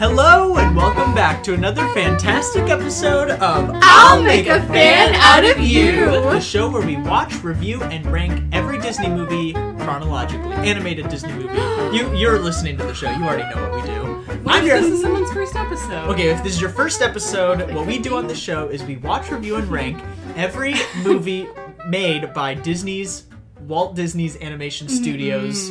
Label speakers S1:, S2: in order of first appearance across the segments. S1: Hello and welcome back to another fantastic episode of
S2: I'll Make a Fan Out of You.
S1: the show where we watch, review, and rank every Disney movie chronologically, animated Disney movie. You you're listening to the show, you already know what we do.
S2: What
S1: I'm
S2: if
S1: your
S2: this is someone's first episode.
S1: Okay, if this is your first episode, what we do on the show is we watch, review, and rank every movie made by Disney's Walt Disney's Animation
S2: Mm-hmm.
S1: Studios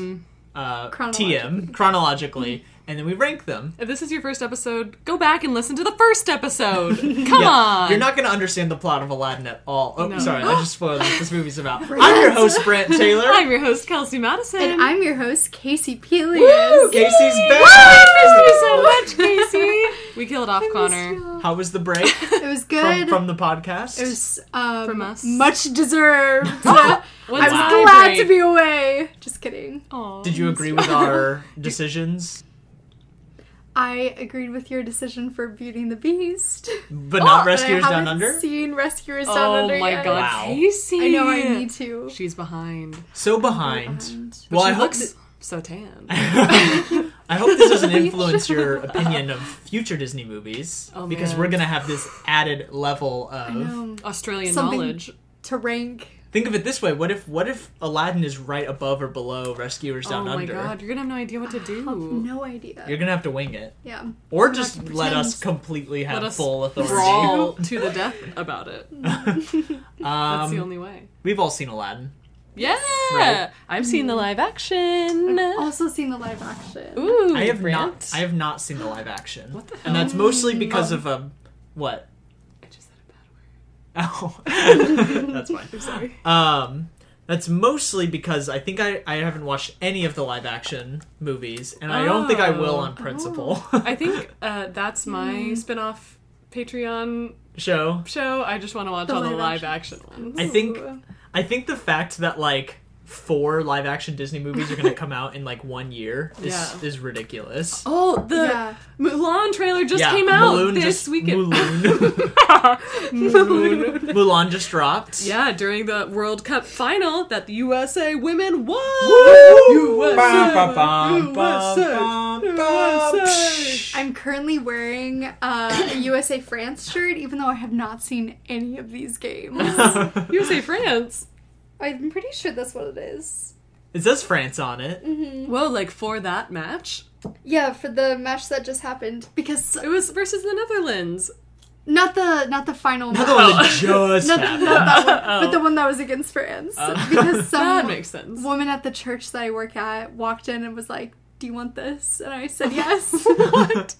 S1: uh, TM chronologically, and then we rank them.
S2: If this is your first episode, go back and listen to the first episode. Come
S1: Yeah,
S2: on.
S1: You're not going to understand the plot of Aladdin at all. Oh,
S2: No.
S1: sorry, I just spoiled what this movie's about. I'm your host, Brent Taylor.
S2: I'm your host, Kelsey Madison.
S3: And I'm your host, Casey
S1: Woo,
S3: Pelias.
S1: Casey's
S2: I
S1: back.
S2: missed you so much, Casey. we killed off Connor.
S1: How was the break
S3: It was
S1: from,
S3: good.
S1: from the podcast?
S3: it was um,
S2: From us.
S3: much deserved.
S2: What's
S3: I'm
S2: my
S3: glad
S2: break?
S3: to be away. Just kidding.
S2: Aw.
S1: Did you agree with our decisions?
S3: I agreed with your decision for Beauty and the Beast.
S1: But not
S3: But
S1: Rescuers
S3: I
S1: Down
S3: haven't
S1: Under?
S3: Seen Rescuers Down
S2: Oh
S3: Under.
S2: my
S3: yet.
S2: god,
S1: Wow.
S2: Casey.
S3: I know I need to.
S2: She's behind.
S1: so behind.
S3: And
S1: Well,
S2: she
S1: I hope,
S2: looks so tan.
S1: thi- I hope this doesn't influence your opinion of future Disney movies
S2: Oh,
S1: because
S2: man.
S1: we're going to have this added level of.
S3: um,
S2: Australian
S3: Something-
S2: knowledge.
S3: to rank.
S1: Think of it this way: what if what if Aladdin is right above or below Rescuers
S2: Oh
S1: Down
S2: my
S1: Under?
S2: god, you're gonna have no idea what to
S3: I'll have
S2: do.
S3: no idea.
S1: You're gonna have to wing it,
S3: yeah.
S1: or
S3: We'll have
S1: just
S3: to
S1: let us
S3: pretend.
S1: completely have
S2: Let us
S1: full authority.
S2: brawl to the death about it. That's the
S1: um,
S2: only way.
S1: we've all seen Aladdin.
S2: Yeah,
S1: Right. Mm. Oh,
S2: I've seen the live action.
S3: Also seen the live action.
S2: Ooh,
S1: I have
S2: Brant.
S1: not. I have not seen the live action,
S2: What the hell?
S1: and that's mostly because of um, what?
S2: I just said a bad word.
S1: Oh, that's fine.
S2: I'm sorry.
S1: Um, that's mostly because I think I, I haven't watched any of the live action movies, and I don't think I will on
S2: Oh.
S1: principle.
S2: I think uh, that's my
S1: Mm.
S2: spin-off Patreon
S1: show.
S2: show. I just want to watch
S3: The
S2: all the live
S3: live
S2: action ones.
S1: I think I think the fact that like four live action Disney movies are going to come out in like one year is
S2: Yeah.
S1: is ridiculous.
S2: Oh, the
S3: Yeah.
S2: Mulan trailer just
S1: yeah,
S2: came out
S1: Mulan
S2: this
S1: just,
S2: weekend.
S1: Mulan.
S2: Mulan.
S1: Mulan just dropped.
S2: Yeah, during the World Cup final that the USA women won.
S1: Woo!
S2: USA,
S1: Bum, bum, bum,
S2: USA,
S1: bum, bum.
S2: USA.
S3: I'm currently wearing uh, a USA France shirt, even though I have not seen any of these games.
S2: USA France.
S3: I'm pretty sure that's what it is.
S1: It says France on it.
S2: Whoa, like for that match,
S3: Yeah, for the match that just happened, because
S2: it was versus the Netherlands.
S3: not the not the final
S1: Another
S3: match,
S1: one that just
S3: not,
S1: happened. Oh.
S3: not that one, but the one that was against France, because
S2: That
S3: some
S2: makes sense.
S3: woman at the church that I work at walked in and was like, "Do you want this?" And I said yes,
S2: what?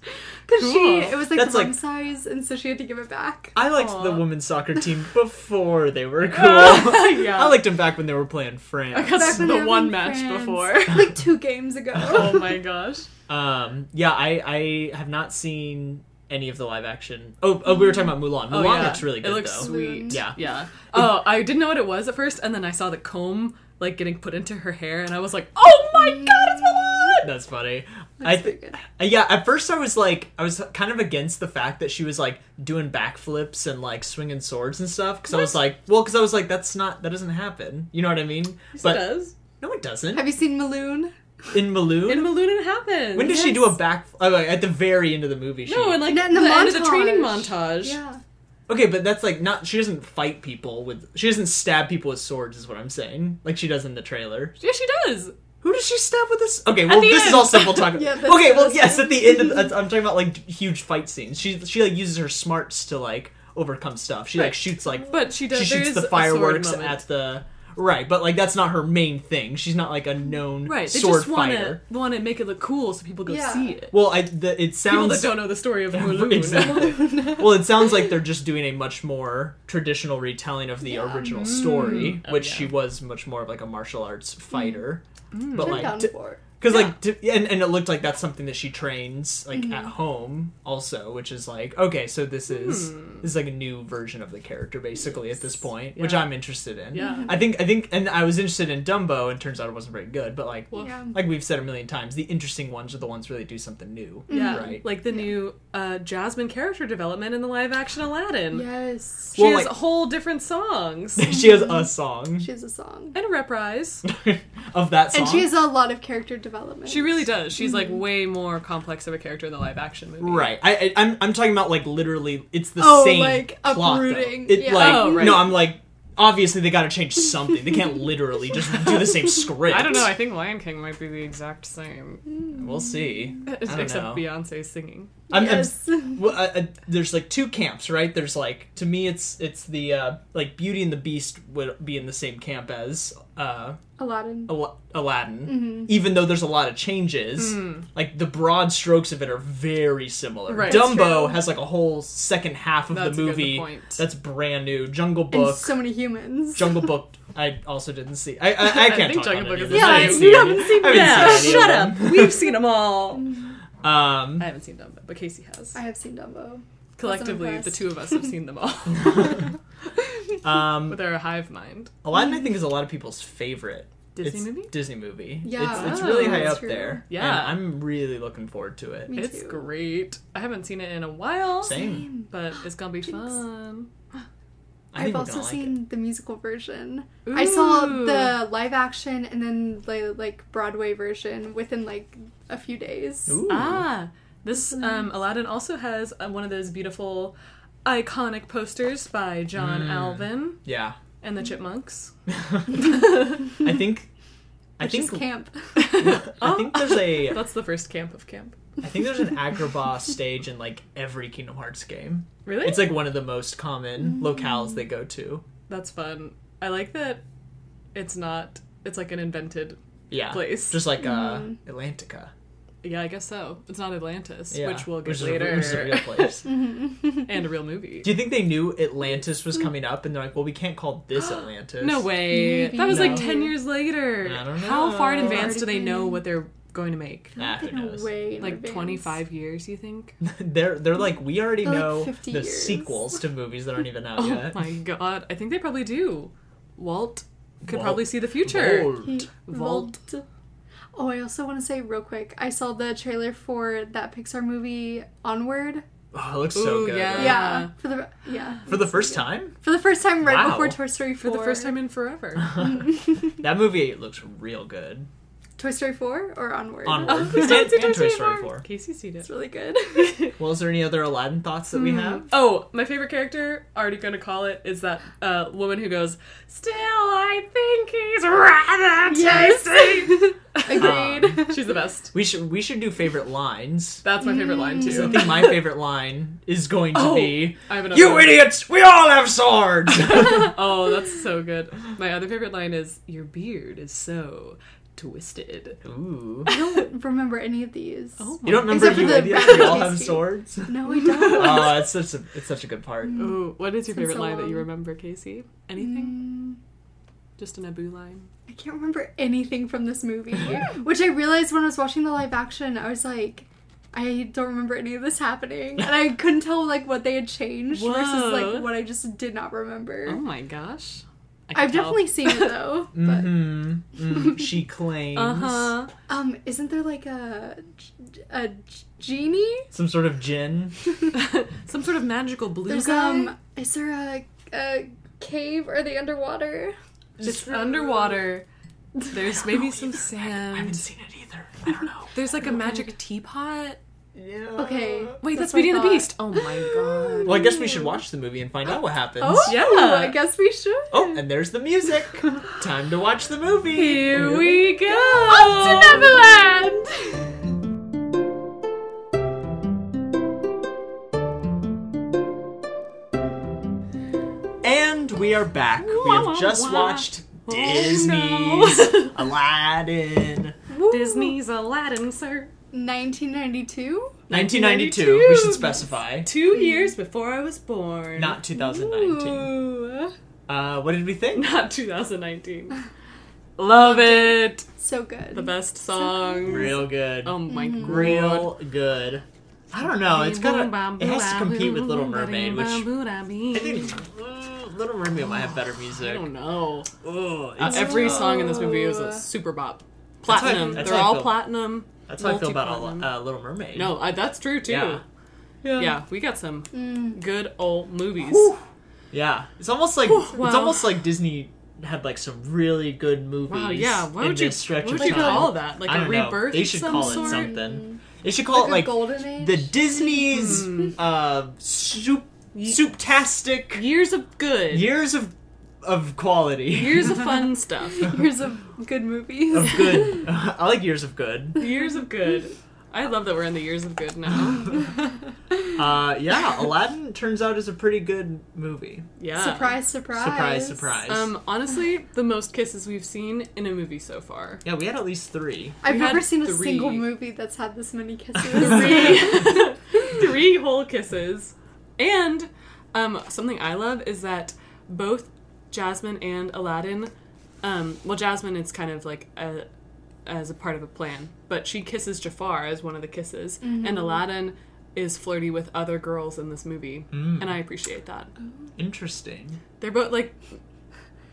S3: because she
S2: Cool.
S3: it was like
S1: That's
S3: the wrong
S1: like-
S3: size, and so she had to give it back.
S1: I liked
S2: Aw. Oh
S1: the women's soccer team before they were cool.
S2: yeah.
S1: I liked them back when they were playing France.
S2: Because
S3: Back when
S2: the
S3: they were
S2: one
S3: in
S2: match
S3: France.
S2: before.
S3: Like two games ago.
S2: oh my gosh.
S1: Um, yeah, I, I have not seen any of the live action. Oh, oh we were talking about Mulan. Mulan
S2: Oh, yeah.
S1: looks really good
S2: It looks
S1: though.
S2: sweet.
S1: Yeah.
S2: Yeah. Oh, I didn't know what it was at first, and then I saw the comb like getting put into her hair, and I was like, oh my
S3: Mm.
S2: god,
S1: That's funny. I
S3: That's
S1: think
S3: pretty good.
S1: yeah. At first, I was like, I was kind of against the fact that she was like doing backflips and like swinging swords and stuff. Because I was like, well, because I was like, that's not that doesn't happen. You know what I mean?
S2: it's Mulan!
S1: but
S2: It does.
S1: no, it doesn't.
S3: Have you seen Maloon?
S1: In Maloon,
S2: In Maluna, it happens.
S1: when did she do a back? Oh, like, at the very end of the movie. She,
S2: No, and like
S3: In the- in the
S2: the end of the
S3: montage.
S2: training montage.
S3: Yeah.
S1: Okay, but that's like not. She doesn't fight people with. She doesn't stab people with swords, is what I'm saying. Like she does in the trailer.
S2: Yeah, she does.
S1: Who does she stab with this? Okay, well,
S2: the
S1: this is
S2: end.
S1: all simple talk.
S3: Yeah, that's
S1: okay, well,
S3: awesome.
S1: yes, at the end, of the, I'm talking about like huge fight scenes. She she like uses her smarts to like overcome stuff. She like
S2: Right.
S1: shoots like
S2: But she does.
S1: she
S2: there
S1: shoots
S2: is
S1: the
S2: a sword
S1: fireworks
S2: moment.
S1: at the right, but like that's not her main thing. She's not like a known
S2: right. They
S1: sword
S2: just want to
S1: fighter.
S2: want to make it look cool so people go
S3: Yeah.
S2: see it.
S1: Well, I the, it
S2: People
S1: sounds
S2: that don't know the story of Mulun.
S1: Exactly. well, it sounds like they're just doing a much more traditional retelling of the original story,
S2: Oh,
S1: which
S2: yeah. Mm.
S1: she was much more of like a martial arts fighter. But
S3: I'm
S1: like,
S3: down
S1: because
S3: for it.
S1: like, t- and and it looked like that's something that she trains like at
S2: Mm-hmm.
S1: home also, which is like okay, so this is
S2: Hmm.
S1: this is like a new version of the character basically at this point, which
S2: Yeah.
S1: I'm interested in.
S2: Yeah.
S1: I think I think, and I was interested in Dumbo, and turns out it wasn't very good. But like,
S2: Well,
S3: Yeah.
S1: like we've said a million times, the interesting ones are the ones where they do something new.
S2: Yeah,
S1: right.
S2: like the new uh, Jasmine character development in the live action Aladdin.
S3: Yes.
S2: She
S1: Well,
S2: has
S1: like-
S2: whole different songs
S1: she has a song.
S3: She has a song.
S2: and a reprise.
S1: of that song.
S3: And she has a lot of character development.
S2: She really does. She's like way more complex of a character in the live action movie.
S1: Right. I, I I'm I'm talking about like literally it's the
S3: Oh,
S1: same
S3: like,
S1: plot. though.
S3: uprooting.
S1: It
S3: Yeah.
S1: like
S2: Oh, right.
S1: no, I'm like obviously they got to change something. They can't literally just do the same script.
S2: I don't know. I think Lion King might be the exact same,
S1: We'll see. I don't
S2: except
S1: know.
S2: Beyonce singing.
S1: I'm,
S3: Yes.
S1: I'm, well, I, I, there's like two camps, right? There's like to me, it's it's the uh, like Beauty and the Beast would be in the same camp as uh,
S3: Aladdin.
S1: Al- Aladdin,
S3: Mm-hmm.
S1: even though there's a lot of changes. Like the broad strokes of it are very similar.
S2: Hmm. Right. That's
S3: true.
S1: Dumbo has like a whole second half of
S2: That's a
S1: the
S2: good
S1: movie
S2: point.
S1: that's brand new. Jungle
S3: And
S1: Book,
S3: so many humans.
S1: Jungle Book. I also didn't see. I I, I
S2: I
S1: can't
S2: think
S1: talk
S2: Jungle
S1: about
S2: Book
S1: any
S2: is
S1: of
S2: the
S1: this.
S2: same.
S1: I
S2: Yeah,
S1: haven't
S2: you
S1: seen it.
S3: haven't
S1: I haven't seen
S3: seen that.
S1: any
S4: Shut
S1: of
S4: up. We've seen them all.
S1: them. Um,
S2: I haven't seen Dumbo, but Casey has.
S3: I have seen Dumbo.
S2: Collectively, the
S3: impressed.
S2: two of us have seen them all
S1: um,
S2: with our hive mind.
S1: Aladdin, I think, is a lot of people's favorite
S2: Disney
S1: it's
S2: movie?
S1: Disney movie.
S3: Yeah.
S1: it's, it's
S2: Oh,
S1: really high
S3: that's
S1: up
S3: true.
S1: there.
S2: Yeah.
S1: and I'm really looking forward to it.
S3: Me
S2: It's
S3: too.
S2: great. I haven't seen it in a while,
S1: Same.
S2: but it's gonna be
S3: Jinx.
S2: fun.
S1: I think
S3: I've
S1: we're
S3: also
S1: gonna like
S3: seen the musical version. I saw
S2: Ooh.
S3: the live action and then the like Broadway version within like a few days.
S1: it. Ooh.
S2: Ah, this um, Aladdin also has uh, one of those beautiful, iconic posters by John Alvin
S1: Yeah,
S2: and
S3: Mm.
S2: the Chipmunks.
S1: Mm. I think. I
S3: Which
S1: think.
S3: is camp.
S1: I think there's a.
S2: That's the first camp of camp.
S1: I think there's an Agrabah stage in like every Kingdom Hearts game.
S2: Really?
S1: It's like one of the most
S2: Mm.
S1: common locales they go to.
S2: That's fun. I like that. It's not. It's like an invented.
S1: Yeah,
S2: Place.
S1: Ah,
S2: Mm.
S1: just like uh, Atlantica,
S2: Yeah, I guess so. It's not Atlantis,
S1: yeah.
S2: which we'll get
S1: is a-
S2: later,
S1: which is a real place. Do
S2: and a real movie.
S1: you think they knew Atlantis was coming up, and they're like, "Well, we can't call this Atlantis."
S2: Mm. No way.
S3: Maybe.
S2: That was like
S1: No.
S2: 10 years later.
S1: I don't
S2: How
S1: know.
S2: far in
S1: They've
S2: advance do
S3: already
S2: they know
S3: been-
S2: what they're going to make?
S1: Nah, Ah, who
S3: They know
S1: knows?
S3: way in
S2: Like
S3: advance.
S2: 25 years, you think?
S1: They're they're like we already
S3: They're like
S1: know
S3: 50
S1: the
S3: years.
S1: sequels to movies that aren't even out
S2: Oh
S1: yet.
S2: my god. I think they probably do. Walt could
S1: Walt.
S2: probably see the future.
S1: Lord.
S3: He rolled. Oh, I also want to say real quick, I saw the trailer for that Pixar movie Onward.
S1: Oh, it looks so
S2: Ooh,
S1: good.
S2: yeah.
S3: yeah, for the yeah
S1: For the first time,
S3: for the first time right
S1: Wow.
S3: before Toy Story 4.
S2: For the first time in forever.
S1: that movie looks real good.
S3: Toy Story 4 or Onward.
S1: Onward.
S2: Who's
S1: And-
S2: not seen
S1: and Toy Story
S2: four?
S1: 4.
S2: Casey's seen it.
S3: It's really good.
S1: Well, is there any other Aladdin thoughts that we have?
S2: Oh, my favorite character, already gonna call it, is that uh, woman who goes, Still, I think he's rather
S3: Yes.
S2: tasty.
S3: Agreed.
S2: She's the best.
S1: We should we should do favorite lines.
S2: That's my favorite
S3: Mm.
S2: line,
S1: So I
S2: too.
S1: think my favorite line is going to
S2: Oh,
S1: be
S2: I have another
S1: "You
S2: one.
S1: idiots! We all have swords."
S2: Oh, that's so good. My other favorite line is Your beard is so twisted.
S1: Ooh,
S3: I don't remember any of these.
S2: Oh,
S1: you don't remember
S3: Except for
S1: you
S3: the
S1: idiots?
S3: rabbit
S1: We all have
S3: tasty.
S1: swords.
S3: No, I don't.
S1: Oh, it's such a it's such a good part.
S3: Mm-hmm.
S2: Ooh, oh, what is your
S3: been
S2: favorite
S3: so
S2: line that you
S3: long.
S2: remember, Casey? Anything?
S3: Mm,
S2: Just an Abu line?
S3: I can't remember anything from this movie,
S2: Hmm.
S3: which I realized when I was watching the live action. I was like, I don't remember any of this happening, and I couldn't tell like what they had changed versus
S2: Whoa.
S3: like what I just did not remember.
S2: Oh my gosh. I can
S3: I've
S2: tell.
S3: definitely seen it though. but
S2: Mm-hmm.
S1: hmm Mm, she claims
S2: Uh-huh.
S3: um, isn't there like a g- a g- genie?
S1: some sort of gin.
S2: Some sort of magical blue
S3: There's
S2: guy?
S3: um, is there a a cave? Are they underwater?
S2: It's underwater. There's maybe some sand.
S1: seen it either. I don't know.
S2: There's like a magic teapot.
S1: Yeah.
S3: Okay,
S2: Wait, Uh, that's,
S3: what I
S2: Beauty and the
S3: thought.
S2: Beast. Oh my god.
S1: Well, I guess we should watch the movie and find out what happens.
S3: Oh,
S2: Yeah.
S3: I guess we should.
S1: Oh, and there's the music. Time to watch the movie.
S2: Here we go. Up
S3: Neverland.
S1: And we are back. We
S2: Wah,
S1: have
S2: wah,
S1: just
S2: wah.
S1: watched
S2: Oh,
S1: Disney's
S2: no.
S1: Aladdin.
S2: Disney's Aladdin, sir.
S3: 1992.
S1: 1992, we should specify.
S2: Two years before I was born.
S1: Not 2019.
S2: Ooh.
S1: Uh, what did we think?
S2: Not 2019. Love it.
S3: So good.
S2: The best song.
S1: Real good.
S2: Oh my god.
S1: Real good. I don't know. It's gotta. It has to compete with Little Mermaid, which I
S2: I
S1: think uh, Little Mermaid might have better music.
S2: don't know.
S1: Ugh,
S2: Uh,
S1: it's-
S2: every
S1: uh,
S2: song in this movie is a super bop.
S1: That's how I-
S2: Platinum.
S1: that's
S2: They're
S1: how I
S2: all
S1: feel.
S2: platinum.
S1: That's how I feel about
S2: multi-platinum.
S1: uh, Little Mermaid.
S2: No, I, that's true too.
S1: Yeah.
S2: Yeah. we got some
S3: Mm.
S2: good old movies.
S1: Yeah, it's almost like it's
S2: Wow.
S1: almost like Disney had like some really good movies.
S2: Wow, yeah. What
S1: in
S2: would you,
S1: this stretch
S2: what would
S1: of
S2: you
S1: time.
S2: call that? Like
S1: I
S2: a
S1: don't know.
S2: rebirth?
S1: They
S2: of
S1: should
S2: some
S1: call
S2: sort?
S1: it something. They should call
S3: like
S1: it
S3: a
S1: like
S3: golden age.
S1: the Disney's
S2: Hmm.
S1: uh, soup souptastic
S2: Years of good.
S1: years of of quality.
S2: Years of fun stuff.
S3: years of good movies.
S1: of good. I like years of good.
S2: Years of good. I love that we're in the years of good now.
S1: Uh, yeah, Aladdin turns out is a pretty good movie.
S2: yeah.
S3: Surprise, surprise.
S1: Surprise, surprise.
S2: Um, honestly, the most kisses we've seen in a movie so far.
S1: yeah, we had at least three.
S3: I've
S2: We
S3: never
S2: had
S3: seen a
S2: three.
S3: single movie that's had this many kisses.
S2: Three, three whole kisses. And um, something I love is that both Jasmine and Aladdin, um, well, Jasmine it's kind of like a, as a part of a plan, but she kisses Jafar as one of the kisses,
S3: Mm-hmm.
S2: and Aladdin is flirty with other girls in this movie, and I appreciate that.
S1: Interesting.
S2: They're both like,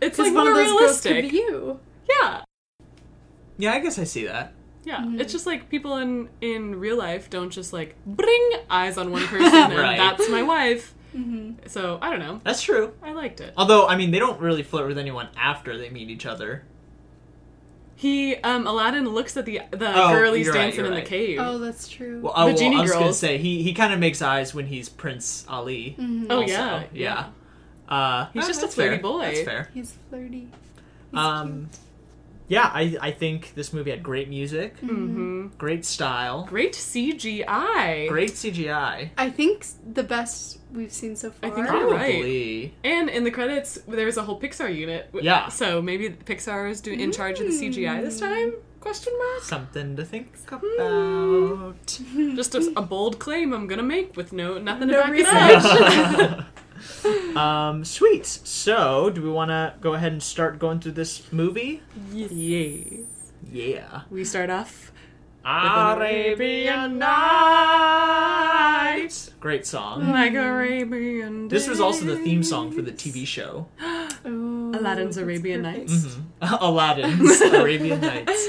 S2: it's
S3: Because
S2: like
S3: one
S2: more
S3: of those girls could
S2: realistic.
S3: be you.
S2: Yeah,
S1: Yeah, I guess I see that.
S2: Yeah,
S3: Mm-hmm.
S2: it's just like people in in real life don't just like bring eyes on one person and
S1: Right.
S2: that's my wife. So I don't know.
S1: That's true.
S2: I liked it.
S1: Although, I mean, they don't really flirt with anyone after they meet each other.
S2: He um Aladdin looks at the the
S1: Oh,
S2: girlies
S1: you're right,
S2: dancing
S1: you're
S2: in the
S1: right.
S2: cave.
S3: Oh, that's true.
S1: Well, uh,
S2: The
S1: well,
S2: genie
S1: I was gonna
S2: girls.
S1: say he he kind of makes eyes when he's Prince Ali.
S3: Mm-hmm.
S2: Oh,
S1: also.
S2: yeah,
S1: yeah. Uh,
S2: He's
S1: no,
S2: just a
S1: that's
S2: flirty
S1: fair.
S2: boy.
S1: That's fair.
S3: He's flirty. He's
S1: Um, yeah, I I think this movie had great music,
S3: Mm-hmm.
S2: hmm
S1: great style,
S2: Great CGI.
S1: great CGI.
S3: I think s- the best we've seen so far.
S2: I think you're right.
S1: Probably.
S2: And in the credits, there was a whole Pixar unit. W-
S1: Yeah.
S2: So maybe Pixar is doing in charge of the CGI this
S3: Mm.
S2: time? Question mark. Hmm.
S1: Something to think
S3: uh,
S1: about.
S2: Just a, a bold claim I'm gonna make with no nothing
S3: No
S2: to back it
S3: research.
S2: up.
S1: um, sweet. So, do we want to go ahead and start going through this movie?
S3: Oh,
S2: Yay.
S1: Yeah.
S2: We start off
S1: Arabian Nights. Great song.
S2: Like Arabian
S1: This was also the theme song for the TV show Mm-hmm.
S3: Ooh,
S2: Aladdin's
S3: that's
S2: Arabian
S3: perfect.
S2: Nights.
S1: Aladdin's Arabian Nights.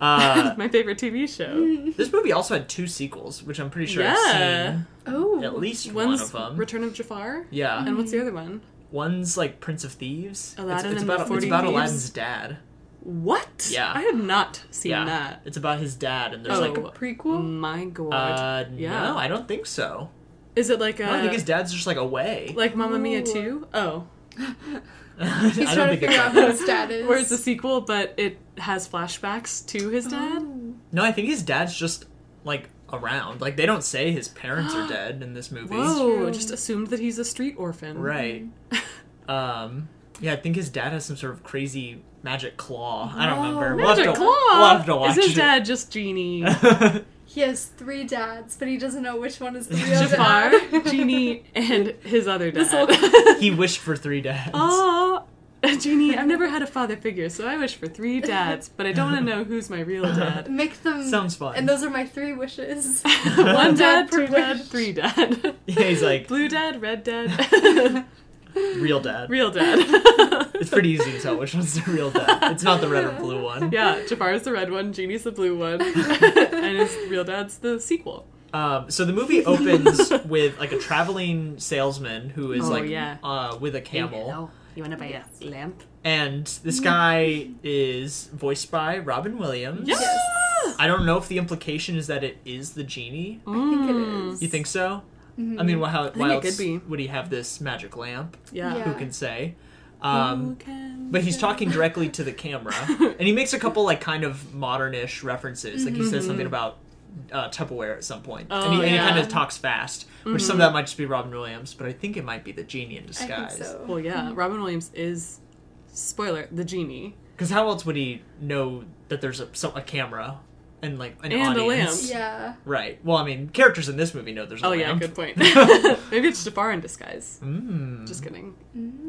S1: Uh,
S2: My favorite TV
S3: Mm-hmm.
S2: show.
S1: this movie also had two sequels, which I'm pretty sure
S2: Yeah.
S3: Oh,
S1: I've seen at least one of
S2: One's
S1: them. Um,
S2: Return of Jafar.
S1: yeah,
S2: And what's the other one?
S1: one's like Prince of Thieves. It's-
S2: Aladdin
S1: it's,
S2: and the
S1: about,
S2: 40
S1: it's about
S2: Thieves?
S1: Aladdin's dad.
S2: What?
S1: Yeah.
S2: I have not seen that.
S1: It's about his dad, and there's
S2: Oh.
S1: like,
S3: a
S1: Mm.
S3: prequel.
S2: My god.
S1: uh,
S2: yeah.
S1: no, I don't think so.
S2: Is it like a
S1: I don't think his dad's just like away.
S2: like Mamma Mia
S3: Ooh.
S2: 2? Oh.
S1: I
S3: He's
S1: don't
S3: trying to
S1: think
S3: figure
S1: it's
S3: out
S1: that.
S3: who his dad is.
S2: Or it's a sequel, but it has flashbacks to
S3: Oh,
S2: his dad?
S1: No, I think his dad's just like around. Like they don't say his parents are dead in this movie.
S2: Whoa,
S3: True.
S2: just assumed that he's a street orphan.
S1: Right. Um. Yeah, I think his dad has some sort of crazy magic claw. I don't
S3: Whoa.
S1: remember. We'll have
S2: Magic
S1: to-
S2: Claw!
S1: We'll have to watch
S2: Is his
S1: it.
S2: dad just Genie?
S3: He has three dads, but he doesn't know which one is the real
S2: Jafar,
S3: dad.
S2: Genie, and his other dad.
S3: This old-
S1: he wished for three dads.
S2: Oh, Genie, I've never had a father figure, so I wish for three dads, but I don't want to know who's my real dad.
S3: Make them.
S1: Sounds fun.
S3: And those are my three wishes.
S2: One
S3: Dad
S2: dad,
S3: per
S2: two dad,
S3: wish.
S2: three dad.
S1: Yeah, he's like
S2: Blue dad, red dad,
S1: real dad.
S2: real dad.
S1: It's pretty easy to tell which one's the real dad. It's not the red or blue one.
S2: Yeah, Jafar's the red one, Genie's the blue one, and his real dad's the sequel.
S1: Um, so the movie opens with like a traveling salesman who is
S2: Oh,
S1: like
S2: yeah.
S1: uh, with a camel,
S2: you want to buy a lamp?
S1: and this
S2: Mm-hmm.
S1: guy is voiced by Robin Williams.
S2: Yes.
S1: I don't know if the implication is that it is the genie.
S3: I think
S2: Mm.
S3: it is.
S1: You think so?
S3: Mm-hmm.
S1: I mean, wh- how,
S2: Mm-hmm. think
S1: why
S2: it
S1: else
S2: could be.
S1: would he have this magic lamp?
S2: Yeah.
S3: Yeah.
S1: Who can say? Um,
S2: can
S1: but he's talking directly to the camera, and he makes a couple like kind of modern-ish references. Like he
S2: Mm-hmm.
S1: says something about uh, Tupperware at some point, and he,
S2: Oh,
S1: and he
S2: yeah.
S1: kind of talks fast, which
S2: Mm-hmm.
S1: some of that might just be Robin Williams, but I think it might be the genie in
S3: I think
S1: disguise.
S3: so.
S2: Well, yeah, Robin Williams is, spoiler, the Genie.
S1: Because how else would he know that there's a, so, a camera and like an
S2: And a
S1: audience?
S3: yeah.
S1: Right. Well, I mean, characters in this movie know there's a
S2: Oh
S1: lamp.
S2: yeah, good point. Maybe it's Jafar in disguise.
S3: Hmm.
S1: Mm,
S2: Just kidding.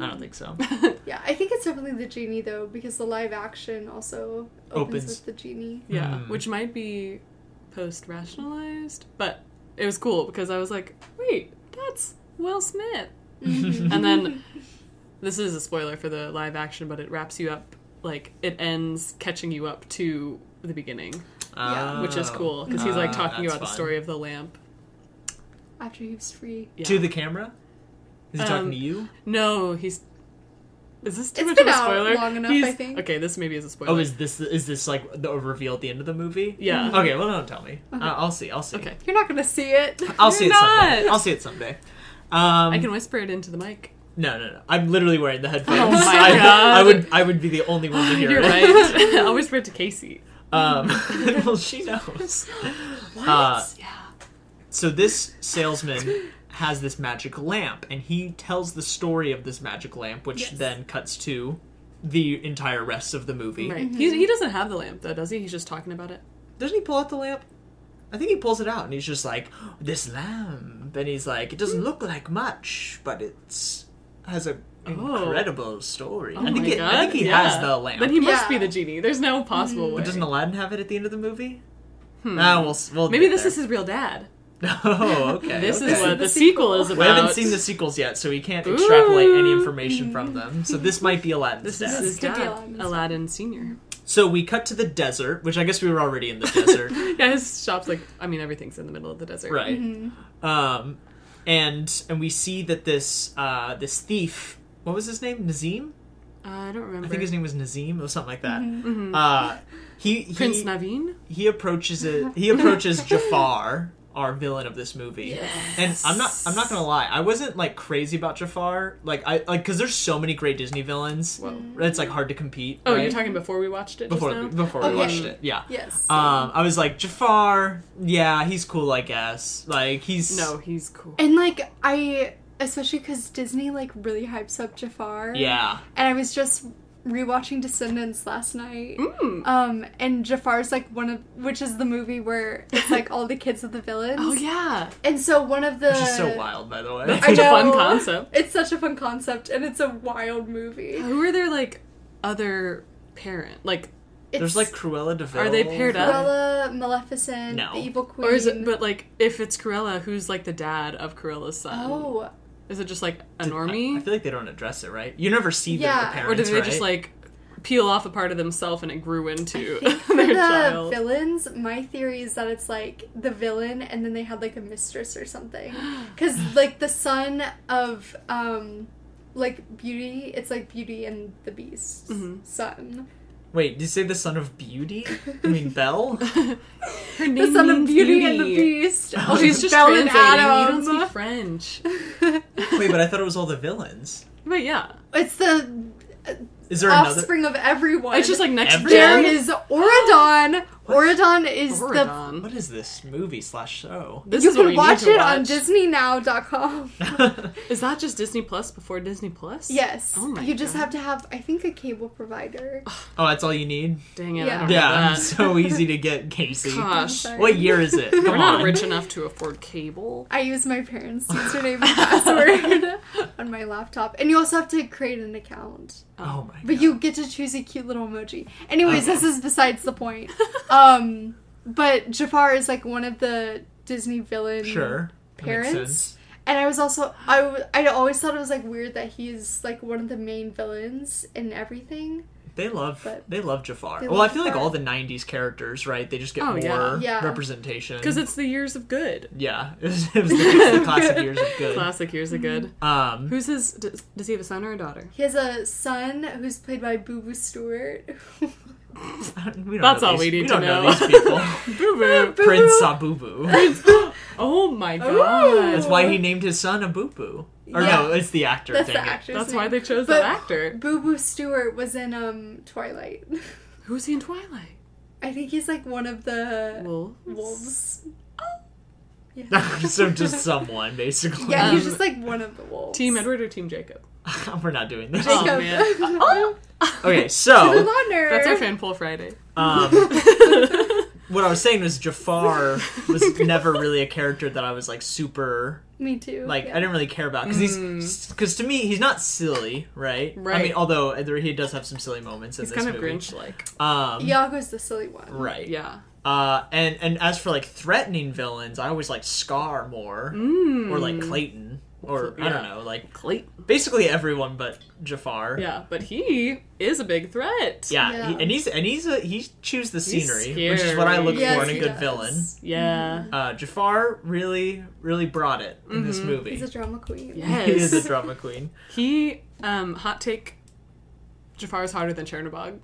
S1: I don't think so.
S3: Mm-hmm. Yeah, I think it's definitely the genie though, because the live action also opens,
S1: Opens.
S3: with the genie.
S2: Yeah,
S1: Hmm.
S2: which might be post rationalized, but it was cool because I was like, wait, that's Will Smith.
S3: Mm-hmm.
S2: and then this is a spoiler for the live action, but it wraps you up like it ends catching you up to the beginning,
S3: Yeah.
S2: which is
S1: Oh.
S2: cool because he's like
S1: Ah,
S2: talking
S1: that's
S2: about the
S1: fun.
S2: story of the lamp.
S3: After he was free.
S2: Yeah.
S1: to the camera. Is he
S2: Um,
S1: talking to you?
S2: No, he's Is this too
S3: It's
S2: much
S3: been
S2: of a
S3: out
S2: spoiler?
S3: long enough,
S2: He's-
S3: I think.
S2: Okay, this maybe is a spoiler.
S1: Oh, is this is this like the reveal at the end of the movie? Mm-hmm.
S2: yeah.
S1: Okay, well, don't tell me. Uh, I'll see. I'll see.
S2: Okay.
S3: You're not gonna see it.
S1: I'll see it
S2: You're
S1: someday.
S2: not.
S1: I'll see it someday. Um,
S2: I can whisper it into the mic.
S1: No, no, no. I'm literally wearing the headphones.
S2: Oh my
S1: I,
S2: God.
S1: I would, I would be the only one to hear
S2: You're
S1: it.
S2: right. I'll whisper it to Casey.
S1: Um, well, she knows.
S2: What?
S1: Uh,
S2: yeah.
S1: So this salesman has this magic lamp, and he tells the story of this magic lamp, which
S5: Yes.
S1: then cuts to the entire rest of the movie.
S2: Right. He, he doesn't have the lamp though, does he? He's just talking about it.
S1: Doesn't he pull out the lamp? I think he pulls it out, and he's just like, "This lamp," and he's like, "It doesn't
S2: Hmm.
S1: look like much, but it's has a."
S2: Oh.
S1: Incredible story.
S2: Oh
S1: I think
S2: my
S1: it, I
S2: God,
S1: think he
S2: yeah.
S1: has the lamp.
S2: Then he must
S3: Yeah.
S2: be the genie. There's no possible way.
S1: But doesn't Aladdin have it at the end of the movie?
S2: Hmm.
S1: Ah, we'll, s- we'll
S2: Maybe
S1: get
S2: this
S1: there.
S2: is his real dad.
S1: Oh, okay.
S2: This
S1: okay.
S2: is what the,
S3: The
S2: sequel.
S3: sequel.
S2: is about.
S1: We haven't seen the sequels yet, so we can't extrapolate any
S2: Ooh.
S1: information from them. So this might be Aladdin's
S2: This
S1: death.
S2: is his
S3: could be
S2: dad,
S3: Aladdin's dad.
S2: Aladdin Senior.
S1: So we cut to the desert, which I guess we were already in the desert,
S2: yeah, his shop's like. I mean, everything's in the middle of the desert.
S1: right?
S3: Mm-hmm.
S1: Um, and and we see that this uh, this thief, what was his name? Nazim?
S2: Uh, I don't remember.
S1: I think his name was Nazim or something like that.
S2: Mhm.
S3: Mm-hmm.
S1: Uh, he he
S2: Prince Naveen.
S1: he approaches it. He approaches Jafar, our villain of this movie. And I'm not. I'm not gonna lie. I wasn't like crazy about Jafar. Like I like because there's so many great Disney villains.
S2: Whoa.
S1: It's like hard to compete.
S2: Oh,
S1: right?
S2: you're talking before we watched it.
S1: before
S2: Just now?
S1: before we
S3: Okay.
S1: watched it. Yeah.
S3: Yes.
S1: Um, I was like Jafar. Yeah, he's cool. I guess. Like he's
S2: No, he's cool.
S3: and like I, especially because Disney like really hypes up Jafar.
S1: Yeah.
S3: And I was just rewatching Descendants last night.
S2: Mm.
S3: Um, and Jafar's like one of which is the movie where it's like all the kids of the villains.
S2: Oh yeah,
S3: And so one of the
S1: Which is so wild, by the way.
S2: that's
S3: I
S2: such a fun
S3: know.
S2: concept.
S3: It's such a fun concept, and it's a wild movie.
S2: Who are their like other parent? Like,
S3: It's
S1: There's like Cruella Deville.
S2: Are they paired up?
S3: Cruella, Maleficent,
S1: No.
S3: the Evil Queen.
S2: or is it? But like, if it's Cruella, who's like the dad of Cruella's son?
S3: oh,
S2: Is it just like a
S1: Did- I- I,
S2: normie,
S1: feel like they don't address it, right? You never see the,
S3: Yeah.
S1: the parents,
S2: or did they
S1: right?
S2: just like peel off a part of themselves and it grew into
S3: I think for
S2: their
S3: the
S2: child?
S3: villains, my theory is that it's like the villain, and then they had like a mistress or something. Because like the son of um, like Beauty, it's like Beauty and the Beast's
S2: Mhm.
S3: son.
S1: Wait, did you say the son of Beauty? I mean Belle.
S2: Her
S3: The
S2: name
S3: son of
S2: means
S3: Beauty, and the Beast.
S2: Oh, she's just
S3: Belle and
S2: translating. You don't
S3: Adam.
S2: speak French.
S1: Wait, but I thought it was all the villains.
S2: But yeah,
S3: it's the
S1: Is there another?
S3: offspring of everyone.
S2: it's just like next
S1: Every-
S3: There
S2: gen.
S3: is Oradon. Oradon is the.
S2: Oregon.
S1: What is this movie slash show?
S2: This
S3: you
S2: is what
S3: can
S2: we
S3: watch
S2: need to
S3: it on
S2: watch.
S3: DisneyNow.com.
S1: Oh,
S2: Is that just Disney Plus before Disney Plus?
S3: Yes.
S2: Oh my
S3: you just
S2: God.
S3: have to have, I think, a cable provider.
S1: oh, that's all you need.
S2: Dang it!
S3: Yeah.
S2: I don't
S1: Yeah,
S2: yeah.
S1: I'm so easy to get, Casey.
S3: I'm
S2: Gosh,
S3: sorry.
S1: What year is it? Come
S2: we're not
S1: on.
S2: rich enough to afford cable.
S3: I use my parents' username and password on my laptop. And you also have to create an account.
S1: Oh my.
S3: But you get to choose a cute little emoji. Anyways, this is besides the point. Um, but Jafar is like one of the Disney villain
S1: Sure. That makes
S3: parents.
S1: sense.
S3: And I was also I w- I always thought it was like weird that he's like one of the main villains in everything.
S1: They love
S3: But-
S1: they love Jafar.
S3: They
S1: well,
S3: love
S1: I feel like
S3: Jafar.
S1: all the '90s characters, right? They just get
S2: Oh,
S1: more
S2: yeah.
S3: Yeah.
S1: representation.
S2: Because it's the years of good.
S1: yeah, it was, it was the, it's the classic years of good.
S2: Classic years of good.
S1: Um,
S2: Who's his? Does, does he have a son or a daughter?
S3: He has a son who's played by Boo Boo Stewart.
S1: we don't
S2: That's
S1: know
S2: all
S1: these-
S2: we
S1: we
S2: need to
S1: don't
S2: know.
S1: these people.
S2: Boo boo.
S1: Prince Abubu.
S2: Oh my god.
S1: That's why he named his son Abubu. Or no,
S3: Yeah.
S1: it's the actor.
S3: That's
S1: dang
S3: the
S1: it.
S3: actor's
S2: That's
S3: name.
S2: why they chose
S3: But-
S2: that actor.
S3: Boo Boo Stewart was in um Twilight.
S2: Who's he in Twilight?
S3: I think he's like one of
S1: Uh,
S3: the
S2: Wolves.
S3: wolves.
S1: so just someone, basically.
S3: Yeah, he's
S2: Um,
S3: just like one of the wolves.
S2: Team Edward or Team Jacob?
S1: We're not doing this.
S2: Oh,
S3: Jacob.
S1: Uh,
S2: man.
S3: Oh,
S1: Okay, so
S2: That's our fan poll Friday.
S1: um, what I was saying was Jafar was never really a character that I was like super
S3: Me too.
S1: like
S3: yeah.
S1: I didn't really care about because he's because to me he's not silly, right? I
S2: Mm. Right.
S1: mean, although uh, there, he does have some silly moments in
S2: He's
S1: this
S2: kind of
S1: movie.
S2: Grinch like.
S1: Um,
S3: Iago's the silly one.
S1: Right.
S2: Yeah.
S1: Uh, and and as for like threatening villains, I always like Scar more
S2: Mm.
S1: or like Clayton or I
S2: Yeah.
S1: don't know like
S2: Clayton.
S1: basically everyone but Jafar.
S2: Yeah, but he is a big threat.
S1: Yeah,
S3: Yeah.
S1: He, and he's and he's a, he chews the
S2: He's
S1: scenery, which is what I look
S2: scary.
S1: for in
S3: Yes,
S1: a
S3: he
S1: good
S3: does.
S1: villain.
S2: Yeah.
S1: Uh, Jafar really, really brought it
S2: Mm-hmm.
S1: in this movie.
S3: He's a drama queen.
S2: Yes.
S1: he is a drama queen.
S2: He um hot take Jafar's harder than Chernobog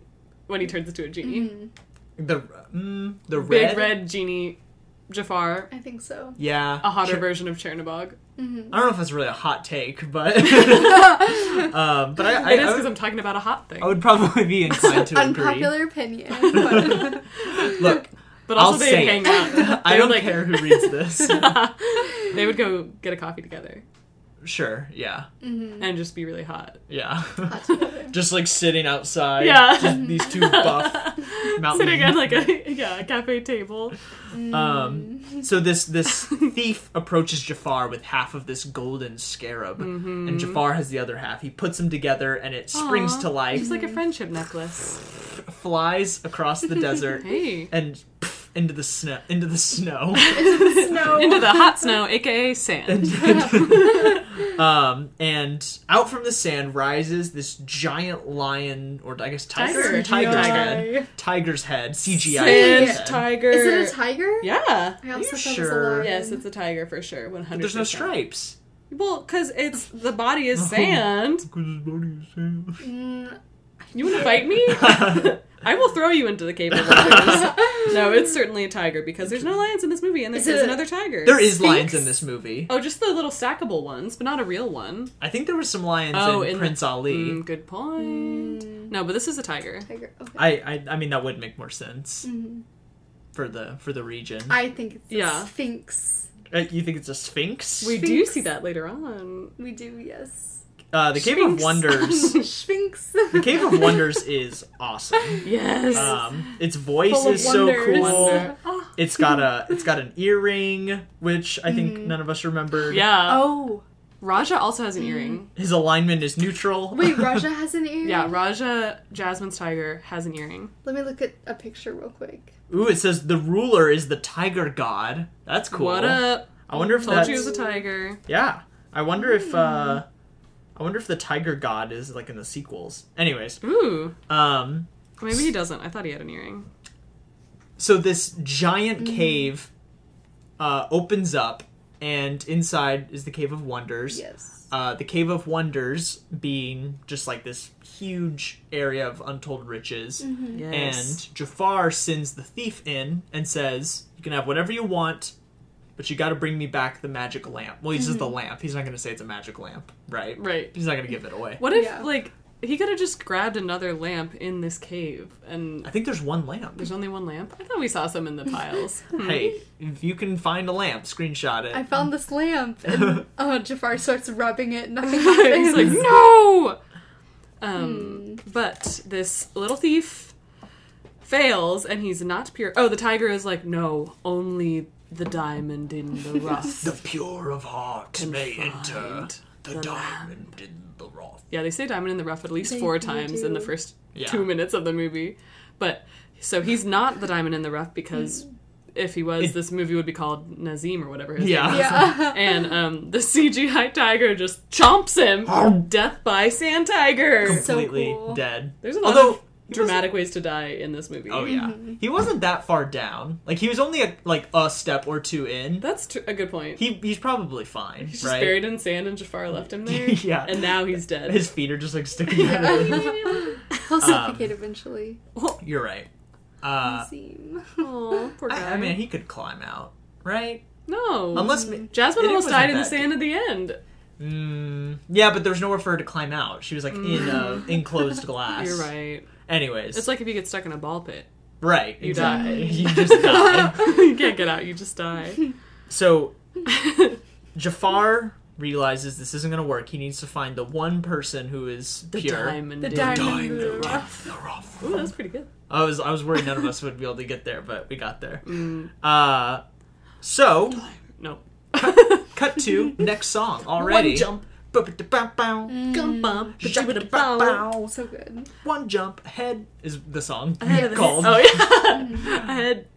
S2: when he turns into a genie.
S3: Mm-hmm.
S1: The mm, the
S2: Big
S1: red.
S2: red, genie Jafar,
S3: I think so. Mm-hmm.
S1: Yeah.
S2: a hotter
S1: Sure.
S2: version of Chernobog.
S1: I don't know if that's really a hot take, but um, but I I,
S2: It is
S1: I,
S2: because
S1: would,
S2: I'm talking about a hot thing.
S1: I would probably be inclined to agree.
S3: Unpopular opinion. but-
S1: Look,
S2: But also
S1: I'll
S2: they
S1: say
S2: hang
S1: it.
S2: out.
S1: I
S2: They
S1: don't
S2: would, like-
S1: care who reads this.
S2: they would go get a coffee together
S1: sure. Yeah.
S3: mm-hmm.
S2: and just be really hot.
S1: Yeah. just like sitting outside.
S2: Yeah.
S1: just these two buff mountain
S2: Sitting at like a yeah, a cafe table. Mm.
S1: Um, so this this thief approaches Jafar with half of this golden scarab, and Jafar has the other half. He puts them together, and it springs
S2: Mm-hmm. Aw.
S1: to life,
S2: It's like a friendship necklace.
S1: flies across the desert,
S2: Hey.
S1: and pff, into the snow. Into the snow.
S2: Into the hot snow, aka sand.
S1: um, and out from the sand rises this giant lion, or I guess tiger,
S2: Tiger.
S1: tiger's
S2: CGI.
S1: head, tiger's head, CGI.
S2: Sand
S1: head.
S2: tiger.
S3: Is it a tiger?
S2: Yeah.
S3: I also
S1: you
S3: thought
S1: sure?
S3: it was a
S2: Yes, it's a tiger for sure. One hundred.
S1: There's no stripes.
S2: Well, because it's the body is sand.
S3: Mm.
S2: You want to fight me? I will throw you into the cave. Of lions. no, it's certainly a tiger because there's no lions in this movie, and there's,
S3: Is it a-
S2: another tiger.
S1: There is lions
S3: Sphinx?
S1: in this movie.
S2: Oh, just the little stackable ones, but not a real one.
S1: I think there were some lions
S2: Oh,
S1: in,
S2: in the-
S1: Prince Ali.
S2: Mm, good point. No, but this is a tiger.
S3: Mm. tiger. Okay. Mm-hmm. I,
S1: I, I I mean that would make more sense for the for the region.
S3: think it's a
S2: Yeah.
S3: sphinx.
S1: Uh, you think it's a sphinx?
S2: We do
S3: Sphinx.
S2: see that later on.
S3: We do, yes.
S1: uh, the Cave of
S2: Sphinx.
S1: Wonders.
S3: Sphinx.
S1: the Cave of Wonders is awesome.
S2: Yes.
S1: Um, its voice
S3: Full of
S1: is so
S3: wonders.
S1: cool.
S2: Wonder.
S1: It's got a it's got an earring, which I think
S3: Mm-hmm.
S1: none of us remember.
S2: yeah.
S3: Oh.
S2: Raja also has an earring.
S1: His alignment is neutral.
S3: Wait, Raja has an earring?
S2: Yeah, Raja Jasmine's tiger has an earring.
S3: Let me look at a picture real quick.
S1: Ooh, it says the ruler is the tiger god. That's cool.
S2: What up?
S1: I wonder if
S2: Told
S1: that's
S2: you it was a tiger.
S1: Yeah. I wonder if uh
S3: Hmm.
S1: I wonder if the tiger god is like in the sequels. Anyways,
S2: Ooh,
S1: um
S2: maybe he doesn't. I thought he had an earring.
S1: so this
S3: Hmm.
S1: giant cave uh opens up and inside is the cave of wonders.
S3: Yes.
S1: Uh, the Cave of Wonders being just like this huge area of untold riches.
S2: Uh,
S1: And Jafar sends the thief in and says, You can have whatever you want, but you gotta bring me back the magic lamp. Well, he says the lamp. He's not gonna say it's a magic lamp, right?
S2: right.
S1: He's not gonna give it away.
S2: What if
S3: Yeah.
S2: like he could have just grabbed another lamp in this cave and
S1: I think there's one lamp.
S2: there's only one lamp? I thought we saw some in the piles. Hmm.
S1: Hey, if you can find a lamp, screenshot it.
S3: I found this lamp. And, oh, Jafar starts rubbing it. Nothing
S2: He's
S3: happens.
S2: like, no. Um, but this little thief fails, and he's not pure. Oh, the tiger is like, no, only the diamond in the rough.
S1: the pure of heart may enter.
S2: find
S1: The, diamond in the rough.
S2: yeah, they say diamond in the rough at least
S3: They
S2: four
S3: do
S2: times in the
S3: do.
S2: first
S1: Yeah.
S2: two minutes of the movie. But so he's not the diamond in the rough because.
S3: Hmm.
S2: If he was,
S1: It-
S2: this movie would be called Nazim or whatever his
S1: Yeah.
S2: name
S3: yeah.
S2: and um, the CGI tiger just chomps him. Death by sand tiger.
S3: So
S1: Completely
S3: cool.
S1: dead.
S2: There's a lot
S1: Although.
S2: of dramatic ways to die in this movie.
S1: Oh yeah, he wasn't that far down. Like he was only a, like a step or two in.
S2: that's tr- a good point.
S1: He he's probably fine,
S2: He's just
S1: right?
S2: buried in sand, and Jafar left him there.
S1: Yeah.
S2: and now he's dead.
S1: His feet are just like sticking out. of him.
S3: He'll
S2: Um,
S3: suffocate eventually.
S1: You're right. Uh,
S3: Seem.
S2: Aw, poor guy.
S1: I, I mean, he could climb out, right?
S2: Mm-hmm. no,
S1: Unless, ma-
S2: Jasmine
S1: it
S2: almost
S1: wasn't
S2: died in the
S1: that
S2: sand at the end.
S1: mm, yeah, but there's nowhere for her to climb out. She was like in uh, enclosed glass.
S2: Mm-hmm. You're right.
S1: Anyways,
S2: It's like if you get stuck in a ball pit,
S1: right.
S2: you
S1: exactly.
S2: die.
S1: You just die.
S2: you can't get out. You just die.
S1: So Jafar realizes this isn't going to work. He needs to find the one person who is
S2: the
S1: pure.
S2: diamond.
S3: The
S2: in-
S3: diamond in the rough.
S2: Ooh, that's pretty good.
S1: I was I was worried none of us would be able to get there, but we got there.
S2: Mm.
S1: Uh, so
S2: No.
S1: cut to next song already.
S2: One jump.
S1: Ba-ba-da-bow-bow.
S2: Gum bump. Bow.
S1: Ba-da-bow-bow.
S3: So good.
S1: One jump ahead is the song
S2: Ahead of the-
S1: called,
S2: Oh yeah. Ahead.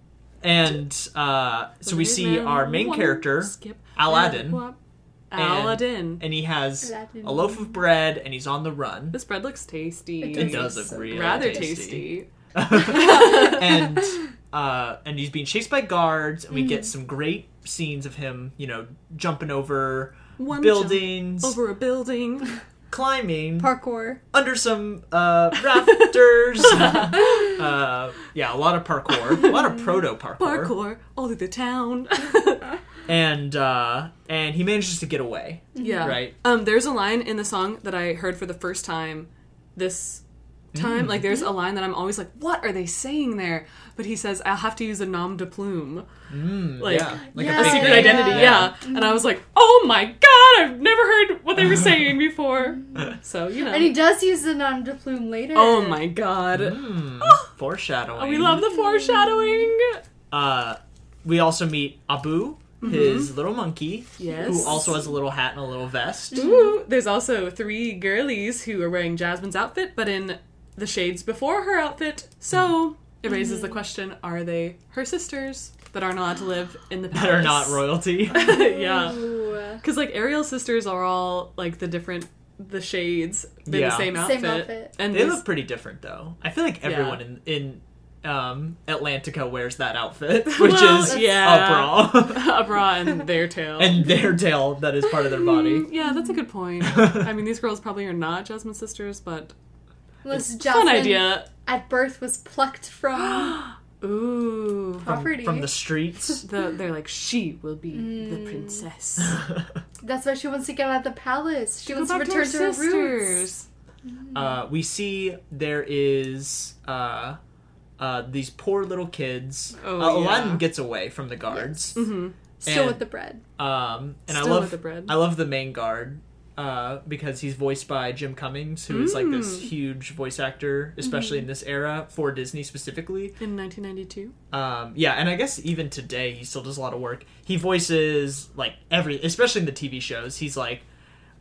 S1: and uh, so we see our main
S2: One
S1: character
S2: Skip.
S1: Aladdin,
S2: Wop. Aladdin.
S1: and he has
S3: Aladdin.
S1: a loaf of bread, and he's on the run.
S2: This bread looks tasty.
S1: It
S3: It
S1: does
S3: looks
S1: look
S3: so
S1: really
S2: Rather
S1: tasty,
S2: tasty.
S1: and uh, and he's being chased by guards, and we
S2: Mm.
S1: get some great scenes of him, you know, jumping over
S2: One jump
S1: buildings,
S2: over a building.
S1: climbing
S3: Parkour.
S1: under some uh, rafters. uh, yeah, a lot of parkour, a lot of proto parkour,
S2: Parkour all through the town.
S1: and uh, and he manages to get away.
S2: yeah.
S1: Right.
S2: Um, there's a line in the song that I heard for the first time this
S1: Mm.
S2: time. Like, there's a
S3: Mm-hmm.
S2: line that I'm always like, what are they saying there? But he says, I'll have to use a nom de plume.
S1: Mm,
S2: Like-
S1: yeah, like
S3: Oh, Yeah. Mm-hmm.
S1: a
S2: a
S1: fake
S2: secret
S1: name.
S2: identity. Yeah. And I was like, oh my god, I've never heard what they were saying before. So you know.
S3: Mm-hmm. And he does use the nom de plume later.
S2: oh my god.
S1: Mm, foreshadowing.
S2: Oh, we love the foreshadowing.
S1: Uh, we also meet Abu, his little monkey,
S2: Mm-hmm. Yes. Mm.
S1: who also has a little hat and a little vest.
S2: Ooh, Mm-hmm. there's also three girlies who are wearing Jasmine's outfit, but in the shades before her outfit. So it raises
S3: Mm-hmm.
S2: the question: Are they her sisters that are not allowed to live in the palace?
S1: That are not royalty.
S2: yeah.
S3: Ooh.
S2: Because like Ariel's sisters are all like the different the shades in
S1: Yeah.
S2: the same
S1: Same
S2: outfit,
S3: outfit.
S2: and
S1: They
S2: this-
S1: look pretty different though. I feel like everyone in in um, Atlantica wears that outfit, which
S2: Well,
S1: is
S2: yeah.
S1: a bra
S2: a bra and their tail.
S1: and their tail that is part of their body.
S2: Mm, yeah, that's a good point. I mean, these girls probably are not Jasmine sisters, but
S3: Unless
S2: fun
S3: Jasmine
S2: idea.
S3: at birth was plucked from
S2: Ooh,
S3: property.
S1: From the streets.
S2: the, they're like she will be
S3: Mm.
S2: the princess.
S3: That's why she wants to get out of the palace. She
S2: Go
S3: wants to
S2: back
S3: return to her, roots.
S2: sisters.
S1: uh, we see there is uh, uh, these poor little kids.
S2: Oh,
S1: uh, Aladdin
S2: yeah. Mm-hmm.
S1: gets away from the guards.
S3: Still
S1: And-
S3: with the bread.
S1: Um, and I
S2: Still
S1: love
S2: with the bread.
S1: I love the main guard uh, because he's voiced by Jim Cummings, who is like
S2: Mm.
S1: this huge voice actor, especially
S2: Mm-hmm.
S1: in this era for Disney specifically.
S2: In 1992,
S1: Um, yeah, and I guess even today he still does a lot of work. He voices like every, especially in the TV shows. He's like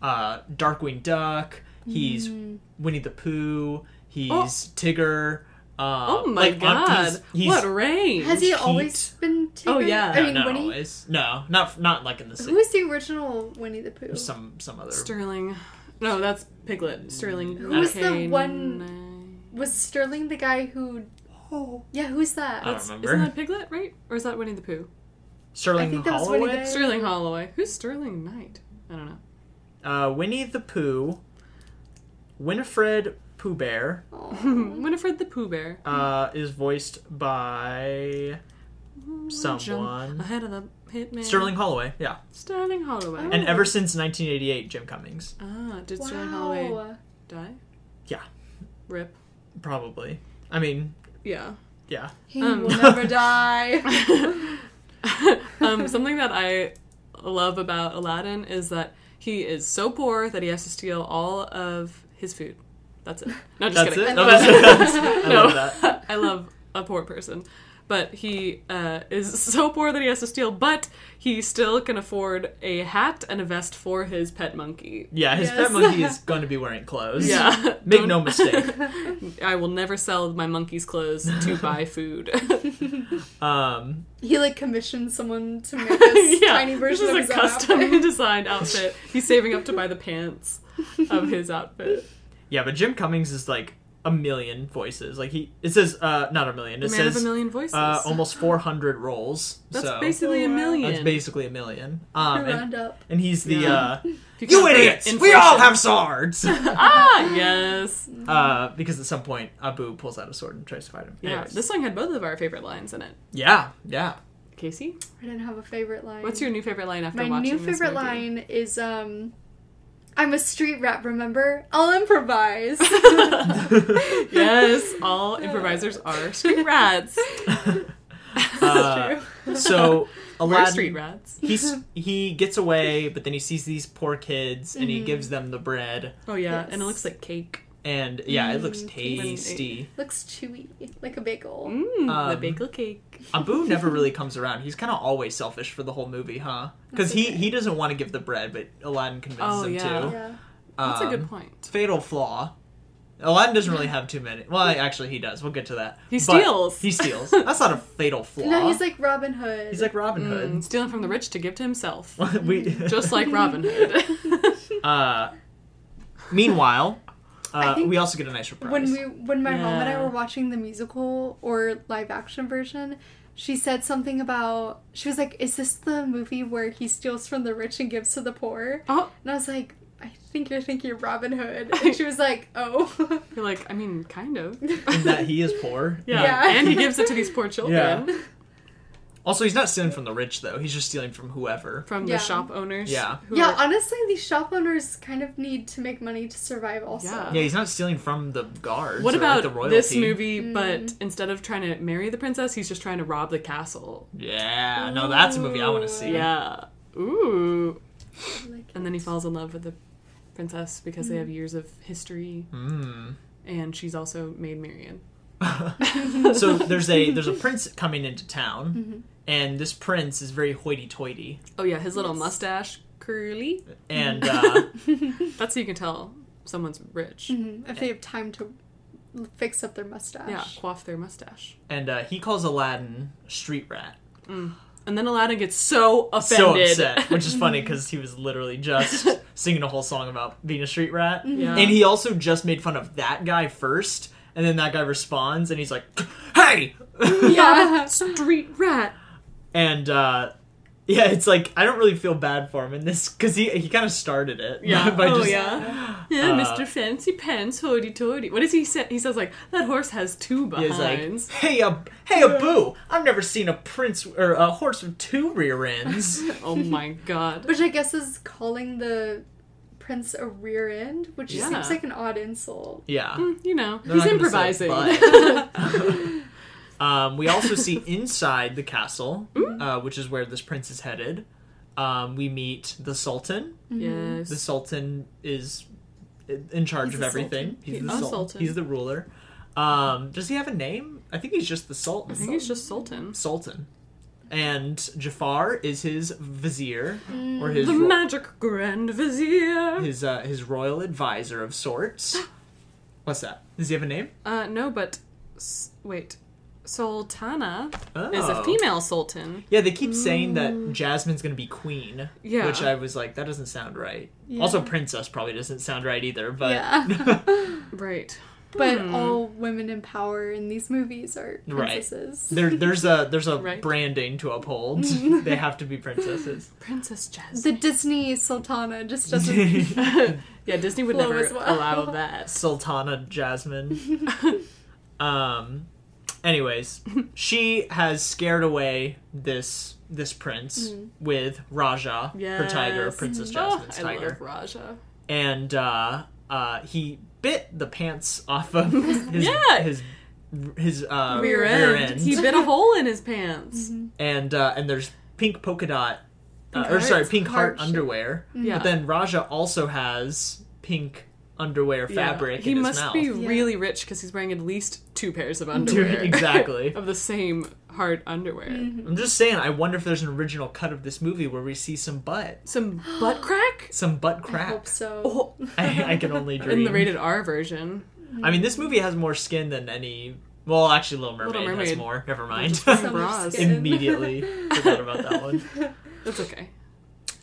S1: uh, Darkwing Duck. He's
S3: Hmm.
S1: Winnie the Pooh. He's
S3: Oh.
S1: Tigger. Uh,
S2: oh my
S1: like, on-
S2: god,
S1: he's- he's-
S2: what range!
S3: Has he
S1: Heat.
S3: always been Tigger?
S2: Oh, yeah.
S3: I
S1: no,
S3: mean,
S1: not
S3: Winnie.
S1: always. No, not not like in the
S3: Who
S1: six.
S3: was the original Winnie the Pooh?
S1: Some some other
S2: Sterling, no, that's Piglet. Sterling,
S3: Who was the
S2: Kane-
S3: one- Was Sterling the guy who?
S1: Oh.
S3: Yeah, who's that?
S1: I don't
S2: That's-
S1: remember.
S2: Isn't that Piglet, right? Or is that Winnie the Pooh?
S1: Sterling
S3: I think that was
S1: Holloway.
S3: Winnie the-
S2: Sterling Holloway. Who's Sterling Knight? I don't know.
S1: uh, Winnie the Pooh, Winifred Pooh Bear
S3: Aw.
S2: Winifred the Pooh Bear.
S1: uh, is voiced by
S2: Jump
S1: someone.
S2: ahead of the hitman.
S1: Sterling Holloway, yeah.
S2: Sterling Holloway.
S3: Oh,
S1: And ever since 1988, Jim Cummings,
S2: ah, did Sterling Holloway
S3: wow.
S2: die?
S1: Yeah.
S2: Rip.
S1: probably. I mean,
S2: Yeah.
S1: yeah.
S3: He
S2: Um.
S3: will never die.
S2: um, something that I love about Aladdin is that he is so poor that he has to steal all of his food. That's it. No, just
S1: That's
S2: kidding.
S1: it.
S3: I
S1: that's
S3: love
S1: it. I love that.
S2: I love a poor person. But he uh, is so poor that he has to steal, but he still can afford a hat and a vest for his pet monkey.
S1: Yeah, his
S3: Yes.
S1: pet monkey is going to be wearing clothes.
S2: Yeah.
S1: Make
S2: Don't-
S1: no mistake.
S2: I will never sell my monkey's clothes to buy food.
S1: Um,
S3: he like commissioned someone to make this tiny version
S2: this
S3: of
S2: is
S3: his
S2: a
S3: own
S2: custom
S3: outfit.
S2: designed outfit. He's saving up to buy the pants of his outfit.
S1: yeah, but Jim Cummings is like a million voices. Like he, it says, uh, not a million.
S2: The
S1: It
S2: man of a
S1: says
S2: million voices.
S1: uh, almost 400 rolls.
S2: that's
S1: so
S2: basically a
S3: Oh, wow.
S2: million.
S1: that's basically a million. Um, and
S3: Round up.
S1: And he's the
S2: Yeah.
S1: uh,
S2: If
S1: you
S2: count the
S1: idiots. We all
S2: inflation.
S1: have swords.
S2: ah yes.
S1: uh, because at some point Abu pulls out a sword and tries to fight him.
S2: Yeah,
S1: Anyways.
S2: this song had both of our favorite lines in it.
S1: yeah, yeah.
S2: Casey,
S3: I didn't have a favorite line.
S2: what's your new favorite line after
S3: My
S2: watching
S3: new
S2: this
S3: favorite
S2: movie?
S3: line is um I'm a street rat, remember? I'll improvise.
S2: yes, all improvisers are street rats.
S1: Uh, so
S2: We're
S1: Aladdin,
S2: street rats.
S1: he's he gets away, but then he sees these poor kids and he
S2: Mm-hmm.
S1: gives them the bread,
S2: Oh yeah,
S3: Yes.
S2: and it looks like cake.
S1: and yeah, it looks
S2: tasty.
S1: tasty.
S3: Looks chewy, like a bagel.
S2: Mm, the
S1: Um,
S2: bagel cake.
S1: Abu never really comes around. He's kind of always selfish for the whole movie, huh? Because
S3: That's
S1: he
S3: okay.
S1: he doesn't want to give the bread, but Aladdin convinces
S2: Oh,
S1: him
S2: yeah.
S1: to.
S3: Yeah.
S2: That's a
S1: Um,
S2: good point.
S1: fatal flaw. Aladdin doesn't really have too many. Well, actually, he does. We'll get to that.
S2: He
S1: But
S2: steals.
S1: He steals. That's not a fatal flaw.
S3: No, he's like Robin Hood.
S1: He's like Robin
S2: Mm,
S1: Hood.
S2: stealing from the rich to give to himself,
S1: we
S2: just like Robin Hood.
S1: Uh, meanwhile, uh,
S3: I think
S1: we also get a nice surprise.
S3: when we when my mom and I
S2: Yeah.
S3: were watching the musical or live action version, she said something about she was like, "Is this the movie where he steals from the rich and gives to the poor?"
S2: oh,
S3: And I was like, "I think you're thinking Robin Hood. And she was like, oh.
S2: You're like, I mean, kind of.
S1: in that he is poor.
S2: Yeah.
S3: Yeah.
S2: And he gives it to these poor children
S1: Also, he's not stealing from the rich though. He's just stealing from whoever.
S2: from
S3: Yeah.
S2: the shop owners.
S1: Yeah.
S2: who
S3: yeah,
S2: are-
S3: honestly, these shop owners kind of need to make money to survive also.
S2: Yeah.
S1: Yeah, he's not stealing from the guards.
S2: What
S1: or, like,
S2: about
S1: the royalty.
S2: this movie,
S3: Mm.
S2: but instead of trying to marry the princess, he's just trying to rob the castle?
S1: Yeah, no, that's a movie I want to see.
S2: Yeah. Ooh.
S3: Like,
S2: And then he falls in love with the princess because
S3: Mm.
S2: they have years of history,
S1: Mm.
S2: and she's also made Marion.
S1: so there's a there's a prince coming into town,
S2: Mm-hmm.
S1: and this prince is very hoity-toity,
S2: Oh, yeah, his little
S3: Yes.
S2: mustache, curly.
S1: and uh,
S2: That's how you can tell someone's rich.
S3: mhm, if they have time to l- fix up their mustache.
S2: Yeah, quaff their mustache.
S1: and uh, he calls Aladdin a street rat.
S2: And then Aladdin gets so
S1: So
S2: offended.
S1: upset, which is funny because he was literally just singing a whole song about being a street rat,
S2: Yeah.
S1: and he also just made fun of that guy first, and then that guy responds, and he's like, "Hey!"
S3: Yeah.
S2: street rat.
S1: and uh yeah, it's like I don't really feel bad for him in this because he he kind of started it.
S2: Yeah.
S1: by
S2: oh
S1: just,
S2: yeah. Yeah,
S1: Uh,
S2: Mr. Fancy Pants, hoity toity. What does he say? He says like that horse has two
S1: He
S2: behinds.
S1: was like, "Hey a hey a boo! I've never seen a prince or a horse with two rear ends."
S2: oh my god.
S3: Which I guess is calling the prince a rear end, which
S2: Yeah.
S3: seems like an odd insult.
S1: Yeah,
S2: Mm, you know,
S1: They're
S2: he's
S1: not gonna say
S2: improvising.
S1: but. um, we also see inside the castle,
S2: Mm.
S1: uh, which is where this prince is headed. Um, we meet the Sultan.
S2: yes.
S1: The Sultan is in charge
S3: He's
S1: of
S3: the
S1: everything. He's
S2: He-
S1: the
S2: a
S1: Sultan.
S2: Sultan.
S1: He's the ruler. Um, does he have a name? I think he's just the Sultan.
S2: I think he's just Sultan.
S1: Sultan. And Jafar is his vizier or his
S2: Mm. The
S1: ro-
S2: magic grand vizier.
S1: his uh, his royal advisor of sorts. What's that? Does he have a name?
S2: Uh, no, but s- wait, Sultana
S1: Oh.
S2: is a female Mm. sultan.
S1: Yeah, they keep saying that Jasmine's gonna be queen.
S2: Yeah.
S1: Which I was like, that doesn't sound right. Also, princess probably doesn't sound right either. But
S3: Yeah.
S2: Right.
S3: but
S2: Hmm.
S3: all women in power in these movies are
S1: Right.
S3: princesses.
S1: there there's a there's a
S2: Right.
S1: branding to uphold. they have to be princesses.
S2: Princess Jasmine.
S3: The Disney Sultana just doesn't.
S2: yeah, Disney would
S3: Flow
S2: never
S3: as well.
S2: allow that.
S1: Sultana Jasmine. um anyways, she has scared away this this prince with Raja, her tiger,
S2: Mm. Yes.
S1: Princess
S2: Oh,
S1: Jasmine's
S2: I
S1: tiger.
S2: love Raja.
S1: And uh uh he bit the pants off of his
S2: Yeah.
S1: his his uh
S2: rear end. He bit a hole in his pants.
S1: and uh and there's pink polka dot uh, or
S2: heart?
S1: sorry, pink
S3: Heart
S1: heart
S3: shape.
S1: underwear.
S2: Yeah.
S1: But then Raja also has pink underwear
S2: Yeah.
S1: fabric
S2: He
S1: in his
S2: must
S1: mouth.
S2: be really rich because he's wearing at least two pairs of underwear.
S1: exactly.
S2: of the same hard underwear.
S1: I'm just saying, I wonder if there's an original cut of this movie where we see some butt.
S2: Some butt crack
S1: Some butt
S3: I hope
S1: crack.
S3: so.
S2: Oh,
S1: I, I can only dream.
S2: in the rated R version.
S1: I mean, this movie has more skin than any. Well, actually, Little Mermaid,
S2: Little
S1: has
S2: Mermaid.
S1: more. Never mind.
S2: Just
S3: So much
S2: bras.
S3: skin.
S1: Oh, Immediately forgot about that one.
S2: That's okay.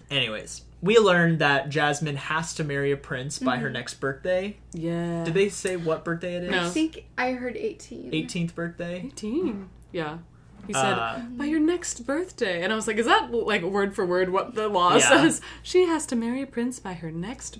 S1: Anyways, we learned that Jasmine has to marry a prince by
S2: Mm-hmm.
S1: her next birthday.
S2: Yeah.
S1: Did they say what birthday it is?
S2: No.
S3: I think I heard 18.
S1: 18th birthday.
S2: 18. Yeah. He said,
S1: Uh,
S2: by your next birthday. And I was like, is that like word for word what the law
S1: Yeah.
S2: says? She has to marry a prince by her next
S1: The-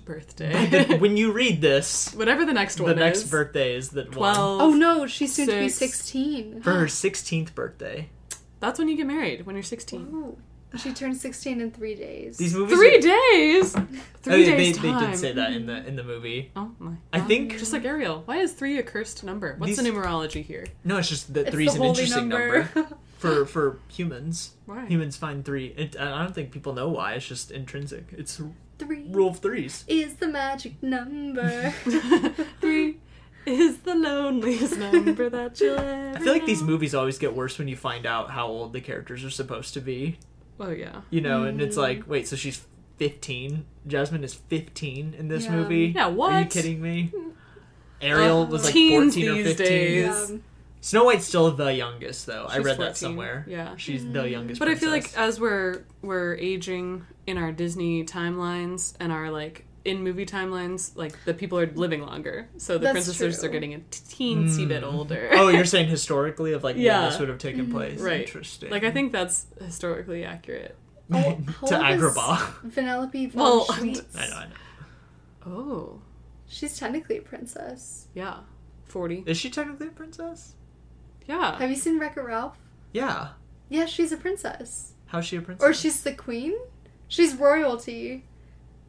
S2: birthday.
S1: when you read this,
S2: Whatever the next one
S1: the
S2: is.
S1: next birthday is the one
S2: 12.
S3: Oh no, she's soon to be
S2: Six.
S3: 16.
S1: for her 16th birthday.
S2: That's when you get married, when you're 16.
S3: Ooh. She turned 16 in three days.
S1: These movies
S2: Three
S1: are-
S2: days!
S1: Oh,
S2: Three
S1: they-
S2: days
S1: they,
S2: time.
S1: they did say that in the in the movie.
S2: Oh my.
S1: I
S2: God.
S1: think-
S2: Just like Ariel. Why is three a cursed number? What's the
S1: These-
S2: numerology here?
S1: No, it's just that
S3: It's
S1: three's
S3: the
S1: an
S3: holy
S1: interesting number,
S3: number.
S1: for for humans.
S2: Why?
S1: Humans find three. It, I don't think people know why. It's just intrinsic. It's the
S3: three
S1: rule of threes.
S3: is the magic number.
S2: three is the loneliest number that you'll ever
S1: I feel like these
S2: know.
S1: movies always get worse when you find out how old the characters are supposed to be.
S2: Oh, yeah.
S1: You know, and it's
S2: Mm.
S1: like, wait, so she's fifteen. Jasmine is fifteen in this
S3: Yeah.
S1: movie.
S2: Yeah, what?
S1: Are you kidding me? Ariel was like
S2: Teens
S1: fourteen or
S2: these
S1: fifteen.
S2: days.
S3: yeah.
S1: Snow White's still the youngest, though. I
S2: She's
S1: read that
S2: 14,
S1: somewhere.
S2: yeah. Mm.
S1: she's the youngest.
S2: But I feel like
S1: princess.
S2: as we're we're aging in our Disney timelines and our like in movie timelines, like the people are living longer, so the
S3: That's
S2: princesses
S3: true.
S2: are getting a teensy bit older.
S1: Oh, you're saying historically of like
S2: Yeah. Mm-hmm.
S1: when this would have taken place.
S2: Right.
S1: Interesting.
S2: like I think that's historically accurate.
S3: How- how
S1: to
S3: old is
S1: Agrabah.
S3: Vanellope von
S2: Well,
S3: Schweetz?
S1: I know, I know.
S2: Oh,
S3: She's technically a princess.
S2: yeah. 40.
S1: Is she technically a princess? Ah.
S2: Yeah.
S3: Have you seen Wreck-It Ralph?
S1: Yeah.
S3: Yeah, she's a princess.
S1: How's she a princess?
S3: Or she's the queen? She's royalty.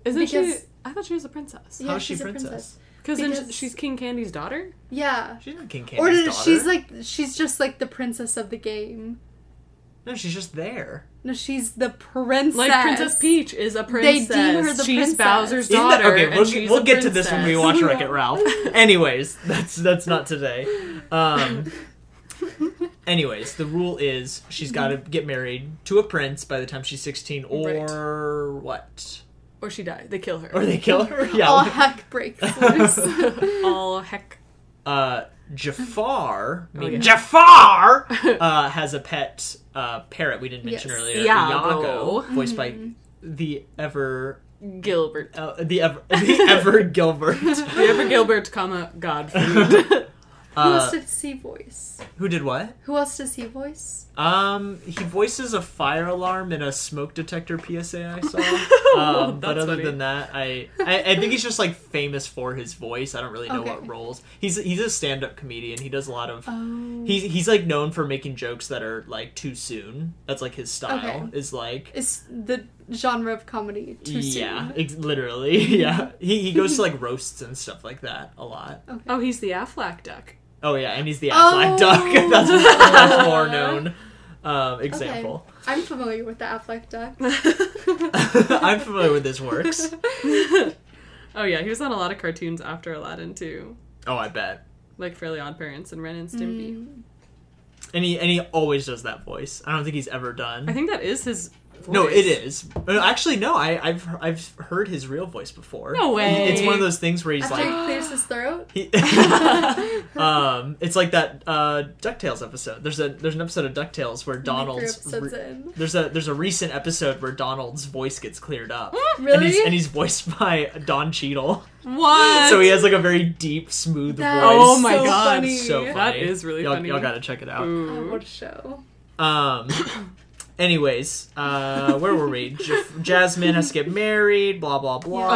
S2: Isn't she?
S3: because-
S2: I thought she was a princess.
S3: Yeah,
S1: How's she
S3: she's a
S1: princess?
S3: princess.
S2: Cause then
S3: Because-
S2: she's King Candy's daughter?
S3: Yeah.
S1: She's not King
S3: or
S1: Candy's daughter.
S3: she's like she's just like the princess of the game.
S1: no, she's just there.
S3: No, she's the princess.
S2: Like Princess Peach is a
S3: They
S2: princess.
S3: deem her the
S2: she's
S3: princess.
S2: Bowser's
S1: In the-
S2: daughter.
S1: okay,
S2: and
S1: we'll,
S2: she's
S1: get,
S2: a
S1: we'll get to this when we watch
S2: princess.
S1: Wreck It Ralph. anyways, that's that's not today. Um, anyways, the rule is she's got to
S2: Mhm.
S1: get married to a prince by the time she's sixteen, or what?
S2: Or she died. They kill
S1: Or
S2: her.
S1: they kill her?
S3: All
S2: Oh.
S1: Yeah.
S3: heck breaks loose.
S2: All heck.
S1: Uh, Jafar, I mean,
S2: Oh, yeah.
S1: Jafar uh, has a pet uh, parrot we didn't mention
S3: Yes.
S1: earlier,
S2: Iago. Mm-hmm.
S1: Iago, voiced by the ever
S2: Gilbert.
S1: uh, the ever the ever Gilbert.
S2: The ever Gilbert, comma, Godfrey.
S3: Who else
S1: Uh,
S3: does he voice?
S1: who did what?
S3: Who else does he voice?
S1: Um, he voices a fire alarm in a smoke detector PSA I saw. Um, but
S2: That's
S1: other
S2: funny.
S1: than that, I, I I think he's just like famous for his voice. I don't really know
S3: Okay.
S1: what roles. He's he's a stand up comedian. He does a lot of
S3: Oh.
S1: he's he's like known for making jokes that are like too soon. That's like his style.
S3: Okay.
S1: Is like
S3: Is the genre of comedy too
S1: yeah,
S3: soon?
S1: ex- literally yeah. He he goes to like roasts and stuff like that a lot.
S2: oh, he's the Aflac duck.
S1: Oh yeah, and he's the
S3: Oh.
S1: Affleck duck. that's, that's more known um, example.
S3: I'm familiar with the Affleck duck.
S1: I'm familiar with this works.
S2: Oh, yeah, he was on a lot of cartoons after Aladdin, too.
S1: Oh, I bet.
S2: Like Fairly Odd Parents and Ren and
S3: Mm.
S2: Stimpy.
S1: And he and he always does that voice. I don't think he's ever done.
S2: I think that is his voice.
S1: no, it is. But actually, no. I, I've I've heard his real voice before.
S2: No way.
S1: It's one of those things where he's
S3: After
S1: like,
S3: he clears his throat,
S1: he, um, it's like that uh, Ducktales episode. There's a there's an episode of Ducktales where Donald's
S3: micro episodes
S1: re-
S3: in.
S1: there's a there's a recent episode where Donald's voice gets cleared up. And he's,
S3: Really?
S1: and he's voiced by Don Cheadle,
S2: What?
S1: so he has like a very deep, smooth
S3: That's
S1: voice.
S2: Oh my
S3: so
S2: God,
S3: funny.
S1: so funny.
S2: That is really
S1: y'all,
S2: funny.
S1: Y'all gotta check it out.
S3: Oh,
S2: Ooh.
S3: what a show.
S1: Um. Anyways, uh, where were we? J- Jasmine has to get married. Blah blah blah.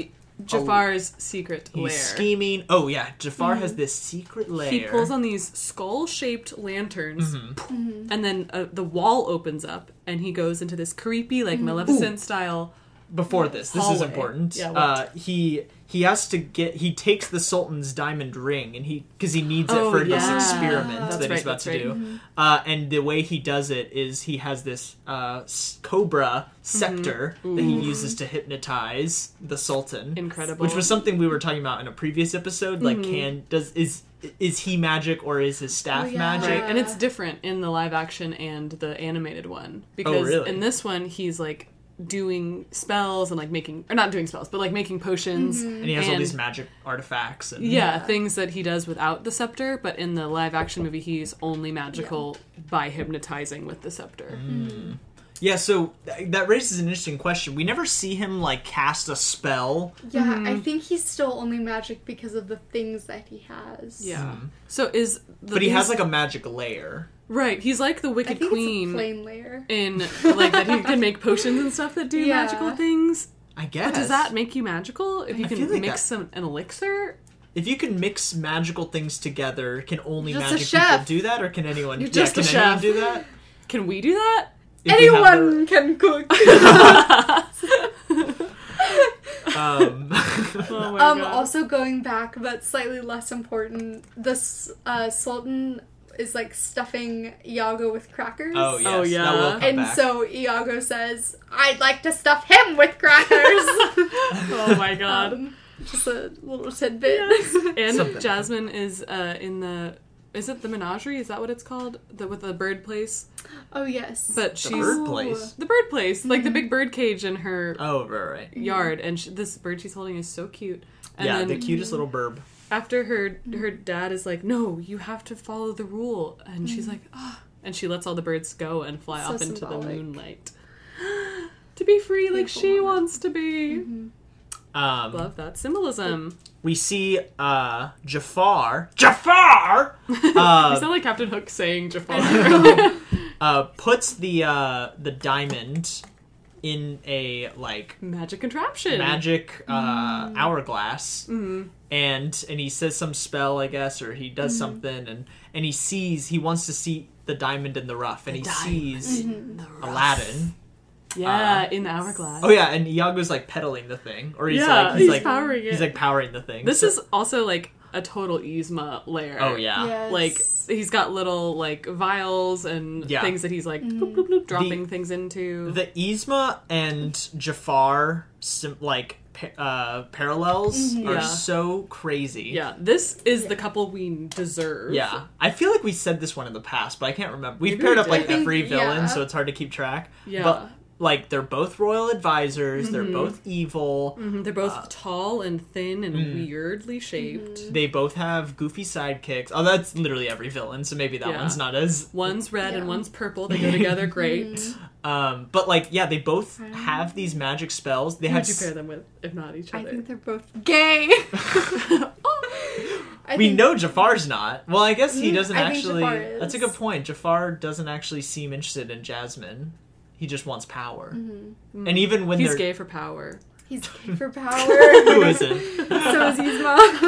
S2: Uh, Jafar's secret
S1: He's
S2: lair.
S1: scheming. Oh yeah, Jafar has this secret lair. Mm-hmm.
S2: He pulls on these skull shaped lanterns,
S3: Mm-hmm.
S2: and then uh, the wall opens up, and he goes into this creepy, like
S3: Mm-hmm.
S2: Maleficent style.
S1: Before this, this is
S2: hallway.
S1: important.
S2: Yeah, what?
S1: uh, he he has to get. He takes the Sultan's diamond ring, and he because he needs it
S2: Oh,
S1: for this
S2: yeah.
S1: experiment
S2: That's
S1: that
S2: right,
S1: he's about
S2: that's
S1: to
S2: right.
S1: do.
S3: Mm-hmm.
S1: Uh, and the way he does it is he has this uh, s- cobra scepter
S2: Mm-hmm.
S1: that he uses to hypnotize the Sultan.
S2: Incredible. Mm-hmm.
S1: which was something we were talking about in a previous episode like can does is is he magic or is his staff
S3: Oh, yeah.
S1: magic
S2: Right, and it's different in the live action and the animated one because
S1: really?
S2: in this one he's like doing spells and like making or not doing spells, but like making potions.
S3: Mm-hmm.
S1: and he has all
S2: And-
S1: these magic artifacts and
S2: Yeah, things that he does without the scepter, but in the live action movie, he's only magical by hypnotizing with the scepter.
S3: Mm.
S1: yeah so th- that raises an interesting question we never see him like cast a spell
S3: Yeah, I think he's still only magic because of the things that he has.
S2: Yeah. So is the
S1: but he has
S2: he's-
S1: like a magic layer
S2: right? He's like the
S3: I
S2: Wicked
S3: think it's a
S2: Queen
S3: plain layer.
S2: in like that he can make potions and stuff that do
S3: Yeah.
S2: magical things.
S1: i guess
S2: Does that make you magical if you
S1: I
S2: can
S1: feel like
S2: mix some an elixir?
S1: if you can mix magical things together can only
S3: Just a
S1: magic people
S3: chef.
S1: do that or can anyone
S2: You're
S1: yeah,
S2: just
S1: can
S2: a
S1: anyone
S2: chef.
S1: do that
S2: Can we do that?
S1: If you have Oh
S3: Anyone can cook.
S1: the- um
S2: Oh my
S3: um,
S2: God.
S3: also going back, but slightly less important, this uh, Sultan is like stuffing Iago with crackers.
S1: oh yes
S2: Oh,
S1: that will
S2: yeah.
S1: come
S3: And
S1: back.
S3: so Iago says, I'd like to stuff him with crackers.
S2: oh my god.
S3: um, just a little tidbit.
S2: and
S1: Something.
S2: Jasmine is uh, in the. Is it the menagerie? Is that what it's called? The, with the bird place,
S3: oh, yes.
S2: but
S1: the
S2: she's
S1: bird place
S2: the bird place, like
S3: Mm-hmm.
S2: the big bird cage in her
S1: oh right right
S2: yard, and she, this bird she's holding is so cute. And
S1: yeah,
S2: then
S1: the cutest little burb.
S2: after her
S3: Mm.
S2: her dad is like, "No, you have to follow the rule," and she's like, "Ah," and she lets all the birds go and fly
S3: Mm. So
S2: off into the
S3: symbolic.
S2: moonlight to be free, like
S3: Beautiful
S2: she
S3: moment.
S2: wants to be.
S3: Mm-hmm.
S1: Um,
S2: Love that symbolism.
S1: we see uh, Jafar. Jafar uh,
S2: you sound like Captain Hook saying Jafar.
S1: uh, puts the uh, the diamond in a like
S2: Magic contraption. Mm.
S1: magic uh, hourglass, and and he says some spell, I guess, or he does something, and and he sees he wants to see the diamond in the rough, and he sees
S3: Mm-hmm.
S1: Aladdin.
S2: Yeah, in the hourglass.
S1: Oh yeah, and Iago's like pedaling the thing, or he's
S2: Yeah,
S1: like he's,
S2: he's
S1: like
S2: powering it.
S1: he's like powering the thing.
S2: This
S1: So-
S2: is also like a total Yzma layer.
S1: oh yeah.
S3: Yes.
S2: Like he's got little like vials and
S1: Yeah.
S2: things that he's like bloop, bloop, bloop, dropping
S1: The-
S2: things into.
S1: the Yzma and Jafar sim- like pa- uh, parallels are
S2: Yeah.
S1: so crazy.
S2: yeah, this is the couple we deserve.
S1: Yeah, I feel like we said this one in the past, but I can't remember. We've
S2: Maybe
S1: paired
S2: we
S1: up like
S2: did.
S1: every
S3: I think-
S1: villain,
S3: yeah.
S1: so it's hard to keep track.
S2: Yeah.
S1: but like they're both royal advisors. They're
S3: Mm-hmm.
S1: both evil.
S2: Mhm, They're
S1: uh,
S2: both tall and thin and
S1: mm.
S2: weirdly shaped.
S1: They both have goofy sidekicks. Oh, that's literally every villain. So maybe that
S2: Yeah.
S1: one's not as.
S2: One's red
S3: Yeah.
S2: and one's purple. They go together great.
S1: Um, but like, yeah, they both have
S3: Um,
S1: these magic spells. They
S2: Who
S1: have.
S2: would you
S1: s-
S2: pair them with, if not each
S3: I
S2: other?
S3: think they're both gay. I
S1: we
S3: think-
S1: know Jafar's not. Well, I guess he
S3: Mm,
S1: doesn't
S3: I think
S1: actually.
S3: Jafar is.
S1: That's a good point. Jafar doesn't actually seem interested in Jasmine. He just wants power.
S3: Mm.
S1: And even when
S2: He's
S1: they're
S2: gay for power.
S3: Mm-hmm. he's gay for power.
S1: who isn't.
S3: so is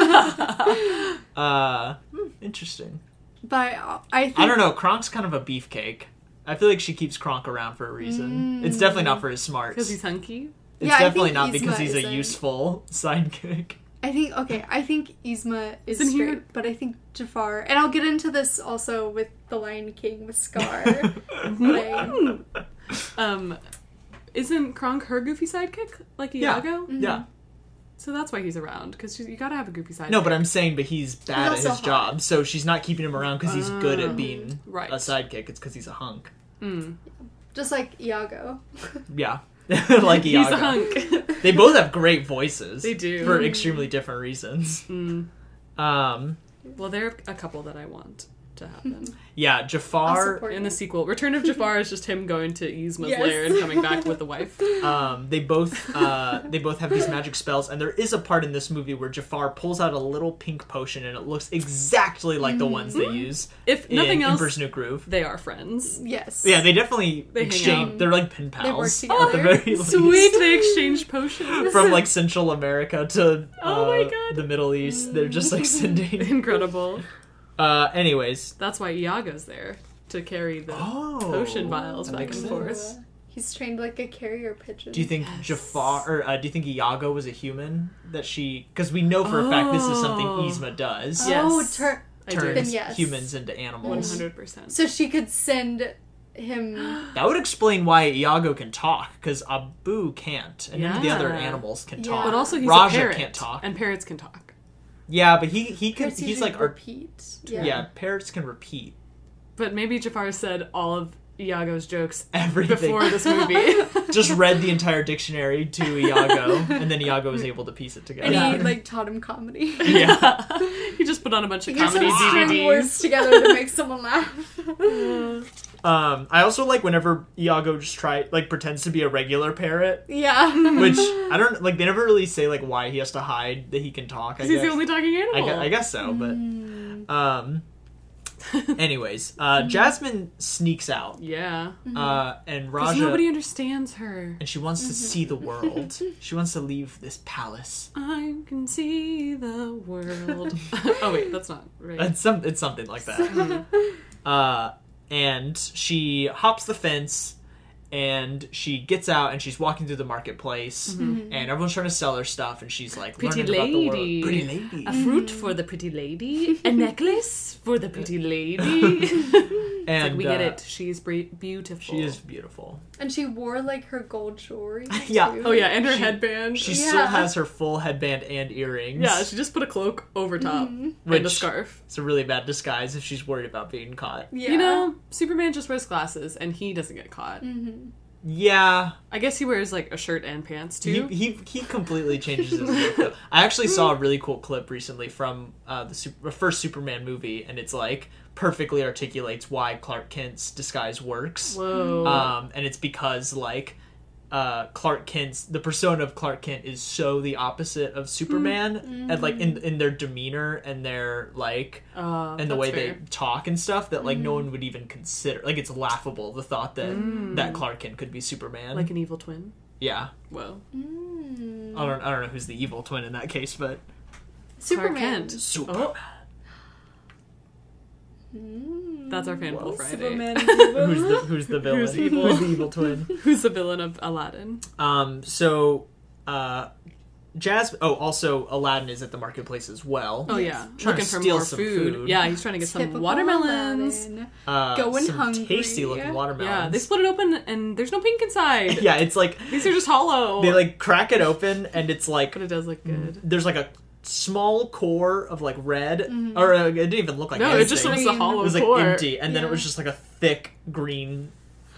S3: Yzma.
S1: Uh, interesting.
S3: but I think
S1: I don't know. Kronk's kind of a beefcake. I feel like she keeps Kronk around for a reason. It's definitely not for his smarts.
S2: Mm. Because he's hunky.
S1: it's
S3: Yeah, I
S1: definitely
S3: think
S1: not because
S3: Yzma
S1: he's a
S3: isn't.
S1: useful sidekick.
S3: I think okay. I think Yzma is
S2: Isn't he-
S3: straight, but I think Jafar. And I'll get into this also with the Lion King with Scar. Mm-hmm. but I-
S2: Um, isn't Kronk her goofy sidekick like
S1: Yeah.
S2: Iago?
S1: Yeah.
S2: So that's why he's around. Because you gotta have a goofy sidekick.
S1: No, but I'm saying, but he's bad
S3: also
S1: at his
S3: hot.
S1: job, so she's not keeping him around because he's good
S2: Oh.
S1: at being
S2: right. Mm.
S1: a sidekick. It's because he's a hunk.
S3: just like Iago.
S1: Yeah. like
S2: he's
S1: Iago.
S2: a hunk.
S1: They both have great voices.
S2: They do. Mm.
S1: For extremely different reasons. Um,
S2: well, they're a couple that I want to happen.
S1: yeah, Jafar.
S3: support
S2: In the sequel, Return of Jafar is just him going to Yzma's
S3: Yes.
S2: lair and coming back with the wife.
S1: um, they both uh, they both have these magic spells, and there is a part in this movie where Jafar pulls out a little pink potion, and it looks exactly like the ones they use
S2: If Mm-hmm. nothing
S1: in
S2: else,
S1: Emperor's New Groove.
S2: they are friends.
S3: Yes.
S1: Yeah, they definitely
S2: They hang
S1: exchange.
S2: out.
S1: They're like pen pals
S3: work
S1: at the
S3: together.
S1: very least.
S2: Sweet, they exchange potions.
S1: From like Central America to uh,
S2: Oh my God.
S1: the Middle East, they're just like sending.
S2: Incredible.
S1: Uh, anyways,
S2: That's why Iago's there to carry the
S1: oh,
S2: potion vials
S1: that
S2: back
S1: makes
S2: and
S1: sense.
S2: forth.
S3: He's trained like a carrier pigeon.
S1: Do you think Jafar or uh, do you think Iago was a human that she? Because we know for a fact this is something
S2: Oh.
S1: Yzma does.
S2: Yeah.
S3: Oh,
S2: Yes.
S3: tur-
S2: I do.
S1: turns
S3: Then yes.
S1: humans into animals.
S2: 100%.
S3: so she could send him.
S1: That would explain why Iago can talk, because Abu can't, and none of the other
S2: Yeah.
S1: animals can
S3: Yeah.
S1: talk.
S2: But also, he's
S1: Raja
S2: a parrot.
S1: can't talk.
S2: And parrots can talk.
S1: yeah, but he he can.
S3: He's,
S1: He's like our,
S3: repeat.
S1: yeah. parrots can repeat
S2: But maybe Jafar said all of Iago's jokes
S1: everything.
S2: before this movie.
S1: Just read the entire dictionary to Iago, and then Iago was able to piece it together.
S3: And
S2: Yeah.
S3: he like taught him comedy.
S1: yeah.
S2: he just put on a bunch of
S3: He used
S2: comedy
S3: to string
S2: DVDs.
S3: words together to make someone laugh.
S1: Um, I also like whenever Iago just try like pretends to be a regular parrot,
S3: yeah.
S1: which I don't like. They never really say like why he has to hide that he can talk. I
S2: 'Cause
S1: guess.
S2: He's the only talking animal. Mm-hmm.
S1: I, gue- I guess so, but
S2: Mm.
S1: um. Anyways,
S2: Mm-hmm.
S1: uh, Jasmine sneaks out,
S2: yeah.
S1: uh, and
S2: 'Cause
S1: Raja,
S2: nobody Mm-hmm. understands her.
S1: and she wants to see the world. She wants to leave this palace.
S2: I can see the world. oh, wait, that's not right.
S1: It's some, it's something like that. uh, and she hops the fence, and she gets out, and she's walking through the marketplace, and everyone's trying to sell her stuff, and she's like,
S2: Mm-hmm. Pretty
S1: learning about the
S2: lady. Uh,
S1: world. Pretty lady.
S2: a fruit for the pretty lady, a necklace for the pretty lady.
S1: and
S2: we get
S1: uh,
S2: it. She's bre- beautiful.
S1: She is beautiful.
S3: And she wore like her gold jewelry.
S1: Yeah.
S3: too.
S2: Oh yeah, and her
S1: She-
S2: headband.
S1: She
S3: Yeah.
S1: still has her full headband and earrings.
S2: yeah, she just put a cloak over top and a
S1: Which-
S2: scarf.
S1: it's a really bad disguise if she's worried about being caught.
S3: Yeah.
S2: You know, Superman just wears glasses and he doesn't get caught.
S3: Mm-hmm.
S1: Yeah,
S2: I guess he wears like a shirt and pants
S1: he,
S2: too.
S1: he he completely changes his look. though. I actually saw a really cool clip recently from uh, the super, first Superman movie, and it's like perfectly articulates why Clark Kent's disguise works.
S2: Whoa.
S1: Um, and it's because like uh, Clark Kent's the persona of Clark Kent is so the opposite of Superman,
S2: Mm-hmm.
S1: and like in in their demeanor and their like
S2: Uh,
S1: and the
S2: that's
S1: way
S2: fair. Mm-hmm.
S1: they talk and stuff that like no one would even consider. Like it's laughable the thought that that Clark Kent could be Superman.
S2: Mm. like an evil twin.
S1: yeah,
S2: Whoa.
S3: Mm.
S1: I don't I don't know who's the evil twin in that case, but
S3: Superman.
S2: Kent.
S1: Superman.
S2: Oh,
S3: Mm.
S2: that's our fanful
S5: Well,
S2: Friday.
S5: Superman is evil.
S1: Who's the who's the villain?
S2: Who's evil?
S1: Who's the evil twin?
S2: Who's the villain of Aladdin?
S1: Um, so, uh, Jasmine. Oh, also Aladdin is at the marketplace as well.
S2: Oh
S3: Yes.
S2: yeah,
S1: Trying to
S2: looking for
S1: steal
S2: more
S1: some
S2: food.
S1: food.
S2: Yeah, he's trying to get
S3: Typical
S2: some watermelons.
S3: Aladdin.
S1: Uh,
S3: Going
S1: some
S3: hungry.
S1: Tasty looking watermelons.
S2: Yeah, they split it open and there's no pink inside.
S1: Yeah, it's like
S2: These are just hollow.
S1: they like Mm. crack it open and it's like
S2: but it does look good.
S1: there's like a small core of like red or uh, it didn't even look like
S2: Mm-hmm. No, it
S1: anything.
S2: just was
S3: was
S2: the
S3: the
S1: it
S2: hollow
S1: was like
S2: core.
S1: empty and then it
S3: Yeah.
S1: was just like a thick green.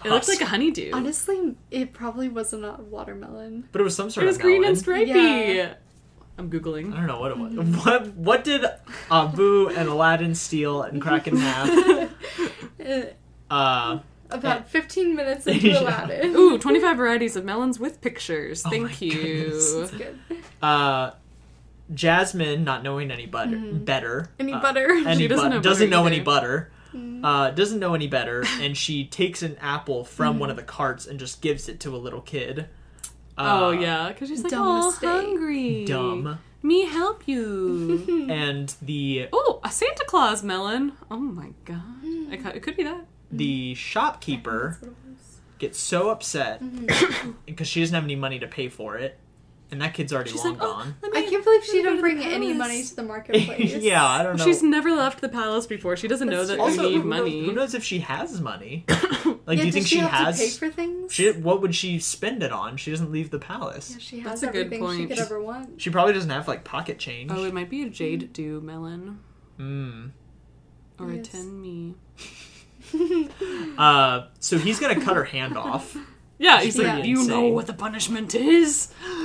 S2: It looks
S1: husk.
S2: like a honeydew.
S3: Honestly, it probably was not a watermelon.
S1: but it was some sort
S2: it was
S1: of
S2: green
S1: melon.
S2: and stripy.
S3: Yeah.
S2: I'm
S1: I
S2: googling.
S1: don't know what it was.
S2: Mm-hmm.
S1: What what did Abu and Aladdin steal and crack in half?
S3: Eh,
S1: Uh,
S3: About 15 minutes into
S1: Yeah.
S3: Aladdin.
S2: Ooh, 25 varieties of melons with pictures.
S1: Oh
S2: Thank
S1: my
S2: you.
S1: goodness.
S3: It's good.
S1: uh, Jasmine, not knowing any but- better,
S3: Any
S1: uh,
S3: butter?
S1: any
S2: Mm-hmm. She doesn't
S1: but-
S2: know
S1: doesn't
S2: butter
S1: know any
S2: either. Mm-hmm.
S1: butter,
S3: Mm.
S1: uh, doesn't know any better, and she takes an apple from one of
S2: Mm-hmm.
S1: the carts and just gives it to a little kid.
S2: Oh
S1: Uh,
S2: yeah, because she's like
S3: dumb
S2: all
S3: mistake.
S2: hungry.
S1: dumb.
S2: Me help you.
S1: And the
S2: oh, a Santa Claus melon. Oh my god. It, cou- it could be that. Mm-hmm.
S1: the shopkeeper
S3: Mm. That's what it was. Mm-hmm.
S1: gets so upset because she doesn't have any money to pay for it, and that kid's already
S2: Mm-hmm. She's
S1: long
S2: like,
S1: gone.
S2: oh, let
S3: I
S2: me-
S3: can't believe
S2: let
S3: she
S2: me go
S3: didn't
S2: to
S3: bring
S2: the
S3: any
S2: palace."
S3: money to the marketplace.
S1: yeah, I don't know.
S2: She's never left the palace before. She doesn't know
S3: That's
S2: that
S3: true.
S1: also
S2: you
S1: who
S2: need
S1: knows,
S2: money.
S1: who knows if she has money?
S3: Yeah,
S1: Like, do you
S3: does
S1: think
S3: she,
S1: she,
S3: have
S1: has?
S3: to pay for things?
S1: She what would she spend it on? She doesn't leave the palace.
S3: yeah, she has
S2: That's a good
S3: everything she
S2: point.
S3: could ever want.
S1: She probably doesn't have like pocket change.
S2: Oh, it might be a jade dew melon
S1: Mm.
S2: or
S3: Yes.
S2: a ten me.
S1: Uh, so he's gonna cut her hand off.
S2: Yeah, he's
S1: pretty
S2: like, you
S1: insane.
S2: know what the punishment is.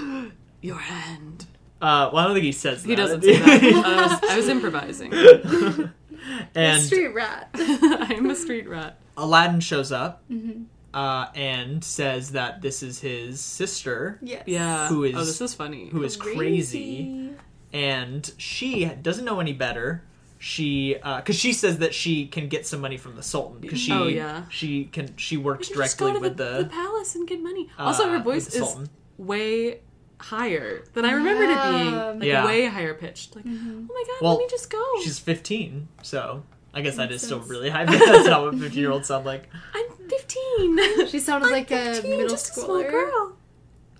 S2: Your hand.
S1: Uh, well, I don't think he says that.
S2: He doesn't say that. I, was, I was improvising.
S3: A
S1: and
S3: street rat.
S2: I'm a street rat.
S1: Aladdin shows up
S3: Mm-hmm.
S1: uh, and says that this is his sister
S3: Yes.
S2: Yeah.
S1: Who is-
S2: Oh, this is funny.
S1: who is crazy, and she doesn't know any better. She, because she says that she can get some money from the Sultan because she,
S2: Oh, yeah.
S1: she can, she works
S2: You should just go
S1: directly
S2: to
S1: with
S2: the,
S1: the.
S2: palace and get money.
S1: uh,
S2: also, her voice
S1: with the
S2: is
S1: Sultan.
S2: way higher than I remembered it
S3: Yeah.
S2: being. Like
S1: Yeah.
S2: way higher pitched. Like,
S3: Mm-hmm.
S2: oh my god,
S1: Well,
S2: let me just go.
S1: She's 15, so I guess that
S3: Makes
S1: is still
S3: sense.
S1: really high. but That's not what 15 year olds sound like.
S2: I'm 15.
S3: She sounded
S2: I'm
S3: like a
S2: 15,
S3: middle
S2: just A small
S3: schooler.
S2: girl.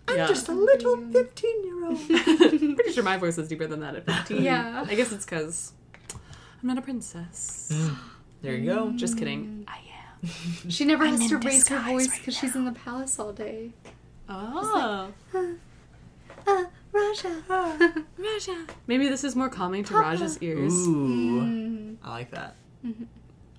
S1: I'm
S2: Yeah.
S1: just a little 15 year old.
S2: Pretty sure my voice is deeper than that at 15.
S3: Yeah.
S2: I guess it's because I'm not a princess.
S1: Mm. There you go.
S2: Just kidding. I am.
S3: She never
S2: I'm
S3: has
S2: in
S3: to raise her
S2: disguise
S3: voice
S2: right
S3: because she's in the palace all day.
S2: Oh.
S3: Uh,
S1: Ah.
S3: Raja.
S2: Raja. Maybe this is more calming to
S3: Papa.
S2: Raja's ears.
S1: Ooh,
S3: Mm,
S1: I like that.
S2: Mm-hmm.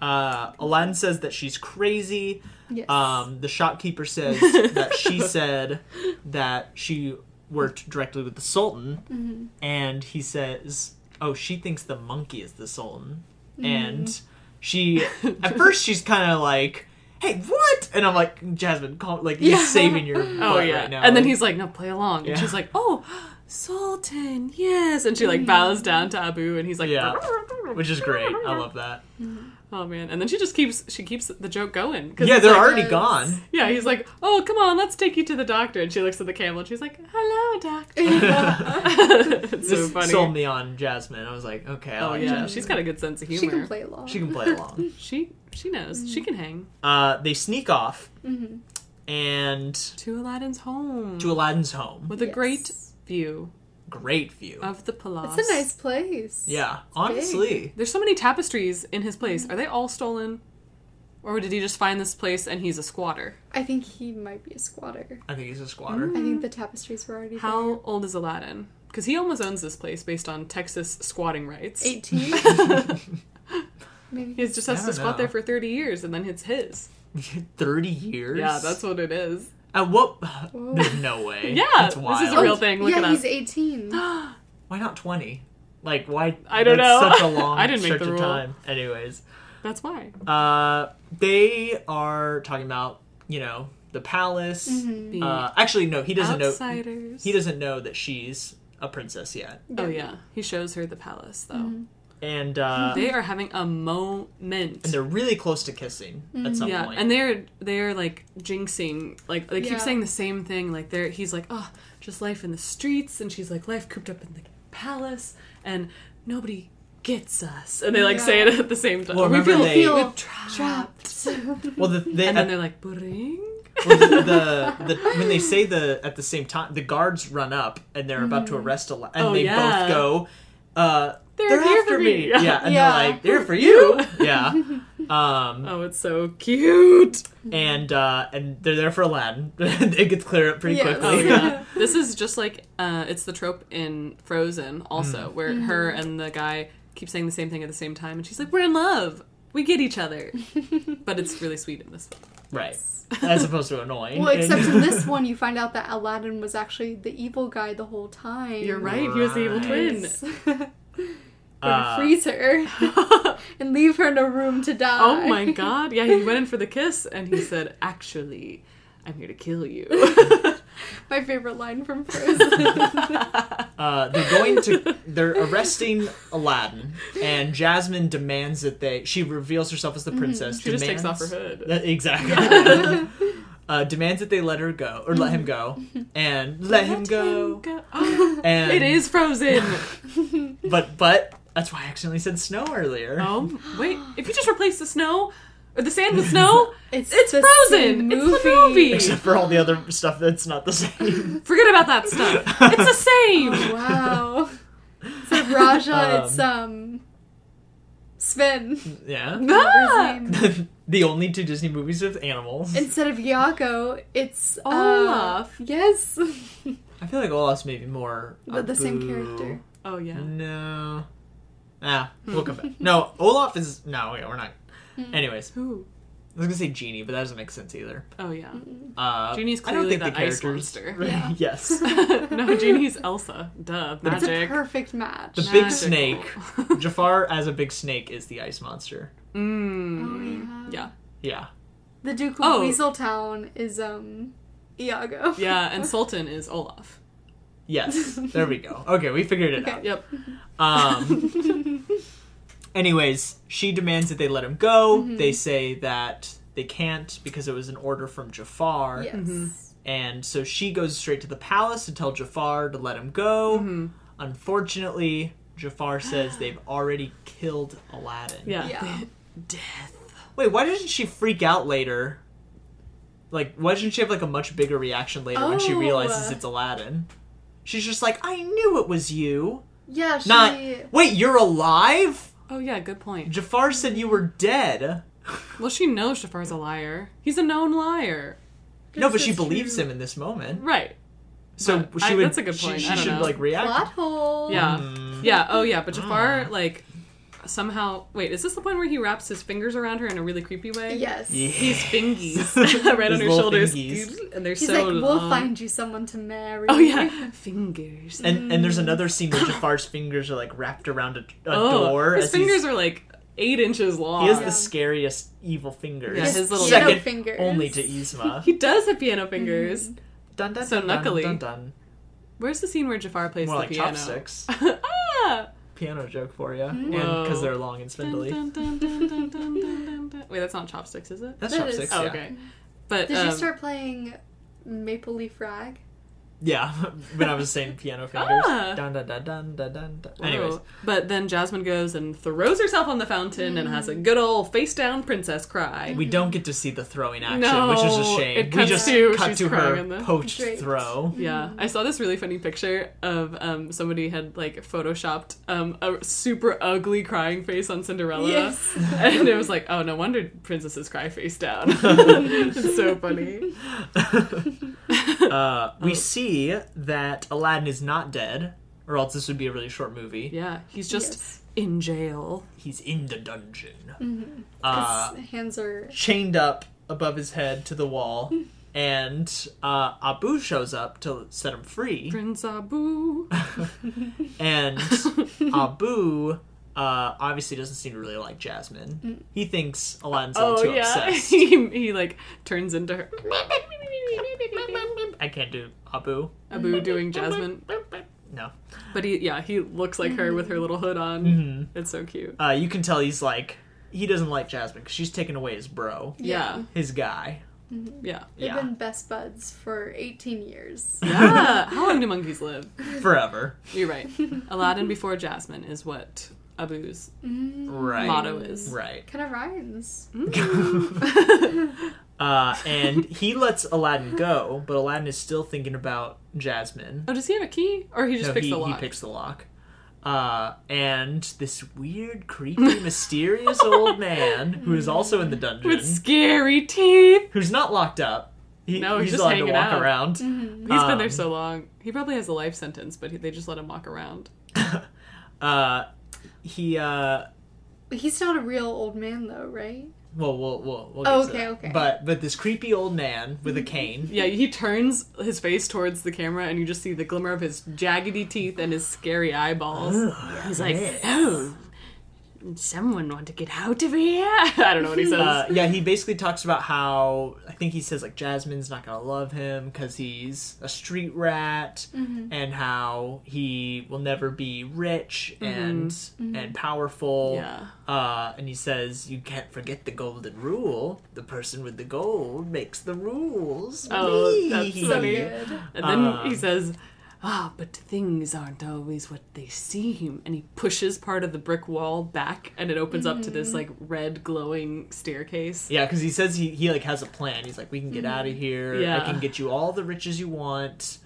S1: Uh, Aladdin says that she's crazy.
S3: yes.
S1: Um, the shopkeeper says that she said that she worked directly with the Sultan,
S3: Mm-hmm.
S1: and he says, "Oh, she thinks the monkey is the Sultan."
S2: Mm-hmm.
S1: And she, at first, she's kind of like, "Hey, what?" And I'm like, "Jasmine, calm, like you're
S3: Yeah.
S1: saving your butt
S2: Oh yeah,
S1: right now."
S2: and then
S1: Like,
S2: he's like, "No, play along."
S1: Yeah.
S2: And she's like, "Oh, Sultan, yes." And she
S3: Mm.
S2: like bows down to Abu, and he's like,
S1: Yeah. which is great. I love that.
S2: Oh man, and then she just keeps she keeps the joke going. 'Cause
S1: Yeah,
S2: it's
S1: they're
S2: like- uh,
S1: already
S3: yes.
S1: gone.
S2: Yeah, he's like, "Oh, come on, let's take you to the doctor." And she looks at the camel, and she's like, "Hello, doctor." it's so
S1: this
S2: funny.
S1: sold me on Jasmine. I was like, okay, I
S2: oh
S1: like
S2: yeah,
S1: Jasmine.
S2: she's got a good sense of humor.
S3: she can play Mm. along.
S1: She can play along.
S2: She she knows she can hang
S1: uh, they sneak off
S3: Mhm.
S1: and
S2: to Aladdin's home
S1: to Aladdin's home.
S2: with a
S3: Yes.
S2: great view
S1: Great view.
S2: of the palace.
S3: It's a nice place.
S1: yeah, honestly,
S2: There's so many tapestries in his place.
S3: Mm-hmm.
S2: Are they all stolen? Or did he just find this place and he's a squatter?
S3: I think he might be a squatter.
S1: I think he's a squatter.
S3: I
S2: Mm-hmm.
S3: think the tapestries were already there.
S2: How old is Aladdin? Because he almost owns this place based on Texas squatting rights.
S3: 18?
S2: Mm.
S3: Maybe.
S2: He just
S1: I
S2: has to
S1: don't
S2: squat
S1: know.
S2: there for 30 years and then it's his.
S1: Thirty years.
S2: Yeah, that's what it is.
S1: At what? There's no way.
S2: Yeah,
S1: that's wild.
S2: this is a real thing. Look
S3: Oh, yeah,
S2: it up.
S3: he's 18.
S1: Why not twenty? Like why?
S2: I don't
S1: that's
S2: know.
S1: Such a long
S2: I didn't make
S1: stretch
S2: the
S1: of
S2: rule.
S1: time. Anyways,
S2: That's why.
S1: uh, they are talking about you know the the palace.
S3: Mm-hmm.
S2: Be
S1: Uh, actually, no, he doesn't know.
S2: outsiders.
S1: He doesn't know that she's a princess yet.
S2: Oh yeah, he shows her the palace though.
S3: Mm-hmm.
S1: And uh,
S2: They are having a moment.
S1: and they're really close to kissing at some
S2: Mm-hmm. yeah,
S1: point.
S2: and they're they're like jinxing, like they keep
S3: Yeah.
S2: saying the same thing. Like they're he's like, oh, just life in the streets, and she's like, life cooped up in the palace, and nobody gets us. And they like say it at the same time.
S1: Well, remember
S2: we feel,
S1: they-
S2: feel trapped.
S3: Trapped.
S1: well, the, they,
S2: And then they're like, bring.
S1: well, the, the, the when they say the at the same time, the guards run up and they're about to arrest a lot, and
S2: Oh,
S1: they
S2: yeah.
S1: both go. Uh,
S2: They're
S1: they're,
S2: here
S1: after
S2: for
S1: me.
S2: me.
S1: Yeah. and
S3: Yeah.
S1: they're like, they're for you. yeah. Um,
S2: Oh, it's so cute.
S1: and uh, and they're there for Aladdin. it gets clear up pretty
S3: Yes.
S1: quickly.
S2: Oh yeah, this is just like uh, it's the trope in Frozen also, where
S1: Mm-hmm.
S2: her and the guy keep saying the same thing at the same time, and she's like, "We're in love, we get each other," but it's really sweet in this one.
S1: Right. As opposed to annoying.
S3: Well, except in this one, you find out that Aladdin was actually the evil guy the whole time.
S2: You're right. He was the evil twin.
S3: Yes. Gonna
S1: Uh,
S3: freeze her and leave her in a room to die.
S2: oh my god! Yeah, he went in for the kiss, and he said, "Actually, I'm here to kill you."
S3: My favorite line from Frozen.
S1: Uh, they're going to they're arresting Aladdin, and Jasmine demands that they. She reveals herself as the princess.
S2: she just takes off
S1: demands-
S2: her hood.
S1: That- exactly. uh, demands that they let her go or let him go, and let, him go.
S2: Oh,
S1: And
S2: it is Frozen.
S1: but but that's why I accidentally said snow earlier.
S2: Um, wait, if you just replace the snow or the sand with snow, it's
S3: the
S2: Frozen.
S3: same
S2: It's the movie.
S1: Except for all the other stuff that's not the same.
S2: Forget about that stuff. It's the same.
S3: Oh, Wow. So Raja, it's um Sven.
S1: yeah.
S3: whatever
S2: Ah!
S3: his name.
S1: the only two Disney movies with animals.
S3: Instead of Yago, it's uh,
S2: Olaf.
S3: yes,
S1: I feel like Olaf's maybe more.
S3: but the same
S1: Abu.
S3: character. Hmm.
S2: Oh yeah.
S1: No. Ah, we'll come back. No, Olaf is no. Yeah, we're not. Anyways,
S2: Who?
S1: I was gonna say genie, but that doesn't make sense either.
S2: Oh yeah.
S1: Uh,
S2: Genie's
S1: I don't
S2: clearly
S1: think the
S2: the ice
S1: characters.
S2: monster.
S3: Yeah.
S1: yes,
S2: no, Genie's Elsa. Duh.
S1: But
S3: It's a
S2: Magic.
S3: perfect match.
S1: the big snake. Jafar as a big snake is the ice monster.
S2: Mmm.
S3: Oh,
S2: Yeah.
S1: Yeah,
S3: The Duke of
S2: Oh.
S3: Weaseltown is um Iago.
S2: Yeah, and Sultan is Olaf.
S1: yes. There we go. Okay, we figured it
S3: Okay.
S2: Yep.
S1: out. Um, anyways, she demands that they let him go.
S3: Mm-hmm.
S1: They say that they can't because it was an order from Jafar.
S3: Yes.
S1: And so she goes straight to the palace to tell Jafar to let him go.
S3: Mm-hmm.
S2: Mm-hmm.
S1: Unfortunately, Jafar says they've already killed Aladdin.
S2: Yeah.
S3: Yeah.
S2: Death.
S1: Wait, why doesn't she freak out later? Like, why doesn't she have like a much bigger reaction later when she
S3: Oh.
S1: realizes it's Aladdin? She's just like, I knew it was you.
S3: Yeah, she
S1: Not wait, you're alive.
S2: Oh yeah, good point.
S1: Jafar said you were dead.
S2: Well, she knows Jafar's a liar. He's a known liar.
S1: No, but
S3: This
S1: she
S3: is
S1: believes
S3: true.
S1: him in this moment.
S2: Right.
S1: So
S2: But
S1: she
S2: I-
S1: would.
S2: that's a good
S1: she-
S2: point.
S1: She,
S2: I don't
S1: should
S2: know.
S1: like react. Mm.
S3: Plot hole.
S2: Yeah. Yeah. Oh yeah. But Jafar
S1: Ah.
S2: like somehow. Wait, is this the point where he wraps his fingers around her in a really creepy way?
S3: Yes.
S1: Yeah.
S2: These fingies right on
S1: His
S2: her
S1: little
S2: shoulders,
S1: fingies.
S2: and they're
S3: He's
S2: so
S3: like, we'll
S2: long.
S3: find you someone to marry.
S2: Oh yeah, fingers.
S1: And and
S3: Mm.
S1: there's another scene where Jafar's fingers are like wrapped around a, a
S2: oh,
S1: door.
S2: his
S1: as he's-
S2: fingers are like eight inches long.
S1: He has
S3: Yeah.
S1: the scariest evil fingers.
S2: Yeah, his little-
S3: piano
S1: second
S3: fingers.
S1: only to Yzma.
S2: He does have piano fingers.
S1: Mm-hmm. dun, dun,
S2: So
S1: dun, dun,
S2: knuckly.
S1: dun, dun.
S2: Where's the scene where Jafar plays
S1: more
S2: the
S1: like
S2: piano?
S1: chopsticks.
S2: ah!
S1: Piano joke for you, and
S2: Whoa.
S1: because they're long and
S2: Dun,
S1: spindly.
S2: dun, dun, dun, dun, dun, dun, dun, dun. Wait, that's not chopsticks, is it?
S1: That's
S3: That is-
S1: chopsticks.
S2: Oh,
S1: yeah.
S2: okay. But
S3: Did
S2: um,
S3: you start playing Maple Leaf Rag?
S1: Yeah, when I was saying piano fingers.
S2: Ah.
S1: Dun dun dun dun dun dun. dun.
S2: whoa.
S1: Anyways,
S2: Oh. but then Jasmine goes and throws herself on the fountain and has a good old face down princess cry.
S1: we don't get to see the throwing action,
S2: No,
S1: which is a shame.
S2: it
S1: we
S2: cuts
S1: just
S2: to-
S1: cut
S2: she's
S1: to
S2: crying in the-
S1: her poached
S3: Draped.
S1: throw.
S2: Yeah, I saw this really funny picture of um, somebody had like photoshopped um, a super ugly crying face on Cinderella,
S3: Yes.
S2: and it was like, oh, no wonder princesses cry face down. it's so funny.
S1: Uh,
S2: Oh.
S1: we see that Aladdin is not dead, or else this would be a really short movie.
S2: Yeah, he's just
S3: Yes. Mm-hmm.
S2: in jail.
S1: He's in the dungeon,
S3: 'Cause
S1: uh,
S3: hands are.
S1: chained up above his head to the wall,
S2: Hmm.
S1: and uh, Abu shows up to set him free.
S2: Prince Abu.
S1: And Abu uh, obviously doesn't seem to really like Jasmine. He thinks Aladdin's all
S2: Mm. oh
S1: too
S2: yeah,
S1: obsessed.
S2: he, he like turns into her.
S1: I can't do Abu.
S2: Abu doing Jasmine.
S1: No.
S2: But he, yeah, he looks like her with her little hood on. It's so cute.
S1: Uh, you can tell he's like he doesn't like Jasmine because she's taken away his bro,
S2: Yeah,
S1: his guy.
S2: yeah.
S3: They've
S1: Yeah,
S3: been best buds for 18 years.
S2: Yeah. How long do monkeys live?
S1: forever.
S2: You're right. Aladdin before Jasmine is what Abu's
S1: Right.
S2: motto is.
S1: Right.
S3: Mm-hmm. Kind of rhymes.
S1: Uh, and he lets Aladdin go, but Aladdin is still thinking about Jasmine.
S2: Oh, does he have a key? Or he just
S1: no,
S2: picks
S1: he,
S2: the lock?
S1: he picks the lock. Uh, and this weird, creepy, mysterious old man who is also in the dungeon,
S2: With scary teeth.
S1: who's not locked up. He,
S2: No,
S1: he's
S2: he's just
S1: allowed to
S2: hanging
S1: walk
S2: out.
S1: around.
S2: He's been there
S1: Um,
S2: so long. He probably has a life sentence, but he, they just let him walk around.
S1: Uh, he uh,
S3: He's not a real old man though, right?
S1: well, we'll we'll, we'll get
S3: Oh,
S1: to
S3: okay,
S1: that.
S3: okay.
S1: But but this creepy old man with a cane.
S2: Yeah, he turns his face towards the camera, and you just see the glimmer of his jaggedy teeth and his scary eyeballs. He's like, "Oh, someone want to get out of here?" I don't know what he says.
S1: Uh, yeah, he basically talks about how I think he says like Jasmine's not gonna love him because he's a street rat,
S3: Mm-hmm.
S1: and how he will never be rich
S3: Mm-hmm.
S1: and and powerful.
S2: Yeah.
S1: Uh, and he says you can't forget the golden rule. The person with the gold makes the rules.
S2: Oh, that's
S3: So
S2: funny.
S3: good.
S2: And then
S1: Um,
S2: he says, Ah, but things aren't always what they seem. And he pushes part of the brick wall back, and it opens up to this like red glowing staircase.
S1: Yeah, because he says he, he like has a plan. He's like, we can get out of here.
S2: Mm-hmm. Yeah.
S1: I can get you all the riches you want.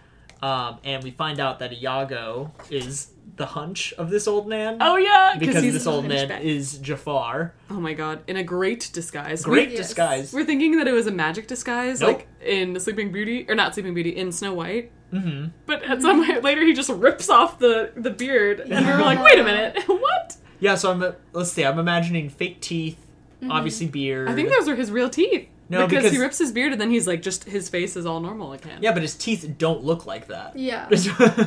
S1: Um, and we find out that Iago is the hunch of this old man.
S2: Oh, yeah!
S1: because
S2: he's
S1: this old man
S2: Hunchback.
S1: is Jafar.
S2: Oh my god, in a great disguise.
S1: Great
S3: Yes.
S1: disguise.
S2: We, are thinking that it was a magic disguise,
S1: Nope.
S2: like in Sleeping Beauty, or not Sleeping Beauty, in Snow White. Mm-hmm. But at some point later, he just rips off the, the beard, and we were like, wait a minute, what?
S1: Yeah, so I'm uh, let's see. I'm imagining fake teeth, obviously beard.
S2: Mm-hmm. I think those were his real teeth.
S1: No,
S2: because, he
S1: because-
S2: rips his beard and then he's like, just his face is all normal again.
S1: yeah, but his teeth don't look like that.
S3: Yeah.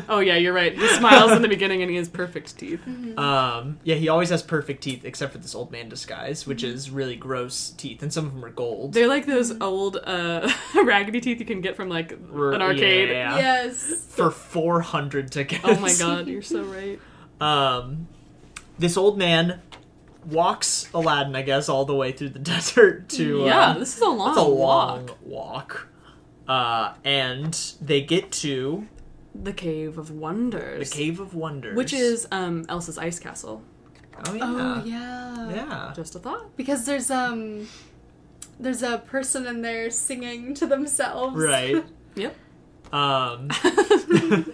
S2: Oh yeah, you're right. He smiles in the beginning and he has perfect teeth.
S1: um, yeah, he always has perfect teeth except for this old man disguise, which is really gross teeth, and some of them are gold.
S2: Mm-hmm. They're like those old uh, raggedy teeth you can get from like
S1: Or-
S2: an arcade.
S1: yeah,
S3: Yes.
S1: for four hundred tickets.
S2: Oh my god, you're so right.
S1: um, this old man walks Aladdin, I guess, all the way through the desert to uh,
S2: yeah, this is a long,
S1: that's a long
S2: walk.
S1: walk. Uh, and they get to
S2: The Cave of
S1: the
S2: Wonders,
S1: Cave of Wonders,
S2: which is um, Elsa's ice castle.
S1: oh yeah,
S3: Oh yeah.
S1: yeah.
S2: Just a thought.
S3: Because there's um there's a person in there singing to themselves.
S1: right.
S2: Yep.
S1: Um,
S3: I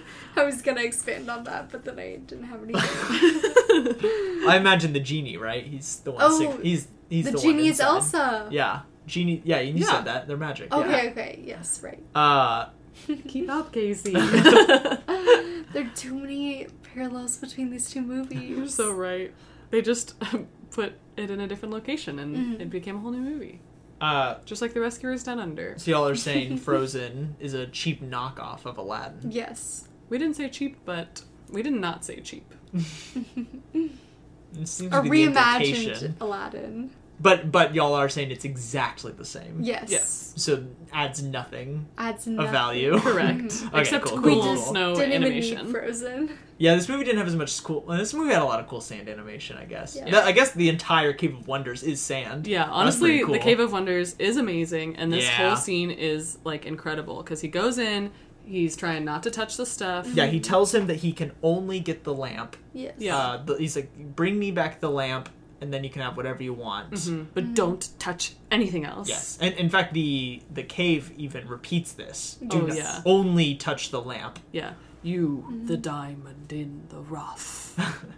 S3: was gonna expand on that, but then I didn't have any. the,
S1: I imagine the genie, right? He's the one.
S3: Oh,
S1: sick. He's he's the, one
S3: genie is
S1: inside.
S3: Elsa.
S1: Yeah, genie. Yeah, you
S2: Yeah.
S1: said that they're magic.
S3: Okay, okay, yes, right.
S1: Yeah. Uh,
S2: Keep up, Casey.
S3: There are too many parallels between these two
S2: you're
S3: movies.
S2: so right. They just um, put it in a different location and it became a whole new movie,
S1: uh,
S2: just like The Rescuers Down Under.
S1: so y'all are saying Frozen is a cheap knockoff of Aladdin.
S3: Yes.
S2: We didn't say cheap, but we did not say cheap.
S1: It seems to
S3: A
S1: be the
S3: reimagined
S1: implication.
S3: Aladdin.
S1: But but y'all are saying it's exactly the same.
S3: Yes.
S2: Yes.
S1: So adds nothing
S3: Adds
S1: of
S3: nothing. Mm-hmm.
S1: value.
S2: Correct.
S1: Okay,
S2: Except
S1: cool,
S2: cool,
S1: cool, cool.
S2: snow
S3: Didn't even need
S2: animation.
S3: Frozen.
S1: Yeah, this movie didn't have as much cool. Well, this movie had a lot of cool sand animation, I guess.
S3: Yeah.
S1: That- I guess the entire Cave of Wonders is sand.
S2: Yeah,
S1: pretty
S2: honestly,
S1: cool.
S2: the Cave of Wonders is amazing, and this
S1: Yeah.
S2: whole scene is like incredible because he goes in, he's trying not to touch the stuff.
S3: Mm-hmm.
S1: Yeah, he tells him that he can only get the lamp.
S3: Yes.
S2: Yeah.
S1: Uh, the, he's like, bring me back the lamp, and then you can have whatever you want.
S2: Mhm. but don't touch anything else.
S1: Yes, and in fact, the the cave even repeats this. Do
S2: Oh,
S1: not-
S2: yeah.
S1: only touch the lamp.
S2: yeah. You, the diamond in the rough.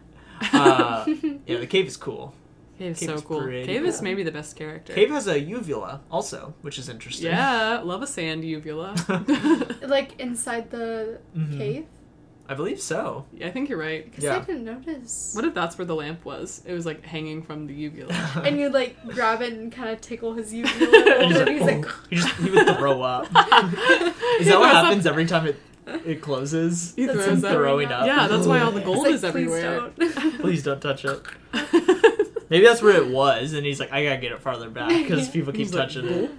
S1: Uh, yeah, the cave is cool.
S2: Cave's
S1: Cave
S2: so
S1: is
S2: cool.
S1: pretty
S2: Cave is
S1: cool.
S2: maybe the best character.
S1: Cave has a uvula also, which is interesting.
S2: yeah, love a sand uvula.
S3: Like inside the
S1: Mhm.
S3: cave.
S1: I believe so.
S2: Yeah, I think you're right.
S3: Because I
S1: Yeah.
S3: didn't notice.
S2: What if that's where the lamp was? It was like hanging from the uvula.
S3: and you like grab it and kind of tickle his uvula, a little
S1: And
S3: bit,
S1: he's like,
S3: and he's
S1: "Oh."
S3: like,
S1: he just he would throw up. is that
S2: throws
S1: what
S2: up.
S1: happens every time it it closes?
S2: He
S3: That's
S2: throws
S3: him
S2: up.
S1: throwing up.
S2: Yeah, that's why all "Oh, the
S3: He's
S2: gold
S3: like,
S2: is
S3: "Please
S2: everywhere.
S3: don't."
S1: Please don't touch it. Maybe that's where it was, and he's like, I gotta get it farther back because people keep
S2: He's like,
S1: touching it.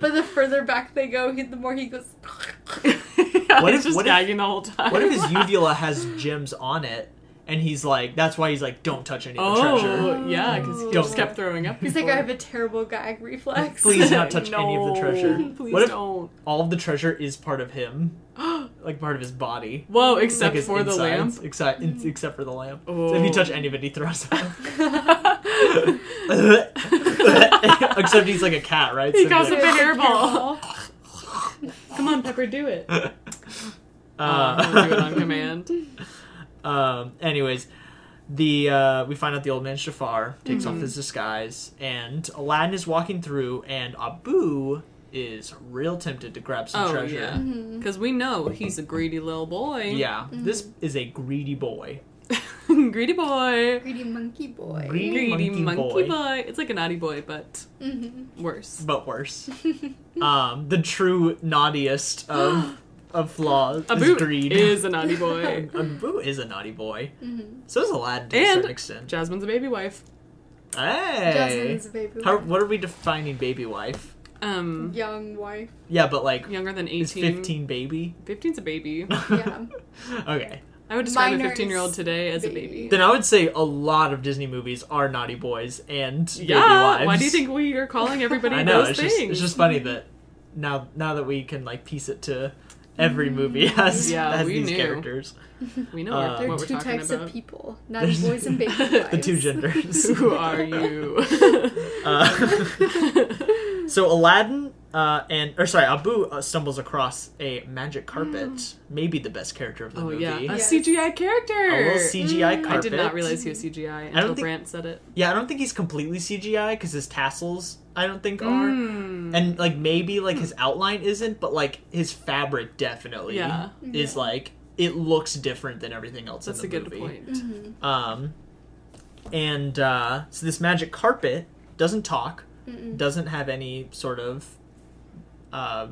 S3: But the further back they go, he, the more he goes.
S2: yeah,
S1: What
S2: what
S1: if-
S2: if, just
S1: what if-
S2: gagging the whole time.
S1: What if his uvula has gems on it, and he's like, that's why he's like, don't touch any of the treasure.
S2: Oh, yeah, because he
S1: Don't.
S2: just kept throwing up.
S3: He's like, I have a terrible gag reflex.
S1: Please not touch any of the treasure.
S2: Please
S1: What if-
S2: don't.
S1: All of the treasure is part of him, like part of his body.
S2: Whoa,
S1: Like
S2: except
S1: his
S2: for the
S1: insides,
S2: lamp.
S1: Except, in- except for the lamp. So if you
S2: Oh.
S1: touch any of it, he throws up. except he's like a cat, right?
S2: He
S1: So
S2: got
S1: he's like,
S2: some- hairball. Come on, Pepper, do it. Uh, we'll do it on command.
S1: Um, anyways, the uh, we find out the old man Shafar takes
S2: Mm-hmm.
S1: off his disguise, and Aladdin is walking through, and Abu is real tempted to grab some
S2: Oh,
S1: treasure.
S2: yeah.
S3: Mm-hmm.
S2: Because we know he's a greedy little boy.
S1: Yeah, this is a greedy boy.
S2: greedy boy.
S3: Greedy monkey boy.
S1: Greedy-
S2: Greedy
S1: Monkey
S2: monkey,
S1: boy.
S2: boy. It's like a naughty boy, but
S3: Mm-hmm.
S2: worse.
S1: But worse, um, the true naughtiest of of flaws
S2: Abu
S1: is greed.
S2: is a naughty boy.
S1: Abu is a naughty boy.
S3: Mm-hmm.
S1: So is Aladdin to a
S2: And-
S1: certain extent.
S2: Jasmine's a baby wife.
S1: Hey,
S3: Jasmine's baby.
S1: How, what are we defining baby wife?
S2: Um,
S3: Young wife.
S1: Yeah, but like,
S2: younger than
S1: is
S2: 18.
S1: fifteen baby?
S2: 15's a baby.
S3: Yeah.
S1: okay.
S2: I would describe
S3: Minor
S2: a 15 year old
S3: is
S2: today as
S3: baby.
S2: a baby.
S1: Then I would say a lot of Disney movies are naughty boys and baby
S2: Yeah.
S1: wives.
S2: Why do you think we are calling everybody
S1: I know
S2: those
S1: it's
S2: things?
S1: just it's just funny that now now that we can like piece it to every movie has,
S2: Mm. Yeah,
S1: has
S2: we
S1: these
S2: knew.
S1: characters,
S2: we know
S1: Uh,
S2: what,
S3: There are
S2: what we're
S3: two
S2: talking
S3: types
S2: about.
S3: of people. Naughty boys and baby wives.
S1: the two genders.
S2: Who are you?
S1: Uh, so Aladdin uh, and or sorry, Abu uh, stumbles across a magic carpet, maybe the best character of the
S2: Mm. oh
S1: movie.
S2: yeah, a
S3: Yes.
S2: CGI character.
S1: A little CGI
S2: I
S1: carpet.
S2: did not realize he was CGI
S1: don't
S2: until
S1: think-
S2: Brant said it.
S1: Yeah, I don't think he's completely CGI because his tassels, I don't think, are.
S2: Mm. Hmm.
S1: and like maybe like his outline isn't but like his fabric definitely
S2: Yeah.
S1: is like it looks different than everything else
S2: That's a
S1: in the
S2: good
S1: movie
S2: point.
S3: Mm. Mm-hmm.
S1: um and uh so this magic carpet doesn't talk
S3: Mm-hmm. Hmm.
S1: doesn't have any sort of uh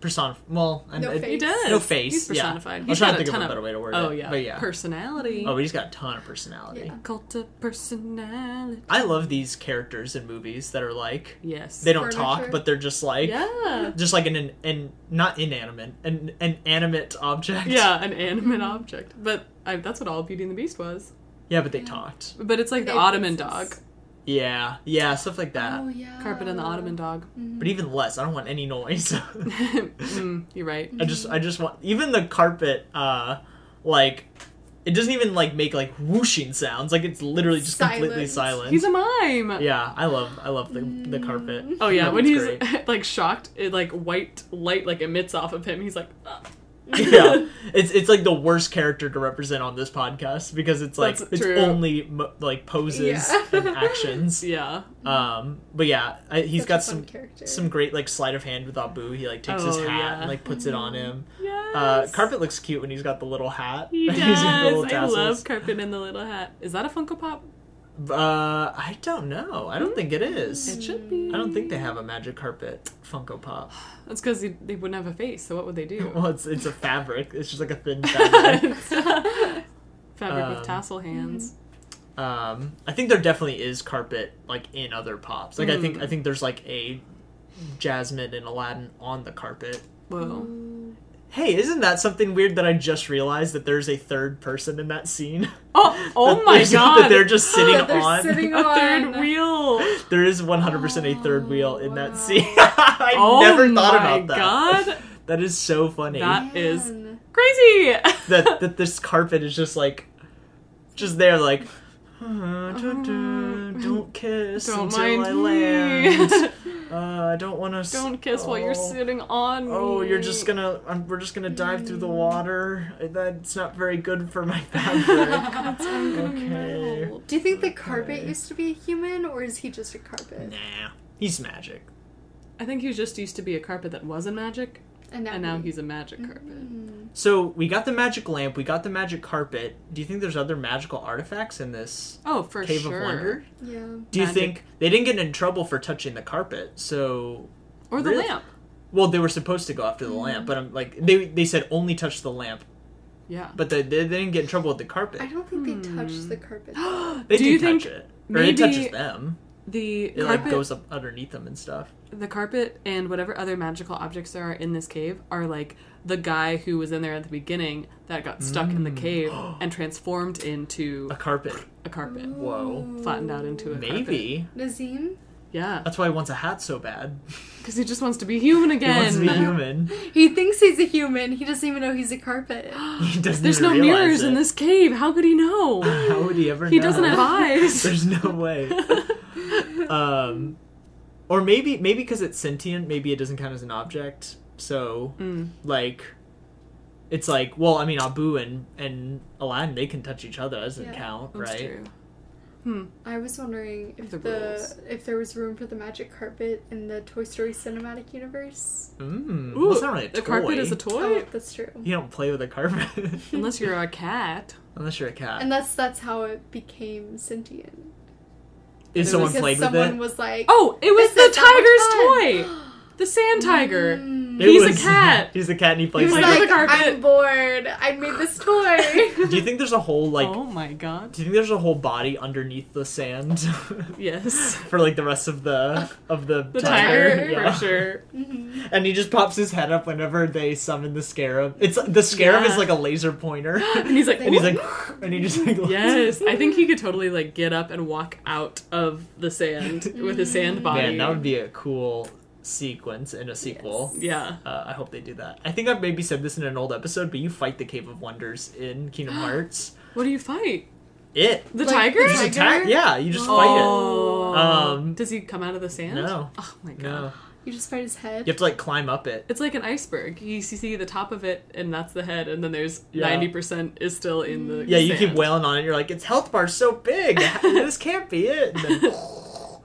S1: person well and
S3: No
S1: it-
S3: face. Oh,
S2: He does.
S1: no face
S2: He's
S1: yeah.
S2: personified.
S1: i
S2: He's
S1: was trying to
S2: got
S1: think of
S2: ton
S1: a better way to word
S2: Oh
S1: it
S2: yeah.
S1: but yeah
S2: Personality.
S1: oh but he's got a ton of personality
S3: Yeah.
S2: Cult of personality.
S1: i love these characters in movies that are like
S2: Yes.
S1: they don't talk
S3: Furniture.
S1: but they're just like
S2: Yeah.
S1: just like an an, an not inanimate an an animate object.
S2: Yeah, an animate object. But I, that's what all Beauty and the Beast was.
S1: yeah, but they talked.
S2: But it's like the
S3: They
S2: Ottoman
S3: princess.
S2: dog.
S1: Yeah, yeah, stuff like that.
S3: Oh yeah.
S2: Carpet and the Ottoman dog.
S3: Mm-hmm.
S1: But even less, I don't want any noise. I
S2: mm, you're right.
S1: just I just want even the carpet. Uh, like it doesn't even like make like whooshing sounds. Like it's literally just completely silent.
S3: Silent.
S2: He's a mime.
S1: yeah, I love I love the the carpet.
S2: Oh yeah,
S1: That
S2: when
S1: was
S2: he's
S1: great.
S2: like shocked, it like white light like emits off of him. He's like, "Ah."
S3: Mm-hmm.
S1: yeah, it's it's like the worst character to represent on this podcast because it's like
S2: That's
S1: it's
S2: true.
S1: only mo- like poses
S3: Yeah.
S1: and actions.
S2: yeah.
S1: Um, but yeah, I, he's
S3: Such a
S1: got
S3: fun
S1: some
S3: character.
S1: some great like sleight of hand with Abu. He like takes his
S2: Oh,
S1: hat
S2: yeah.
S1: and like puts it on him.
S3: Mm-hmm.
S2: Yes.
S1: Uh, Carpet looks cute when he's got the little hat.
S2: He
S1: He's
S2: does.
S1: got the little
S2: I love
S1: tassels.
S2: Carpet in the Little Hat. Is that a Funko Pop?
S1: Uh, I don't know. I don't think it is.
S2: It should be.
S1: I don't think they have a magic carpet Funko Pop.
S2: That's because they they wouldn't have a face. So what would they do?
S1: Well, it's it's a fabric. It's just like a thin fabric.
S2: Fabric
S1: Um,
S2: with tassel hands.
S1: um, I think there definitely is carpet like in other pops. Like I think
S2: Mm.
S1: I think there's like a Jasmine and Aladdin on the carpet.
S2: Whoa.
S1: Hey, isn't that something weird that I just realized that there's a third person in that scene?
S2: Oh, oh
S1: That
S2: my
S1: there's-
S2: god.
S1: That they're just sitting
S3: That Oh, they're
S1: on.
S3: sitting
S2: a third
S3: on.
S2: wheel.
S1: There is 100% a third wheel in
S3: wow.
S1: that scene. I
S2: Oh
S1: never thought
S2: my
S1: about that.
S2: god.
S1: That is so funny.
S2: That-
S1: That,
S2: is-
S3: Man.
S2: Crazy.
S1: that this carpet is just like just there like "Dun-dun, don't kiss
S2: Uh, Don't
S1: until
S2: mind
S1: I land.
S2: me.
S1: Uh, I don't want to
S2: Don't kiss while you're sitting on.
S1: Oh,
S2: me. Mm.
S1: you're just gonna. I'm, we're just gonna dive through the water. That's not very good for my fabric. okay.
S3: Do you think the carpet used to be a human, or is he just a carpet?
S1: Nah, he's magic.
S2: I think he just used to be a carpet that wasn't magic,
S3: And now,
S2: and now
S3: he-
S2: he's a magic
S3: Mm-hmm.
S2: carpet.
S1: So we got the magic lamp, we got the magic carpet. Do you think there's other magical artifacts in this
S2: Oh, for
S1: cave
S2: sure.
S1: of wonder?
S3: yeah.
S1: Do you
S2: Magic.
S1: think they didn't get in trouble for touching the carpet? So
S2: Or the
S1: Really?
S2: lamp.
S1: well, they were supposed to go after the
S2: Mm.
S1: lamp, but I'm like they they said only touch the lamp,
S2: Yeah.
S1: but they, they didn't get in trouble with the carpet.
S3: I don't think they touched the carpet. though.
S1: They
S2: Do
S1: do,
S2: you
S1: touch
S2: think
S1: it, or it
S2: maybe-
S1: touches them.
S2: the
S1: It
S2: carpet
S1: like goes up underneath them and stuff.
S2: the carpet and whatever other magical objects there are in this cave are like the guy who was in there at the beginning that got stuck in the
S1: Mm.
S2: cave and transformed into
S1: A carpet.
S2: a carpet,
S1: Whoa.
S2: flattened out into a carpet.
S1: Maybe.
S3: Nazim,
S2: Yeah,
S1: That's why he wants a hat so bad.
S2: because he just wants to be human
S1: He wants
S2: again.
S1: to be human.
S3: he thinks he's a human. He doesn't even know he's a carpet.
S1: He doesn't
S2: There's no
S1: even realize
S2: mirrors
S1: it.
S2: in this cave. How could he know?
S1: How would he ever
S2: He
S1: know?
S2: doesn't have eyes.
S1: There's no way. um, or maybe maybe because it's sentient, maybe it doesn't count as an object. So
S2: Mm.
S1: like, it's like well, I mean, Abu and and Aladdin they can touch each other. That doesn't
S3: Yeah,
S1: count,
S2: That's
S1: right?
S2: true. Hmm.
S3: I was wondering if
S2: The
S3: the,
S2: rules.
S3: if there was room for the magic carpet in the Toy Story cinematic universe.
S1: Mm.
S2: Ooh,
S1: well, it's not really a toy.
S2: the
S1: Oh.
S2: carpet is a toy,
S3: Oh, that's true.
S1: You don't play with a carpet
S2: unless you're a cat.
S1: unless you're a cat.
S3: And that's that's how it became sentient.
S1: If someone
S3: because
S1: played with
S3: someone
S1: it,
S3: was like,
S2: Oh, it was
S3: This is so
S2: the
S3: much
S2: tiger's toy, the sand tiger.
S3: Mm.
S1: It
S2: he's a
S1: was-
S2: cat.
S1: He's a cat, and he
S3: He
S1: plays.
S3: was
S1: with
S2: Like,
S1: it.
S3: like,
S2: "Look at the carpet."
S3: I'm bored. I made this toy.
S1: Do you think there's a whole like?
S2: oh my god!
S1: Do you think there's a whole body underneath the sand?
S2: Yes,
S1: for like the rest of the of the,
S2: the
S3: tiger,
S2: tiger
S1: Yeah.
S2: for sure.
S3: Mhm.
S1: And he just pops his head up whenever they summon the scarab. It's the scarab
S2: Yeah.
S1: is like a laser pointer,
S2: And he's like,
S1: and he's like, and he just like looks-
S2: yes. I think he could totally like get up and walk out of the sand with his sand body.
S1: Man, that would be a cool sequence in a sequel.
S3: Yes.
S2: yeah.
S1: Uh, I hope they do that. I think I've maybe said this in an old episode, but you fight the Cave of Wonders in Kingdom Hearts.
S2: What do you fight?
S1: It
S2: The
S3: Like,
S2: tiger?
S1: You just
S3: Tiger?
S1: attack. Yeah, you just fight
S2: oh.
S1: Um,
S2: Does he come out of the sand?
S1: no.
S2: Oh my
S1: it.
S2: god.
S1: No,
S3: You just fight his head.
S1: you have to like climb up it.
S2: It's like an iceberg. You see- see the top of it, and that's the head, and then there's
S1: Yeah.
S2: ninety percent is still in the.
S1: Yeah, you
S2: sand.
S1: keep wailing on it. You're like, its health bar's so big. this can't be it. And then,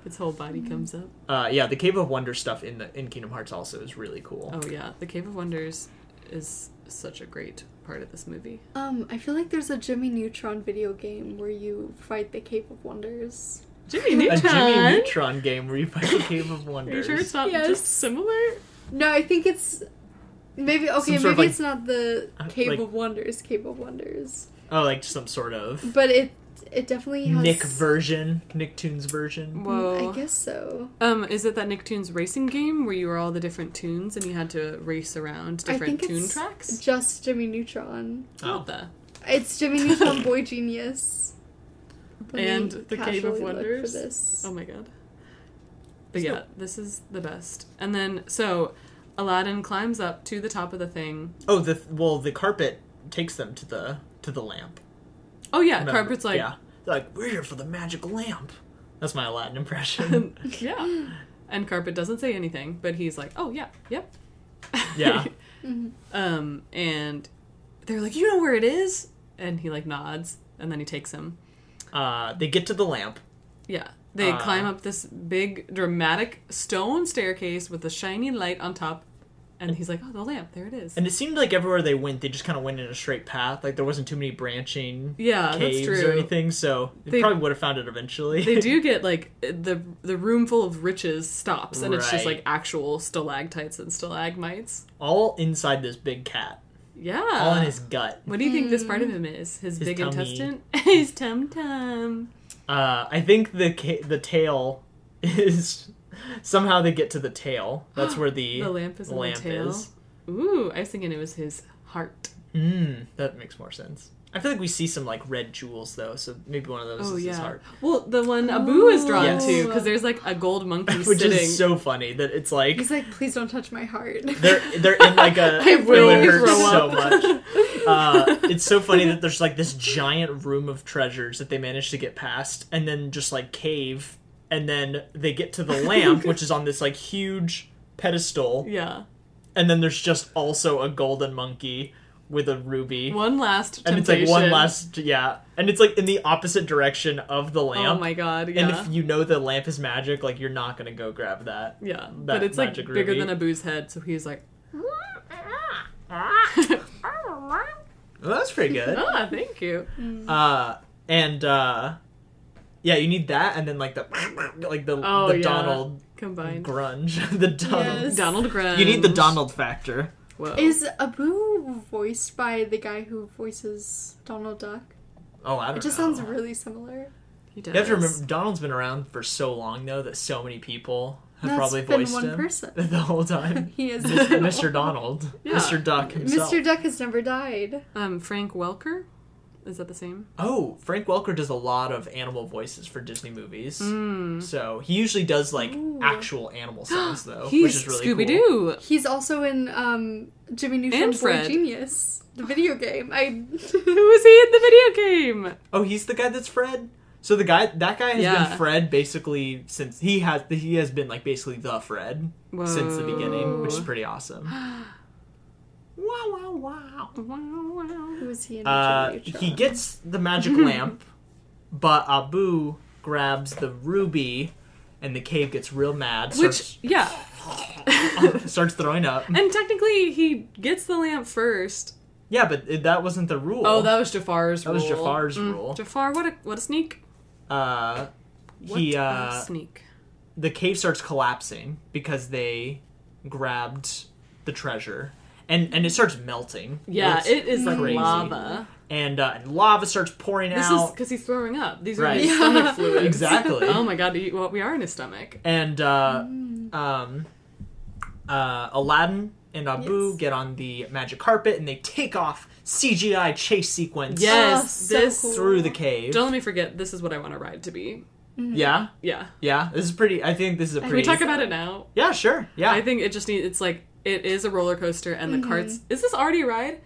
S2: Its whole body comes up.
S1: uh, yeah, the Cave of Wonder stuff in the in Kingdom Hearts also is really cool.
S2: Oh yeah, the Cave of Wonders is such a great part of this movie.
S3: Um, I feel like there's a Jimmy Neutron video game where you fight the Cave of Wonders.
S2: Jimmy
S1: a
S2: Neutron.
S1: Jimmy Neutron game where you fight the Cave of
S2: Are you
S1: Wonders.
S2: sure it's not
S3: Yes.
S2: just similar?
S3: No, I think it's maybe okay.
S1: Some
S3: Maybe
S1: sort of, like,
S3: it's not the
S1: uh,
S3: Cave
S1: like-
S3: of Wonders, Cave of Wonders,
S1: Oh, like some sort of
S3: but it it definitely has
S1: Nick version, Nicktoons version.
S2: Whoa.
S3: I guess so.
S2: Um, is it that Nicktoons racing game where you were all the different tunes and you had to race around
S3: I
S2: different
S3: think
S2: tune
S3: it's
S2: tracks?
S3: Just Jimmy Neutron.
S1: Oh.
S2: What the?
S3: It's Jimmy Neutron, Boy Genius. Let me
S2: And the Cave of
S3: casually look for
S2: Wonders?
S3: this.
S2: Oh my god. But yeah, this is the best. And then so Aladdin climbs up to the top of the thing.
S1: Oh, the well, the carpet takes them to the to the lamp.
S2: Oh yeah,
S1: Remember?
S2: Carpet's like
S1: yeah, They're like we're here for the magic lamp. That's my Aladdin impression.
S2: yeah. And Carpet doesn't say anything, but he's like, "Oh yeah, yep."
S1: yeah,
S2: Um, and they're like, "You know where it is?" And he like nods, and then he takes him.
S1: uh, they get to the lamp.
S2: Yeah. They
S1: Uh,
S2: climb up this big, dramatic stone staircase with a shiny light on top. And he's like, oh, the lamp, there it is.
S1: And it seemed like everywhere they went, they just kind of went in a straight path. Like there wasn't too many branching
S2: yeah, that's
S1: caves
S2: true.
S1: or anything, so they,
S2: They-
S1: probably would have found it eventually.
S2: They do get like the the room full of riches stops, and it's just
S1: Right.
S2: like actual stalactites and stalagmites.
S1: all inside this big cat,
S2: Yeah.
S1: all in his gut.
S2: what do you think this part of him is? His,
S1: His
S2: big
S1: tummy.
S2: intestine? his tum tum.
S1: Uh, I think the ca- the tail is somehow they get to the tail. That's where the,
S2: The lamp is in
S1: lamp
S2: the tail.
S1: is.
S2: Ooh, I was thinking it was his heart.
S1: Mm, that makes more sense. I feel like we see some like red jewels though, so maybe one of those
S2: Oh
S1: is
S2: yeah.
S1: his heart,
S2: Well, the one Abu is drawn
S1: Yes.
S2: to because there's like a gold monkey
S1: which
S2: sitting.
S1: is so funny that it's like
S3: He's like, please don't touch my heart.
S1: they're they're in like a
S2: I will
S1: it hurts
S2: throw
S1: so
S2: up.
S1: much. Uh, it's so funny that there's like this giant room of treasures that they manage to get past, and then just like cave, and then they get to the lamp, which is on this like huge pedestal.
S2: yeah.
S1: and then there's just also a golden monkey with a ruby
S2: One last
S1: and it's
S2: temptation.
S1: like one last yeah and it's like in the opposite direction of the lamp
S2: Oh my god, yeah.
S1: and if you know the lamp is magic like you're not gonna go grab that
S2: yeah.
S1: that
S2: But it's like
S1: magic
S2: bigger
S1: ruby.
S2: than Abu's head, so he's like
S1: well, that's pretty good
S2: Ah, thank you.
S1: uh and uh yeah you need that and then like the like the,
S2: Oh,
S1: the
S2: yeah.
S1: donald
S2: Combined.
S1: grunge the donald
S3: Yes.
S2: Donald Grunge.
S1: you need the donald factor
S2: Whoa.
S3: Is Abu voiced by the guy who voices Donald Duck?
S1: oh i don't
S3: It just
S1: know
S3: sounds really similar.
S2: He does.
S1: You have to remember, Donald's been around for so long though that so many people have
S3: That's
S1: probably
S3: been
S1: voiced
S3: one
S1: him
S3: person.
S1: the whole time.
S3: He is
S1: Mr. Donald,
S2: Yeah.
S1: Mr. Duck himself.
S3: Mr. Duck has never died.
S2: Um, Frank Welker? Is that the same?
S1: Oh, Frank Welker does a lot of animal voices for Disney movies.
S2: Mm.
S1: So he usually does like
S3: Ooh.
S1: actual animal sounds though, which
S2: He's
S1: is really
S2: Scooby
S1: cool.
S2: Doo.
S3: He's also in um, Jimmy
S2: And
S3: Neutron's Boy
S2: Fred.
S3: Genius, the video game. I
S2: Who was he in the video game?
S1: Oh, he's the guy that's Fred. So the guy that guy has
S2: Yeah.
S1: been Fred basically since he has he has been like basically the Fred
S2: Whoa.
S1: since the beginning, which is pretty awome. wow! Wow! Wow!
S2: Wow, wow.
S3: who was he in
S1: Uh,
S3: Jimmy Neutron?
S1: he gets the magic
S2: Mm-hmm.
S1: lamp, but Abu grabs the ruby, and the cave gets real mad.
S2: Which, yeah.
S1: starts, starts throwing up.
S2: And technically, he gets the lamp first.
S1: Yeah, but it, that wasn't the rule.
S2: Oh, that was Jafar's
S1: That
S2: rule. Mm.
S1: was Jafar's rule.
S2: Jafar, what a what a sneak.
S1: Uh,
S2: What
S1: he
S2: a
S1: uh,
S2: sneak.
S1: the cave starts collapsing because they grabbed the treasure, and and it starts melting.
S2: Yeah,
S1: It's-
S2: it is like
S1: crazy.
S2: lava.
S1: and uh, and lava starts pouring
S2: This is
S1: out.
S2: because he's throwing up. These are
S1: Right.
S2: his stomach fluids.
S1: Exactly.
S2: Oh my god, he, well, we are in his stomach.
S1: and uh,
S3: Mm.
S1: um, uh, Aladdin and Abu
S3: Yes.
S1: get on the magic carpet and they take off CGI chase sequence
S2: Yes,
S3: Oh, so
S2: this.
S3: cool.
S1: through the cave.
S2: Don't let me forget. This is what I want a ride to be.
S1: Yeah,
S2: Yeah.
S1: yeah. This is pretty. I think this is a
S2: Can Mm-hmm. we
S1: pretty.
S2: talk about it now?
S1: yeah, sure. Yeah,
S2: I think it just needs. It's like it is a roller coaster, and the carts. Is this already a ride?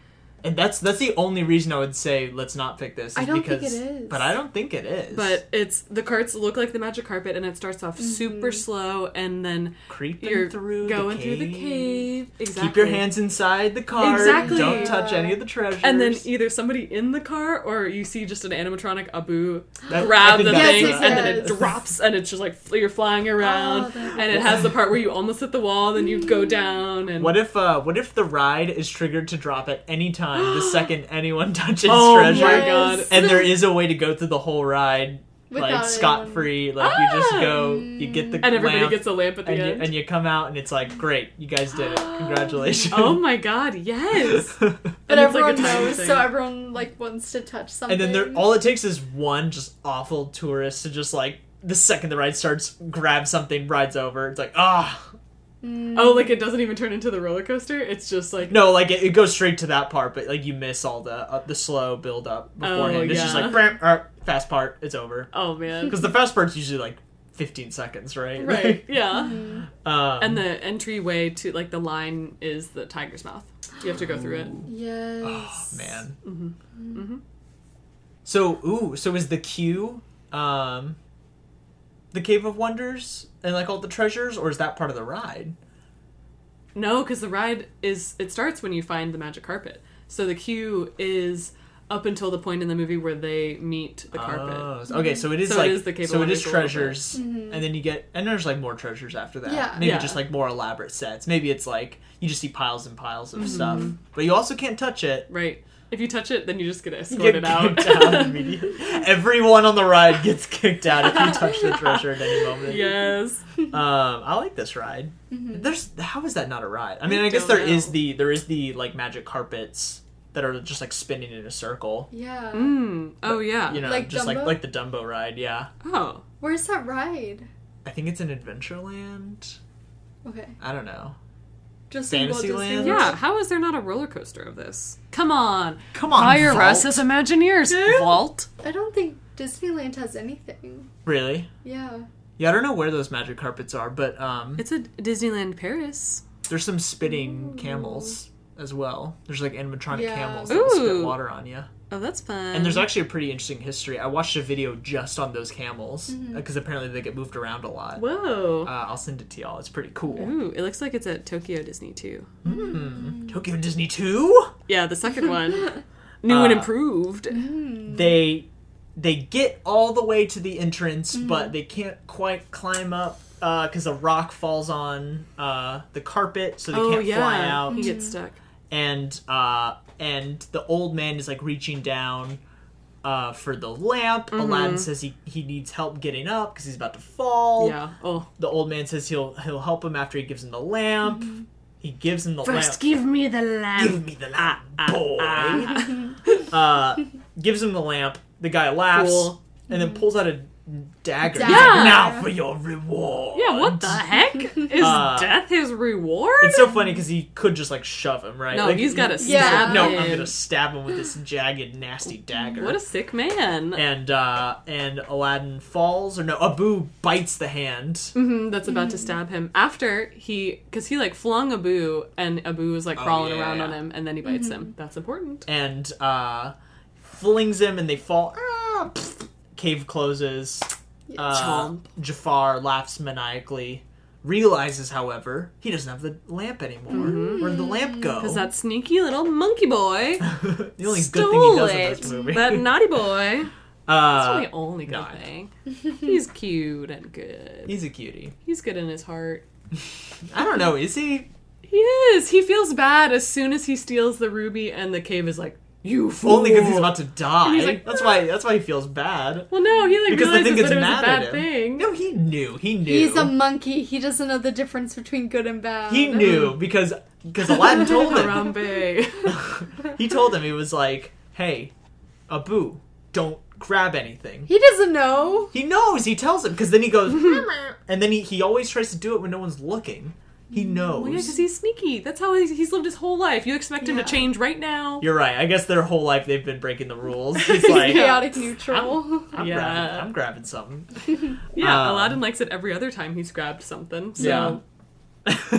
S1: and that's that's the only reason I would say let's not pick this. Is
S3: I don't think
S1: because,
S3: it is.
S1: But I don't think it is.
S2: But it's the carts look like the magic carpet, and it starts off super slow, and then
S1: creeping
S2: you're
S1: through
S2: going
S1: the
S2: through
S1: cave.
S2: the cave. Exactly.
S1: Keep your hands inside the car.
S2: Exactly.
S1: Don't touch any of the treasures.
S2: And then either somebody in the car, or you see just an animatronic Abu
S1: That- I
S2: grab
S1: think
S2: the
S1: that's
S2: thing,
S1: the-
S2: and then it
S3: Yes.
S2: drops, and it's just like fl- you're flying around,
S3: Oh, that-
S2: and it has the part where you almost hit the wall, then you go down, and
S1: What if uh what if the ride is triggered to drop at any time the second anyone touches
S2: oh
S1: treasure?
S2: my
S3: Yes.
S2: god,
S1: And there is a way to go through the whole ride like
S3: Without
S1: scot
S3: anyone-
S1: free. Like you just
S2: Ah!
S1: go you get the
S2: and everybody
S1: lamp,
S2: gets a lamp at the
S1: and you,
S2: end.
S1: and you come out and it's like great, you guys did it. Congratulations.
S2: oh my god, yes!
S3: But
S2: And it's like a
S3: everyone
S2: tiny
S3: knows,
S2: thing.
S3: so everyone like wants to touch something.
S1: and then there all it takes is one just awful tourist to just like the second the ride starts, grab something, rides over. It's like ah,
S3: Mm.
S2: Oh, like it doesn't even turn into the roller coaster. It's just like
S1: No, like it, it goes straight to that part, but like you miss all the uh, the slow build up beforehand. It's just
S2: Oh, yeah.
S1: like bam, er, fast part, it's over.
S2: oh man,
S1: Because the fast part's usually like fifteen seconds, right?
S2: right? Yeah.
S3: Mm.
S1: um,
S2: And the entryway to like the line is the tiger's mouth. You have to go through it.
S1: oh,
S3: yes,
S1: man.
S2: Mhm.
S1: So ooh, so is the queue, um, the Cave of Wonders and like all the treasures, or is that part of the ride?
S2: No, because the ride is it starts when you find the magic carpet. So the queue is up until the point in the movie where they meet the carpet.
S1: Oh,
S3: Mhm.
S1: so- okay, so it is
S2: So it
S1: like
S2: is the Cave of
S1: so it is
S2: Wonders a little bit.
S1: treasures, and then you get and there's like more treasures after that.
S3: Mm-hmm. Yeah.
S1: maybe
S2: Yeah.
S1: just like more elaborate sets. Maybe it's like you just see piles and piles
S3: Mm-hmm.
S1: of stuff, but you also can't touch it.
S2: Mm-hmm. Right. If you touch it, then you just get
S1: You
S2: escorted
S1: get
S2: out.
S1: kicked out immediately. Everyone on the ride gets kicked out if you touch the treasure at any moment.
S2: yes.
S1: Um, I like this ride.
S3: Mm-hmm.
S1: There's how is that not a ride? I mean,
S2: I
S1: I guess
S2: don't
S1: there is
S2: know.
S1: the there is the like magic carpets that are just like spinning in a circle.
S3: yeah.
S2: Mm. Oh yeah.
S1: You know,
S3: Like
S1: just
S3: Dumbo?
S1: like like the Dumbo ride. Yeah,
S2: Oh.
S3: Where's that ride?
S1: I think it's in Adventureland.
S3: Okay,
S1: I don't know.
S3: just in Walt Disney
S1: Fantasyland?
S3: World.
S2: Yeah, how is there not a roller coaster of this? Come on.
S1: Come on,
S2: Hire
S1: Vault.
S2: us as Imagineers.
S1: Dude.
S2: Vault.
S3: I don't think Disneyland has anything.
S1: Really?
S3: Yeah,
S1: Yeah, I don't know where those magic carpets are, but um,
S2: It's a Disneyland Paris.
S1: there's some spitting camels as well. There's like animatronic
S3: Yeah.
S1: camels that will spit
S2: Ooh.
S1: water on you.
S2: Oh, that's fun.
S1: And there's actually a pretty interesting history. I watched a video just on those camels because apparently they get moved around a lot.
S2: Whoa.
S1: Uh, I'll send it to y'all. It's pretty cool.
S2: Ooh, it looks like it's at Tokyo Disney too.
S1: Hmm. Tokyo Disney 2?
S2: Yeah, the second one. New and
S1: Uh,
S2: improved.
S3: Mm.
S1: They they get all the way to the entrance,
S2: Mm-hmm.
S1: but they can't quite climb up because a rock falls on uh, the carpet, so they
S2: oh
S1: can't
S2: yeah,
S1: fly out.
S2: he gets stuck.
S1: and uh, and the old man is like reaching down uh, for the lamp.
S2: Mm-hmm.
S1: Aladdin says he, he needs help getting up because he's about to fall.
S2: Yeah. Oh.
S1: The old man says he'll he'll help him after he gives him the lamp. He gives him the lamp.
S2: Mm-hmm. give Ah, me the
S1: Oh, Give
S2: lamp.
S1: me the lamp, boy. uh, gives him the lamp. The guy laughs
S2: Fool. Mm-hmm.
S1: and then pulls out a dagger.
S3: Dagger.
S2: Yeah.
S1: Now for your reward.
S2: Yeah, what the heck? Is
S1: Uh,
S2: death his reward?
S1: It's so funny because he could just like shove him, right?
S2: No,
S1: Like,
S2: he's gotta
S1: he's like,
S3: stab
S1: no, I'm
S2: him."
S1: gonna stab him with this jagged, nasty dagger.
S2: What a sick man.
S1: and uh, and Aladdin falls, or no, Abu bites the hand.
S2: Mhm, that's about to stab him after he because he like flung abu and abu was like
S1: Oh,
S2: crawling
S1: yeah,
S2: around
S1: yeah.
S2: on him and then he bites him that's important
S1: and uh, flings him, and they fall. Ah, pfft. cave closes. Uh,
S2: Chomp.
S1: Jafar laughs maniacally. Realizes, however, he doesn't have the lamp anymore. Where did the lamp go?
S2: Mm-hmm. because that sneaky little monkey boy
S1: the only good thing he
S2: stole
S1: does
S2: it
S1: in this movie.
S2: that naughty boy that's
S1: uh,
S2: the only good
S1: no.
S2: thing he's cute and good
S1: he's a cutie.
S2: he's good in his heart
S1: I don't know. Is he?
S2: he is he feels bad as soon as he steals the ruby and the cave is like you fool
S1: Only because he's about to die.
S2: he's like, "Ah."
S1: that's why. That's why he feels bad.
S2: well no he like
S1: Because they
S2: realizes
S1: think it's
S2: that it was a
S1: mad at
S2: bad
S1: him.
S2: thing
S1: No, he knew. He knew.
S3: He's a monkey. He doesn't know the difference between good and bad.
S1: he knew because because Aladdin told him.
S2: Harambe.
S1: he told him he was like, "Hey, Abu, don't grab anything."
S3: He doesn't know.
S1: He knows. He tells him because then he goes, and then he, he always tries to do it when no one's looking. He knows.
S2: Well, Oh, yeah, because he's sneaky. That's how he's, he's lived his whole life. You expect him to
S3: Yeah.
S2: change right now.
S1: You're right. I guess their whole life they've been breaking the rules. He's
S3: He's
S1: like,
S3: chaotic neutral.
S1: I'm,
S2: Yeah.
S1: grabbing, I'm grabbing something.
S2: yeah,
S1: Um,
S2: Aladdin likes it every other time he's grabbed something. So
S1: Yeah.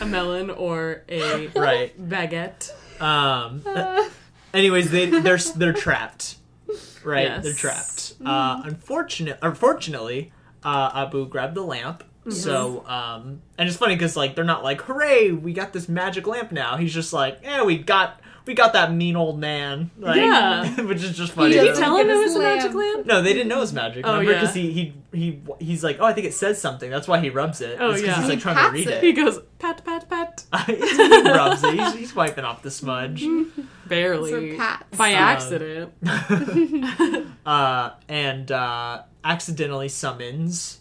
S2: a melon or a
S1: right.
S2: baguette.
S1: Um. anyways, they they're they're trapped, right?
S2: Yes. Mm.
S1: They're trapped. Uh, unfortunate, unfortunately, uh, Abu grabbed the lamp.
S2: Mm-hmm.
S1: So, um, and it's funny because like they're not like, "Hooray, we got this magic lamp now." He's just like, "Yeah, we got we got that mean old man." Like,
S2: Yeah.
S1: which is just
S3: He
S1: funny.
S2: Did
S3: doesn't
S2: you tell him
S3: give
S2: it
S3: us
S2: was a magic
S3: lamp.
S2: lamp?
S1: no, they didn't know it was magic.
S2: Oh,
S1: Remember,
S2: yeah.
S1: because he, he he he's like, "Oh, I think it says something." That's why he rubs it.
S2: Oh,
S1: It's 'cause
S2: yeah.
S1: he's
S2: He
S1: like trying to
S3: pats
S1: read
S3: it.
S1: it.
S2: He goes pat pat pat.
S1: he rubs it. He's, he's wiping off the smudge.
S2: Barely.
S3: Or pats.
S2: By
S1: Um,
S2: accident.
S1: uh, and uh, accidentally summons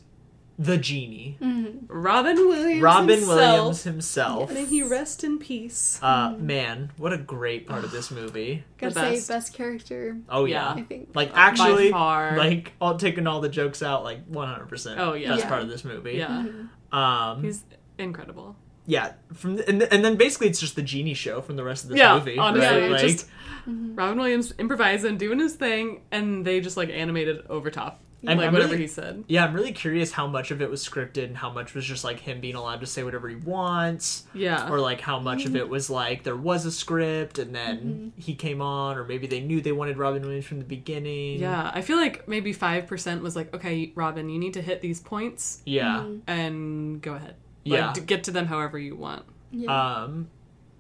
S1: the genie,
S3: Mm-hmm.
S2: Robin Williams.
S1: Robin
S2: himself.
S1: Williams himself.
S2: May he rest in peace.
S1: Uh, man, what a great part of this movie!
S3: Gotta
S2: The
S3: say,
S2: best.
S3: best character.
S1: Oh yeah,
S3: I think.
S1: like actually,
S2: By far.
S1: like all taking all the jokes out, like one hundred percent.
S2: Oh, yeah.
S1: best
S3: Yeah.
S1: part of this movie.
S2: yeah.
S1: um,
S2: He's incredible.
S1: yeah. From th- and, th- and then basically it's just the genie show from the rest of this
S2: Yeah,
S1: movie.
S2: honestly,
S1: right?
S2: it's
S1: like,
S2: just- Robin Williams improvising, doing his thing, and they just like animated over top.
S1: I'm-
S2: like
S1: I'm
S2: whatever
S1: really-
S2: he said.
S1: yeah, I'm really curious how much of it was scripted and how much was just like him being allowed to say whatever he wants.
S2: Yeah.
S1: or like how much of it was like there was a script and then he came on or maybe they knew they wanted robin williams from the beginning
S2: yeah. I feel like maybe 5% was like, okay, Robin, you need to hit these points
S1: yeah
S3: Mm-hmm.
S2: and go ahead. Like,
S1: Yeah.
S2: d- get to them however you want.
S1: um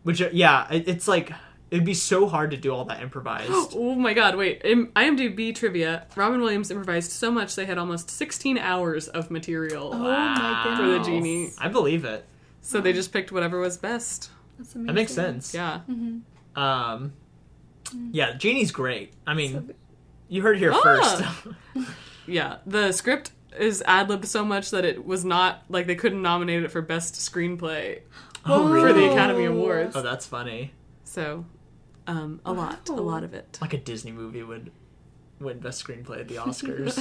S1: which uh, yeah it, it's like it'd be so hard to do all that improvised
S2: Oh my god, wait. Im- IMDb trivia Robin Williams improvised so much they had almost 16 hours of material
S3: Oh my
S2: for the
S3: goodness.
S2: genie.
S1: i believe it
S2: So they just picked whatever was best.
S3: That's amazing.
S1: that makes sense
S2: Yeah.
S1: um yeah genie's great i mean
S3: So good.
S1: you heard it here
S2: Ah!
S1: first
S2: Yeah, the script is ad libbed so much that it was not like they couldn't nominate it for best screenplay
S1: oh
S2: for the
S3: Oh.
S2: Academy Awards.
S1: oh that's funny
S2: So, um, a lot, a lot of it
S1: like a disney movie would win best screenplay at the oscars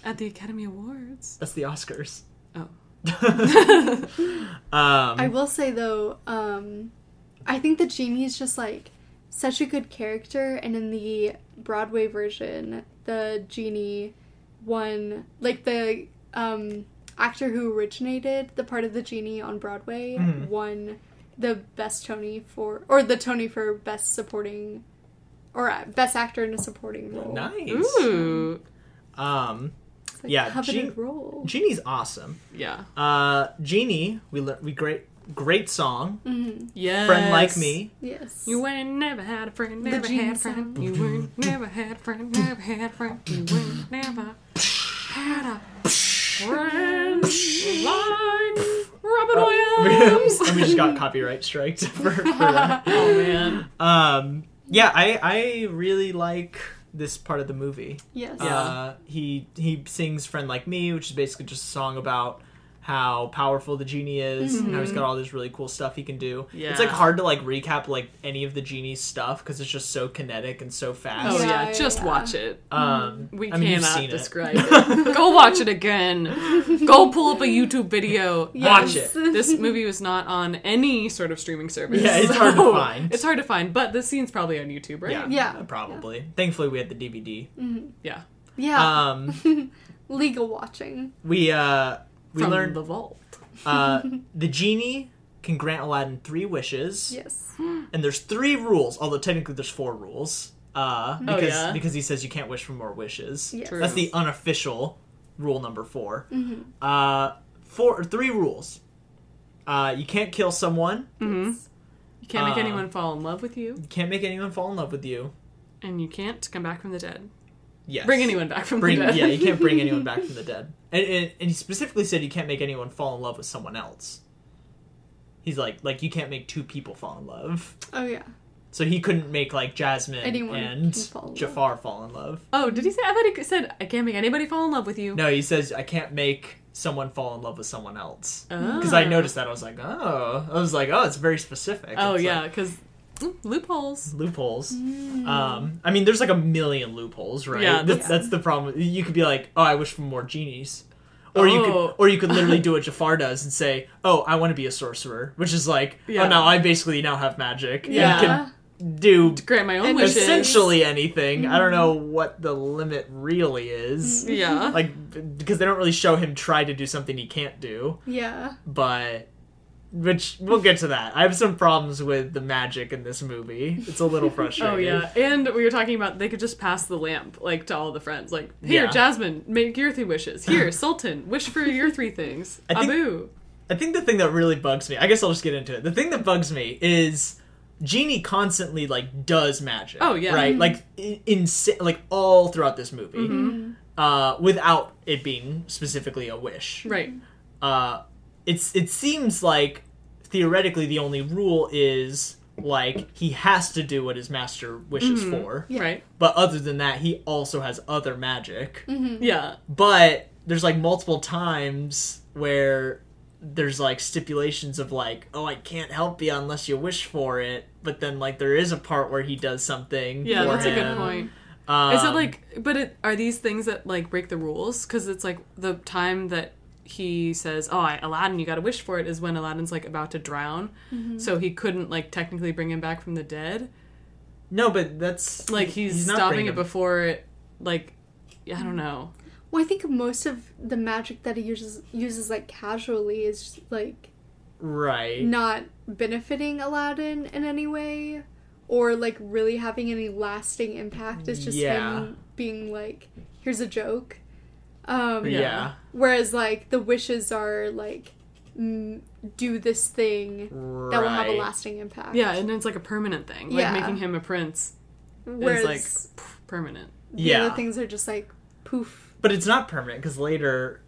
S2: at the Academy Awards.
S1: that's the oscars
S2: Oh.
S1: um
S3: I will say though, um, I think the genie is just like such a good character, and in the Broadway version, the genie won like the um, actor who originated the part of the genie on Broadway
S1: Mhm.
S3: won the best Tony for or the Tony for best supporting or uh, best actor in a supporting role.
S1: Nice.
S2: Ooh,
S1: Um,
S3: It's like
S1: Yeah,
S3: a
S1: Gen-
S3: coveted role.
S1: Genie's awesome.
S2: yeah,
S1: Uh, Genie, we le- we great great song.
S2: yeah.
S1: Friend like me.
S3: Mm-hmm. Yes.
S2: You ain't never had a friend, never
S3: Gene
S2: had a friend. You ain't never had a friend, never had a friend. You ain't never had a friend like Robin
S1: Oh.
S2: Williams.
S1: and we just got copyright striked for, for that.
S2: oh man.
S1: Um, yeah, I I really like this part of the movie.
S3: yes.
S1: Uh, he he sings "Friend Like Me," which is basically just a song about how powerful the genie is, and how he's got all this really cool stuff he can do. It's like
S2: Mm-hmm. Yeah.
S1: hard to like recap like any of the genie's stuff because it's just so kinetic and so fast.
S2: Oh
S3: Yeah,
S2: yeah,
S3: yeah,
S2: just
S3: yeah.
S2: watch it.
S1: Um,
S2: We
S1: I mean, you've
S2: cannot
S1: seen it.
S2: describe it. Go watch it again. Go pull up a YouTube video.
S1: Watch
S3: Yes.
S1: it.
S2: This movie was not on any sort of streaming service.
S1: Yeah, it's hard to
S2: so-
S1: find.
S2: It's hard to find, but this scene's probably on YouTube, right?
S1: Yeah,
S3: Yeah.
S1: probably. Thankfully, we had the DVD.
S2: Yeah.
S3: yeah,
S1: Um,
S3: legal watching.
S1: we uh, we
S2: From
S1: learned
S2: the vault.
S1: uh, the genie can grant Aladdin three wishes,
S3: Yes.
S1: and there's three rules. Although technically, there's four rules. Uh, because
S2: Oh, yeah?
S1: because he says you can't wish for more wishes.
S3: Yes. Mm-hmm.
S2: True.
S1: That's the unofficial rule number 4 Uh, four three rules. Uh, you can't kill someone.
S2: Mm-hmm. You can't make
S1: Um,
S2: anyone fall in love with you,
S1: You can't make anyone fall in love with you.
S2: and you can't come back from the dead.
S1: Yes.
S2: Bring anyone back from
S1: Bring
S2: the dead.
S1: yeah. You can't bring anyone back from the dead. And, and, and he specifically said you can't make anyone fall in love with someone else. He's like like you can't make two people fall in love.
S3: Oh yeah.
S1: So he couldn't make like Jasmine
S3: Anyone
S1: and
S3: can fall in love.
S1: Jafar fall in love.
S2: Oh, did he say? I thought he said I can't make anybody fall in love with you.
S1: No, he says I can't make someone fall in love with someone else.
S2: Because
S1: Because I noticed that I was like, oh, I was like, oh, it's very specific.
S2: Oh
S1: It's
S2: yeah,
S1: like
S2: because loopholes.
S1: loopholes.
S3: Mm.
S1: Um, I mean, there's like a million loopholes, right?
S2: Yeah,
S1: that's, that's the problem. You could be like, oh, I wish for more genies. Or you could,
S2: Oh.
S1: or you could literally do what Jafar does and say, "Oh, I want to be a sorcerer," which is like, "Oh,
S2: Yeah.
S1: now I basically now have magic
S2: Yeah.
S1: and can do
S2: Grant my own
S5: And
S2: wishes. Mm-hmm.
S1: essentially anything." I don't know what the limit really is,
S2: Yeah.
S1: like b- because they don't really show him try to do something he can't do
S3: Yeah.
S1: but which we'll get to that. I have some problems with the magic in this movie. It's a little frustrating.
S2: Oh yeah, and we were talking about they could just pass the lamp like to all the friends, like here,
S1: Yeah.
S2: Jasmine, make your three wishes. Here, Sultan, wish for your three things.
S1: I think-
S2: Abu,
S1: I think the thing that really bugs me. I guess I'll just get into it. The thing that bugs me is Genie constantly like does magic.
S2: Oh, yeah.
S1: right. Like in, insa- like all throughout this movie,
S2: Mm-hmm.
S1: uh, without it being specifically a wish.
S2: right?
S1: uh, it's it seems like theoretically the only rule is like he has to do what his master wishes
S2: Mm-hmm.
S1: for.
S3: Yeah.
S2: Right?
S1: But other than that, he also has other magic.
S3: Mm-hmm.
S2: Yeah,
S1: But there's like multiple times where there's like stipulations of like, oh, I can't help you unless you wish for it. But then like there is a part where he does something.
S2: yeah,
S1: for
S2: that's a good
S1: him.
S2: point.
S1: Um,
S2: Is it like, but it, are these things that like break the rules? Because it's like the time that he says, "Oh, I, Aladdin, you got to wish for it," is when Aladdin's like about to drown, so he couldn't like technically bring him back from the dead.
S1: no? But that's
S2: Like he's,
S1: not
S2: stopping
S1: bringing
S2: it
S1: him-
S2: before it, like. I don't know.
S3: Well, I think most of the magic that he uses uses like casually is just, like
S1: right.
S3: not benefiting Aladdin in any way or like really having any lasting impact. It's just
S1: Yeah.
S3: him being like, here's a joke. Um,
S1: Yeah.
S3: Whereas like the wishes are like, m- do this thing
S1: Right.
S3: that will have a lasting impact.
S2: Yeah, and it's like a permanent thing, like
S3: Yeah.
S2: making him a prince
S3: Whereas
S2: is like pff, permanent.
S3: the
S1: Yeah.
S3: other things are just like poof.
S1: But it's not permanent because later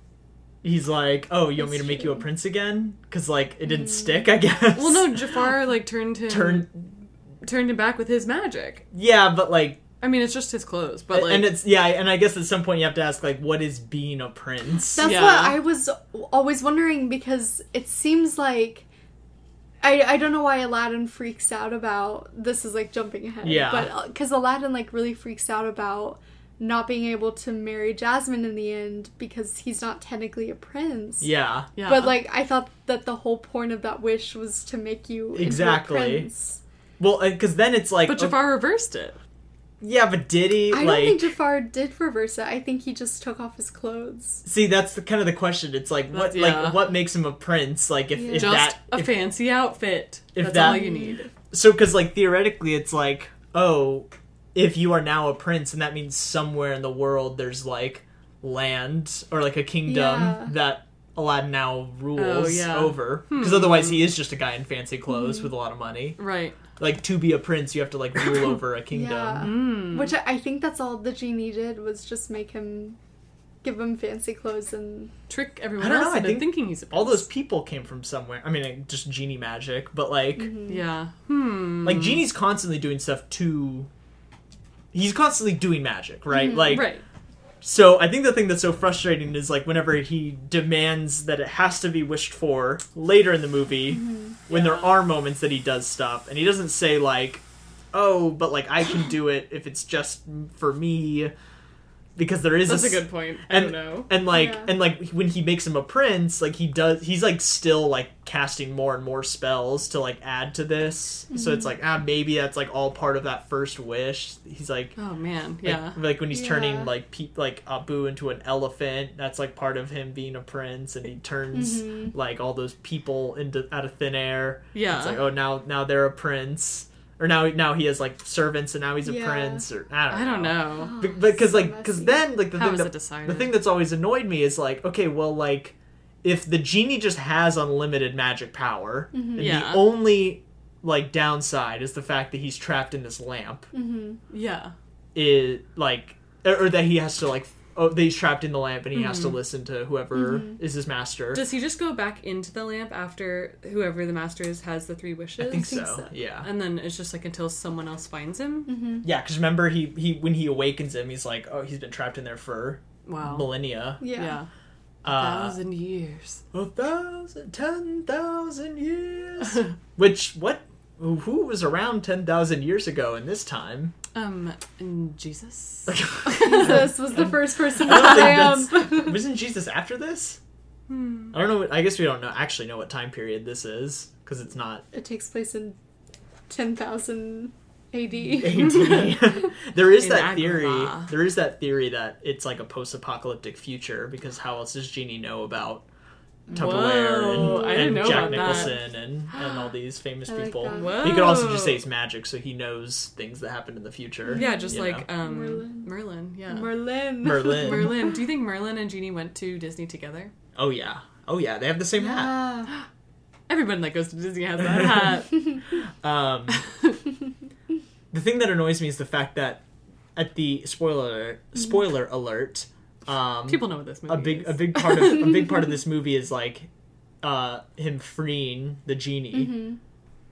S1: he's like, "Oh, you want me to
S3: That's
S1: make you a
S3: true.
S1: prince again?" Because like it didn't stick, I guess.
S2: Mm. Well, no, mm. Jafar like turned him
S1: turn.
S2: turned him back with his magic.
S1: Yeah, but like,
S2: I mean, it's just his clothes, but like
S1: and it's yeah, and I guess at some point you have to ask like, what is being a prince?
S3: That's
S2: Yeah.
S3: what I was always wondering because it seems like I I don't know why Aladdin freaks out about this is like jumping ahead.
S1: Yeah.
S3: But because Aladdin like really freaks out about not being able to marry Jasmine in the end because he's not technically a prince.
S1: yeah,
S2: yeah,
S3: But like I thought that the whole point of that wish was to make you
S1: Exactly.
S3: Into a prince.
S1: well, because then it's like, oh,
S2: but Jafar reversed it.
S1: yeah, but did he
S3: I
S1: like?
S3: don't think Jafar did reverse it. I think he just took off his clothes.
S1: see, that's the kind of the question. It's like, what
S2: That's- yeah.
S1: like what makes him a prince? Like if,
S3: Yeah.
S1: if
S2: Just
S1: that
S2: a
S1: if
S2: fancy outfit.
S1: if
S2: That's
S1: that-
S2: all you need.
S1: so because like theoretically it's like oh if you are now a prince and that means somewhere in the world there's like land or like a kingdom
S3: Yeah.
S1: that aladdin now rules
S2: Oh, yeah.
S1: over because otherwise he is just a guy in fancy clothes with a lot of money
S2: Right.
S1: like to be a prince you have to like rule over a kingdom
S3: Yeah.
S1: Hmm.
S2: Mm.
S3: Which I, I think that's all the genie did was just make him give him fancy clothes and
S2: Trick everyone
S1: I don't
S2: else
S1: know, I
S2: into
S1: think
S2: thinking he's a prince.
S1: all those people came from somewhere i mean just genie magic but like
S2: Yeah. Hmm.
S1: like genie's constantly doing stuff to he's constantly doing magic right like
S2: right.
S1: So I think the thing that's so frustrating is like whenever he demands that it has to be wished for later in the movie, when there
S5: Yeah.
S1: are moments that he does stuff, and he doesn't say like, "Oh, but like I can do it if it's just for me," because there is
S2: That's a
S1: s-
S2: good point. I
S1: and-
S2: don't know.
S1: and like
S3: Yeah.
S1: and like when he makes him a prince, like he does, he's like still like casting more and more spells to like add to this. So it's like ah, maybe that's like all part of that first wish. He's like
S2: Oh man,
S1: like-
S2: yeah.
S1: Like, when he's
S3: Yeah.
S1: turning like pe- like Abu into an elephant, that's like part of him being a prince, and he turns
S3: mm-hmm.
S1: like all those people into out of thin air.
S2: Yeah.
S1: It's like oh now now they're a prince, or now now he has like servants, and now he's a
S3: Yeah.
S1: prince, or I don't
S2: I don't know.
S1: Be- because
S3: so
S1: like because
S3: messy.
S1: then like the
S2: How
S1: thing
S2: is
S1: that,
S2: it decided?
S1: the thing that's always annoyed me is like okay well like if the genie just has unlimited magic power
S3: Mm-hmm.
S1: and
S2: Yeah.
S1: the only like downside is the fact that he's trapped in this lamp
S2: yeah.
S1: is like or, or that he has to like oh that he's trapped in the lamp and he has to listen to whoever is his master
S2: Does he just go back into the lamp after whoever the master is has the three wishes?
S1: I think so.
S3: think so.
S1: Yeah,
S2: And then it's just like until someone else finds him.
S1: yeah. Because remember, he he when he awakens him, he's like, oh, he's been trapped in there for
S2: Wow.
S1: millennia.
S3: Yeah.
S2: Yeah.
S1: Mm-hmm. Uh,
S2: Thousand years.
S1: A thousand, ten thousand years. Which what? Who was around ten thousand years ago in this time?
S2: Um, and Jesus.
S3: Jesus was the first person um, to
S1: I
S3: land.
S1: don't think that's- wasn't Jesus after this? I don't know. what- I guess we don't know actually know what time period this is because it's not
S3: It takes place in 10,000
S1: AD.
S3: AD.
S1: there is
S2: In
S1: that
S2: Agrabah.
S1: theory. There is that theory that it's like a post-apocalyptic future because how else does Genie know about Tupperware
S2: Whoa,
S1: and,
S2: I didn't
S1: and
S2: know
S1: Jack
S2: about that.
S1: Nicholson and and all these famous
S3: I like
S1: people?
S3: that.
S2: Whoa.
S1: He could also just say he's magic, so he knows things that happened in the future.
S2: Oh. Yeah, just
S1: you
S2: like
S1: know?
S2: um,
S3: Merlin.
S2: Merlin. Yeah.
S3: Merlin.
S1: Merlin.
S2: Merlin. Do you think Merlin and Genie went to Disney together?
S1: Oh yeah, oh yeah, they have the same hat.
S3: Yeah.
S2: Everyone that goes to Disney has that Uh, hat.
S1: Um, the thing that annoys me is the fact that at the spoiler alert, spoiler alert, um,
S2: People know what this movie
S1: a big
S2: is.
S1: a big part of a big part of this movie is like uh him freeing the genie
S2: Mm-hmm.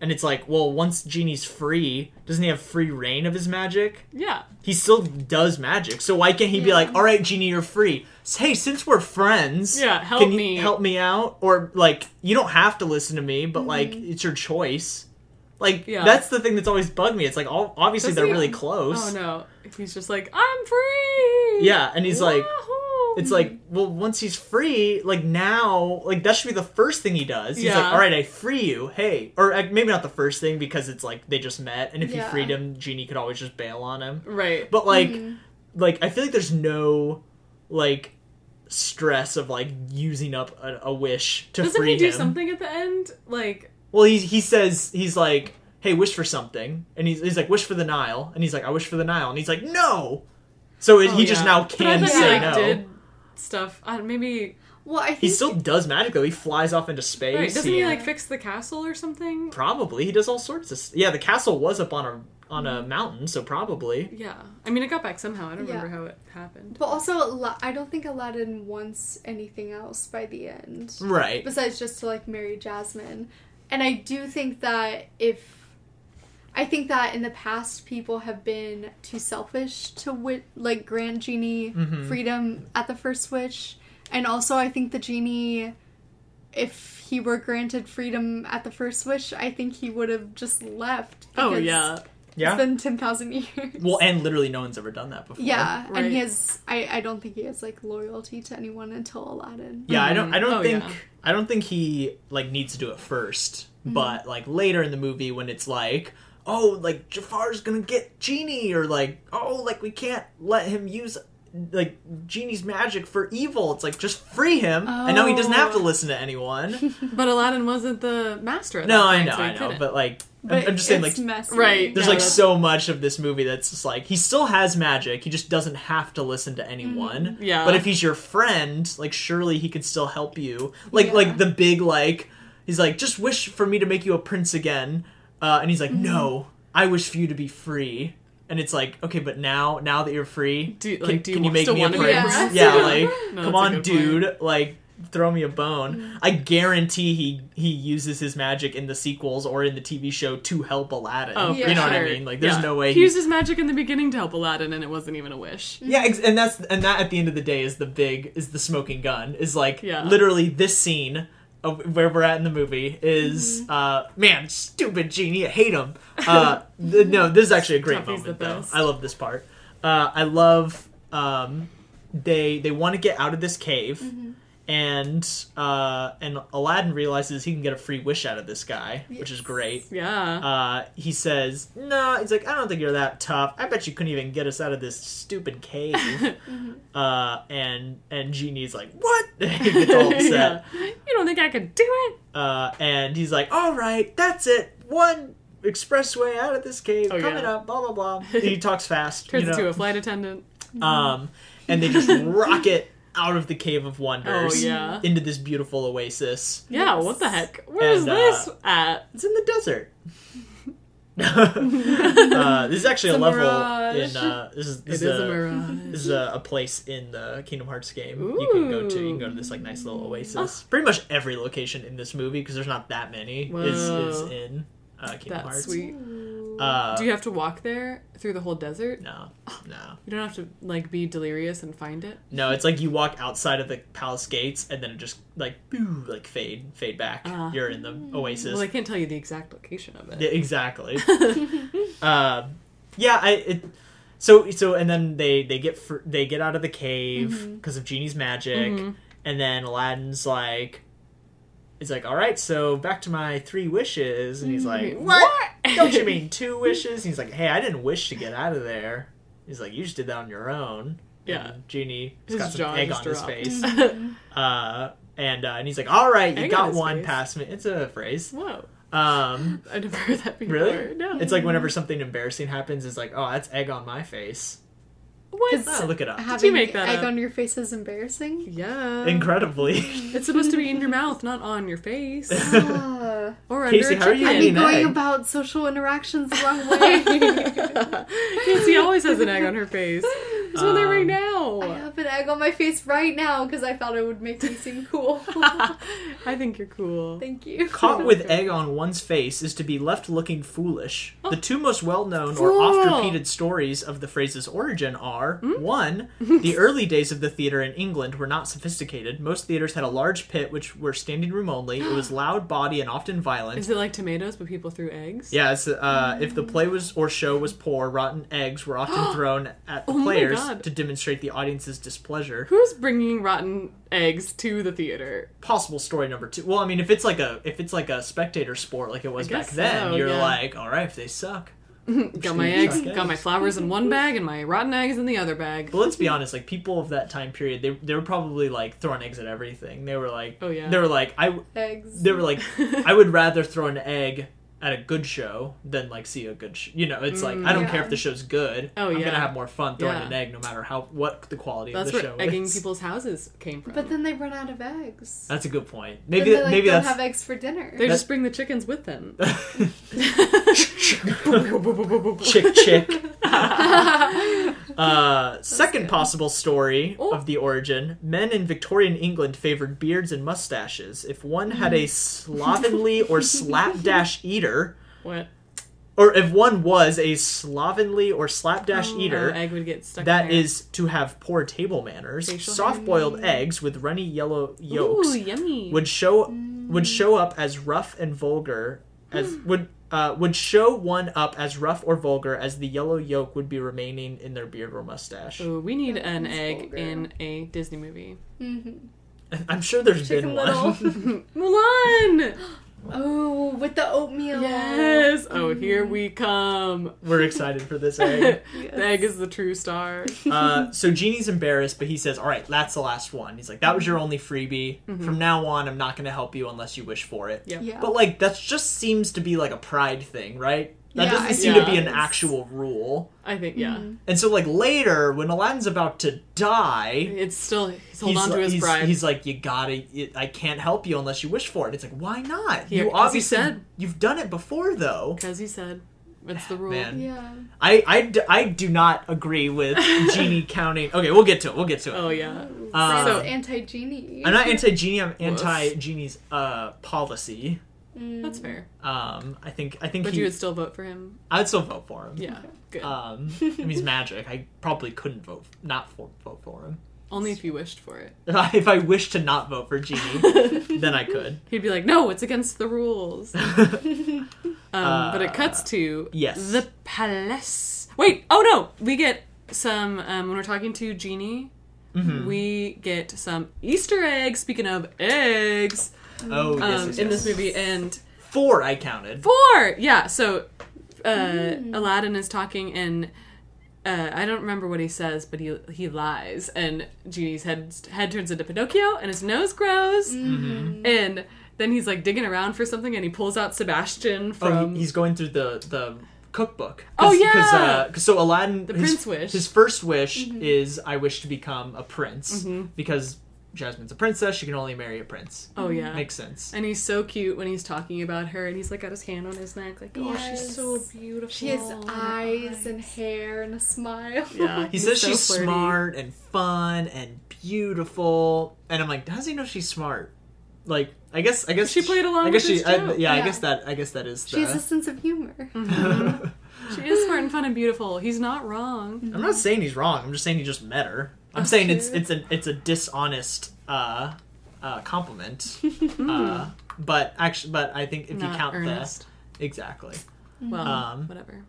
S1: and it's like well once genie's free doesn't he have free reign of his magic
S2: yeah.
S1: he still does magic so why can't he be like all right genie you're free S- hey since we're friends
S2: Yeah, help
S1: can you
S2: me."
S1: help me out or like you don't have to listen to me but like it's your choice like
S2: Mm-hmm. Yeah.
S1: that's the thing that's always bugged me it's like all, obviously
S2: Does
S1: they're
S2: he-
S1: really close
S2: Oh no. He's just like, I'm free.
S1: yeah and he's like
S2: Wahoo!
S1: it's like, well, once he's free, like now, like that should be the first thing he does. He's
S2: Yeah.
S1: like, all right, I free you. Hey, or uh, maybe not the first thing because it's like they just met, and if
S3: Yeah.
S1: he freed him, Genie could always just bail on him.
S2: right.
S1: But like,
S2: Mm-hmm.
S1: like I feel like there's no like stress of like using up a, a wish to
S2: Doesn't
S1: free
S2: he do
S1: him.
S2: something at the end? Like,
S1: Well, he he says he's like, "Hey, wish for something," and he's he's like, "Wish for the Nile," and he's like, "I wish for the Nile," and he's like, "No." So it,
S2: Oh,
S1: he just
S2: yeah.
S1: now
S2: but I
S1: can
S2: thought
S1: say
S2: he like
S1: no.
S2: did stuff. I don't- maybe
S3: Well, I think
S1: He still does magic though. He flies off into space.
S2: right. Doesn't he
S1: and-
S2: like fix the castle or something?
S1: probably he does all sorts of. s- Yeah, the castle was up on a on a mountain, so probably.
S2: Yeah. I mean, it got back somehow. I don't
S3: Yeah.
S2: remember how it happened.
S3: But also, Ala- I don't think Aladdin wants anything else by the end,
S1: Right.
S3: besides just to like marry Jasmine. And I do think that if, I think that in the past people have been too selfish to wit- like grant genie freedom at the first wish, and also I think the genie, if he were granted freedom at the first wish, I think he would have just left.
S2: Oh
S3: because
S2: yeah.
S1: Yeah.
S3: it's been ten thousand years.
S1: well, and literally no one's ever done that before.
S3: Yeah, and he
S2: Right.
S3: has. I I don't think he has like loyalty to anyone until Aladdin.
S1: Yeah, I don't. I don't
S2: Oh,
S1: think.
S2: yeah.
S1: I don't think he like needs to do it 1st
S2: Mm-hmm.
S1: but like later in the movie when it's like, oh, like Jafar's gonna get genie, or like, oh, like we can't let him use like genie's magic for evil. It's like just free him, and now he doesn't have to
S2: Oh.
S1: listen to anyone.
S2: But Aladdin wasn't the master. At
S1: no,
S2: that
S1: I
S2: point,
S1: know,
S2: so he
S1: I know,
S2: couldn't.
S1: but like, I'm-
S3: But
S1: I'm, just saying, like,
S3: it's messy.
S2: Right,
S1: There's
S2: Yeah,
S1: like
S2: that's-
S1: so much of this movie that's just like he still has magic. He just doesn't have to listen to anyone.
S2: Mm-hmm. Yeah.
S1: But if he's your friend, like surely he could still help you. Like
S3: Yeah.
S1: like the big like he's like just wish for me to make you a prince again. Uh, and he's like
S2: Mm-hmm.
S1: no, I wish for you to be free. And it's like okay, but now now that you're free,
S2: Do-
S1: can,
S2: like, do you
S1: can you
S2: wa-
S1: make
S2: still
S1: me a
S2: wanna be
S1: prince?
S3: a prince?
S1: Yeah,
S3: Yeah.
S1: like
S2: No,
S1: come on,
S2: that's a good point. Mm.
S1: dude. Like throw me a bone. I guarantee he he uses his magic in the sequels or in the TV show to help Aladdin.
S2: Oh,
S3: for
S1: you know what I
S2: sure.
S1: mean? Like, there's
S2: Yeah.
S1: no way.
S2: He
S1: He,
S2: used his magic in the beginning to help Aladdin, and it wasn't even a wish.
S1: yeah, ex- and that's and that at the end of the day is the big is the smoking gun is like
S2: Yeah.
S1: literally this scene of where we're at in the movie
S2: Mm-hmm.
S1: is uh man stupid genie I hate him. Uh, th- no, this is actually a great
S2: Duffy's the
S1: moment though.
S2: best.
S1: I love this part. Uh, I love um they they want to get out of this cave.
S2: Mm-hmm.
S1: and uh, and Aladdin realizes he can get a free wish out of this guy, which is
S3: Yes.
S1: great.
S2: Yeah.
S1: Uh, he says, "No," he's like, "I don't think you're that tough. I bet you couldn't even get us out of this stupid cave." uh, and and Genie's like, "What?" he gets all upset,
S2: Yeah. You don't think I could do it?
S1: uh, and he's like, "All right, that's it. One expressway out of this cave
S2: Oh,
S1: coming
S2: yeah.
S1: up." Blah blah blah. he talks fast.
S2: Turns
S1: you know?
S2: into a flight attendant.
S1: um, and they just rocket out of the cave of wonders
S2: Oh, yeah.
S1: into this beautiful oasis.
S2: Yeah,
S3: Yes.
S2: what the heck? Where is
S1: And, uh,
S2: this at?
S1: It's in the desert. uh, this is actually
S3: It's
S1: a
S3: a
S1: level
S3: mirage.
S1: in uh, this is
S2: It
S1: this
S2: is
S1: is a,
S2: a mirage.
S1: this is
S2: Mm-hmm.
S1: a, a place in the Kingdom Hearts game you can go to. You can go to this like nice little
S2: Ah.
S1: oasis. Pretty much every location in this movie because there's not that many is, is
S2: Whoa.
S1: in uh, Kingdom
S2: That's
S1: Hearts.
S2: sweet.
S1: Uh,
S2: Do you have to walk there through the whole desert?
S1: no, no,
S2: You don't have to like be delirious and find it.
S1: no. It's like you walk outside of the palace gates and then it just like boo, like fade fade back.
S2: Ah.
S1: You're in the oasis.
S2: Well, I can't tell you the exact location of
S1: Yeah,
S2: it.
S1: exactly. uh, yeah, I it, so so and then they they get fr- they get out of the cave
S2: Mm-hmm.
S1: because of Genie's magic,
S2: Mhm.
S1: and then Aladdin's like, it's like, all right, so back to my three wishes, and he's like,
S2: Mhm.
S1: what?
S2: What?
S1: Don't you mean two wishes? And he's like, hey, I didn't wish to get out of there. He's like, you just did that on your own.
S2: Yeah.
S1: And Genie has
S2: His
S1: got
S2: jaw
S1: some egg on
S2: just
S1: his
S2: dropped.
S1: face, uh, and uh, and he's like, all right, you
S2: Egg on
S1: got
S2: his
S1: one
S2: face?
S1: past me. It's a phrase.
S2: Whoa,
S1: Um,
S2: I never heard that before.
S1: Really?
S2: No.
S1: It's like whenever something embarrassing happens, it's like, oh, that's egg on my face.
S2: what?
S3: 'Cause-
S1: Oh, look it up.
S3: Having
S2: make that
S3: egg
S2: up?
S3: on your face is embarrassing.
S2: Yeah.
S1: Incredibly.
S2: It's supposed to be in your mouth, not on your face
S3: Ah.
S2: or under
S1: Casey,
S2: a
S1: how are you
S3: I've
S2: chicken.
S1: eating
S3: been going
S1: egg?
S3: about social interactions the wrong way.
S2: Casey always has an egg on her face. There's one there right
S1: Um,
S3: I
S2: now.
S3: have an egg on my face right now because I thought it would make me seem cool.
S2: I think you're cool.
S3: Thank you.
S1: Caught with egg on one's face is to be left looking foolish. The two most well known or
S2: Fool.
S1: oft repeated stories of the phrase's origin are
S2: Hmm?
S1: one, the early days of the theater in England were not sophisticated. Most theaters had a large pit, which were standing room only. It was loud, body, and often violent.
S2: Is it like tomatoes, but people threw eggs?
S1: Yes, uh, if the play was or show was poor, rotten eggs were often thrown at the
S2: Oh my
S1: players
S2: God.
S1: to demonstrate the audience's displeasure.
S2: Who's bringing rotten eggs to the theater?
S1: Possible story number two. Well, I mean, if it's like a if it's like a spectator sport, like it was back
S2: guess
S1: then,
S2: so,
S1: you're
S2: yeah.
S1: like, all right, if they suck.
S2: Got my
S1: Sure,
S2: eggs,
S1: sure.
S2: got my flowers in one bag, and my rotten eggs in the other bag.
S1: But let's be honest, like people of that time period, they they were probably like throwing eggs at everything. They were like,
S2: Oh, yeah.
S1: they were like, I
S3: eggs.
S1: they were like, I would rather throw an egg at a good show than like see a good sh- you know it's like i don't
S3: yeah.
S1: care if the show's good
S2: Oh,
S1: i'm
S2: yeah.
S1: gonna have more fun throwing
S2: Yeah.
S1: an egg no matter how what the quality
S2: That's
S1: of the
S2: where
S1: show
S2: egging
S1: is
S2: people's houses came from.
S3: But then they run out of eggs.
S1: That's a good point.
S3: Then
S1: Uh, Maybe
S3: they, like,
S1: maybe
S3: don't
S1: that's
S3: have eggs for dinner.
S2: they
S1: that-
S2: just bring the chickens with them.
S1: chick chick. uh, second
S3: good.
S1: possible story
S2: Oh.
S1: of the origin: men in Victorian England favored beards and mustaches. If one had
S2: Mm.
S1: a slovenly or slapdash eater,
S2: what?
S1: or if one was a slovenly or slapdash eater,
S2: Oh, egg would get stuck.
S1: That
S2: in
S1: is
S2: there.
S1: to have poor table manners.
S2: Facial
S1: Soft-boiled eggs with runny yellow yolks
S2: Ooh, Mm. yummy.
S1: would show would show up as rough and vulgar as
S2: Hmm.
S1: would uh, would show one up as rough or vulgar as the yellow yolk would be remaining in their beard or mustache.
S2: Ooh, we need
S3: That
S2: an
S3: sounds
S2: egg
S3: vulgar.
S2: in a Disney movie.
S3: Mhm.
S1: I'm sure there's
S3: Chicken
S1: been
S3: Little.
S1: one.
S2: Mulan.
S3: Oh, with the oatmeal.
S2: yes. Oh, here we come.
S1: We're excited for this
S2: the
S1: egg.
S2: egg is the true star.
S1: Uh, so Genie's embarrassed, but he says, "All right, that's the last one." He's like, "That was your
S2: Mm-hmm.
S1: only freebie. From now on, I'm not going to help you unless you wish for it."
S2: Yeah.
S3: Yeah.
S1: But like that just seems to be like a pride thing, right? That
S3: Yeah,
S1: doesn't
S3: I
S1: seem
S2: think
S1: to be
S2: it
S1: an
S3: is.
S1: actual rule.
S2: I think yeah.
S3: Mm,
S1: And so like later when Aladdin's about to die,
S2: It's still he's holding
S1: he's,
S2: on to
S1: li-
S2: his
S1: he's,
S2: pride.
S1: he's like you got to I can't help you unless you wish for it. It's like why not?
S2: Yeah,
S1: you
S2: 'cause he
S1: obviously
S2: said.
S1: you've done it before though.
S2: Because he said it's the rule.
S1: Ah, Man.
S3: Yeah.
S1: I I d- I do not agree with Genie counting. Okay, we'll get to it. We'll get to it.
S2: Oh yeah.
S1: Um,
S3: That's anti genie.
S1: I'm not anti genie. I'm anti genie's uh, policy.
S3: Mm.
S2: That's fair.
S1: Um, I think I think
S2: But
S1: he,
S2: you would still vote for him?
S1: I'd still vote for him.
S2: Yeah. Good.
S1: Um, I mean, he's magic. I probably couldn't vote not for, vote for him.
S2: Only if you wished for it.
S1: If I, if I wished to not vote for genie, then I could. Oh,
S2: He'd be like, no, it's against the rules. Um,
S3: Mm.
S2: but it cuts to
S1: Uh, yes.
S2: the palace. Wait, oh no, we get some um, when we're talking to Genie.
S1: Mm-hmm.
S2: We get some Easter eggs. Speaking of eggs,
S1: Oh
S2: um,
S1: yes, yes,
S2: in this
S1: yes.
S2: movie, and
S1: four I counted.
S2: four, yeah. So uh, Aladdin is talking, and uh, I don't remember what he says, but he he lies, and Genie's head head turns into Pinocchio, and his nose grows,
S1: Mm-hmm.
S2: and then he's like digging around for something, and he pulls out Sebastian
S1: Oh,
S2: from
S1: he- he's going through the the cookbook.
S2: Oh,
S1: because
S2: yeah!
S1: so Aladdin the his,
S2: prince wish. Mm-hmm.
S1: His first wish is I wish to become a prince because Jasmine's a princess. She can only marry a prince.
S2: oh yeah,
S1: Makes sense.
S2: And he's so cute when he's talking about her, and he's like got his hand on his neck, like, oh, she's
S3: Yes.
S2: so beautiful.
S3: She has
S2: Oh,
S3: eyes and hair and a smile.
S2: Yeah.
S1: He
S2: He's
S1: says
S2: so
S1: she's
S2: flirty.
S1: smart and fun and beautiful, and I'm like, how does he know she's smart? Like, I guess, I guess
S2: She played along
S1: I guess
S2: with
S1: she,
S2: his
S1: I-
S2: joke.
S1: yeah, I
S3: Yeah.
S1: guess that, I guess that is.
S3: She has a
S1: the...
S3: sense of humor.
S2: Mm-hmm. She is smart and fun and beautiful. He's not wrong.
S1: I'm not saying he's wrong. I'm just saying he just met her. I'm saying it's it's a it's a dishonest uh, uh, compliment. uh, but actually, but I think if
S2: Mm-hmm. not
S1: you count
S2: earnest. Oh.
S1: the exactly,
S3: Mm-hmm.
S2: Well,
S1: Um,
S2: whatever.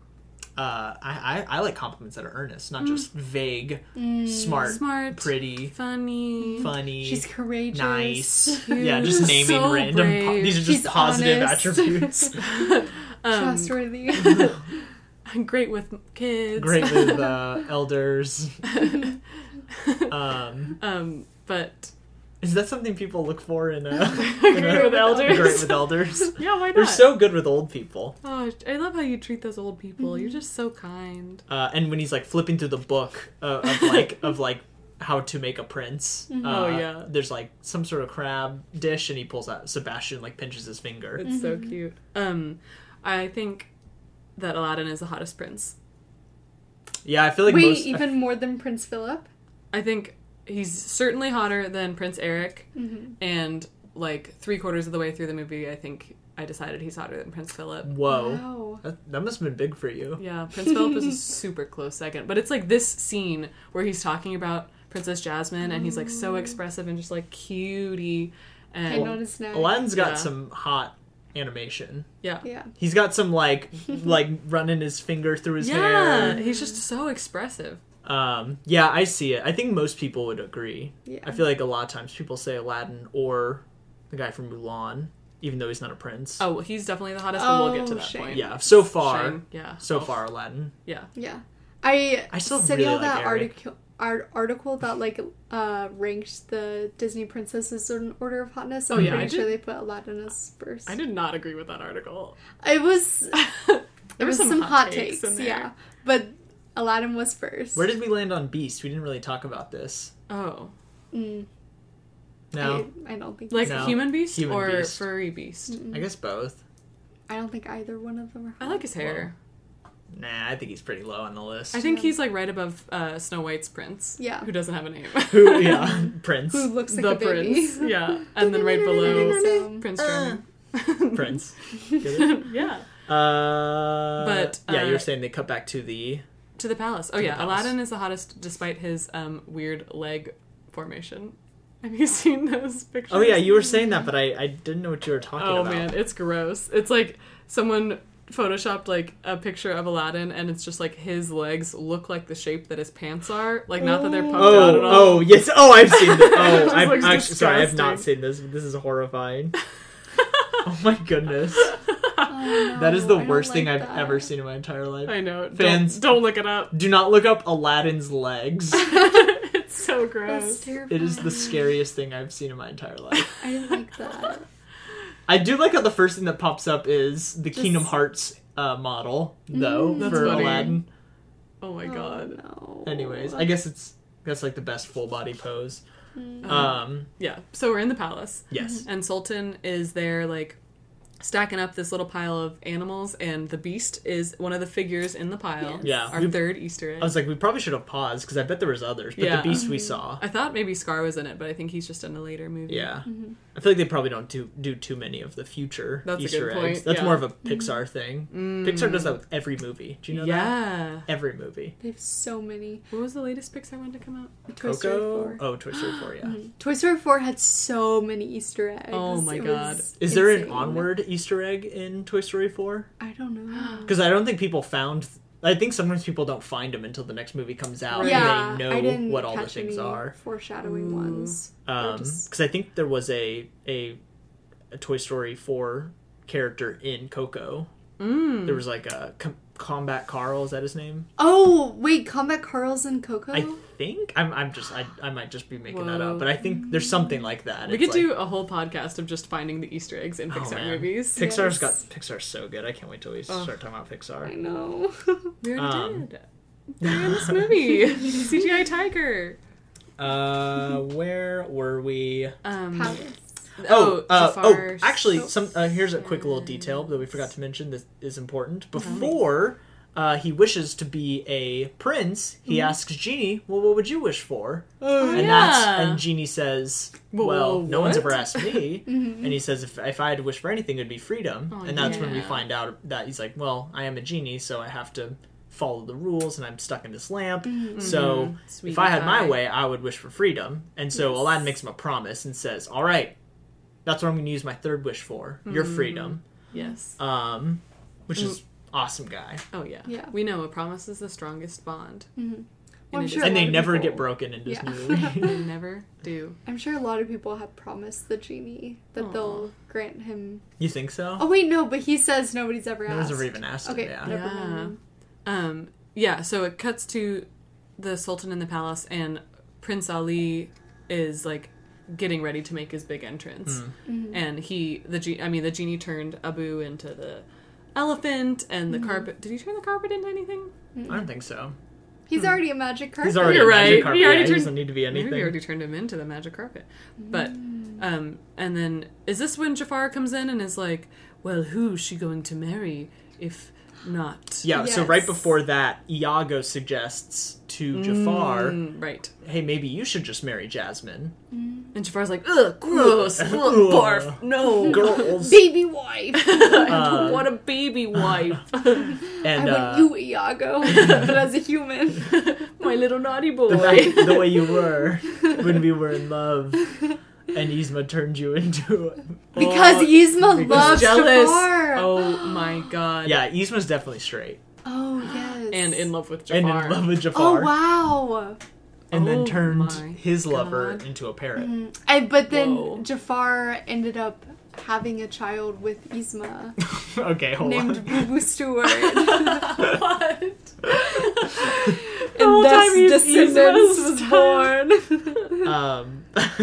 S1: uh, I, I I like compliments that are earnest, not just
S2: Mm.
S1: vague, Mm. smart,
S2: Smart.
S1: pretty,
S2: Funny.
S1: funny.
S3: Mm. She's courageous.
S1: Nice.
S2: Cute.
S1: Yeah, just naming
S2: So
S1: random. po-
S2: brave.
S1: these are just
S3: She's
S1: positive
S3: honest.
S1: attributes.
S2: Um,
S3: Trustworthy.
S2: great with kids.
S1: Great with uh, elders. um,
S2: um, but
S1: is that something people look for in a, in
S2: great
S1: a
S2: with elders.
S1: great with elders?
S2: yeah, why not?
S1: They're so good with old people.
S2: Oh, I love how you treat those old people. You're
S3: Mm-hmm.
S2: just so kind.
S1: Uh, and when he's like flipping through the book uh, of like of like how to make a prince. uh,
S2: Oh, yeah.
S1: There's like some sort of crab dish, and he pulls out Sebastian like pinches his finger.
S2: It's so
S3: Mm-hmm.
S2: cute. Um, I think that Aladdin is the hottest prince.
S1: Yeah, I feel like
S3: Wait,
S1: most,
S3: even more than Prince Philip?
S2: I think he's certainly hotter than Prince Eric,
S3: Mm-hmm.
S2: and like three quarters of the way through the movie, I think I decided he's hotter than Prince Philip.
S1: whoa,
S3: Wow.
S1: that, that must have been big for you.
S2: Yeah, Prince Philip is a super close second, but it's like this scene where he's talking about Princess Jasmine, and he's like so expressive and just like cutie, and
S3: And Mm. on his neck.
S1: Aladdin's got
S2: Yeah.
S1: some hot animation.
S2: yeah.
S3: Yeah.
S1: He's got some like like running his finger through his
S2: Yeah,
S1: hair.
S2: he's just so expressive.
S1: Um, yeah, I see it. I think most people would agree.
S3: Yeah.
S1: I feel like a lot of times people say Aladdin or the guy from Mulan, even though he's not a prince.
S2: Oh, well, he's definitely the hottest, but we'll get to
S3: Oh,
S2: that
S3: shame.
S2: point.
S1: Yeah, so far,
S2: Shame. Oh. yeah,
S1: so far Aladdin.
S2: yeah.
S3: Yeah. I,
S1: I still
S3: said
S1: really
S3: all
S1: like
S3: that
S1: Eric.
S3: article art, article that like uh ranked the Disney princesses in order of hotness.
S1: Oh,
S3: I'm
S2: yeah, I
S3: pretty sure
S2: did-
S3: they put Aladdin as first.
S2: I did not agree with that article.
S3: It was there
S2: were
S3: was
S2: some
S3: some,
S2: hot
S3: hot
S2: takes
S3: takes,
S2: in there.
S3: yeah. But Aladdin was first.
S1: Where did we land on Beast? We didn't really talk about this.
S2: Oh,
S3: Mm,
S1: No,
S3: I, I don't think
S2: like
S1: No.
S2: human beast
S1: Human
S2: or
S1: beast.
S2: furry beast.
S1: I, guess both.
S3: I don't think either one of them are.
S2: I like his hair.
S1: Nah, I think he's pretty low on the list.
S2: I think he's like right above uh, Snow White's prince.
S3: Yeah.
S2: who doesn't have a name.
S1: Who? Yeah, Prince.
S3: Who looks like
S2: the
S3: a baby.
S2: prince. Yeah, and then right below
S3: So,
S2: Prince Charming.
S3: Uh.
S1: Prince. Get it?
S2: yeah,
S1: Uh,
S2: But,
S1: yeah, you
S2: uh,
S1: were saying they cut back to the
S2: to the palace. Oh
S1: the
S2: yeah,
S1: palace.
S2: Aladdin is the hottest despite his um, weird leg formation. Have you seen those pictures?
S1: Oh yeah, you were saying that, but I, I didn't know what you were talking
S2: Oh
S1: about.
S2: man, it's gross. It's like someone photoshopped like a picture of Aladdin and it's just like his legs look like the shape that his pants are. Like not that they're pumped out
S1: Oh,
S2: at all.
S1: oh yes. Oh, I've seen this. Oh,
S2: Just
S1: I'm
S2: looks
S1: actually sorry. I've not
S2: disgusting.
S1: seen this. This is horrifying. oh my goodness, that
S2: Oh,
S1: is
S3: Oh, I
S1: the
S3: don't
S1: worst thing
S3: like
S1: I've
S3: that.
S1: ever seen in my entire life.
S2: I know.
S1: Fans-
S2: Don't, don't look it up.
S1: Do not look up Aladdin's legs.
S2: it's so
S3: That's
S2: gross.
S1: it is
S3: terrifying.
S1: the scariest thing I've seen in my entire life.
S3: I didn't like
S1: Oh
S3: that.
S1: I do like how the first thing that pops up is the Kingdom
S3: Just-
S1: Hearts uh, model, though,
S2: Mm, That's
S1: for
S2: funny.
S1: Aladdin.
S2: Oh my god.
S3: Oh, no.
S1: Anyways, I guess it's that's like the best full body pose. Um,
S2: Uh-huh. Yeah. So we're in the palace
S1: yes.
S2: and Sultan is there like stacking up this little pile of animals, and the beast is one of the figures in the pile.
S1: Yeah.
S2: Our
S1: We-
S2: third Easter egg.
S1: I was like, we probably should have paused because I bet there was others, but
S2: Yeah. Mm-hmm.
S1: the beast we saw.
S2: I thought maybe Scar was in it, but I think he's just in a later movie.
S1: Yeah,
S3: Mm-hmm.
S1: I feel like they probably don't do do too many of the future
S2: That's a
S1: Easter
S2: good point,
S1: eggs. That's
S2: yeah.
S1: more of a
S3: Mm-hmm.
S1: Pixar thing.
S2: Mm.
S1: Pixar does that with every movie. Do you know that?
S2: yeah.
S1: Every movie.
S3: They have so many.
S2: What was the latest Pixar one to come out?
S3: Toy Story Mm-hmm. 4.
S1: Oh, Toy Story Four. Yeah.
S3: Toy Story 4 had so many Easter eggs.
S2: Oh my
S3: It
S2: God.
S3: was
S1: Is there an
S3: insane.
S1: onward Easter egg in Toy Story Four?
S3: I don't know.
S1: Because I don't think people found. I think sometimes people don't find them until the next movie comes out,
S3: Yeah,
S1: and they
S3: I
S1: know
S3: didn't
S1: what all the
S3: catch
S1: things
S3: any
S1: are. Mm.
S3: Foreshadowing ones. They're
S1: Because
S3: just-
S1: I think there was a, a a Toy Story Four character in Coco.
S2: Mm.
S1: There was like a com- Combat Carl. Is that his name?
S3: Oh wait, Combat Carl's and Coco.
S1: I think I'm. I'm just. I. I might just be making that
S2: Whoa.
S1: up, but I think there's something like that.
S2: We
S1: It's
S2: could
S1: like,
S2: do a whole podcast of just finding the Easter eggs in
S1: Oh,
S2: Pixar
S1: man.
S2: movies.
S3: Pic-
S1: Pixar's
S3: Yes.
S1: got Pixar's so good. I can't wait till we
S2: Oh.
S1: start talking about
S3: I
S1: Pixar.
S3: know.
S2: We already
S1: Um,
S2: did. They're in this movie. CGI Tiger.
S1: Uh, where were we?
S2: Um,
S3: Palace.
S1: Oh, uh, oh
S2: Jafar
S1: actually,
S3: so-
S1: some uh, here's a quick little detail that we forgot to mention that is important. Before uh, he wishes to be a prince, he asks Genie, "Well, what would you wish for?" and
S2: Mm-hmm. Oh, yeah.
S1: that's and Genie says,
S2: Well,
S1: "Well, no one's
S2: what?"
S1: ever asked me." And
S3: Mm-hmm.
S1: he says, "If if I had to wish for anything, it'd be freedom."
S2: Oh,
S1: and that's when we
S2: yeah.
S1: find out that he's like, "Well, I am a genie, so I have to." follow the rules and i'm stuck in this lamp
S3: Mm-hmm.
S1: so
S2: Sweet
S1: if i had my
S2: pie.
S1: way i would wish for freedom and so aladdin makes him a promise and says all right that's what I'm going to use my third wish for. Your
S2: Mm.
S1: freedom.
S2: Yes.
S1: Um, which is awesome guy.
S2: Oh yeah.
S3: Yeah. mm-hmm.
S2: We know a promise is the strongest bond.
S3: Well, I'm
S2: it
S3: sure
S2: is-
S3: a
S1: And
S3: lot
S1: they
S3: of
S1: never
S3: people-
S1: get broken in Disney.
S3: Yeah.
S2: They never do.
S3: I'm sure a lot of people have promised the genie that
S2: Aw.
S3: they'll grant him.
S1: you think so?
S3: Oh wait, no, but he says nobody's ever
S1: no
S3: asked.
S1: one's ever even asked
S3: Okay,
S1: it. Yeah.
S3: never
S2: Yeah.
S3: mind.
S2: Um, yeah, so it cuts to the Sultan in the palace, and Prince Ali is like getting ready to make his big entrance,
S1: Hmm.
S2: and he the ge- I mean the genie turned Abu into the elephant and the carpet. Did he turn the carpet into anything?
S1: I don't think so.
S3: He's already a magic carpet.
S1: Hmm. He's already
S2: You're
S1: a magic
S2: right.
S1: carpet.
S2: He
S1: Yeah,
S2: already
S1: he
S2: turned-
S1: doesn't need to be anything.
S2: Maybe we already turned him into the magic carpet, but um, and then is this when Jafar comes in and is like, "Well, who's she going to marry if not?"
S1: yeah, so right
S3: Yes.
S1: before that, Iago suggests to Jafar,
S2: Mm, right.
S1: hey, maybe you should just marry Jasmine.
S2: And Jafar's like, ugh, gross, ugh, barf,
S3: Mm.
S2: no,
S1: Girls.
S3: baby wife.
S1: Uh,
S2: what a baby wife,
S1: and
S3: I
S1: uh,
S3: want you, Iago, but as a human.
S2: my little naughty boy.
S1: the, fact- the way you were when we were in love. And Yzma turned you into.
S3: Because
S1: Oh,
S3: Yzma
S1: because
S3: loves
S2: Jealous.
S3: Jafar.
S2: Oh my god.
S1: Yeah, Yzma's definitely straight.
S3: Oh, yes.
S2: And in love with
S1: and
S2: Jafar.
S1: in love with
S3: Oh
S1: Jafar,
S3: wow!
S1: and
S2: Oh
S1: then turned
S2: my
S1: his lover
S2: God.
S1: into a parrot.
S3: Mm. I, but then
S2: Whoa.
S3: Jafar ended up having a child with Yzma
S1: okay, hold
S3: named
S1: on.
S3: Boo Boo Stewart. and
S2: what?
S3: the
S2: whole
S3: thus
S2: time he's
S3: Descendants
S2: Yzma's
S3: was born.
S1: Um,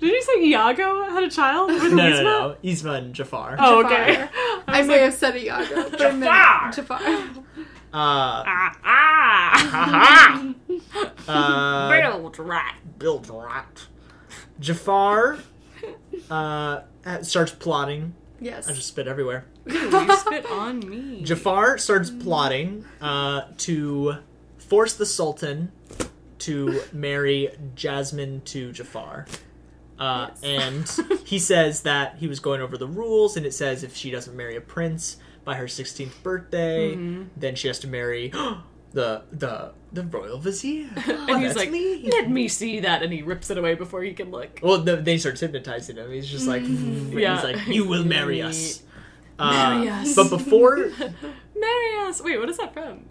S2: Did you say Iago had a child with
S1: no, no,
S2: Yzma?
S1: no, Yzma and Jafar. Uh,
S2: Oh,
S3: Jafar.
S2: okay.
S3: I may have said Iago, but I meant Jafar.
S1: Uh,
S2: Ah, ah,
S1: aha! Uh,
S2: old rat.
S1: build rat. Jafar uh, starts plotting.
S3: Yes.
S1: I just spit everywhere.
S2: You spit on me.
S1: Jafar starts plotting uh, to force the Sultan to marry Jasmine to Jafar. Uh, And he says that he was going over the rules, and it says if she doesn't marry a prince by her 16th birthday,
S2: Mm-hmm.
S1: then she has to marry the the the royal vizier. Oh,
S2: and he's
S1: that's
S2: like,
S1: me. Oh.
S2: let me see that, and he rips it away before he can look.
S1: Well, no, they start hypnotizing him. He's just like,
S2: Mm-hmm. Yeah.
S1: he's like, you will marry us. Uh,
S2: Marry us.
S1: But before,
S2: Marry us. Wait, what is that from?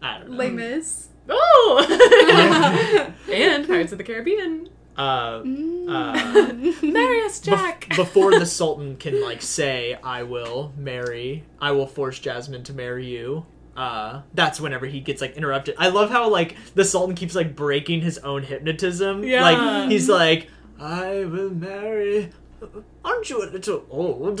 S1: I don't know.
S3: Les Mis. Mm.
S2: Oh! and Pirates of the Caribbean.
S1: Uh, uh,
S2: Marry us,
S1: Bef-
S2: Jack.
S1: before the Sultan can like say, "I will marry, I will force Jasmine to marry you." Uh, that's whenever he gets like interrupted. I love how like the Sultan keeps like breaking his own hypnotism.
S2: Yeah.
S1: like he's like, "I will marry." Aren't you a little old?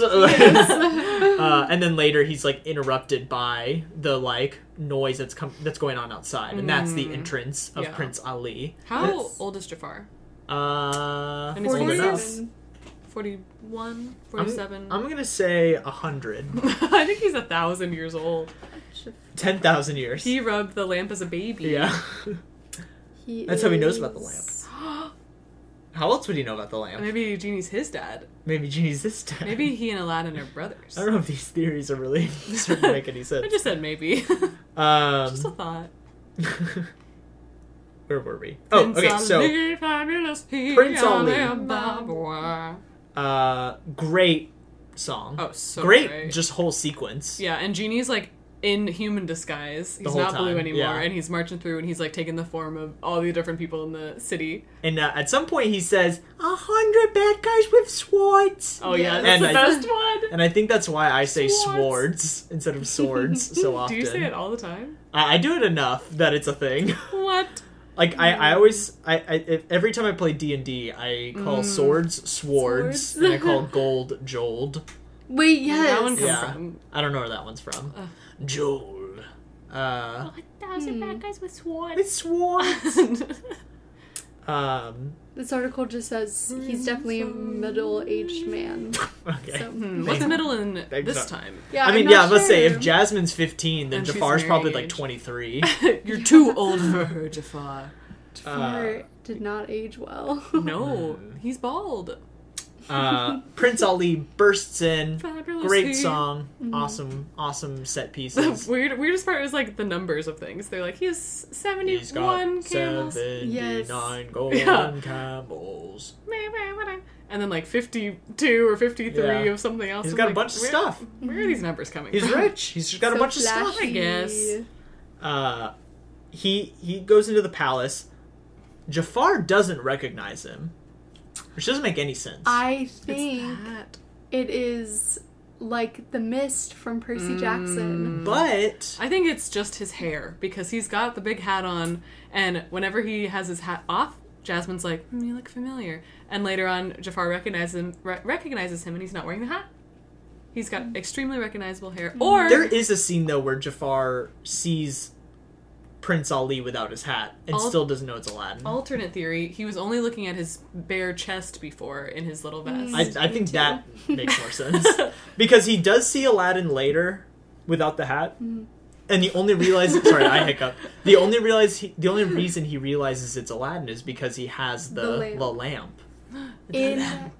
S1: uh, and then later he's like interrupted by the like noise that's com- that's going on outside, and that's the entrance of
S2: Mm. Yeah.
S1: Prince Ali.
S2: How
S3: Yes.
S2: old is Jafar?
S1: Uh,
S2: And he's
S1: old
S2: older
S1: enough.
S2: than- 41,
S1: I'm,
S2: 47.
S1: I'm gonna say a hundred.
S2: I think he's a thousand years old.
S1: Ten thousand years.
S2: He rubbed the lamp as a baby.
S1: yeah.
S3: He
S1: That's how he knows about the lamp.
S3: is-
S1: How else would he know about the lamp?
S2: Maybe Genie's his dad.
S1: Maybe Genie's this time.
S2: Maybe he and Aladdin are brothers.
S1: I don't know if these theories are really starting to make any
S2: I
S1: sense.
S2: just said maybe.
S1: Um,
S2: just a thought.
S1: where were we? Oh, okay. So,
S2: Ali, fabulous, he
S1: Prince
S2: and
S1: Ali.
S2: Alibaba.
S1: uh, great song.
S2: Oh, so
S1: great,
S2: great.
S1: just whole sequence.
S2: yeah, and Genie's like in human disguise. He's
S1: whole
S2: not blue
S1: time,
S2: anymore,
S1: yeah.
S2: and he's marching through, and he's like taking the form of all the different people in the city.
S1: And uh, at some point, he says, "A hundred bad guys with swords."
S2: Oh yeah,
S3: Yes.
S2: that's
S1: And
S2: the
S1: I-
S2: best one.
S1: And I think that's why I say
S2: Swords.
S1: swords instead of swords so often.
S2: Do you say it all the time?
S1: I, I do it enough that it's a thing.
S2: What?
S1: Like I,
S2: Mm.
S1: I always, I, I if- every time I play D and I call
S2: Mm.
S1: swords swords,
S3: Swords.
S1: and I call gold jold.
S3: Wait,
S2: Where
S3: yes.
S2: did that one come
S1: Yeah.
S2: from?
S1: I don't know where that one's from.
S2: Ugh.
S1: Joel. Uh,
S2: thousand bad guys with swords.
S1: it's
S2: Hmm,
S1: swords. um,
S3: This article just says he's definitely a middle-aged man.
S1: okay.
S3: So.
S2: Hmm, What's the middle in
S1: Thanks,
S2: this
S1: Doc.
S2: time?
S3: Yeah,
S1: I mean,
S3: I'm not
S1: yeah, let's say
S3: sure.
S1: if Jasmine's 15, then
S2: And she's
S1: Jafar's probably
S2: married.
S1: like 23.
S2: You're too old for her, Jafar.
S1: uh,
S3: Jafar did not age well.
S2: No, he's bald.
S1: Uh, Prince Ali bursts in.
S2: Fabulous.
S1: Great
S2: he- Mm-hmm.
S1: song. Awesome, awesome set
S2: The
S1: pieces.
S2: weird, weirdest part was like the numbers of things. They're like, he has 71
S1: He's got
S2: camels.
S1: 79
S3: Yes.
S1: golden
S2: Yeah.
S1: camels.
S2: And then like 52 or 53
S1: Yeah.
S2: of something else.
S1: He's
S2: I'm
S1: got a
S2: like,
S1: bunch of
S2: where-
S1: stuff.
S2: Where are these numbers coming
S1: He's
S2: from?
S1: rich. He's just got a
S3: So
S1: bunch of stuff.
S3: flashy.
S2: guess.
S1: Uh, he he goes into the palace. Jafar doesn't recognize him, which doesn't make any sense.
S3: I
S2: It's
S3: think
S2: that.
S3: it is like the mist from
S2: Hmm.
S3: Percy Jackson.
S1: but
S2: I think it's just his hair because he's got the big hat on, and whenever he has his hat off, Jasmine's like, "Hmm, "You look familiar." And later on, Jafar recognizes him, re- recognizes him, and he's not wearing the hat. He's got extremely recognizable hair. Or
S1: there is a scene though where Jafar sees Prince Ali without his hat and
S2: Al-
S1: still doesn't know it's Aladdin.
S2: alternate theory, he was only looking at his bare chest before in his little vest.
S1: I, I think that makes more sense because he does see Aladdin later without the hat,
S3: Mm-hmm.
S1: and the only realize sorry I hiccup. The only realize he, the only reason he realizes it's Aladdin is because he has the
S3: The
S1: the lamp.
S3: lamp. In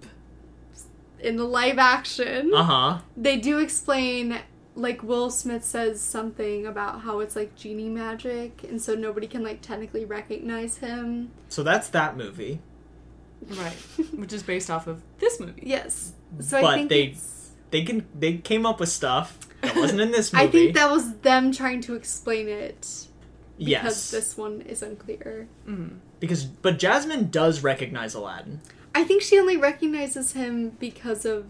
S3: in the live action,
S1: Uh huh.
S3: they do explain like Will Smith says something about how it's like genie magic and so nobody can like technically recognize him.
S1: So that's that movie.
S2: right, which is based off of this movie.
S3: Yes. So
S1: But
S3: I think
S1: they-
S3: it's-
S1: They can they came up with stuff that wasn't in this movie.
S3: I think that was them trying to explain it because
S1: yes,
S3: this one is unclear.
S2: Hmm.
S1: because but Jasmine does recognize Aladdin.
S3: I think she only recognizes him because of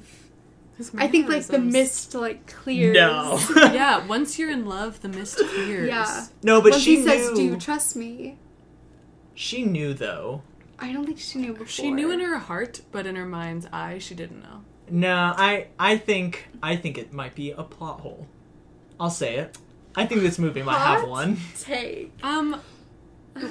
S2: His
S3: I think like the
S2: mannerisms.
S3: mist like clears.
S1: No,
S2: Yeah, once you're in love, the mist clears.
S3: Yeah.
S1: no, but
S3: when
S1: she
S3: she says,
S1: knew.
S3: "Do you trust me?"
S1: she knew though.
S3: I don't think she knew before.
S2: She knew in her heart, but in her mind's eye, she didn't know.
S1: No, I I think I think it might be a plot hole. I'll say it. I think this movie might have
S3: Plot?
S1: one.
S3: take.
S2: Um,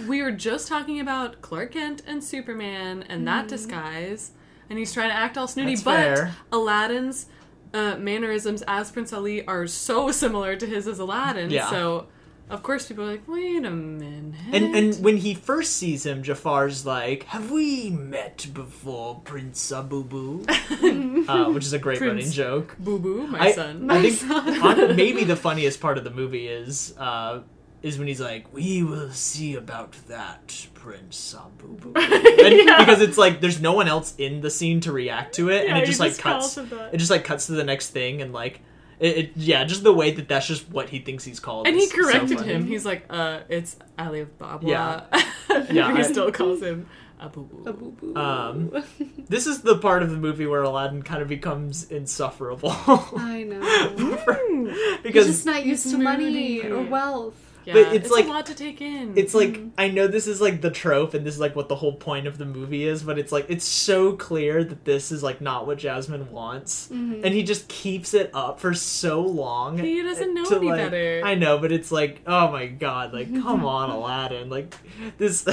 S2: we were just talking about Clark Kent and Superman and that disguise, and he's trying to act all snooty,
S1: That's
S2: but
S1: fair.
S2: Aladdin's uh, mannerisms as Prince Ali are so similar to his as Aladdin.
S1: Yeah.
S2: So, of course, people are like, "Wait a minute."
S1: And and when he first sees him, Jafar's like, "Have we met before, Prince Abubu?" uh, which is a great
S2: Prince.
S1: running joke.
S2: Boo Boo, my
S1: I-
S2: son.
S1: I think
S3: son.
S1: on- maybe the funniest part of the movie is uh, is when he's like, "We will see about that, Prince Abubu," And- because it's like there's no one else in the scene to react to it, and
S2: Yeah,
S1: it
S2: you
S1: just like
S2: just
S1: cuts.
S2: calls him that.
S1: It just like cuts to the next thing, and like it, it yeah, just the way that that's just what he thinks he's called.
S2: And he
S1: is so
S2: corrected
S1: funny.
S2: him. He's like, "Uh, it's Ali Baba."
S1: Yeah. Yeah,
S2: yeah.
S1: I-
S2: He still calls him Abu Boo.
S3: A boo boo.
S1: Um, This is the part of the movie where Aladdin kind of becomes insufferable.
S3: I know. He's
S1: because
S3: just not used to money
S2: moody.
S3: or wealth.
S2: Yeah,
S1: But it's
S2: it's,
S1: like-
S2: a lot to take in.
S1: it's like
S3: Mm-hmm.
S1: I know this is like the trope and this is like what the whole point of the movie is, but it's like it's so clear that this is like not what Jasmine wants.
S3: Mm-hmm.
S1: And he just keeps it up for so long.
S2: He doesn't know
S1: to,
S2: any
S1: like-
S2: better.
S1: I know, but it's like, oh my god, like come on, Aladdin. Like this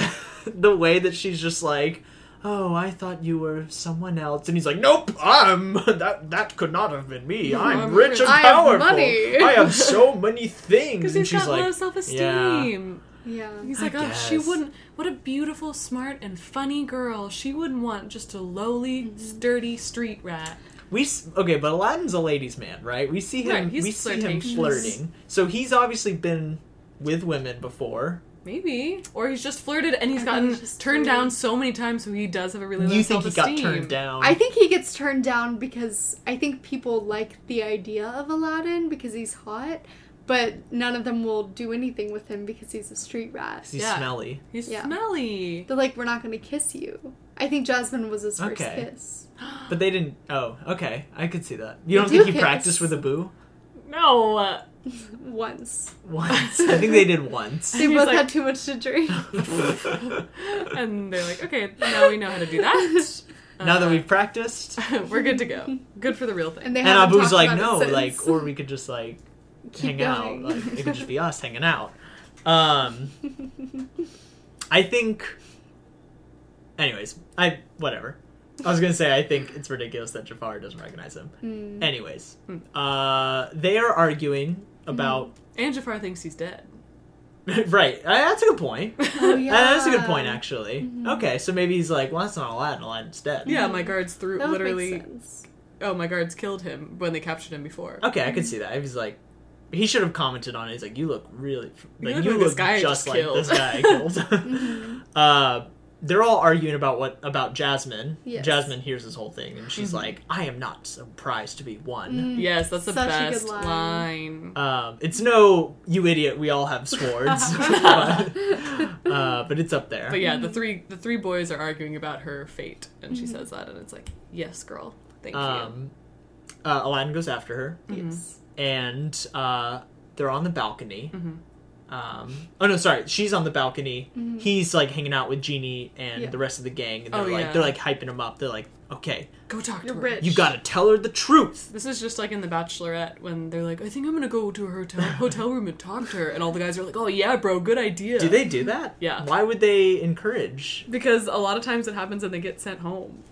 S1: the way that she's just like "Oh, I thought you were someone else," and he's like, "Nope, I'm that. That could not have been me. I'm,
S2: I'm
S1: rich
S2: rich.
S1: and
S3: I have
S1: powerful.
S3: money."
S1: I have so many things."
S2: Because
S1: And
S2: he's
S1: she's
S2: got
S1: like,
S2: low self esteem.
S3: Yeah.
S2: He's
S1: I
S2: like, oh, she
S1: guess.
S2: wouldn't. What a beautiful, smart, and funny girl. She wouldn't want just a lowly,
S1: Mm-hmm.
S2: sturdy street rat.
S1: We s- okay, but Aladdin's a ladies' man, right? We see him.
S2: Right, he's
S1: we see him
S2: flirtatious.
S1: flirting. So he's obviously been with women before.
S2: Maybe, or he's just flirted and he's
S3: I think
S2: gotten
S3: he's just
S2: turned
S3: flirted.
S2: down so many times, so he does have a really low
S1: You think he
S2: self-esteem.
S1: got turned down?
S3: I think he gets turned down because I think people like the idea of Aladdin because he's hot, but none of them will do anything with him because he's a street rat.
S1: he's
S2: yeah.
S1: smelly.
S2: He's
S3: Yeah.
S2: smelly.
S3: They're like, we're not going to kiss you. I think Jasmine was his first
S1: Okay.
S3: kiss.
S1: But they didn't. Oh, okay. I could see that. You
S3: They
S1: don't think
S3: do
S1: he
S3: kiss.
S1: practiced with a boo
S2: No, uh,
S3: Once.
S1: once? I think they did once.
S3: They
S2: He's
S3: both
S2: like-
S3: had too much to drink.
S2: and they're like, okay, now we know how to do that.
S1: now that we've practiced,
S2: we've, we're good to go. Good for the real thing.
S3: And they
S1: and
S3: haven't
S1: Abu's
S3: talked
S1: like,
S3: about it
S1: no,
S3: since.
S1: like, or we could just like hang
S3: Keep going.
S1: out. Like, it could just be us hanging out. Um, I think. Anyways, I whatever. I was gonna say I think it's ridiculous that Jafar doesn't recognize him.
S3: Mm.
S1: Anyways,
S2: Mm.
S1: uh, they are arguing about
S2: and Jafar thinks he's dead.
S3: Mm-hmm.
S1: right. Uh, that's a good point.
S3: Oh,
S1: Uh,
S3: yeah.
S1: that's a good point, actually. Okay, so maybe he's like, well, that's not Aladdin. Aladdin's dead.
S2: Mm-hmm. Yeah, my guards threw
S3: That would make
S2: literally.
S3: sense. Oh,
S2: Oh, my guards killed him when they captured him before.
S1: Okay, I could see that. He's like, he should have commented on it. He's like, you look really, like
S2: look
S1: you
S2: like
S1: look,
S2: this guy I
S1: just
S2: just
S1: like
S2: killed."
S1: this guy I
S3: Mm-hmm.
S1: killed. uh, they're all arguing about what about Jasmine.
S3: Yes.
S1: Jasmine hears this whole thing and
S2: Mm-hmm.
S1: she's like, I am not surprised to be one.
S2: Yes, that's the
S3: Such a good
S2: best
S3: line.
S2: line.
S1: Um, it's no you idiot. We all have swords, but, uh, but it's up there.
S2: But yeah,
S3: Mm-hmm.
S2: the three the three boys are arguing about her fate, and she says that, and it's like, yes, girl, thank
S1: um, uh, Aladdin goes after her,
S3: Yes.
S1: and uh, they're on the balcony.
S2: Mm-hmm.
S1: Um, oh no, sorry, she's on the balcony. He's like hanging out with Genie and
S3: Yeah.
S1: the rest of the gang, and they're
S2: Oh,
S1: like
S2: yeah.
S1: they're like hyping him up. They're like, okay,
S2: you. Go talk
S3: You're
S2: to her.
S3: rich.
S1: you got to tell her the truth.
S2: This is just like in The Bachelorette when they're like, I think I'm gonna go to her hotel hotel room and talk to her, and all the guys are like, Oh yeah, bro, good idea.
S1: Do they do that?
S2: Yeah.
S1: Why would they encourage?
S2: Because a lot of times it happens and they get sent home.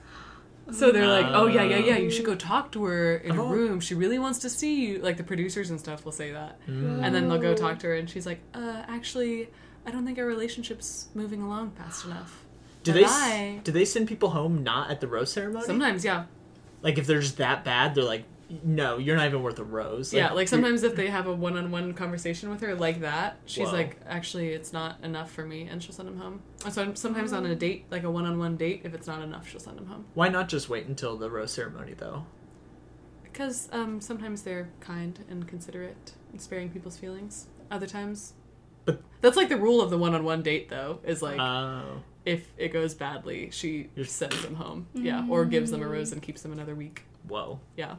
S2: So they're like, Oh yeah, yeah, yeah, you should go talk to her in
S1: Oh.
S2: her room. She really wants to see you. Like the producers and stuff will say that,
S1: Mm.
S2: and then they'll go talk to her, and she's like, Uh, actually, I don't think our relationship's moving along fast enough.
S1: Do they
S2: Bye-bye.
S1: s- do they send people home not at the rose ceremony?
S2: Sometimes, yeah.
S1: Like if they're just that bad, they're like, no, you're not even worth a rose.
S2: yeah, like sometimes if they have a one on one conversation with her like that, she's
S1: Whoa.
S2: like, actually, it's not enough for me, and she'll send him home. And so sometimes
S1: Oh.
S2: on a date, like a one on one date, if it's not enough, she'll send him home.
S1: Why not just wait until the rose ceremony though?
S2: Because um, sometimes they're kind and considerate and sparing people's feelings. Other times.
S1: But-
S2: That's like the rule of the one on one date, though, is like
S1: Oh,
S2: if it goes badly, she
S1: You're-
S2: sends them home. Yeah, or gives them a rose and keeps them another week.
S1: whoa.
S2: Yeah.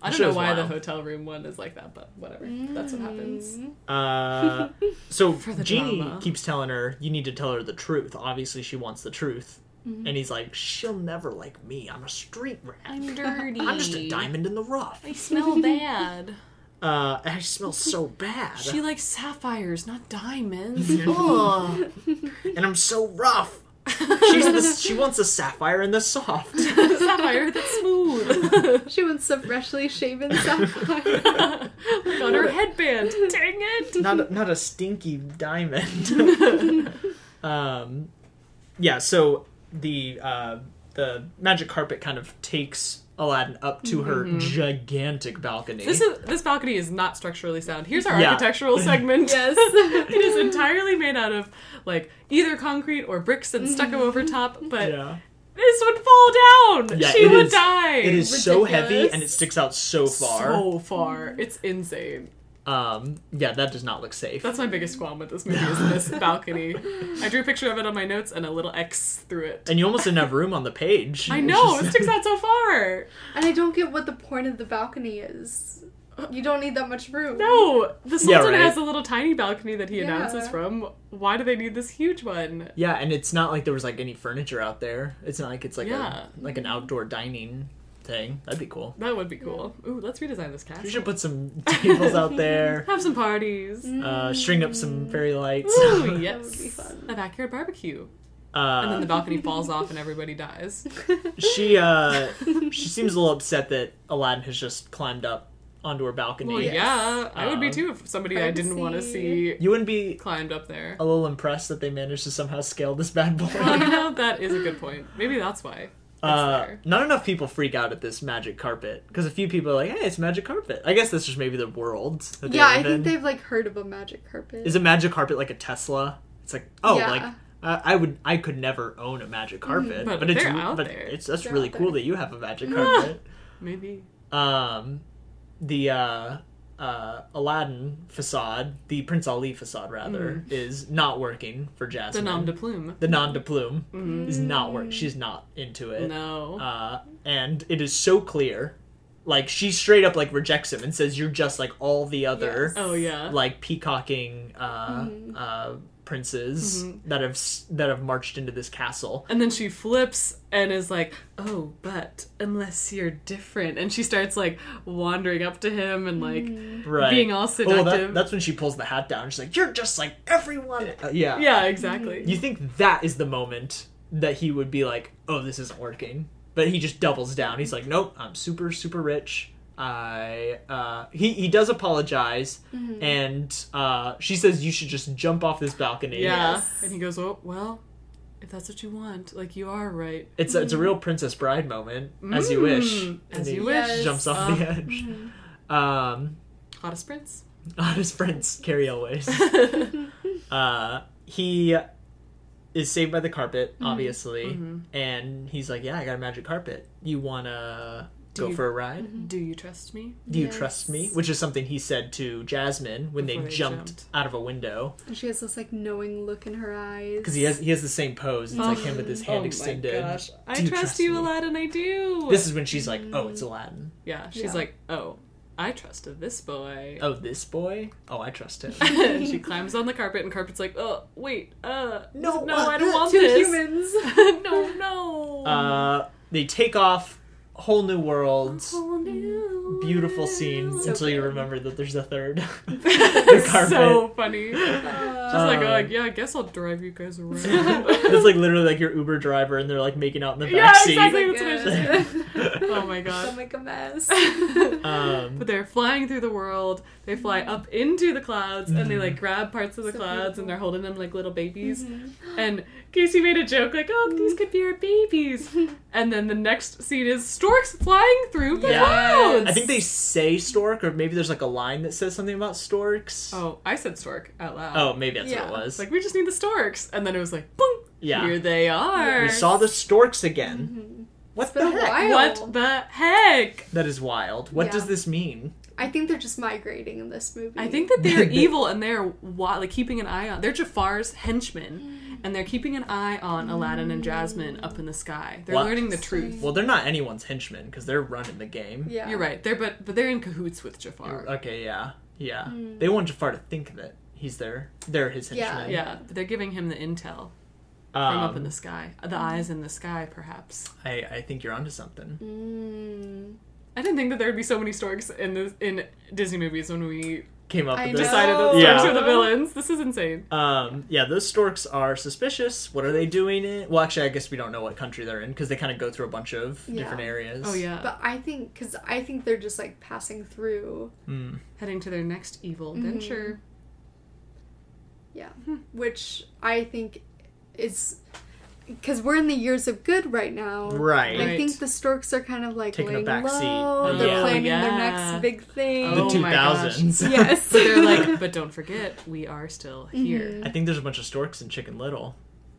S2: I
S1: That
S2: don't know
S1: show's
S2: why the
S1: wild.
S2: hotel room one is like that, but whatever. That's what
S3: Mm-hmm.
S2: happens.
S1: Uh, so
S2: For the
S1: Jeannie
S2: drama.
S1: keeps telling her, "You need to tell her the truth." Obviously, she wants the truth,
S2: Mm-hmm.
S1: and he's like, "She'll never like me. I'm a street rat. I'm,
S2: dirty.
S1: just a diamond in the rough.
S2: I smell bad.
S1: Uh, I smell so bad,
S2: She likes sapphires, not diamonds.
S1: and I'm so rough." She's the, she wants a sapphire in the soft.
S2: sapphire that's smooth.
S3: She wants a freshly shaven sapphire.
S2: On her headband. Dang it.
S1: not a, not a stinky diamond. um, yeah. So the uh, the magic carpet kind of takes Aladdin up to her gigantic balcony.
S2: Mm-hmm. This is this balcony is not structurally sound. Here's our
S1: Yeah.
S2: architectural segment.
S3: yes.
S2: It is entirely made out of like either concrete or bricks and stucco over top, but
S1: yeah.
S2: this would fall down.
S1: Yeah,
S2: she
S1: it
S2: would
S1: is-
S2: die.
S1: It is so heavy
S3: Ridiculous.
S1: and it sticks out so far.
S2: so far. It's insane.
S1: Um, yeah, that does not look safe.
S2: That's my biggest qualm with this movie is this balcony. I drew a picture of it on my notes and a little X through it.
S1: and you almost didn't have room on the page.
S2: I
S1: It's
S2: know
S1: just-
S2: it sticks out so far.
S3: And I don't get what the point of the balcony is. You don't need that much room.
S2: No, the Sultan
S1: right.
S2: has a little tiny balcony that he
S3: Yeah.
S2: announces from. Why do they need this huge one?
S1: yeah, and it's not like there was like any furniture out there. It's not like it's like
S2: Yeah.
S1: a like an outdoor dining thing. That'd be cool.
S2: That would be cool. Ooh, let's redesign this
S1: We
S2: castle.
S1: should put some tables out there.
S2: Have some parties.
S3: Mm.
S1: Uh, string uh, up some fairy lights.
S2: Ooh,
S3: That would be
S2: yes.
S3: fun.
S2: A backyard barbecue. and then
S1: Uh,
S2: the balcony falls off and everybody dies.
S1: she uh, she seems a little upset that Aladdin has just climbed up onto her balcony.
S2: Well,
S3: Yes.
S2: yeah, I would be
S1: Um,
S2: too if somebody I didn't want to
S3: privacy.
S2: see
S1: You wouldn't be
S2: climbed up there.
S1: a little impressed that they managed to somehow scale this bad
S2: Well,
S1: boy.
S2: you know, that is a good point. Maybe that's why. It's
S1: Uh,
S2: there.
S1: not enough people freak out at this magic carpet because a few people are like, "Hey, it's magic carpet." I guess that's just maybe the world. That they
S3: yeah, I
S1: live in.
S3: think they've like heard of a magic carpet.
S1: Is a magic carpet like a Tesla? It's like oh,
S3: Yeah. Mm-hmm.
S1: like I I would I could never own a magic carpet,
S2: But
S1: it's
S2: they're out
S1: but
S2: there.
S1: it's that's
S3: They're
S1: really
S3: out
S1: cool
S3: there.
S1: that you have a magic carpet.
S2: Maybe.
S1: um, the uh, uh, Aladdin facade, the Prince Ali facade rather, is not working for
S2: Mm. The
S1: Jasmine.
S2: nom de plume.
S1: the nom de plume is not working.
S2: Mm.
S1: She's not into it.
S2: No.
S1: Uh, and it is so clear. Like she straight up like rejects him and says, "You're just like all the other."
S3: Yes.
S2: oh, yeah. Mm-hmm.
S1: like peacocking uh, uh, princes that have s- that have marched into this castle.
S2: And then she flips and is like, "Oh, but unless you're different," and she starts like wandering up to him and like
S3: Mm.
S1: Right,
S2: being all
S1: Oh,
S2: seductive.
S1: that, that's when she pulls the hat down. She's like, "You're just like everyone." Uh, yeah,
S2: yeah,
S3: Mm-hmm.
S2: exactly.
S1: You think that is the moment that he would be like, "Oh, this isn't working," but he just doubles down. He's like, "Nope, I'm super super rich." I uh, he he does apologize,
S2: Mm-hmm.
S1: and uh, she says, "You should just jump off this balcony."
S2: yeah,
S3: Yes.
S2: and he goes, "Well, well, if that's what you want, like you are right."
S1: It's a, it's a real Princess Bride moment, as you wish.
S2: Mm,
S1: And
S2: as
S1: he
S2: you wish. Uh, mm-hmm.
S3: Yes.
S1: Jumps off the edge. Um,
S2: Hottest prince.
S1: on his friends, Carrie Elways. uh, he is saved by the carpet,
S2: Mm-hmm.
S1: obviously, and he's like, "Yeah, I got a magic carpet. You wanna
S2: Do
S1: go
S2: you- Mm-hmm.
S1: for a ride?
S2: Do you trust me?
S1: Do you
S3: Yes.
S1: trust me?" Which is something he said to Jasmine when they
S2: Before
S1: jumped,
S2: they jumped.
S1: out of a window
S3: And she has this like knowing look in her eyes.
S1: because he has he has the same pose. It's like him with
S2: Oh
S1: his hand extended.
S2: I
S1: Do you
S2: trust,
S1: trust
S2: you,
S1: me?
S2: Aladdin. I do.
S1: This is when she's like, "Oh,
S2: Mm-hmm.
S1: it's Aladdin.
S2: yeah, she's
S3: Yeah.
S2: like, "Oh, I trusted this boy."
S1: Oh, this boy. Oh, I trust him."
S2: and she climbs on the carpet, and carpet's like, "Oh, wait, uh,
S1: No,
S2: no,
S1: uh,
S2: I don't want
S3: Two
S2: this."
S3: humans.
S2: no, no.
S1: Uh, they take off, whole new world,
S2: Oh,
S1: beautiful scene
S3: So
S1: until you
S3: good.
S1: remember that there's a third.
S2: It's
S1: carpet.
S2: so funny. Just
S3: Uh,
S2: like,
S1: Um,
S2: oh, yeah, I guess I'll drive you guys around.
S1: it's like literally like your Uber driver, and they're like making out in the back
S2: yeah,
S1: seat.
S2: exactly.
S3: Oh my
S2: That's what I was just
S3: God.
S2: Oh my
S3: Don't
S2: god.
S3: make a mess.
S1: Um,
S2: But they're flying through the world. They fly up into the clouds and they
S1: Mm-hmm.
S2: like grab parts of the
S3: So
S2: clouds
S3: beautiful.
S2: and they're holding them like little babies.
S1: Mm-hmm.
S2: And Casey made a joke like, "Oh, these could be our babies." and then the next scene is storks flying through the
S1: Yeah.
S2: clouds.
S1: I think they say stork, or maybe there's like a line that says something about storks.
S2: Oh, I said stork out loud.
S1: Oh, maybe that's
S3: Yeah.
S1: what it was.
S2: It's like we just need the storks, and then it was like, boom,
S1: Yeah.
S2: here they are.
S1: we saw the storks again.
S2: Mm-hmm.
S3: mm-hmm.
S1: What
S3: been
S1: the
S3: a
S1: heck?
S3: while.
S2: What the heck?
S1: That is wild. What
S3: Yeah.
S1: does this mean?
S3: I think they're just migrating in this movie.
S2: I think that they are evil, and they're wa- like keeping an eye on. They're Jafar's henchmen, and they're keeping an eye on Aladdin and Jasmine up in the sky. They're
S1: What?
S2: learning the truth.
S1: Well, they're not anyone's henchmen because they're running the game.
S3: Yeah.
S2: You're right. They're but but they're in cahoots with Jafar.
S1: Okay, yeah, yeah. They want Jafar to think that he's their, they're his
S3: Yeah.
S1: henchmen.
S2: Mm. Yeah, but they're giving him the intel from
S1: Um,
S2: up in the sky, the eyes in the sky, perhaps.
S1: I, I think you're onto something.
S3: Mm.
S2: I didn't think that there would be so many storks in this, in Disney movies when we
S1: Came up
S3: I
S1: with
S3: know.
S1: this.
S2: decided that storks
S1: Yeah.
S2: are the villains. This is insane.
S1: Um, yeah, those storks are suspicious. What are they doing? In- well, actually, I guess we don't know what country they're in because they kind of go through a bunch of
S3: Yeah.
S1: different areas.
S2: Oh yeah,
S3: But I think, because I think they're just like passing through,
S1: Mm.
S2: heading to their next evil
S3: Mm-hmm.
S2: venture.
S3: which I think is because we're in the years of good right now.
S1: Right.
S3: I think the storks are kind of like
S1: Taking a
S3: laying
S1: back seat.
S3: low. They're
S1: Yeah.
S3: planning their
S2: Yeah.
S3: next big thing.
S1: the
S2: Oh
S1: two
S2: my gosh.
S1: thousands.
S3: Yes.
S2: But they're like, but don't forget, we are still
S3: Mm-hmm.
S2: here.
S1: I think there's a bunch of storks in Chicken Little.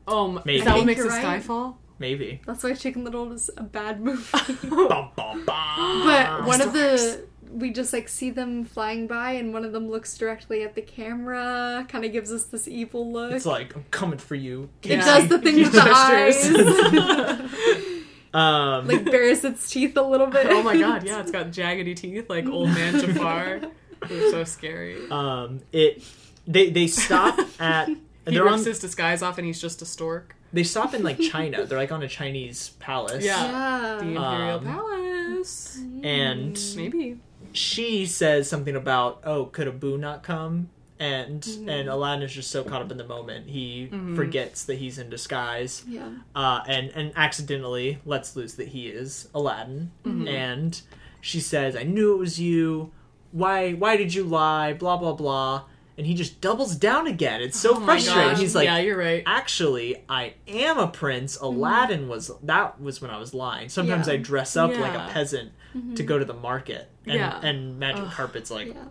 S2: Oh, my,
S1: Maybe.
S2: is that
S1: I
S2: what
S3: think
S2: makes
S3: you're
S2: a
S3: right.
S2: skyfall?
S1: Maybe.
S3: That's why Chicken Little is a bad movie.
S1: Bum, bum, bum.
S3: but one of the we just like see them flying by, and one of them looks directly at the camera, kind of gives us this evil look.
S1: It's like I'm coming for you.
S3: it
S2: Yeah.
S3: does the thing
S2: He
S3: with the
S2: gestures.
S3: eyes,
S1: Um,
S3: like bares its teeth a little bit.
S2: oh my god, yeah, it's got jaggedy teeth like old man Jafar. They're so scary.
S1: um, it. They they stop at.
S2: He
S1: They're
S2: rips
S1: on.
S2: his disguise off and he's just a stork.
S1: They stop in like China. They're like on a Chinese palace.
S2: Yeah. The
S3: Yeah.
S2: Imperial
S1: Um,
S2: Palace.
S1: And
S2: Maybe.
S1: she says something about, oh, could Abu not come? and and Aladdin is just so caught up in the moment he forgets that he's in disguise
S3: Yeah.
S1: uh, and and accidentally lets loose that he is Aladdin, and she says, "I knew it was you. Why why did you lie? Blah blah blah." And he just doubles down again. It's so frustrating.
S2: Oh gosh.
S1: He's like,
S2: yeah, you're right.
S1: "Actually, I am a prince.
S2: Mm-hmm.
S1: Aladdin was that was when I was lying. Sometimes
S3: Yeah.
S1: I dress up like
S2: Yeah. Mm-hmm.
S1: a peasant to go to the market." And,
S2: Yeah.
S1: and Magic Carpet's like,
S3: Yeah.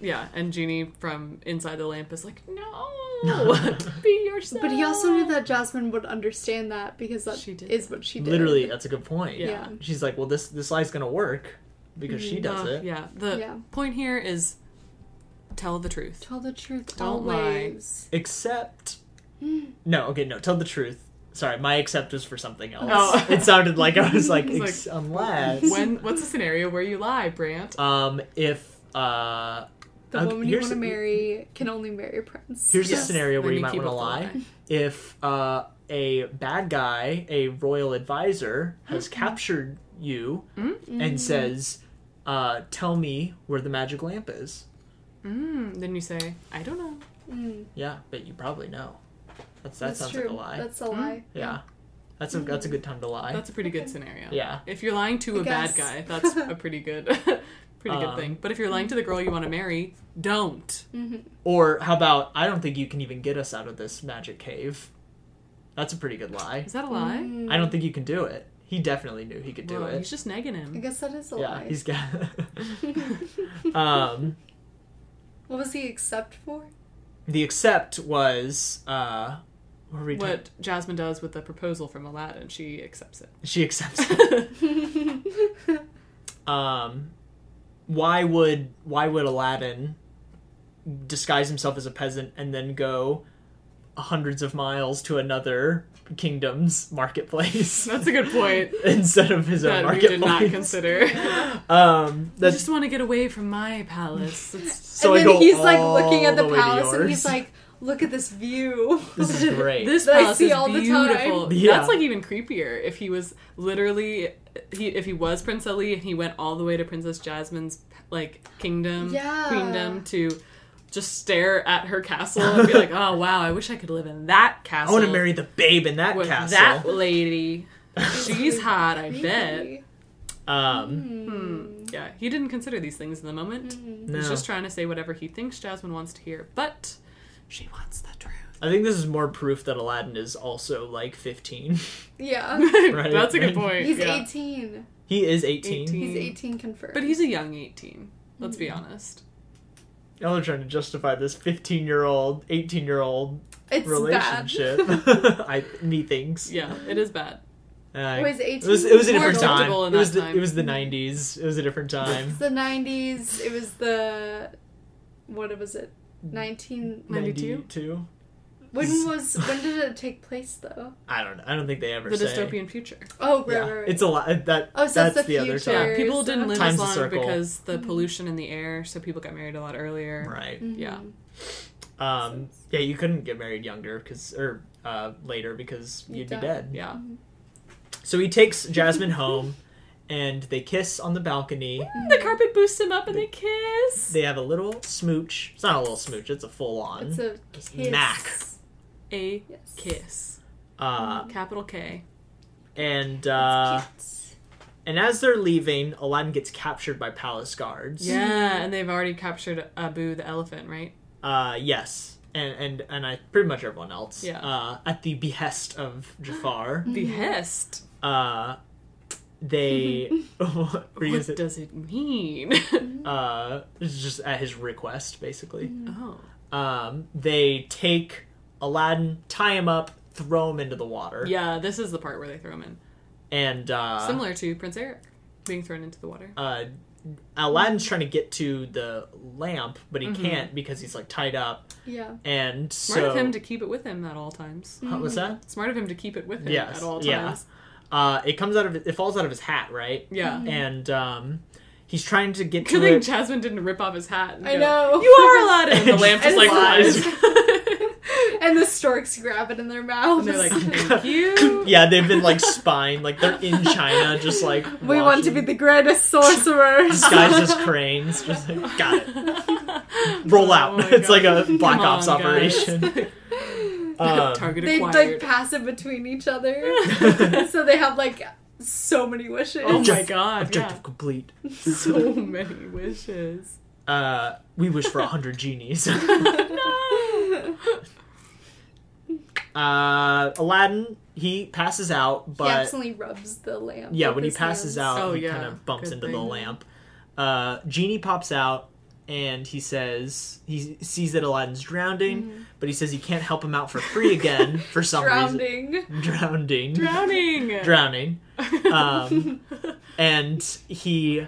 S2: Yeah, and Genie from inside the lamp is like, no, be yourself.
S3: But he also knew that Jasmine would understand that because that is
S2: She did.
S3: what she did.
S1: literally, that's a good point.
S3: Yeah.
S1: She's like, "Well, this this lie's gonna work because she does
S2: Uh,
S1: it."
S2: Yeah. The
S3: Yeah.
S2: point here is tell the truth.
S3: Tell the truth
S2: Don't lie.
S3: always.
S1: Except.
S2: Mm.
S1: No, okay, no, tell the truth. Sorry, my except was for something else.
S2: Oh.
S1: it sounded like I was like,
S2: It's like-
S1: ex- unless.
S2: When what's a scenario where you lie, Brant?
S1: Um, if. Uh,
S3: The
S1: okay,
S3: woman you
S1: here's
S3: want to
S1: a-
S3: marry can only marry a prince.
S1: Here's
S2: Yes.
S1: a scenario where
S2: Then
S1: you
S2: you
S1: might
S2: keep
S1: want to
S2: up the
S1: lie.
S2: lie.
S1: If uh, a bad guy, a royal advisor,
S3: Hmm.
S1: has captured you
S3: Mm-hmm.
S1: and says, uh, tell me where the magic lamp is.
S2: Mm, then you say, I don't know.
S3: Mm,
S1: Yeah, but you probably know. That's, that
S3: that's
S1: sounds
S3: true.
S1: like a lie. Hmm?
S3: That's Mm-hmm. a lie.
S1: yeah. That's a, that's a good time to lie.
S2: That's a pretty good
S3: Okay.
S2: scenario.
S1: yeah.
S2: If you're lying to
S3: I
S2: a bad
S3: guess.
S2: guy, that's a pretty good pretty good
S1: Um,
S2: thing. But if you're lying to the girl you want to marry, don't.
S3: Mm-hmm.
S1: Or how about I don't think you can even get us out of this magic cave. That's a pretty good lie.
S2: Is that a lie?
S3: Mm,
S1: I don't think you can do it. He definitely knew he could do
S2: Well, He's
S1: it.
S2: just negging
S3: I
S2: him.
S3: guess that is a
S1: Yeah,
S3: lie.
S1: he's got. um,
S3: What was he except for?
S1: the accept was uh, what were we doing?
S2: What Jasmine does with the proposal from Aladdin, she accepts it.
S1: She accepts. it. um, why would why would Aladdin disguise himself as a peasant and then go hundreds of miles to another kingdom's marketplace?
S2: That's a good point
S1: instead of his own
S2: that we did not
S1: marketplace.
S2: consider.
S1: um,
S2: I
S1: that's
S2: just want to get away from my palace. It's-
S1: so I
S3: and then
S1: go
S3: he's like
S1: all
S3: looking at the,
S1: way to
S3: palace and he's
S1: yours.
S3: like, look at this view.
S1: "This is great."
S2: this
S3: That I
S2: palace
S3: see
S2: is
S3: all the time.
S2: beautiful.
S1: Yeah.
S2: That's like even creepier. If he was literally, he if he was Prince Ali and he went all the way to Princess Jasmine's like kingdom,
S3: Yeah.
S2: queendom to just stare at her castle and be like, oh wow, I wish I could live in that
S1: I
S2: castle.
S1: want to marry the babe in that
S2: with that
S1: castle.
S2: lady. She's hot, I bet. Hmm.
S3: Creepy.
S1: um,
S3: Hmm.
S2: Yeah, he didn't consider these things in the moment.
S3: Mm.
S1: no.
S2: He's just trying to say whatever he thinks Jasmine wants to hear, but she wants the truth.
S1: I think this is more proof that Aladdin is also like 15.
S3: Yeah.
S1: Right,
S2: That's a
S1: right.
S2: good point.
S3: He's
S2: yeah.
S3: 18.
S1: He is 18.
S2: 18.
S3: He's 18 confirmed.
S2: Hmm. But he's a young 18. Let's be honest.
S1: Y'all are trying to justify this 15 year old, 18 year old
S3: it's
S1: relationship.
S3: Bad.
S1: I methinks.
S2: Yeah, it is bad.
S1: Uh,
S3: It was
S1: it
S3: 18.
S1: was, it was a
S3: More
S1: different time. It
S2: adultable in
S1: was,
S2: that
S1: the,
S2: time.
S1: it was the 90s. It was a different time.
S3: It's the 90s. It was the. What was it? 19.
S2: 92?
S1: 92?
S3: When was. When did it take place, though?
S1: I don't know. I don't think they ever
S2: The
S1: say.
S2: dystopian future.
S3: Oh, right,
S1: Yeah.
S3: right, right.
S1: It's a lot. uh, That,
S3: Oh, so it's
S1: that's
S3: the
S1: the other
S3: future.
S1: time.
S2: Yeah, people didn't live
S1: Time's a
S2: as long
S1: circle.
S2: because the pollution in the air, so people got married a lot earlier.
S1: Right.
S2: Yeah.
S3: Mm-hmm.
S1: Um, yeah, you couldn't get married younger because or uh, later because
S3: You'd
S1: you'd
S3: die.
S1: be dead.
S2: Yeah.
S1: So he takes Jasmine home, and they kiss on the balcony.
S2: The carpet boosts him up and they kiss.
S1: They have a little smooch. It's not a little smooch. It's a full on.
S3: It's a kiss.
S1: Mac.
S2: A
S3: Yes.
S2: kiss.
S1: uh,
S2: Capital K.
S1: and uh,
S3: It's cute.
S1: and as they're leaving, Aladdin gets captured by palace guards.
S2: Yeah, and they've already captured Abu the elephant, right?
S1: Uh, yes. And, and and I pretty much everyone else.
S2: Yeah.
S1: Uh, at the behest of Jafar,
S2: Behest.
S1: uh, they what were you gonna
S2: What
S1: say?
S2: does it mean?
S1: uh, this is just at his request, basically.
S2: oh.
S1: Um, they take Aladdin, tie him up, throw him into the water,
S2: Yeah, this is the part where they throw him in.
S1: and uh,
S2: Similar to Prince Eric being thrown into the water.
S1: uh, Aladdin's trying to get to the lamp, but he can't because he's like tied up,
S3: Yeah.
S1: and
S2: Smart
S1: so
S2: of him to Mm-hmm. keep it Mm-hmm. with him at all times.
S1: Huh, what's that?
S2: Smart of him to keep it with him
S1: Yes,
S2: at all
S1: yeah.
S2: times.
S1: Uh, it comes out of it falls out of his hat, right?
S3: Mm-hmm.
S2: Yeah.
S1: And um, he's trying to get
S2: Good
S1: to
S2: thing
S1: it.
S2: Jasmine didn't rip off his hat. And
S3: I
S2: go,
S3: know.
S2: You are Aladdin. And the lamp just
S3: And
S2: like
S1: flies.
S2: flies.
S3: and the storks grab it in their mouths.
S2: and they're like, thank you.
S1: yeah, they've been like spying, like they're in China, just like
S3: we want to be
S1: watching,
S3: the greatest sorcerers.
S1: disguised as cranes. Just like, got it. roll out.
S2: Oh my
S1: it's like a
S2: God.
S1: black
S2: Come
S1: ops
S2: on, guys.
S1: operation. Um,
S2: Target
S3: They like
S2: acquired.
S3: pass it between each other, so they have like so many wishes.
S2: oh my
S1: Object-
S2: god!
S1: objective complete.
S2: Yeah. So many wishes.
S1: Uh, we wish for a hundred genies.
S2: no.
S1: Uh, Aladdin, he passes out,
S3: he
S1: but
S3: accidentally rubs the lamp.
S1: yeah,
S3: with
S1: when he
S3: his
S1: passes
S3: hands.
S1: out,
S2: Oh,
S1: he
S2: yeah.
S1: kind of bumps
S2: Good
S1: into the
S2: thing.
S1: lamp. Uh, Genie pops out and he says he sees that Aladdin's drowning,
S2: Mm-hmm.
S1: but he says he can't help him out for free again for some
S3: drowning.
S1: reason. Drowning,
S2: Drowning.
S1: drowning. Um, and he,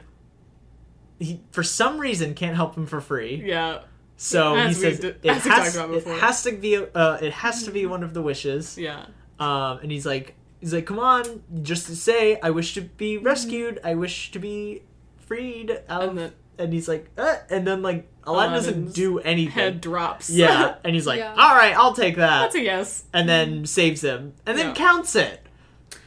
S1: he for some reason can't help him for free.
S2: yeah.
S1: So
S2: As
S1: he
S2: we
S1: says
S2: did-
S1: it,
S2: as we talked
S1: has,
S2: about
S1: it
S2: before.
S1: has to be uh, it has to be one of the wishes.
S2: Yeah.
S1: Um, and he's like, he's like, come on, just to say, I wish to be rescued. I wish to be freed. Out.
S2: Mm-hmm. And
S1: And,
S2: the
S1: he's like, uh, and then like Aladdin doesn't
S2: Aladdin's
S1: do anything.
S2: head drops.
S1: Yeah, and he's like,
S3: Yeah.
S1: all right, I'll take that,
S2: That's a yes.
S1: and then saves him, and then
S2: Yeah.
S1: counts it.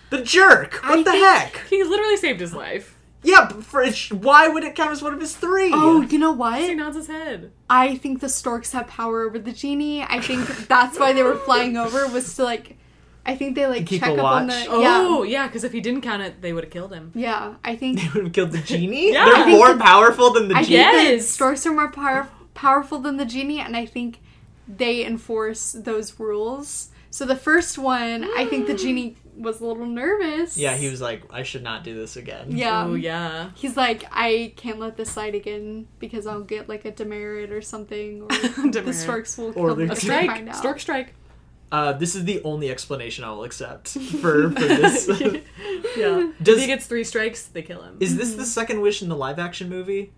S1: The jerk! What the heck?
S2: He literally saved his life.
S1: Yeah, but for, it sh- why would it count as one of his three?
S3: Oh, you know
S2: He
S3: what?
S2: nods his head.
S3: I think the storks have power over the genie. I think that's why they were flying over was to like, I think they like
S1: Keep
S3: check
S1: a
S3: up on the
S1: watch.
S2: Oh, yeah, because if he didn't count it, they would have killed him.
S3: yeah yeah. I think
S1: they would have killed the genie.
S2: Yeah. I
S1: They're
S2: think
S1: more powerful than the
S3: I
S1: genie.
S3: think that
S2: Yes.
S3: storks are more power- powerful than the genie, and I think they enforce those rules. So the first one, I think the genie was a little nervous.
S1: Yeah, he was like, I should not do this again.
S3: Yeah.
S2: Oh, yeah.
S3: He's like, I can't let this slide again because I'll get like a demerit or something, or the
S2: Demerit.
S3: storks will
S1: Or
S3: kill me.
S1: the-
S2: A
S3: if they find
S2: strike.
S3: out.
S2: Stork strike.
S1: Uh, this is the only explanation I will accept for, for this.
S2: yeah. Does
S1: Does-
S2: he gets three strikes, they kill him.
S1: Is this the second wish in the live action movie?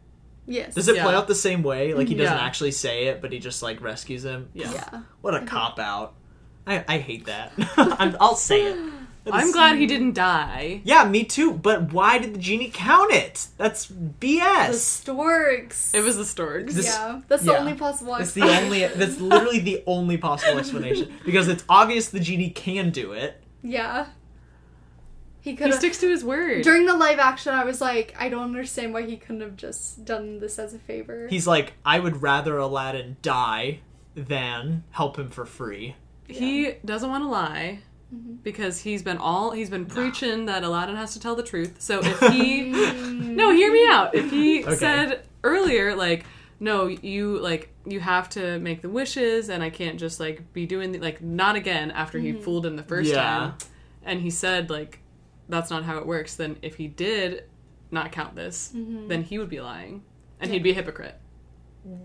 S3: Yes.
S1: Does it play
S2: Yeah.
S1: out the same way? Like he doesn't
S2: Yeah.
S1: actually say it, but he just like rescues him.
S2: Yeah. Mm-hmm.
S3: yeah.
S1: What a cop out. I, I hate that. I'm, I'll say it. That
S2: I'm
S1: is-
S2: glad he didn't die.
S1: Yeah, me too. But why did the genie count it? That's
S3: The
S1: BS.
S3: storks.
S2: It was the storks.
S1: This-
S3: yeah. That's the
S1: yeah.
S3: only possible.
S1: That's the only. That's literally the only possible explanation because it's obvious the genie can do it.
S3: yeah. He could
S2: He
S3: have
S2: sticks to his word.
S3: During the live action, I was like, I don't understand why he couldn't have just done this as a favor.
S1: He's like, I would rather Aladdin die than help him for free.
S2: He doesn't want to lie because he's been all he's been preaching that Aladdin has to tell the truth. So if he
S3: Mm.
S2: No, hear me out. If he
S1: Okay.
S2: said earlier like no, you like you have to make the wishes and I can't just like be doing the, like not again after he
S3: Mm-hmm.
S2: fooled him the first
S1: Yeah.
S2: time. And he said like that's not how it works. Then if he did not count this,
S3: Mm-hmm.
S2: then he would be lying and he'd be a hypocrite.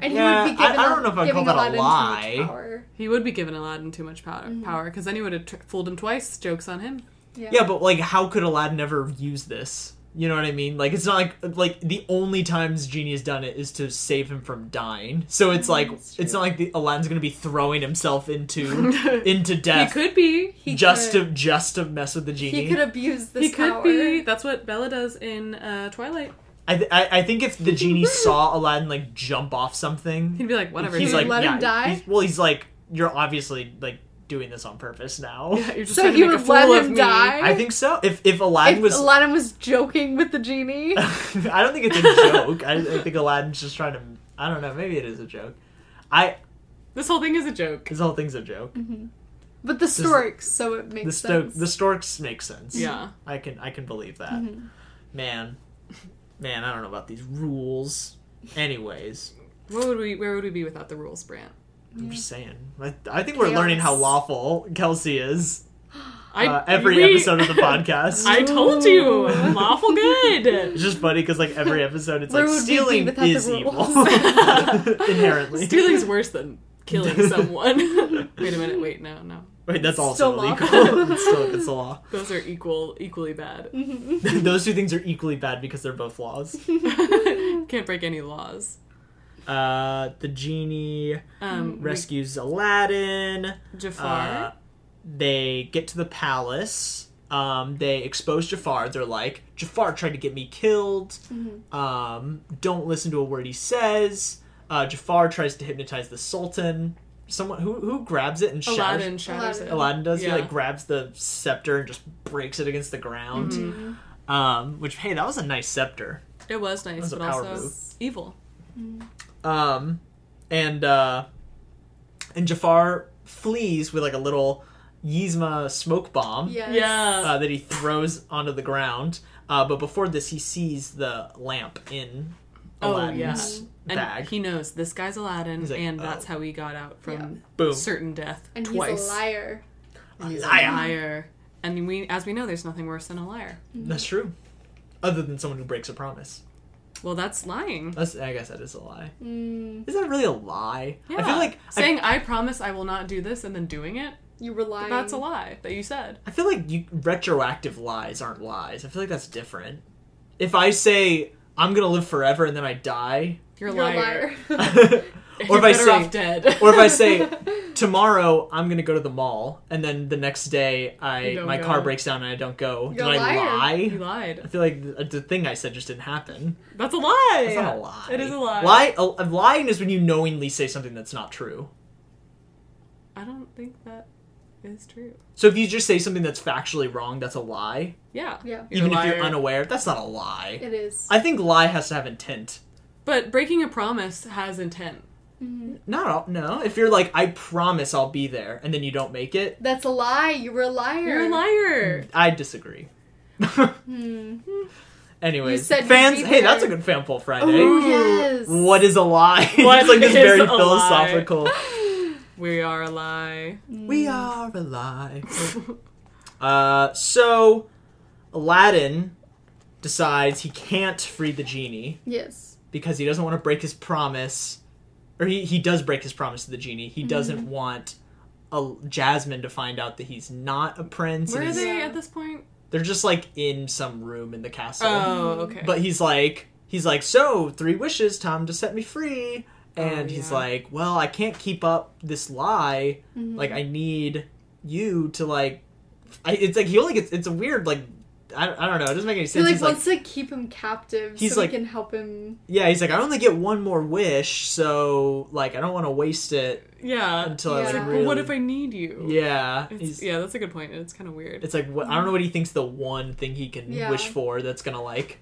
S3: and
S1: Yeah,
S3: he would be given
S1: I- I don't know if I'd
S3: giving
S1: call that a
S3: Aladdin too
S1: lie.
S3: much power.
S2: He would be given Aladdin too much power,
S3: Mm-hmm.
S2: power because then he would have tr- fooled him twice. Jokes on him.
S3: Yeah.
S1: Yeah, but like, how could Aladdin ever use this? You know what I mean? Like, it's not like like the only times Genie has done it is to save him from dying. So it's like
S3: Mm, true.
S1: it's not like the, Aladdin's gonna be throwing himself into into death
S2: He could be.
S3: he
S1: just
S3: could,
S1: to just to mess with the genie.
S3: he could abuse this
S2: he could
S3: power.
S2: be. That's what Bella does in uh, Twilight.
S1: I, th- I I think if the genie saw Aladdin like jump off something,
S2: He'd be like, whatever.
S1: he's
S2: dude.
S1: like,
S3: let him
S1: yeah,
S3: die?
S1: he's- well, he's like, you're obviously like doing this on purpose now.
S2: Yeah, you're just
S3: So
S2: trying to
S3: you
S2: make a
S3: would let
S2: fool of
S3: him
S2: me.
S3: die?
S1: I think so. If if Aladdin
S3: if
S1: was,
S3: Aladdin was joking with the genie.
S1: I don't think it's a joke. I, I think Aladdin's just trying to. I don't know. Maybe it is a joke. I
S2: This whole thing is a joke.
S1: This whole thing's a joke.
S3: but the storks, so it makes
S1: The sto-
S3: sense. Mm-hmm.
S1: the storks make sense.
S2: Yeah.
S1: I can I can believe that. Man, man, I don't know about these rules. Anyways,
S2: What would we? Where would we be without the rules, Brant?
S1: I'm just saying. I, I think we're
S3: Chaos.
S1: learning how lawful Kelsey is
S2: I
S1: uh, every
S2: we-
S1: episode of the podcast.
S2: I told you, lawful good.
S1: it's just funny because like every episode, it's
S3: Where
S1: like
S3: would we be
S1: stealing
S3: without the
S1: is evil
S3: rules?
S1: inherently.
S2: Stealing's worse than killing someone. wait a minute. Wait, no, no.
S1: Wait, that's also
S3: Still
S1: illegal.
S3: lawful.
S1: it's still against the law.
S2: Those are equal, equally bad.
S1: Those two things are equally bad because they're both laws.
S2: Can't break any laws.
S1: Uh, the genie
S2: Um,
S1: rescues Aladdin.
S2: Jafar.
S1: Uh, they get to the palace. Um, they expose Jafar. They're like, Jafar tried to get me killed. Um, don't listen to a word he says. Uh, Jafar tries to hypnotize the Sultan. Someone who who grabs it and shatters.
S2: Aladdin shatters it.
S1: Aladdin does.
S2: Yeah.
S1: He like grabs the scepter and just breaks it against the ground.
S2: Mm-hmm.
S1: Um, which hey, that was a nice scepter.
S2: It was nice,
S1: was a
S2: but
S1: power
S2: also
S1: move.
S2: evil.
S1: Um, and uh, and Jafar flees with like a little Yzma smoke bomb
S3: Yes.
S2: Yeah.
S1: uh, that he throws onto the ground. Uh, but before this, he sees the lamp in
S2: Oh,
S1: Aladdin's
S2: and
S1: bag.
S2: he knows this guy's Aladdin,
S1: He's like,
S2: and that's
S1: oh.
S2: how he got out from
S1: Boom.
S2: certain death
S3: And
S2: twice.
S3: he's a liar.
S2: And he's a
S1: Liar.
S2: liar. And we, as we know, there's nothing worse than a liar.
S1: That's true. Other than someone who breaks a promise.
S2: Well, that's lying.
S1: That's, I guess that is a lie.
S3: Mm,
S1: Is that really a lie?
S2: Yeah.
S1: I feel like I,
S2: saying I, promise I will not do this and then doing it.
S3: you were lying.
S2: That's a lie that you said.
S1: I feel like you, retroactive lies aren't lies. I feel like that's different. If I say I'm gonna live forever and then I die,
S2: You're a
S3: You're
S2: liar.
S3: a liar.
S1: or
S2: You're
S1: if I
S2: better
S1: say
S2: off dead.
S1: or if I say tomorrow I'm gonna go to the mall and then the next day
S2: You
S1: I
S2: don't
S1: my
S2: go.
S1: car breaks down and I don't go,
S3: You're a
S1: did I
S3: liar.
S2: you
S1: lie?
S2: lied.
S1: I feel like the, the thing I said just didn't happen.
S2: That's a lie.
S1: That's not a lie.
S2: It is a lie.
S1: Lie a, a lying is when you knowingly say something that's not true.
S2: I don't think that is true.
S1: So if you just say something that's factually wrong, that's a lie.
S2: Yeah.
S3: yeah,
S2: You're
S1: Even
S2: a
S1: if you're
S2: liar.
S1: unaware, that's not a lie.
S3: it is.
S1: I think lie has to have intent.
S2: But breaking a promise has intent.
S3: Mm-hmm.
S1: Not all, no. If you're like, I promise I'll be there, and then you don't make it,
S3: That's a lie. You were a liar.
S2: You're a liar.
S1: I disagree.
S3: Mm.
S1: Anyways,
S3: You said you'd
S1: fans,
S3: be
S1: hey,
S3: there.
S1: that's a good fan poll Friday.
S2: Ooh.
S3: Oh, Yes.
S1: What is a lie?
S2: What
S1: it's like this
S2: is
S1: very
S2: a lie?
S1: philosophical.
S2: We are a lie.
S1: we are a lie. uh, so Aladdin decides he can't free the genie.
S3: Yes.
S1: because he doesn't want to break his promise or he, he does break his promise to the genie
S2: Mm-hmm.
S1: he doesn't want a, jasmine to find out that he's not a prince
S2: Where
S1: and
S2: are
S1: he's,
S2: they
S3: Yeah.
S2: at this point?
S1: they're just like in some room in the castle
S2: Oh, okay.
S1: but he's like he's like so three wishes time to set me free and
S2: Oh,
S1: he's
S2: yeah.
S1: like well i can't keep up this lie
S3: Mm-hmm.
S2: Mm-hmm.
S1: like i need you to like I, it's like he only gets it's a weird like I, I don't know it doesn't make any
S3: He
S1: sense
S3: like
S1: he's like
S3: wants to keep him captive
S1: He's
S3: so
S1: like-
S3: we can help him.
S1: yeah he's like i only get one more wish so like i don't want to waste it
S2: yeah.
S1: until I
S3: Yeah.
S1: like
S2: But
S1: really.
S2: what if I need you?
S1: Yeah,
S2: It's,
S1: he's-
S2: yeah, that's a good point. It's kind of weird.
S1: It's like what I don't know what he thinks the one thing he can
S3: Yeah.
S1: wish for that's gonna like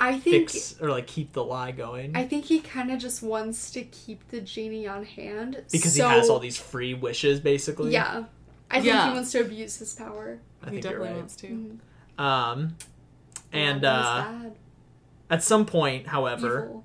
S3: I think
S1: fix or like keep the lie going
S3: I think he kind of just wants to keep the genie on hand
S1: because
S3: so-
S1: he has all these free wishes basically.
S3: Yeah. I think
S2: Yeah.
S3: he wants to abuse his power.
S1: I
S2: he
S1: think you're
S2: definitely
S1: right.
S2: wants to.
S1: Um, and
S3: Aladdin is
S1: uh,
S3: bad,
S1: at some point, however,
S3: evil.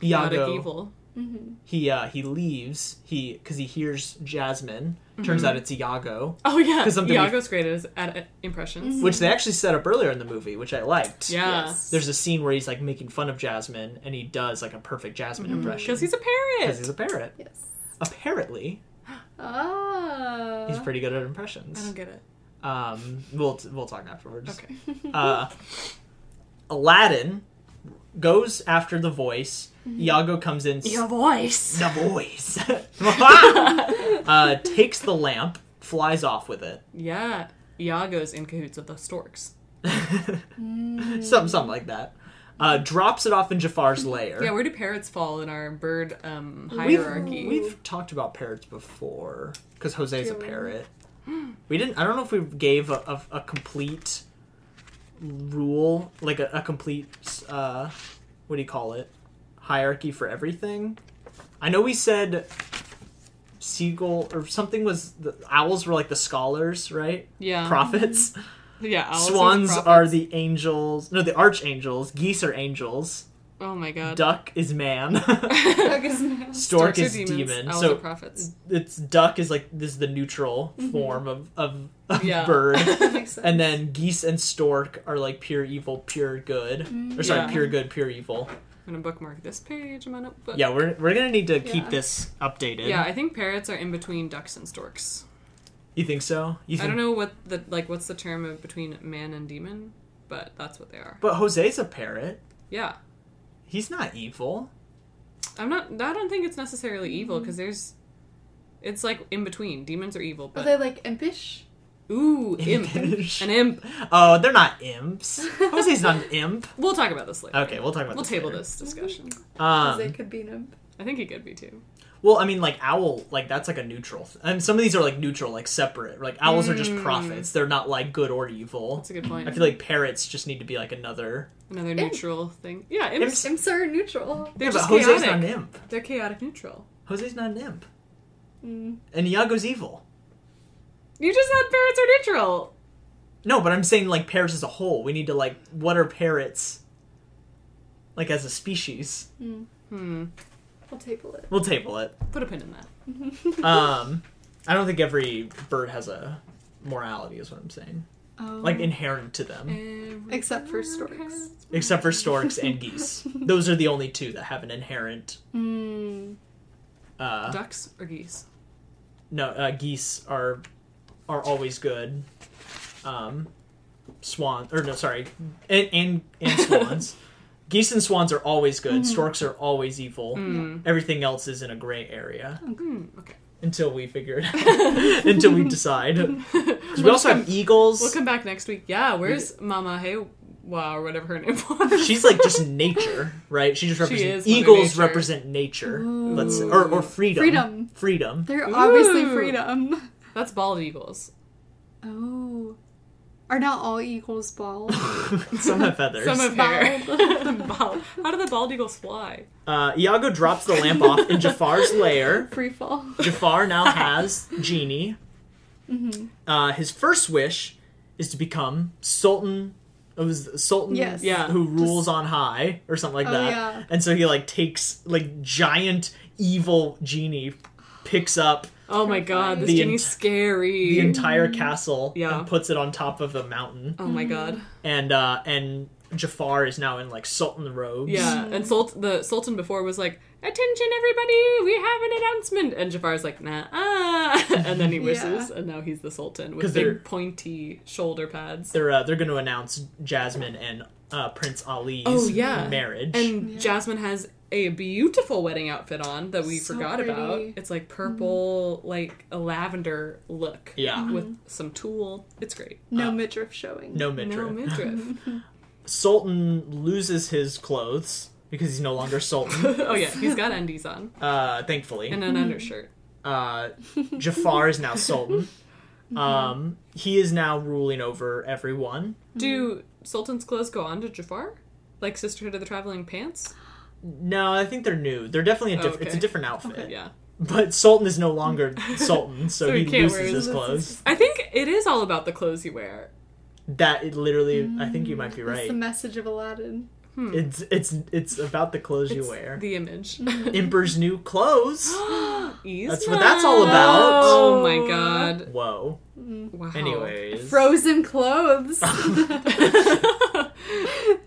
S2: Chaotic
S1: Iago
S2: evil.
S3: Mhm.
S1: he uh, he leaves he because he hears Jasmine.
S3: Mm-hmm.
S1: Turns out it's Iago,
S2: Oh yeah.
S1: 'Cause something we-
S2: Iago's great at, at, at impressions.
S1: which they actually set up earlier in the movie, which I liked.
S2: Yeah.
S3: Yes.
S1: There's a scene where he's like making fun of Jasmine, and he does like a perfect Jasmine impression
S2: Because Mm-hmm. he's a parrot.
S1: because he's a parrot.
S3: Yes.
S1: Apparently,
S3: Oh.
S1: He's pretty good at
S2: Uh-huh. I
S1: impressions.
S2: don't get it.
S1: Um, we'll we'll talk afterwards.
S2: Okay.
S1: Uh, Aladdin goes after the voice.
S2: Mm-hmm.
S1: Iago comes in. s-
S2: voice.
S1: The voice uh, takes the lamp, flies off with it.
S2: Yeah. Iago's in cahoots with the storks.
S3: Mm.
S1: Something something like that. Uh, drops it off in Jafar's lair.
S2: Mm-hmm. Yeah, where do parrots fall in our bird um,
S1: we've,
S2: hierarchy?
S1: we've talked about parrots before because Jose's a
S3: Do we?
S1: parrot. We didn't. I don't know if we gave a, a, a complete rule, like a, a complete uh, what do you call it hierarchy for everything. I know we said seagull or something was the owls were like the scholars, right?
S2: yeah.
S1: Prophets.
S2: yeah. Um, owls are
S1: Swans
S2: prophets.
S1: are the angels. No, the archangels. Geese are angels.
S2: Oh my god.
S1: Duck is man.
S3: Doug is mad.
S1: Stork
S2: Storks are
S1: is demon.
S2: Owls are
S1: So
S2: prophets.
S1: it's duck is like this is the neutral form of of, of
S2: Mm-hmm. Yeah.
S1: bird
S3: That makes sense.
S1: and then geese and stork are like pure evil pure good
S3: Mm.
S1: or sorry
S2: Yeah.
S1: pure good pure evil
S2: I'm gonna bookmark this page in my notebook.
S1: yeah we're, we're gonna need to keep
S3: Yeah.
S1: this updated
S2: Yeah, I think parrots are in between ducks and storks.
S1: you think so you think
S2: I don't know what the like what's the term of between man and demon, but that's what they are.
S1: but jose's a parrot
S2: Yeah.
S1: he's not evil
S2: I'm not I don't think it's necessarily
S1: Mm-hmm.
S2: evil because there's it's like in between. Demons are evil,
S3: Are
S2: but
S3: they like impish?
S2: ooh, imp.
S1: Impish.
S2: An imp.
S1: oh they're not imps jose's not an imp
S2: We'll talk about this later.
S1: okay we'll talk about
S2: We'll
S1: this
S2: table
S1: later.
S2: this discussion.
S1: um,
S3: Jose could be an imp.
S2: I think he could be too.
S1: Well, I mean, like owl, like that's like a neutral. Th- and some of these are like neutral, like separate. Like owls are
S2: Mm.
S1: just prophets; they're not like good or evil.
S2: That's a good point.
S1: I feel like parrots just need to be like another.
S2: Another
S3: Imp.
S2: neutral thing. Yeah,
S1: Imps-
S2: imps.
S3: Imps are neutral.
S2: They're
S1: Yeah, but
S2: just
S1: Jose's
S2: chaotic.
S1: not an imp.
S2: They're chaotic neutral.
S1: Jose's not an imp,
S3: Mm.
S1: and Iago's evil.
S2: You just said parrots are neutral.
S1: No, but I'm saying like parrots as a whole. We need to like what are parrots like as a species?
S2: Hmm.
S3: I'll table it.
S1: We'll table it.
S2: Put a pin in that.
S1: Um, I don't think every bird has a morality, is what I'm saying.
S3: Oh.
S1: Like inherent to them,
S3: Except for storks.
S1: except for storks and geese. Those are the only two that have an inherent.
S3: Mm.
S1: Uh,
S2: Ducks or geese?
S1: no, uh, geese are are always good. Um, swan or no, sorry, and and, and swans. geese and swans are always good.
S2: Mm-hmm.
S1: Storks are always evil.
S2: Mm.
S1: Everything else is in a gray area.
S2: Hmm. Okay.
S1: until we figure it out. until we decide. Because we also have eagles.
S2: We'll come back next week. Yeah, where's Mama Hey Wow or whatever her name was?
S1: She's like just nature, right? She just
S2: is
S1: represents
S2: Mother
S1: eagles
S2: Nature.
S1: represent nature. Let's say, or or freedom.
S3: Freedom.
S1: Freedom.
S3: They're obviously
S2: Ooh.
S3: freedom.
S2: That's bald eagles.
S3: Oh. Are not all equals bald?
S1: Some have feathers.
S2: Some have hair. bald. How do the bald eagles fly?
S1: Uh, Iago drops the lamp off in Jafar's lair.
S3: Free fall.
S1: Jafar now has genie.
S3: Mm-hmm.
S1: Uh, his first wish is to become Sultan. It was Sultan
S3: Yes.
S2: Yeah.
S1: who rules on high or something like
S3: Oh,
S1: that.
S3: yeah.
S1: And so he like takes like giant evil genie picks up
S2: Oh my god, this
S1: The
S2: genie's
S1: ent-
S2: scary.
S1: the
S3: Mm-hmm.
S1: entire castle
S2: Yeah.
S1: and puts it on top of the mountain.
S2: oh my god.
S1: And uh and Jafar is now in like Sultan robes.
S2: Yeah, and Sult- the Sultan before was like, "Attention, everybody, we have an announcement." And Jafar's like, "Nah," ah. and then he whistles, and now he's the Sultan
S1: 'Cause
S2: with
S1: they're-
S2: big pointy shoulder pads.
S1: They're uh, they're going to announce Jasmine and uh, Prince Ali's
S2: Oh, yeah.
S1: marriage.
S2: And Jasmine has a beautiful wedding outfit on that we
S3: So
S2: forgot about.
S3: pretty.
S2: It's like purple, like a lavender look.
S1: Yeah.
S2: with some tulle. It's great.
S3: No midriff showing.
S1: no midriff.
S2: No midriff.
S1: Sultan loses his clothes because he's no longer Sultan,
S2: oh yeah, he's got undies on
S1: uh, thankfully.
S2: and an undershirt.
S1: Uh, Jafar is now Sultan.
S2: Mm-hmm.
S1: Um, he is now ruling over everyone.
S2: Do Sultan's clothes go on to Jafar? Like Sisterhood of the Traveling Pants?
S1: No, I think they're new. They're definitely a different. It's a
S2: Okay.
S1: different outfit.
S2: Yeah.
S1: But Sultan is no longer Sultan, so,
S2: So he
S1: he,
S2: can't
S1: loses
S2: wear his-
S1: his clothes.
S2: I think it is all about the clothes you wear.
S1: That it literally, I think
S2: Mm,
S1: you might be
S3: That's
S1: right.
S3: the message of Aladdin.
S1: It's it's it's about the clothes you
S2: It's
S1: wear.
S2: The image.
S1: Emperor's new clothes.
S2: That's
S1: what that's all about.
S2: Oh my god.
S1: Whoa.
S2: Wow.
S1: Anyways,
S3: Frozen clothes.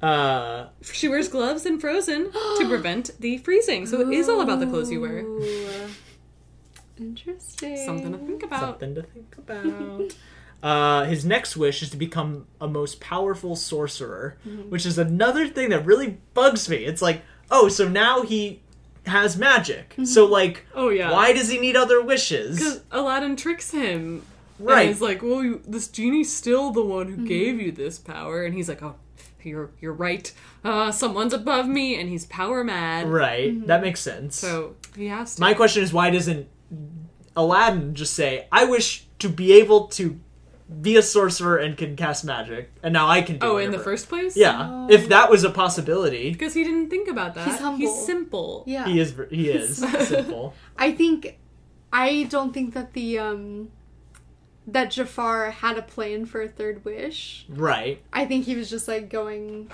S1: uh,
S2: She wears gloves and frozen to prevent the freezing. So it is all about the clothes you wear.
S3: Ooh. Interesting.
S2: Something to think about.
S1: something to think about. Uh, his next wish is to become a most powerful sorcerer,
S2: Mm-hmm.
S1: which is another thing that really bugs me. It's like, oh, so now he has magic. So like,
S2: Oh yeah.
S1: why does he need other wishes?
S2: Because Aladdin tricks him. And
S1: Right.
S2: he's like, well, you, this genie's still the one who gave you this power. And he's like, oh, you're, you're right. Uh, someone's above me. And he's power mad.
S1: Right. That makes sense.
S2: mm-hmm. So he has to.
S1: My question is why doesn't Aladdin just say, "I wish to be able to be a sorcerer and can cast magic, and now I can do."
S2: oh, in the
S1: whatever."
S2: first Oh. place?
S1: Yeah, if that was a possibility,
S2: Because he didn't think about that.
S3: He's humble.
S2: simple.
S3: Yeah.
S1: he is ver- he is simple.
S3: I think I don't think that the um that Jafar had a plan for a third wish.
S1: Right.
S3: I think he was just like going,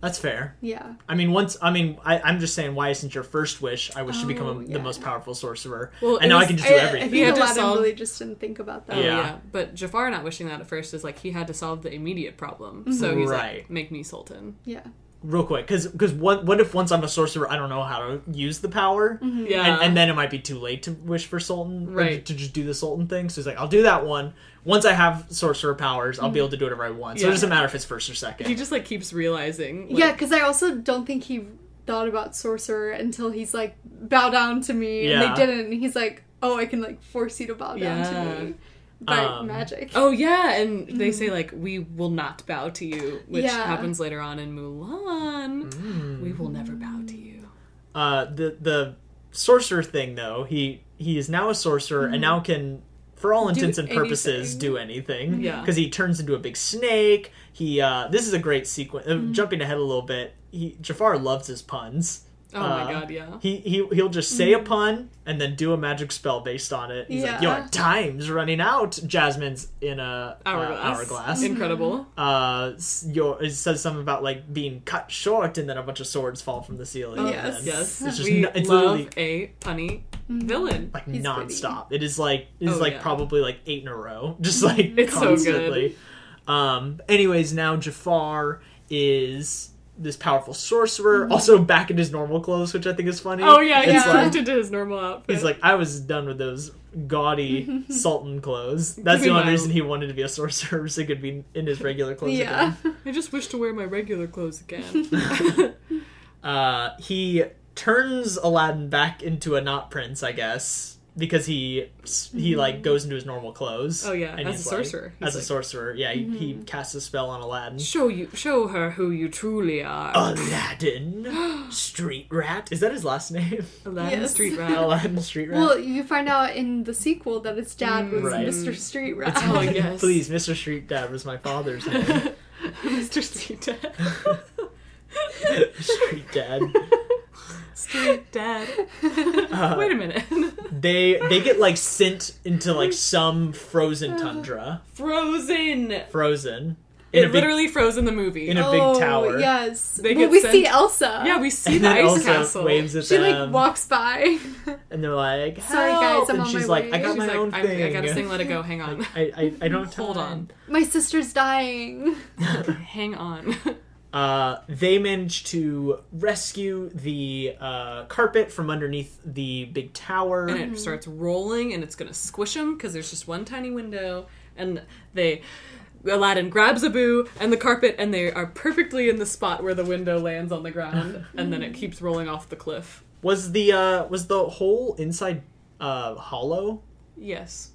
S1: That's fair.
S3: yeah.
S1: I mean, once I mean, I, I'm just saying, why isn't your first wish? I wish to become a,
S3: Oh,
S1: the
S3: yeah.
S1: most powerful sorcerer,
S2: Well, it
S1: and now I
S2: was-
S1: can just
S3: I,
S1: do
S3: I
S1: everything.
S3: think
S2: He had to
S3: Aladdin
S2: solve-
S3: really just didn't think about that.
S1: Yeah.
S2: Oh, But Jafar not wishing that at first is like he had to solve the immediate problem. So he's like,
S1: Right.
S2: make me Sultan.
S3: Yeah.
S1: Real quick, because because what what if once I'm a sorcerer, I don't know how to use the power?
S2: Mm-hmm. Yeah.
S1: and, and then it might be too late to wish for Sultan, or
S2: Right.
S1: To just do the Sultan thing. So he's like, I'll do that one. Once I have sorcerer powers, I'll be able to do whatever I want. So
S2: Yeah.
S1: it doesn't matter if it's first or
S2: he
S1: second.
S2: just like keeps realizing.
S3: Yeah, because I also don't think he thought about sorcerer until he's like, bow down to me,
S1: Yeah.
S3: and they didn't. And he's like, oh, I can like force you to bow down
S2: Yeah.
S3: to me by
S1: Um,
S3: magic.
S2: Oh yeah, and they say like we will not bow to you, which
S3: Mm-hmm. Yeah.
S2: happens later on in Mulan.
S1: Mm-hmm. Hmm.
S2: We will never bow to you.
S1: Uh, the the sorcerer thing though, he he is now a sorcerer and now can. For all intents and purposes,
S3: anything.
S1: do anything.
S2: Yeah.
S1: Because he turns into a big snake. He, uh, this is a great sequence. Uh, jumping ahead a little bit, he, Jafar loves his puns.
S2: Oh
S1: Uh,
S2: my god, yeah.
S1: He, he he'll just say a pun and then do a magic spell based on it. He's like,
S3: Yeah.
S1: "Your time's running out." Jasmine's in a uh,
S2: Hourglass.
S1: hourglass.
S2: Incredible.
S1: Uh, s- your it says something about like being cut short, and then a bunch of swords fall from the ceiling.
S3: Mm-hmm. Yes.
S1: And
S3: Mm-hmm.
S1: then
S2: Oh, Yes.
S1: it's just
S2: we
S1: n- it's
S2: love
S1: literally
S2: a punny villain.
S1: like
S3: He's
S1: nonstop. It is like it's
S2: Oh,
S1: like
S2: yeah.
S1: probably like eight in a row, just like
S2: It's so good.
S1: constantly. Um. Anyways, now Jafar is this powerful sorcerer, also back in his normal clothes, which I think is funny.
S2: Mm-hmm. Oh yeah, he's
S1: It's
S3: yeah.
S1: like-
S2: turned into his normal outfit.
S1: He's like, I was done with those gaudy sultan clothes. That's the
S2: me
S1: only
S2: my-
S1: reason he wanted to be a sorcerer, so he could be in his regular clothes
S3: Yeah.
S1: again.
S2: I just wish to wear my regular clothes again.
S1: Uh, he turns Aladdin back into a not prince, I guess, because he he like goes into his normal clothes.
S2: Mm-hmm. Oh, yeah, as
S1: he's
S2: a
S1: like-
S2: sorcerer. He's
S1: as a
S2: like- mm-hmm.
S1: sorcerer, yeah, he, he casts a spell on Aladdin.
S2: show you show her who you truly are.
S1: Aladdin, street rat. Is that his last name?
S2: Aladdin
S3: Yes.
S2: Street Rat.
S1: Aladdin, street rat.
S3: Well, you find out in the sequel that his dad was
S1: Mm, Right.
S3: Mr. Street Rat.
S2: Oh, yes.
S1: Please, Mr. Street Dad was my father's name.
S2: Mr. Street Dad.
S1: Street Dad.
S2: Street Dad.
S1: Uh,
S2: Wait a minute.
S1: They they get like sent into like some frozen tundra,
S2: Frozen.
S1: frozen in a
S2: It
S1: big,
S2: literally froze in the movie.
S1: in a big tower.
S3: Oh, Yes.
S2: They
S3: well,
S2: get
S3: we
S2: sent-
S3: see Elsa.
S2: yeah, we see
S1: And
S2: the
S1: then
S2: ice
S1: Elsa
S2: castle.
S1: waves at
S3: She like
S1: them,
S3: walks by.
S1: and they're like,
S3: Sorry, guys,
S1: "Help!"
S3: I'm
S1: and
S3: on
S1: she's
S3: my
S1: like,
S3: way.
S1: "I got
S2: She's
S1: my
S2: like,
S1: own
S2: I'm-
S1: thing.
S2: I gotta sing Let It Go. Hang on.
S1: I, I, I don't have
S2: Hold on.
S3: My sister's dying.
S2: Hang on.
S1: Uh, they manage to rescue the uh, carpet from underneath the big tower.
S2: and it starts rolling and it's gonna squish them because there's just one tiny window and they aladdin grabs abu and the carpet and they are perfectly in the spot where the window lands on the ground and then it keeps rolling off the cliff
S1: was the uh, was the hole inside uh, hollow?
S2: yes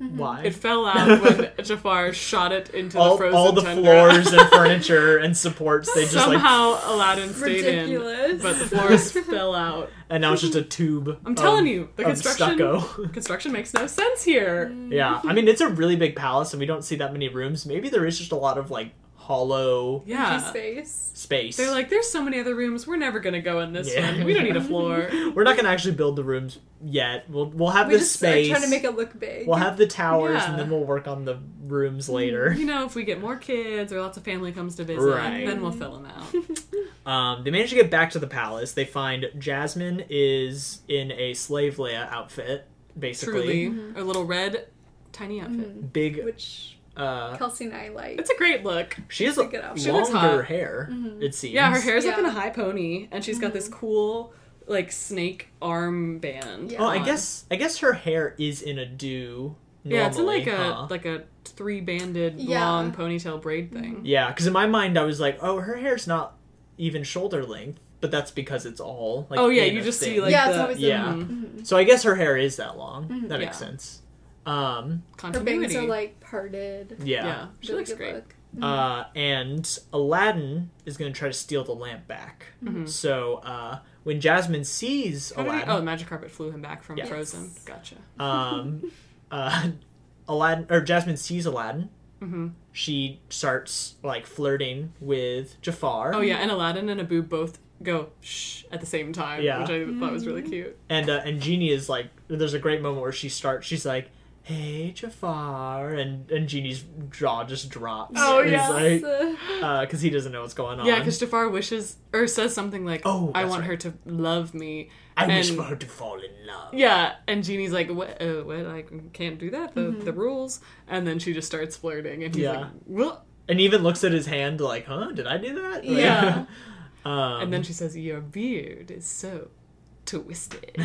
S3: Mm-hmm.
S1: Why?
S2: it fell out when jafar shot it into the
S1: all,
S2: frozen
S1: all the
S2: tundra.
S1: floors and furniture and supports they just like
S2: somehow aladdin stayed in
S3: Ridiculous.
S2: but the floors fell out
S1: and now it's just a tube
S2: i'm telling you the
S1: Um, of
S2: construction
S1: stucco
S2: construction makes no sense here
S3: Mm,
S1: yeah i mean it's a really big palace and we don't see that many rooms maybe there is just a lot of like hollow
S2: yeah
S3: Space.
S1: space
S2: They're like, there's so many other rooms. We're never gonna go in this
S1: Yeah.
S2: one. We don't need a floor.
S1: we're not gonna actually build the rooms yet we'll we'll have
S3: We
S1: the
S3: just
S1: space
S3: are trying to make it look big.
S1: we'll have the towers
S2: Yeah.
S1: and then we'll work on the rooms later
S2: You know, if we get more kids or lots of family comes to visit,
S1: Right.
S2: then we'll fill them out.
S1: um, they manage to get back to the palace they find jasmine is in a slave leia outfit basically
S2: Truly,
S3: Mm-hmm.
S2: a little red tiny outfit.
S3: Mm.
S1: big
S3: which
S1: uh
S3: Kelsey and I like.
S2: It's a great look.
S1: She has
S3: Pick it up. She
S2: looks
S1: longer
S2: hot. Mm-hmm.
S1: hair. It seems.
S2: Yeah, her hair's up in a
S3: Yeah. Mm-hmm.
S2: high pony, and she's got this cool like snake arm band.
S3: Yeah.
S1: Oh, I
S2: on.
S1: guess I guess her hair is in a do. Normally,
S2: Yeah, it's in like a
S1: huh?
S2: like a three banded
S3: Yeah. Mm-hmm.
S2: long ponytail braid thing.
S1: yeah. Because in my mind, I was like, oh, her hair's not even shoulder length, but that's because it's all like.
S2: oh yeah,
S1: in
S2: you
S1: a
S2: just see
S1: thing.
S2: like
S3: Yeah, it's
S2: the Mm-hmm.
S3: always
S1: Yeah. So I guess her hair is that long. That makes
S2: Mm, Yeah.
S1: sense. Um.
S3: Her
S2: continuity.
S3: bangs are like parted.
S1: Yeah.
S2: yeah. Mm. she
S3: Really
S2: looks
S3: good
S2: great.
S3: look.
S1: Uh. And Aladdin is gonna try to steal the lamp back. So uh, when Jasmine sees
S2: Mm-hmm. How oh. did he-
S1: Aladdin,
S2: oh, the magic carpet flew him back from
S1: Yeah.
S2: Frozen. Gotcha.
S1: um, uh, Aladdin or Jasmine sees Aladdin.
S2: Mhm.
S1: She starts like flirting with Jafar.
S2: Oh yeah, and Aladdin and Abu both go shh at the same time,
S1: Yeah.
S2: which I thought was
S3: Mm.
S2: really cute.
S1: and uh, and Genie is like, there's a great moment where she starts. She's like, "Hey Jafar," and and Genie's jaw just drops.
S2: Oh,
S1: And he's
S2: yeah.
S1: like,
S3: Uh,
S1: uh, because he doesn't know what's going on.
S2: Yeah, because Jafar wishes or says something like,
S1: Oh,
S2: I
S1: that's
S2: want
S1: right.
S2: her to love me."
S1: I wish
S2: and-
S1: for her to fall in love.
S2: Yeah, and Genie's like, "What? Uh, what? I can't do that. The,
S3: Mm-hmm.
S2: the rules." And then she just starts flirting, and he's
S1: Yeah.
S2: like, "Well,"
S1: And even looks at his hand like, "Huh? Did I do that?" Like,
S3: Yeah.
S1: um,
S2: and then she says, "Your beard is so." Twisted.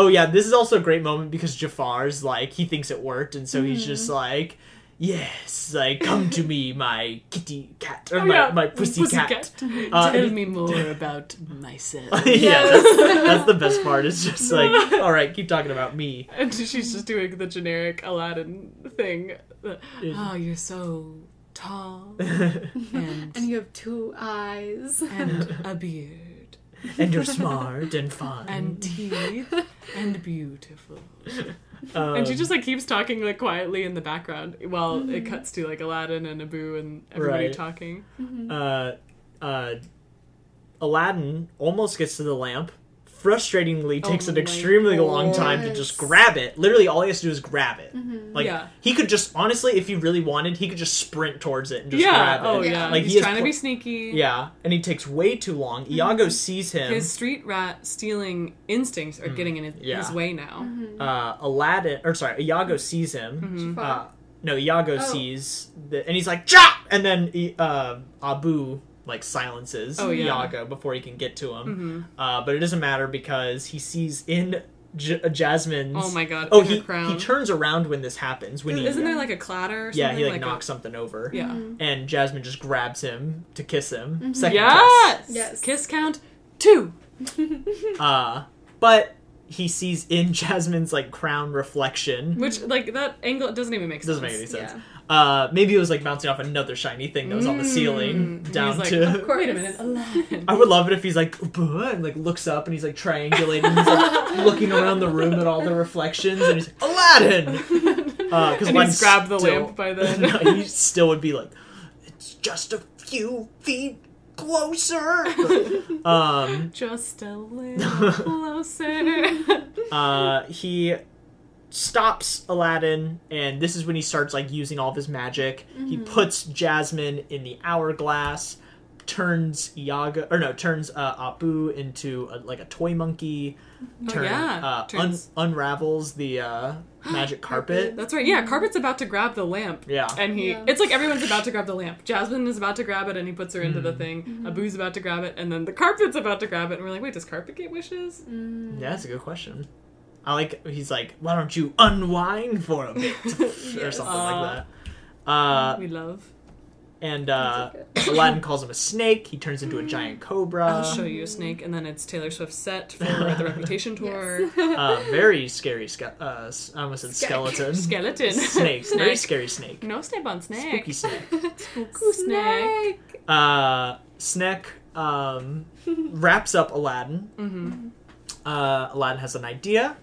S1: Oh yeah, this is also a great moment because Jafar's like he thinks it worked, and so
S2: Mm-hmm.
S1: he's just like, "Yes, like come to me, my kitty cat
S2: Oh,
S1: or my, my pussy, cat." Uh,
S2: Tell me more about myself.
S1: yeah, that's, that's the best part. It's just like, all right, keep talking about me.
S2: And she's just doing the generic Aladdin thing. Oh, you're so tall
S3: and
S2: and,
S3: you have two eyes.
S2: and a beard
S1: And you're smart and fun.
S2: and teeth and beautiful.
S1: um, Mm-hmm.
S2: And she just like keeps talking like quietly in the background while it cuts to like Aladdin and Abu and everybody
S1: Right.
S2: talking.
S1: uh, uh, Aladdin almost gets to the lamp. Frustratingly, takes
S2: Oh
S1: an
S2: my
S1: extremely long time to
S3: goodness.
S1: just grab it. Literally, all he has to do is grab it. Like
S2: Mm-hmm. Yeah.
S1: he could just honestly, if he really wanted, he could just sprint towards it and just
S2: yeah.
S1: grab it.
S2: Oh
S3: Yeah.
S2: yeah.
S1: Like,
S2: he's
S1: he is
S2: trying to
S1: pl-
S2: be sneaky.
S1: Yeah, and he takes way too long. Iago sees him.
S2: Mm-hmm.
S1: Mm-hmm.
S2: His street rat stealing instincts are getting in his,
S1: yeah.
S2: his way now.
S1: uh, Aladdin, or sorry, Iago sees him.
S2: Mm-hmm.
S1: Uh, no, Iago
S3: Oh.
S1: sees, the, and he's like, "Chop!" And then he- uh, Abu like silences
S2: Oh, yeah. Mm-hmm.
S1: Iago before he can get to him. Uh, but it doesn't matter because he sees in J- uh, Jasmine's.
S2: Oh my god.
S1: Oh,
S2: in her
S1: he
S2: crown.
S1: he turns around when this happens. When he
S2: Isn't there like a clatter? Or something?
S1: yeah, he like,
S2: a-
S1: knocks something over.
S2: yeah. Mm-hmm.
S1: and Jasmine just grabs him to kiss him. Second kiss.
S2: Yes.
S3: Yes.
S2: Kiss count two.
S1: Uh, but he sees in Jasmine's like crown reflection.
S2: Which
S3: Mm-hmm.
S2: like that angle doesn't even make
S1: It
S2: sense.
S1: doesn't make any sense. Uh, maybe it was like bouncing off another shiny thing that was on the ceiling down
S2: Mm. He's like,
S1: to.
S3: course.
S2: Wait a minute, Aladdin.
S1: I would love it if he's like "Buh," and like looks up and he's like triangulating, he's like looking around the room at all the reflections, and he's like, Aladdin, because
S2: and he's grabbed the lamp by then.
S1: no, he still would be like, it's just a few feet closer. um,
S2: Just a little closer.
S1: uh, he stops Aladdin, and this is when he starts like using all of his magic. He
S2: Mm-hmm.
S1: puts Jasmine in the hourglass, turns Iago or no, turns uh, Apu into a, like a toy monkey. turn-
S2: Oh, yeah,
S1: uh,
S2: turns-
S1: un- unravels the uh, magic carpet.
S2: That's right. Yeah, Carpet's about to grab the lamp.
S1: Yeah.
S2: And he
S3: Yeah.
S2: it's like everyone's about to grab the lamp. Jasmine is about to grab it and he puts her into
S1: Mm-hmm.
S2: the thing.
S3: Mm-hmm.
S2: Abu's about to grab it and then the carpet's about to grab it and we're like, "Wait, does carpet get wishes?" Mm-hmm.
S1: Yeah, that's a good question. I like. He's like, why don't you unwind for a bit or something like that. Uh,
S2: We love.
S1: and uh,
S3: That's
S1: Aladdin calls him a snake. He turns into a giant cobra.
S2: I'll show you a snake and then it's Taylor Swift's set for the Reputation tour.
S1: uh, very scary. Ske- uh, s- I almost said
S3: Skek.
S1: skeleton.
S2: Skeleton.
S1: snake. Very scary snake.
S2: No step on snake.
S1: Spooky snake.
S2: Spooky snake.
S1: Uh, Snek um, wraps up Aladdin.
S2: Mm-hmm.
S1: Uh, Aladdin has an idea.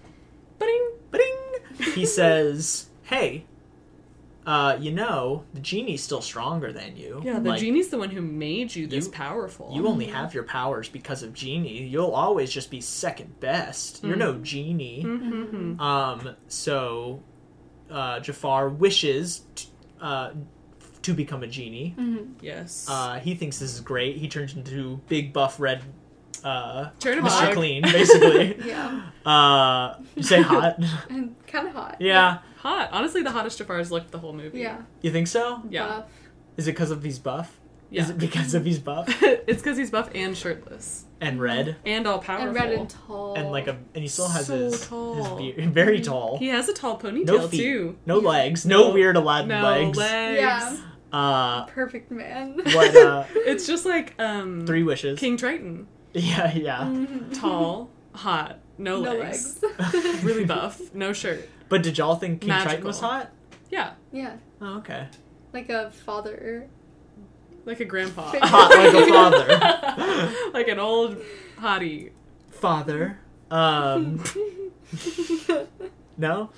S2: Ba-ding.
S1: Ba-ding! He says, "Hey, uh, you know the genie's still stronger than you.
S2: Yeah, the
S1: Like,
S2: genie's the one who made you this
S1: You-
S2: powerful.
S1: You only have your powers because of genie. You'll always just be second best. You're no genie."
S2: mm-hmm.
S1: Um, so uh, Jafar wishes t- uh, to become a genie.
S3: Mm-hmm.
S2: Yes.
S1: Uh, he thinks this is great. He turns into big buff red uh,
S2: Turn him
S1: Mr.
S2: on.
S1: Clean, basically.
S3: Yeah,
S1: uh, you say hot?
S3: and kind of hot.
S1: yeah.
S2: Hot. Honestly, the hottest Jafar's looked the whole movie.
S3: Yeah.
S1: You think so?
S2: Yeah.
S3: Buff.
S1: Is it because of he's buff? Uh, Is
S2: Yeah.
S1: it because of he's buff
S2: it's because he's buff and shirtless
S1: and red
S2: and all powerful.
S3: and red and tall.
S1: and like a and he still has
S2: So
S1: his his
S2: tall. Mm-hmm.
S1: beard very tall.
S2: He has a tall ponytail
S1: No feet,
S2: too.
S1: no legs, no,
S2: No-
S1: weird Aladdin
S2: No
S1: legs.
S2: legs.
S3: yeah,
S1: Uh,
S3: perfect man.
S1: what? Uh,
S2: It's just like um
S1: three wishes.
S2: King Triton.
S1: Yeah, yeah.
S3: Mm.
S2: Tall, hot, no,
S3: Mm-hmm. no
S2: legs,
S3: legs.
S2: really buff, no shirt.
S1: But did y'all think King Triton
S2: Magical.
S1: was hot?
S2: Yeah,
S3: yeah,
S1: Oh, okay.
S3: like a father.
S2: like a grandpa,
S1: Hot like a father.
S2: like an old hottie.
S1: father. Um, no?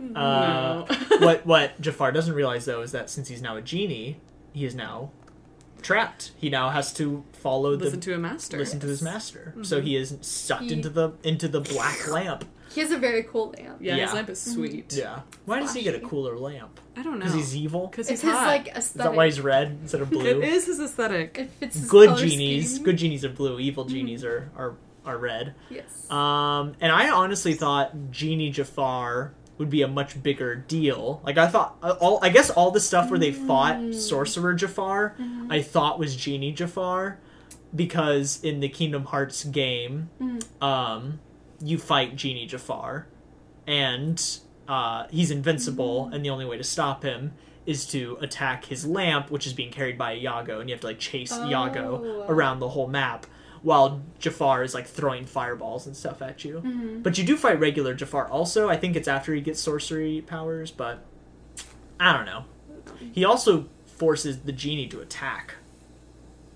S1: Uh,
S2: no.
S1: what, what Jafar doesn't realize, though, is that since he's now a genie, he is now trapped. He now has to follow the.
S2: listen to a master.
S1: listen to his master. So he is sucked into the into the black lamp.
S3: He has a very cool lamp.
S2: Yeah,
S1: Yeah.
S2: his lamp is sweet.
S1: Yeah. Why does he get a
S3: Flashy.
S1: cooler lamp?
S2: I don't know.
S1: Because he's evil?
S2: Because
S3: It's
S2: he's
S3: his
S2: hot.
S3: like
S1: Is that why
S3: aesthetic.
S1: he's red instead of blue?
S2: it is his aesthetic.
S3: It fits his
S1: good
S3: color
S1: genies
S3: scheme.
S1: good genies are blue evil genies are, are are red
S3: Yes.
S1: um and i honestly thought genie jafar would be a much bigger deal like i thought uh, all i guess all the stuff where they fought sorcerer jafar i thought was genie jafar because in the kingdom hearts game um you fight genie jafar and uh, he's invincible,
S3: Mm-hmm.
S1: and the only way to stop him is to attack his lamp, which is being carried by Iago, and you have to like chase Iago
S3: Oh.
S1: around the whole map while Jafar is like throwing fireballs and stuff at you.
S3: Mm-hmm.
S1: But you do fight regular Jafar also. I think it's after he gets sorcery powers, but I don't know. He also forces the genie to attack.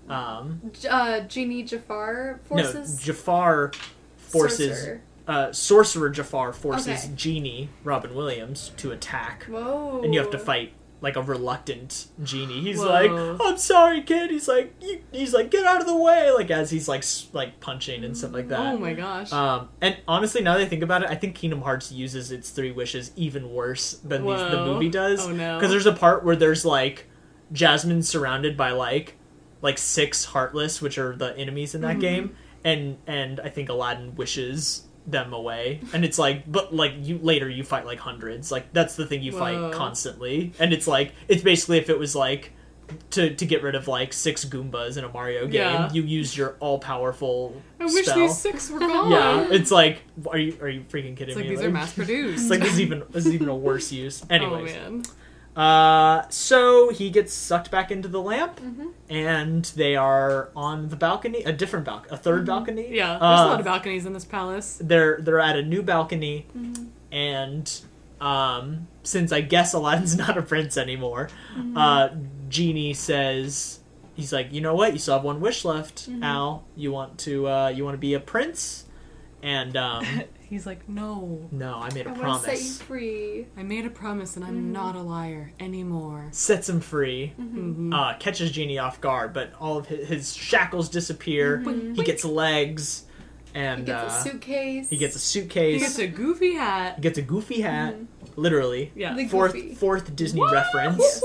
S1: Um,
S3: J- uh, genie Jafar forces.
S1: no, Jafar forces
S3: Sorcerer.
S1: uh, sorcerer Jafar forces
S3: Okay.
S1: genie Robin Williams to attack
S3: Whoa.
S1: and you have to fight like a reluctant genie. He's
S2: Whoa.
S1: like, "I'm sorry, kid." He's like, you, "He's like, get out of the way!" Like as he's like s- like punching and stuff like that.
S2: Oh my gosh.
S1: Um, and honestly, now that I think about it, I think Kingdom Hearts uses its three wishes even worse than these, the
S2: Whoa.
S1: movie does.
S2: Oh, no.
S1: Because there's a part where there's like Jasmine surrounded by like like six Heartless, which are the enemies in that
S2: Mm-hmm.
S1: game, and and I think Aladdin wishes them away, and it's like, but like you later you fight like hundreds, like that's the thing you
S2: Whoa.
S1: fight constantly, and it's like it's basically if it was like. To, to get rid of like six Goombas in a Mario game,
S2: Yeah.
S1: you use your all powerful.
S2: I wish
S1: spell.
S2: these six were gone.
S1: Yeah, it's like, are you are you freaking kidding
S2: It's like
S1: me?
S2: these are mass
S1: It's
S2: produced.
S1: like this is even this is even a worse use.
S2: oh
S1: Anyways,
S2: man.
S1: uh, so he gets sucked back into the lamp, and they are on the balcony, a different balcony, a 3rd balcony.
S2: Yeah. There's
S1: Uh,
S2: a lot of balconies in this palace.
S1: They're they're at a new balcony,
S3: Mm-hmm.
S1: and um, since I guess Aladdin's not a prince anymore, uh, genie says. He's like, you know what? You still have one wish left, Al. You want to, uh, you want to be a prince, and um,
S2: He's like, no.
S1: No, I made a
S3: I want to set you
S1: promise.
S3: free.
S2: I made a promise and I'm not a liar anymore.
S1: Sets him free,
S3: Mm-hmm.
S2: Mm-hmm.
S1: uh, catches Genie off guard, but all of his, his shackles disappear.
S2: Mm-hmm.
S1: He gets legs, and
S3: He gets
S1: uh,
S3: a suitcase.
S1: he gets a
S2: He
S1: suitcase.
S2: gets a goofy hat.
S1: goofy hat, literally.
S2: Yeah.
S3: The
S1: Fourth
S3: goofy.
S1: fourth Disney reference.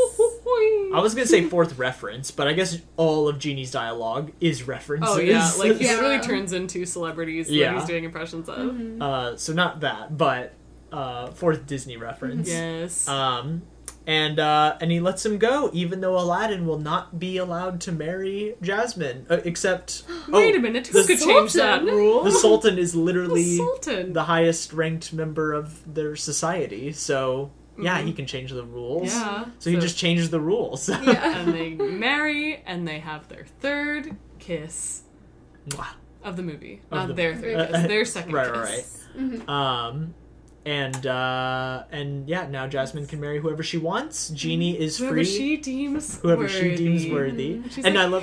S1: I was gonna say fourth reference, but I guess all of Genie's dialogue is references.
S2: Oh yeah, like he
S3: Yeah.
S2: literally turns into celebrities that
S1: Yeah.
S2: he's doing impressions of.
S3: Mm-hmm.
S1: uh, so not that, but uh, fourth Disney reference.
S2: Yes.
S1: Um, and uh, and he lets him go, even though Aladdin will not be allowed to marry Jasmine, uh, except
S2: Wait
S1: oh,
S2: a minute,
S1: the
S2: who could change that
S3: Sultan.
S2: rule?
S1: the Sultan is
S2: The
S1: literally
S2: Sultan.
S1: the highest ranked member of their society, so yeah, he can change the rules.
S2: Mm-hmm. yeah.
S1: So he just changes the rules.
S3: Yeah.
S2: and they marry and they have their third kiss
S1: Mwah.
S2: of the movie.
S1: Of
S2: Not
S1: the-
S2: their third
S1: Uh,
S2: kiss, their second
S1: right,
S2: kiss.
S1: right, right.
S3: Mm-hmm.
S1: Um, and uh, and yeah, now Jasmine can marry whoever she wants. Genie is
S2: Whoever
S1: free.
S2: she deems
S1: whoever she
S2: worthy.
S1: deems worthy.
S3: Mm-hmm.
S2: She's
S1: and
S2: like,
S1: I love.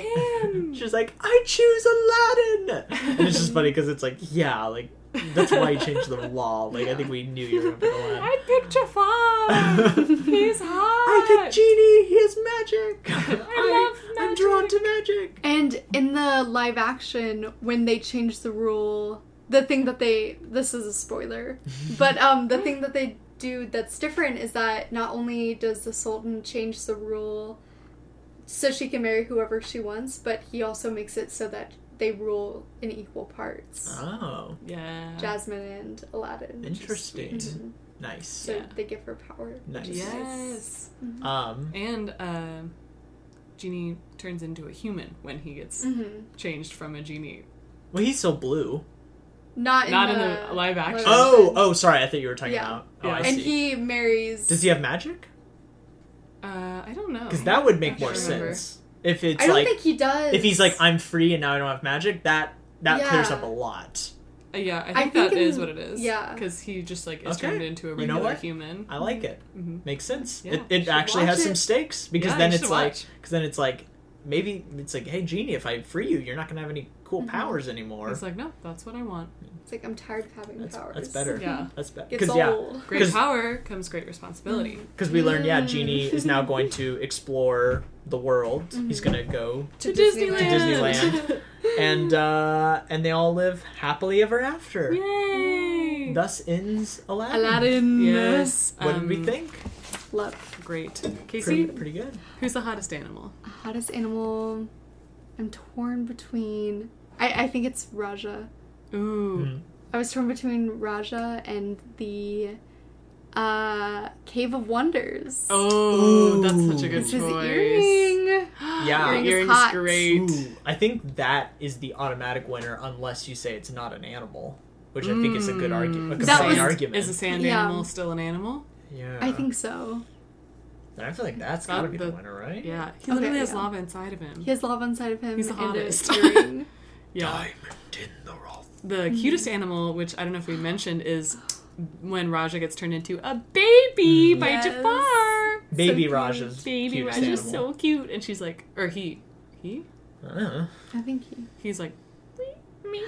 S2: "Him."
S1: she's like, I choose Aladdin. And it's just funny because it's like, yeah, like that's why you changed the law. Like I think we knew you were going
S2: I
S1: Aladdin.
S2: picked Jafar. He's hot.
S1: I picked Genie. He has magic.
S2: I love
S1: I'm drawn to magic.
S3: And in the live action, when they changed the rule, the thing that they this is a spoiler, but um, the thing that they do that's different is that not only does the Sultan change the rule so she can marry whoever she wants, but he also makes it so that they rule in equal parts.
S1: Oh,
S2: Yeah.
S3: Jasmine and Aladdin. which is-
S1: interesting.
S3: Mhm.
S1: Nice.
S3: So
S2: Yeah.
S3: they give her power.
S1: Nice.
S2: Yes.
S1: Um.
S2: And uh, Genie turns into a human when he gets
S3: hmm
S2: changed from a genie.
S1: Well, he's so blue.
S3: Not in
S2: Not in
S3: the,
S2: the live action.
S1: Oh, oh, sorry. I thought you were talking
S3: Yeah.
S1: about. Oh,
S2: Yeah.
S1: I
S3: and
S1: see.
S3: he marries.
S1: Does he have magic?
S2: Uh, I don't know.
S1: Because that would make
S2: I
S1: more
S2: can't remember.
S1: sense if it's
S3: I don't
S1: like
S3: think he does.
S1: if he's like I'm free and now I don't have magic. That that
S3: Yeah.
S1: clears up a lot.
S2: Uh, yeah, I
S3: I
S2: think, that is
S3: think in-
S2: what it is.
S3: yeah.
S2: Because he just like is
S1: Okay.
S2: turned into a
S1: You know
S2: regular
S1: what?
S2: human.
S1: I like it.
S2: Mhm.
S1: Makes sense.
S2: Yeah,
S1: it it
S2: should
S1: actually has
S3: watch
S1: some
S3: it.
S1: stakes because
S2: Yeah,
S1: then
S2: you
S1: it's
S2: should
S1: like
S2: watch.
S1: because then it's like maybe it's like hey genie if I free you you're not gonna have any cool powers anymore.
S2: It's like no, that's what I want.
S3: It's like I'm tired of having
S1: That's,
S3: powers.
S1: that's better.
S2: Yeah.
S1: That's better.
S3: It's
S1: Because
S3: old.
S1: yeah,
S2: Great
S1: 'Cause-
S2: power comes great responsibility.
S1: because we learned yeah genie is now going to explore the world. He's gonna go
S2: To,
S3: Disneyland.
S1: to Disneyland, and uh, and they all live happily ever after.
S2: Yay!
S1: Thus ends Aladdin.
S3: Aladdin.
S2: uh, yes.
S1: What did we
S2: um,
S1: think?
S3: Love.
S2: Great.
S1: Pretty,
S2: Casey,
S1: pretty good.
S2: who's the hottest animal?
S3: Hottest animal. I'm torn between. I, I think it's Raja.
S2: Ooh.
S3: I was torn between Raja and the uh, Cave of Wonders.
S2: Oh, that's such a good
S3: it's his
S2: choice.
S3: earring.
S1: Yeah.
S3: Earring is
S2: Earring's
S3: hot.
S2: great.
S1: Ooh, I think that is the automatic winner unless you say it's not an animal, which I think is a good argument. A
S3: That
S1: compelling
S3: was-
S1: argument.
S2: Mm. Is a sand
S3: Yeah.
S2: animal still an animal?
S1: yeah.
S3: I think so.
S1: And I feel like that's gotta
S2: That-
S1: be the,
S2: that-
S1: winner, right?
S2: Yeah. He
S3: Okay,
S2: literally has
S3: yeah.
S2: lava inside of him.
S3: He has love inside of him.
S2: He's the
S3: and a
S2: hottest.
S3: earring.
S2: Yeah.
S1: Diamond in the rough.
S2: The
S3: Mm-hmm.
S2: cutest animal, which I don't know if we mentioned, is when Raja gets turned into a baby by
S3: Yes.
S2: Jafar.
S1: Baby
S3: cute.
S1: Raja's
S2: Baby
S1: Mm-hmm. cutest
S2: Raja's
S1: animal.
S2: so cute, and she's like, or he, he,
S1: Uh,
S3: I think he.
S2: he's like, me.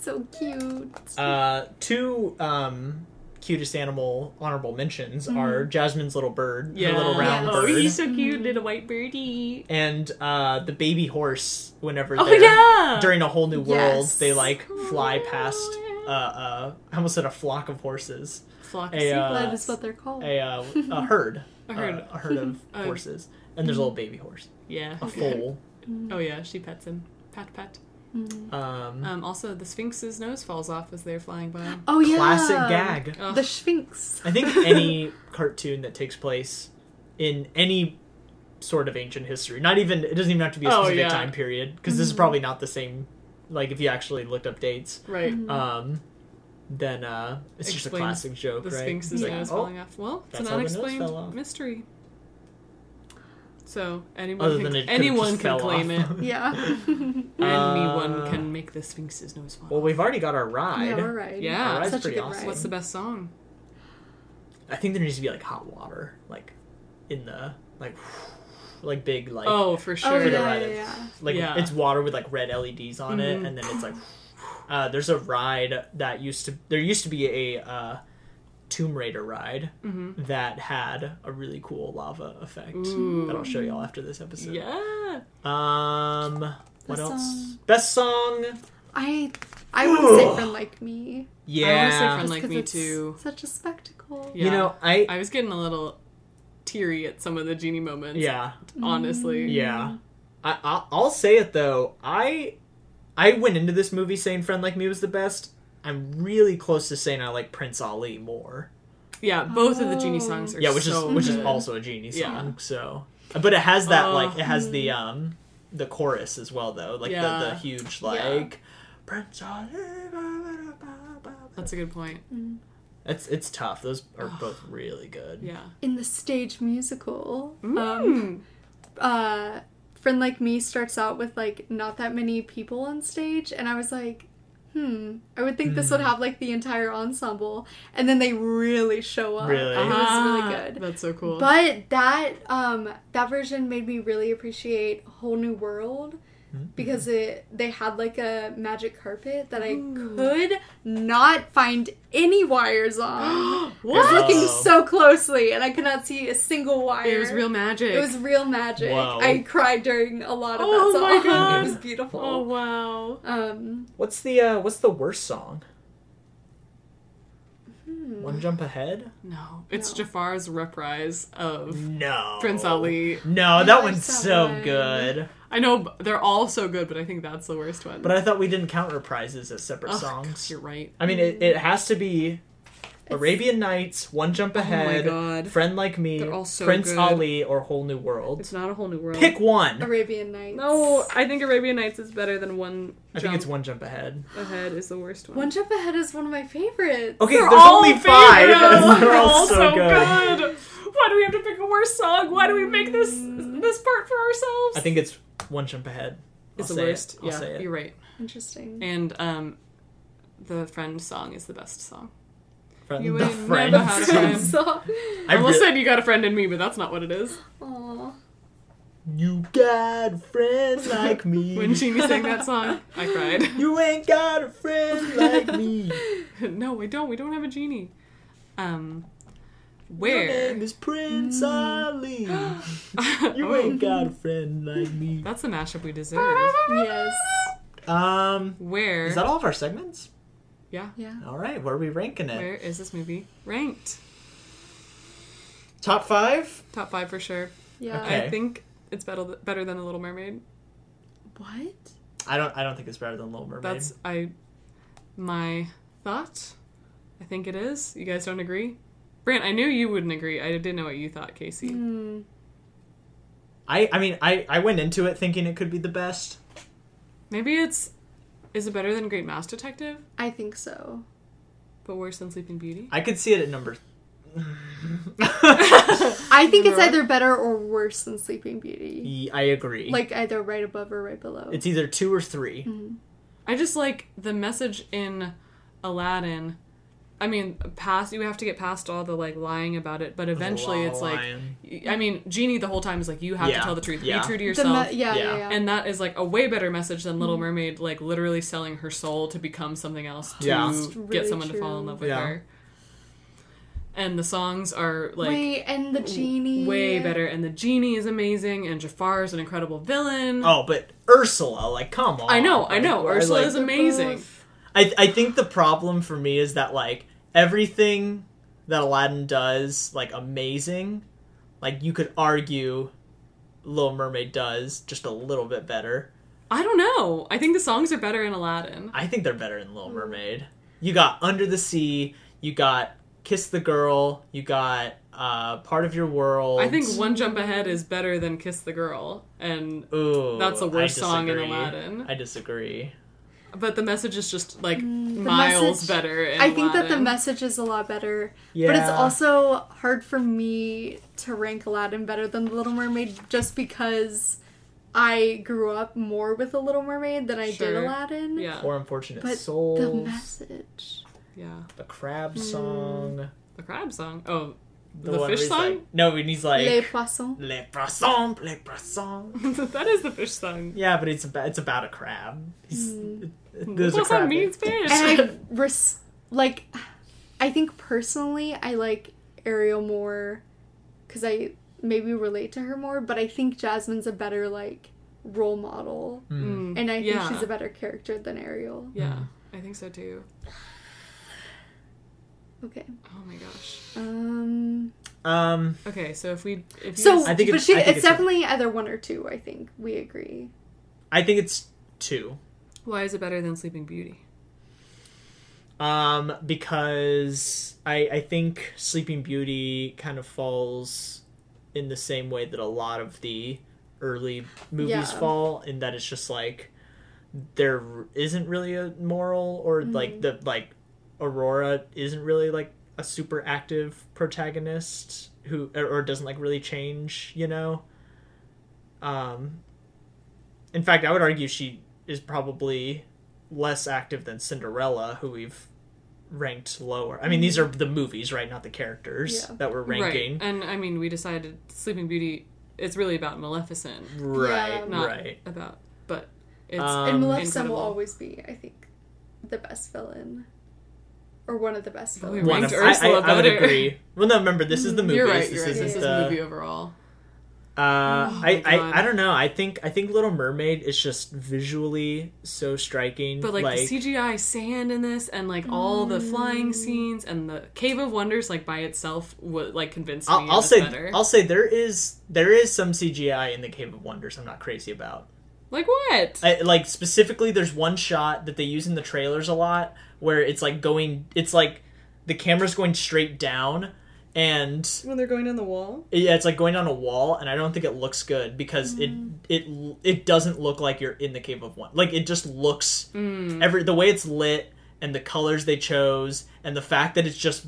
S3: So cute.
S1: Uh, two um, cutest animal honorable mentions are Jasmine's little bird,
S2: Mm-hmm. Yeah.
S1: her little round
S3: Yes.
S2: Oh,
S1: bird,
S2: he's so cute, little white birdie.
S1: and uh, the baby horse. Whenever
S2: Oh
S1: they're-
S2: yeah. Oh,
S1: during a whole new world,
S3: Yes.
S1: they like fly past. Uh, uh, I almost said a flock of horses,
S2: Flock
S1: a
S2: of
S1: uh,
S3: That is what they're called.
S1: a, uh, a herd, uh,
S2: A herd.
S1: a herd of
S2: A-
S1: horses, and there's a little baby horse,
S2: sea- Yeah.
S1: a foal.
S2: Oh yeah, she pets him. Pat pat.
S1: Um,
S2: Um, also, the Sphinx's nose falls off as they're flying by.
S3: Oh yeah.
S1: classic gag.
S2: Ugh.
S3: The Sphinx.
S1: I think any cartoon that takes place in any sort of ancient history, not even it doesn't even have to be a
S2: Oh,
S1: specific
S2: yeah. Mm-hmm.
S1: time period, because this is probably not the same. Like if you actually looked up dates,
S2: right.
S1: um, then uh, it's just a
S2: Mm-hmm. Explains
S1: classic joke,
S2: The
S1: right?
S2: Sphinx's
S1: Like,
S2: nose
S1: oh,
S2: falling off. Well, it's
S1: that's
S2: an
S1: how the nose fell
S2: unexplained
S1: off.
S2: mystery. So anyone
S1: Other
S2: can,
S1: than it could've
S2: anyone
S1: just
S2: can
S1: fell
S2: claim
S1: off.
S2: it.
S3: Yeah.
S2: anyone
S1: Uh,
S2: can make the Sphinx's nose fall.
S1: Well,
S2: off.
S1: we've already got our ride.
S3: yeah, we're right.
S2: Yeah.
S1: Our ride's
S3: Such a
S1: pretty
S3: good
S1: awesome.
S3: ride.
S2: What's the best song?
S1: I think there needs to be like hot water, like in the like like big like
S2: oh, for
S3: Oh
S2: sure.
S1: Pretty
S3: yeah, yeah,
S1: rad.
S3: yeah.
S1: like
S2: Yeah.
S1: it's water with like red LEDs on it,
S2: Mhm.
S1: and then it's like uh, there's a ride that used to there used to be a uh, Tomb Raider ride
S2: Mhm.
S1: that had a really cool lava effect
S2: Ooh.
S1: that I'll show y'all after this episode.
S2: Yeah.
S1: Um, what
S3: Best
S1: else?
S3: song.
S1: Best song.
S3: I I would say
S1: Ugh.
S3: friend like me.
S1: Yeah.
S2: Friend
S3: just
S2: Like
S3: 'cause
S2: Me
S3: it's
S2: Too.
S3: Such a spectacle.
S2: Yeah.
S1: You know, I,
S2: I was getting a little teary at some of the genie moments.
S1: yeah
S2: Honestly.
S1: yeah. I, I I'll say it though. I I went into this movie saying Friend Like Me was the best. I'm really close to saying I like Prince Ali more.
S2: Yeah, both of the genie
S3: Oh.
S2: songs are
S1: yeah which
S2: so
S1: is which is
S2: good.
S1: also a genie song
S2: Yeah.
S1: so but it has that
S2: Oh.
S1: like it has the um the chorus as well though like the,
S2: Yeah.
S1: the huge like Prince Ali, ba, ba, ba, ba, ba.
S2: That's a good point.
S1: it's it's tough those are both really good
S2: Yeah.
S3: In the stage musical, Um,
S2: Mm.
S3: uh, friend like me starts out with like not that many people on stage, and I was like. Hmm. I would think this would have like the entire ensemble, and then they really show up.
S1: Really?
S3: it was really
S2: Ah,
S3: good.
S2: That's so cool.
S3: But that um that version made me really appreciate Whole New World
S1: Mm-hmm.
S3: because it they had like a magic carpet that I could not find any wires on. I was
S2: what?
S3: looking
S1: Wow.
S3: so closely and I could not see a single wire.
S2: It was real magic.
S3: It was real magic.
S1: Wow.
S3: I cried during a lot of
S2: Oh
S3: that
S2: my
S3: song.
S2: God.
S3: It was beautiful.
S2: Oh wow.
S3: Um
S1: what's the uh what's the worst song
S2: Hmm.
S1: one jump ahead
S2: No, it's Jafar's reprise of
S1: no
S2: Prince Ali.
S1: no
S3: I
S1: that
S3: like
S1: one's
S3: that
S1: so
S3: one.
S1: good
S2: I know b- they're all so good, but I think that's the worst one.
S1: but i thought we didn't count reprises as separate
S2: Ugh,
S1: songs
S2: You're right.
S1: I mean, it, it has to be Arabian Nights, One Jump
S2: Oh
S1: Ahead,
S2: God.
S1: Friend Like Me,
S2: They're all so
S1: Prince
S2: good.
S1: Ali, or Whole New World.
S2: It's not a whole new world.
S1: Pick one.
S3: Arabian Nights.
S2: No, I think Arabian Nights is better than one.
S1: I think it's One Jump Ahead.
S2: ahead is the worst one.
S3: One Jump Ahead is one of my favorites.
S1: Okay,
S2: They're
S1: there's
S2: all
S1: only five.
S2: favorites.
S1: and They're all so good.
S2: good. Why do we have to pick a worse song? Why do we make this this part for ourselves?
S1: Mm. I think it's One Jump Ahead. I'll
S2: it's the
S1: say
S2: worst.
S1: It. I'll
S2: yeah,
S1: say it.
S2: you're right.
S3: Interesting.
S2: And um, the friend song is the best song.
S1: Friend,
S2: You
S1: the
S2: ain't
S1: friend.
S2: never had
S1: song.
S2: time.
S3: So,
S1: I
S2: I almost
S1: re-
S2: said you got a friend in me, but that's not what it is.
S3: aw.
S1: you got a friend like me.
S2: When Jeannie sang that song, I cried.
S1: you ain't got a friend like me.
S2: no, we don't. We don't have a genie. Um,
S1: Your
S2: where? Mm.
S1: name is Prince Ali. You
S2: oh,
S1: ain't got a friend like me.
S2: that's the mashup we deserve.
S3: Yes.
S1: Um,
S2: Where?
S1: is that all of our segments?
S2: yeah.
S3: Yeah.
S1: All right, where are we ranking it?
S2: Where is this movie ranked?
S1: Top five?
S2: Top five for sure.
S3: Yeah.
S1: Okay.
S2: I think it's better better than the Little Mermaid.
S3: What?
S1: I don't. I don't think it's better than Little Mermaid.
S2: That's I my thought. I think it is. You guys don't agree? Brant, I knew you wouldn't agree. I didn't know what you thought, Casey.
S3: Mm. Hmm.
S1: I. I mean, I. I went into it thinking it could be the best.
S2: Maybe it's is it better than Great Mouse Detective,
S3: I think so.
S2: but worse than Sleeping Beauty?
S1: I could see it at number.
S3: I think it's
S2: Remember?
S3: either better or worse than Sleeping Beauty.
S1: Yeah, I agree.
S3: Like either right above or right below.
S1: it's either two or 3
S2: Mm. I just like the message in Aladdin. I mean, past you have to get past all the like lying about it, but eventually it's like
S1: Lion.
S2: I mean, Genie the whole time is like you have
S1: Yeah,
S2: to tell the truth.
S1: yeah.
S2: Be true to
S3: The
S2: yourself.
S3: me- yeah, yeah,
S1: Yeah.
S3: yeah.
S2: And that is like a way better message than Little Mermaid, like literally selling her soul to become something else to
S1: Yeah.
S3: It's
S2: get
S3: really
S2: someone to fall in
S3: true.
S2: love with
S1: Yeah.
S2: her. and the songs are like
S3: Wait, and the genie.
S2: way better. And the genie is amazing, and Jafar is an incredible villain.
S1: Oh, but Ursula, like, come on.
S2: I know, I
S1: Like,
S2: know.
S1: we're,
S2: Ursula
S1: like-
S2: is amazing.
S3: both-
S1: I, I think the problem for me is that like everything that Aladdin does like amazing, like you could argue Little Mermaid does just a little bit better.
S2: I don't know. I think the songs are better in Aladdin.
S1: I think they're better than
S2: Hmm.
S1: Little Mermaid. You got Under the Sea, you got Kiss the Girl, you got uh, Part of Your World.
S2: I think One Jump Ahead is better than Kiss the Girl, and
S1: Ooh,
S2: that's the
S1: I
S2: worst song in
S1: disagree.
S2: Aladdin.
S1: I disagree.
S2: but the message is just like
S3: Mm, the
S2: miles
S3: message-
S2: better. In
S3: I think that the
S2: Aladdin.
S3: message is a lot better,
S1: Yeah.
S3: but it's also hard for me to rank Aladdin better than The Little Mermaid just because I grew up more with The Little Mermaid than I did
S2: Sure.
S3: Aladdin.
S2: yeah,
S1: Poor Unfortunate
S3: But
S1: Souls.
S3: The message.
S2: yeah,
S1: the crab song.
S2: the crab song. Oh, Hmm. the,
S1: one where
S2: fish
S1: he's
S2: song.
S1: Like, no, and he's like
S3: Les Poissons.
S1: Les poissons, les poissons.
S2: that is the fish song.
S1: Yeah, but it's about, it's about a crab. He's, There's a
S2: What's Hmm. that
S1: crab.
S2: mean,
S1: in-
S2: Spanish?
S3: And I res- like, I think personally, I like Ariel more because I maybe relate to her more, but I think Jasmine's a better, like, role model.
S2: Mm,
S3: And I think
S2: yeah.
S3: she's a better character than Ariel.
S2: yeah, I think so too.
S3: Okay.
S2: Oh my gosh.
S3: Um.
S1: Um,
S2: Okay, so if we if you
S3: So,
S1: I think
S3: but
S1: it's-
S3: she,
S1: I think
S3: it's,
S1: it's a-
S3: definitely either one or two. I think we agree.
S1: I think it's two.
S2: Why is it better than Sleeping Beauty?
S1: Um, because I I think Sleeping Beauty kind of falls in the same way that a lot of the early movies
S3: Yeah.
S1: fall, in that it's just like there isn't really a moral or like the like Aurora isn't really like a super active protagonist who or, or doesn't like really change, you know. Um in fact, I would argue she is probably less active than Cinderella, who we've ranked lower. I mean, these are the movies, right? Not the characters
S3: Yeah.
S1: that we're ranking.
S2: Mm. Right, and I mean we decided Sleeping Beauty. It's really about Maleficent,
S1: Right,
S3: Yeah.
S2: not
S1: right.
S2: about. But it's
S1: Um,
S3: and Maleficent
S2: incredible.
S3: will always be, I think, the best villain, or one of the best
S2: Well,
S3: villains.
S2: we
S1: One
S2: ranked
S1: of, I, I,
S2: Ursula
S1: I would
S2: better. Mm,
S1: agree. Well, no, remember this is the movies.
S2: you're right.
S1: this
S2: You're right. This
S1: isn't
S2: is
S1: the.
S2: a movie overall.
S1: Uh,
S2: Oh
S1: I,
S2: my God.
S1: I I don't know. I think I think Little Mermaid is just visually so striking.
S2: But like, the CGI sand in this, and like all the
S6: Mm.
S2: flying scenes, and the Cave of Wonders, like by itself, would like convinced me.
S1: I'll,
S2: it
S1: I'll
S2: was
S1: say
S2: better.
S1: I'll say there is there is some CGI in the Cave of Wonders. I'm not crazy about.
S2: like what?
S1: I, like specifically there's one shot that they use in the trailers a lot where it's like going it's like the camera's going straight down and
S6: When they're going down the wall?
S1: yeah, it's like going down a wall and I don't think it looks good because
S2: Mm.
S1: it it l- it doesn't look like you're in the cave of one. Like it just looks
S2: Mm.
S1: every the way it's lit and the colors they chose and the fact that it's just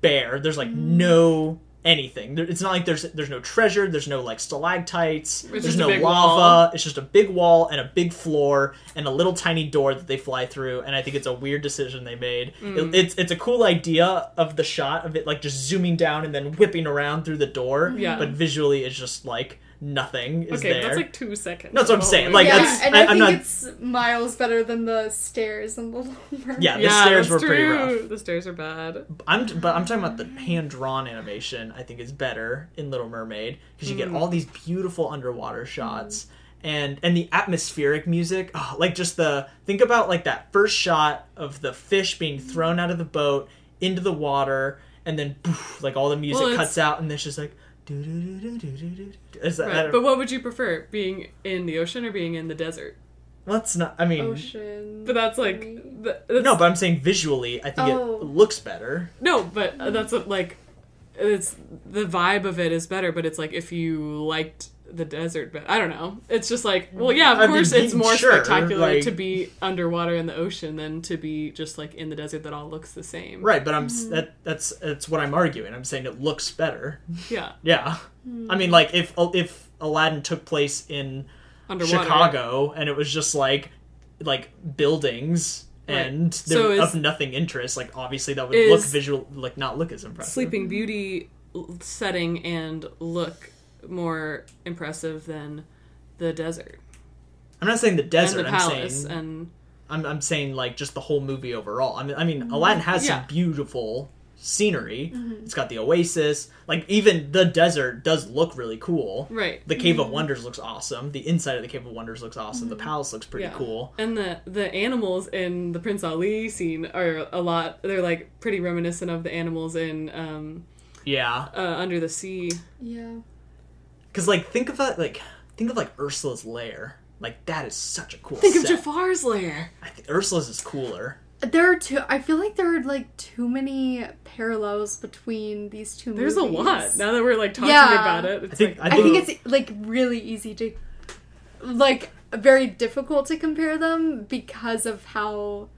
S1: bare. There's
S2: Mm.
S1: like no anything. There- It's not like there's there's no treasure. There's no like stalactites.
S2: just
S1: there's
S2: a
S1: no
S2: big
S1: lava.
S2: wall.
S1: Uh, It's just a big wall and a big floor and a little tiny door that they fly through. And I think it's a weird decision they made.
S2: Mm.
S1: It, it's it's a cool idea of the shot of it like just zooming down and then whipping around through the door.
S2: Yeah.
S1: But visually, it's just like nothing is
S2: okay,
S1: there.
S2: that's like two seconds. Oh,
S1: That's what I'm
S2: of the
S1: saying,
S2: whole
S1: like,
S2: movie.
S3: yeah,
S1: that's-
S3: and
S1: I-
S3: I,
S1: I'm
S3: think
S1: not-
S3: it's miles better than the stairs and the Little Mermaid.
S1: Yeah, the
S2: yeah,
S1: stairs
S2: that's
S1: were pretty
S2: true.
S1: rough.
S2: The stairs are bad.
S1: I'm but I'm talking about the hand drawn animation. I think is better in Little Mermaid because you get
S2: Mm.
S1: all these beautiful underwater shots and and the atmospheric music. Oh, like just the think about like that first shot of the fish being
S2: Mm.
S1: thrown out of the boat into the water and then poof, like all the music
S2: Well, it's-
S1: cuts out and it's just like. doo-doo-doo-doo-doo-doo-doo. Is that,
S2: Right. But what would you prefer, being in the ocean or being in the desert?
S1: let's not. I mean,
S2: oh,
S3: ocean.
S2: But that's like th- that's,
S1: no. But I'm saying visually, I think
S3: Oh.
S1: it looks better.
S2: no, but that's what, like it's the vibe of it is better. But it's like if you liked the desert, but I don't know. It's just like well, yeah, of
S1: I mean,
S2: course, it's more
S1: sure,
S2: spectacular
S1: like-
S2: to be underwater in the ocean than to be just like in the desert that all looks the same.
S1: Right, but I'm
S2: Mm-hmm.
S1: s that that's that's what I'm arguing. I'm saying it looks better.
S2: Yeah,
S1: Yeah, I mean, like if uh, if Aladdin took place in
S2: underwater.
S1: Chicago and it was just like like buildings and there,
S2: So is-
S1: of nothing interest, like obviously that would
S2: is-
S1: look visual, like not look as impressive.
S2: Sleeping Beauty l- setting and look more impressive than the desert
S1: I'm not saying the desert.
S2: and the
S1: I'm
S2: palace
S1: saying
S2: and
S1: I'm, I'm saying like just the whole movie overall. I mean, I mean, Aladdin has
S2: Yeah.
S1: some beautiful scenery. It's got the oasis. Like even the desert does look really cool.
S2: Right.
S1: The Cave of Wonders looks awesome. The inside of the Cave of Wonders looks awesome. The palace looks pretty
S2: Yeah.
S1: cool.
S2: And the the animals in the Prince Ali scene are a lot. They're like pretty reminiscent of the animals in um,
S1: Yeah.
S2: uh, Under the Sea.
S3: Yeah.
S1: Cuz like think of that like think of like Ursula's lair. Like that is such a cool
S2: Think of
S1: set.
S2: Jafar's lair.
S1: I think Ursula's is cooler.
S3: There are two. I feel like there are like too many parallels between these two.
S2: There's a
S3: movies.
S2: lot. Now that we're like talking
S3: Yeah.
S2: about it,
S1: I
S2: it's
S1: think
S2: like
S3: I think it's like really easy to, like, very difficult to compare them because of how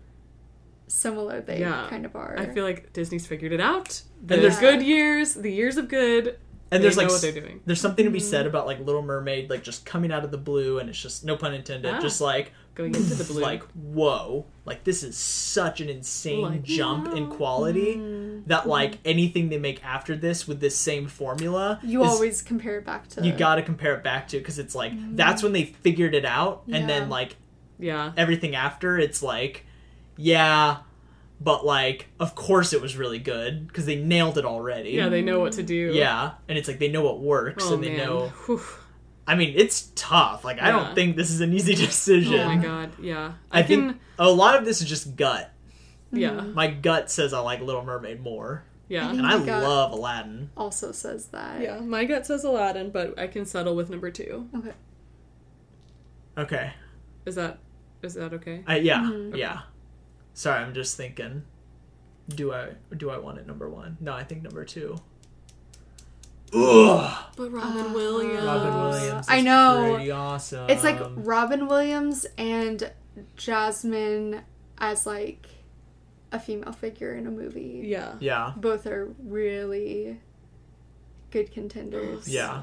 S3: similar they
S2: Yeah.
S3: kind of are.
S2: I feel like Disney's figured it out. The
S1: And
S3: there's-
S2: good years, the years of good.
S1: and there's
S2: they Mm-hmm.
S1: like
S2: know
S1: s-
S2: what they're doing.
S1: there's something to be said about like Little Mermaid like just coming out of the blue and it's just no pun intended
S2: Ah.
S1: just like
S2: Going into the blue.
S1: like whoa like this is such an insane
S2: Like, Mm-hmm.
S1: jump in quality that like anything they make after this with this same formula
S3: you
S1: is-
S3: always compare it back to.
S1: you got to compare it back to because it's like that's
S2: Mm-hmm.
S1: when they figured it out and
S3: Yeah.
S1: then like
S2: yeah.
S1: everything after it's like yeah but like of course it was really good because they nailed it already
S2: Yeah, they know what to do.
S1: yeah and it's like they know what works
S2: Oh,
S1: and they
S2: man. Oh,
S1: know
S2: Whew.
S1: i mean it's tough like i
S2: Yeah.
S1: don't think this is an easy
S2: Oh
S1: decision
S2: my god. Yeah.
S1: i, think a lot of this is just gut
S2: Yeah.
S1: my gut says i like little mermaid more
S2: Yeah.
S1: and i
S3: My gut.
S1: love aladdin
S3: also says that.
S2: Yeah, my gut says Aladdin, but I can settle with number two.
S3: Okay.
S1: okay
S2: Is that is that Mm-hmm. okay?
S1: I, yeah yeah sorry i'm just thinking do i do i want it number one no i think number two Ugh.
S2: But
S3: Uh,
S2: Robin Williams.
S1: Robin Williams. Is
S3: I know.
S1: Pretty awesome.
S3: It's like Robin Williams and Jasmine as like a female figure in a movie.
S2: Yeah.
S1: yeah,
S3: Both are really good contenders.
S1: yeah,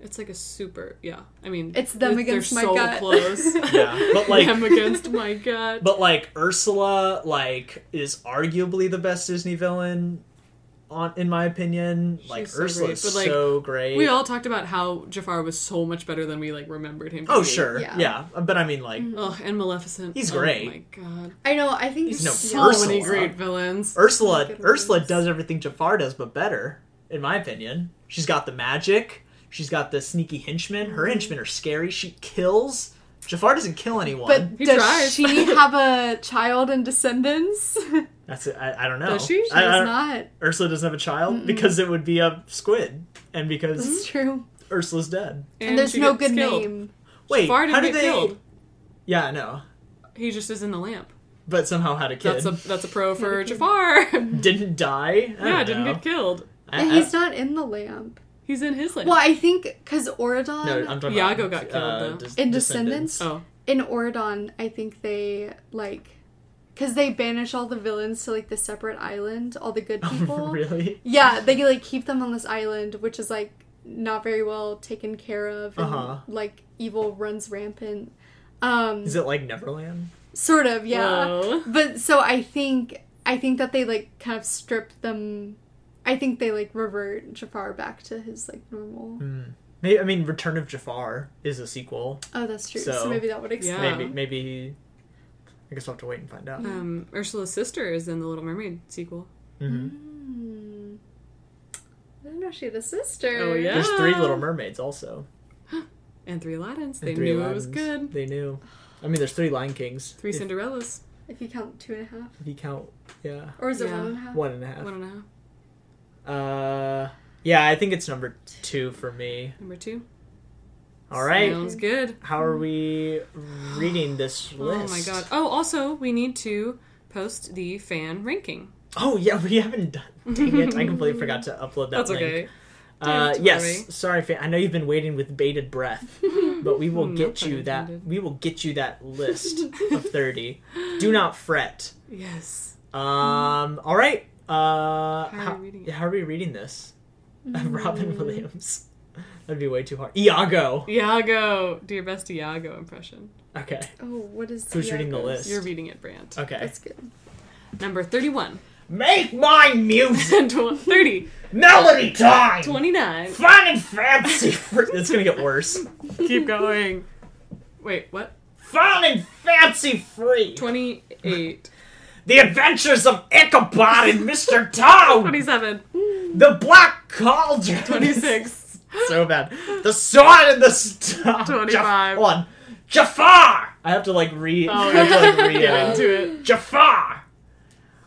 S2: It's like a super. Yeah. I mean,
S3: It's them
S2: they're
S3: against my
S2: so
S3: gut.
S2: close.
S1: yeah. But like,
S2: them against my gut.
S1: but like Ursula, like is arguably the best Disney villain, on in my opinion. like
S2: so
S1: Ursula
S2: great,
S1: is
S2: but, like,
S1: so great.
S2: we all talked about how Jafar was so much better than we like remembered him. To
S1: oh
S2: be.
S1: sure,
S3: Yeah.
S1: yeah. But I mean, like
S2: Ugh, and Maleficent.
S1: He's
S2: Oh
S1: great.
S2: my god.
S3: I know, I think
S1: He's no
S3: so-
S2: So
S1: Ursula.
S2: many great villains.
S1: Ursula,
S3: Good
S1: Ursula
S3: ones.
S1: does everything Jafar does, but better, in my opinion. She's got the magic. She's got the sneaky henchmen.
S2: Mm-hmm.
S1: Her henchmen are scary. She kills. Jafar doesn't kill anyone.
S3: But
S2: He
S3: does
S2: tries.
S3: she have a child and descendants? she
S1: That's it. I, I don't know.
S2: Does she? She
S1: I- I
S3: does
S1: don't-
S3: not.
S1: Ursula doesn't have a child because it would be a squid, and because
S2: Mm-hmm.
S3: It's true.
S1: Ursula's dead.
S3: And, there's
S2: Hmm? she
S3: no
S2: gets
S3: good
S2: killed.
S3: name.
S1: Wait,
S2: Jafar
S1: how
S2: didn't
S1: did
S2: get
S1: they?
S2: killed.
S1: Yeah, I know.
S2: He just is in the lamp.
S1: But somehow had a kid.
S2: That's a that's a pro for Jafar.
S1: Didn't die. I
S2: yeah,
S1: don't
S2: didn't
S1: know.
S2: get killed.
S1: I-
S3: And
S1: I-
S3: he's not in the lamp.
S2: He's in his lamp.
S3: Well, I think because Oridon
S1: no, I'm talking
S2: Iago
S1: about,
S2: got killed,
S1: uh,
S2: though.
S1: Des-
S3: In Descendants?
S2: Oh,
S3: in Oridon, I think they like because they banish all the villains to like the separate island, all the good people.
S1: Oh, really?
S3: Yeah, they like keep them on this island, which is like not very well taken care of, and
S1: Uh-huh.
S3: like evil runs rampant. Um,
S1: Is it like Neverland?
S3: sort of, yeah.
S2: Whoa.
S3: But so I think I think that they like kind of strip them. I think they like revert Jafar back to his like normal.
S1: Maybe, Hmm. I mean, Return of Jafar is a sequel.
S3: Oh, that's true. So,
S1: So-
S3: maybe that would explain.
S2: Yeah.
S1: Maybe, maybe. he- I guess we'll have to wait and find out.
S2: um, Ursula's sister is in the Little Mermaid sequel.
S1: Mm-hmm.
S3: Hmm. I didn't know she had a sister.
S2: Oh, yeah.
S1: There's three Little Mermaids also.
S2: And three Aladdins.
S1: and
S2: They
S1: three
S2: knew it was
S1: Aladdins.
S2: good.
S1: They knew. I mean, there's three Lion Kings.
S2: Three
S1: if,
S2: Cinderellas.
S3: If you count two and a half,
S1: if you count, yeah,
S3: or is it
S2: Yeah.
S3: one and a half?
S1: one and a half.
S2: One and a half.
S1: Uh, yeah, I think it's number two for me.
S2: Number two.
S1: All right,
S2: Sounds good.
S1: how are we reading this
S2: Oh
S1: list?
S2: my god. Oh, also, we need to post the fan ranking.
S1: Oh yeah, we haven't done. Dang it! I completely forgot to upload that.
S2: That's
S1: link.
S2: okay.
S1: Uh,
S2: Don't worry.
S1: yes, sorry, fan. I know you've been waiting with bated breath, but we will
S2: No
S1: get
S2: pun
S1: you that.
S2: intended.
S1: We will get you that list of thirty. Do not fret.
S2: Yes.
S1: Um. All right. Uh. How,
S2: Hmm. are we reading Hmm. it?
S1: yeah, how are we reading this? Robin Williams. That'd be way too hard. Iago.
S2: Iago. Do your best Iago impression.
S1: Okay.
S3: Oh, what is?
S1: Who's reading the
S3: Iago's?
S1: list?
S2: You're reading it, Brandt.
S1: Okay.
S3: That's good.
S2: Number 31.
S1: Make my music.
S2: Tw- 30.
S1: Melody time.
S2: 29.
S1: Fun and fancy. Free. It's gonna get worse.
S2: Keep going. Wait, what?
S1: Fun and fancy free.
S2: 28.
S1: The Adventures of Ichabod and Mr. Toad,
S2: 27,
S1: The Black Cauldron,
S2: 26,
S1: so bad. The Sword and the Star,
S2: 25.
S1: Jaf- one, Jafar. I have to like re. I have to like re.
S2: Oh, get
S1: uh,
S2: into it.
S1: Jafar.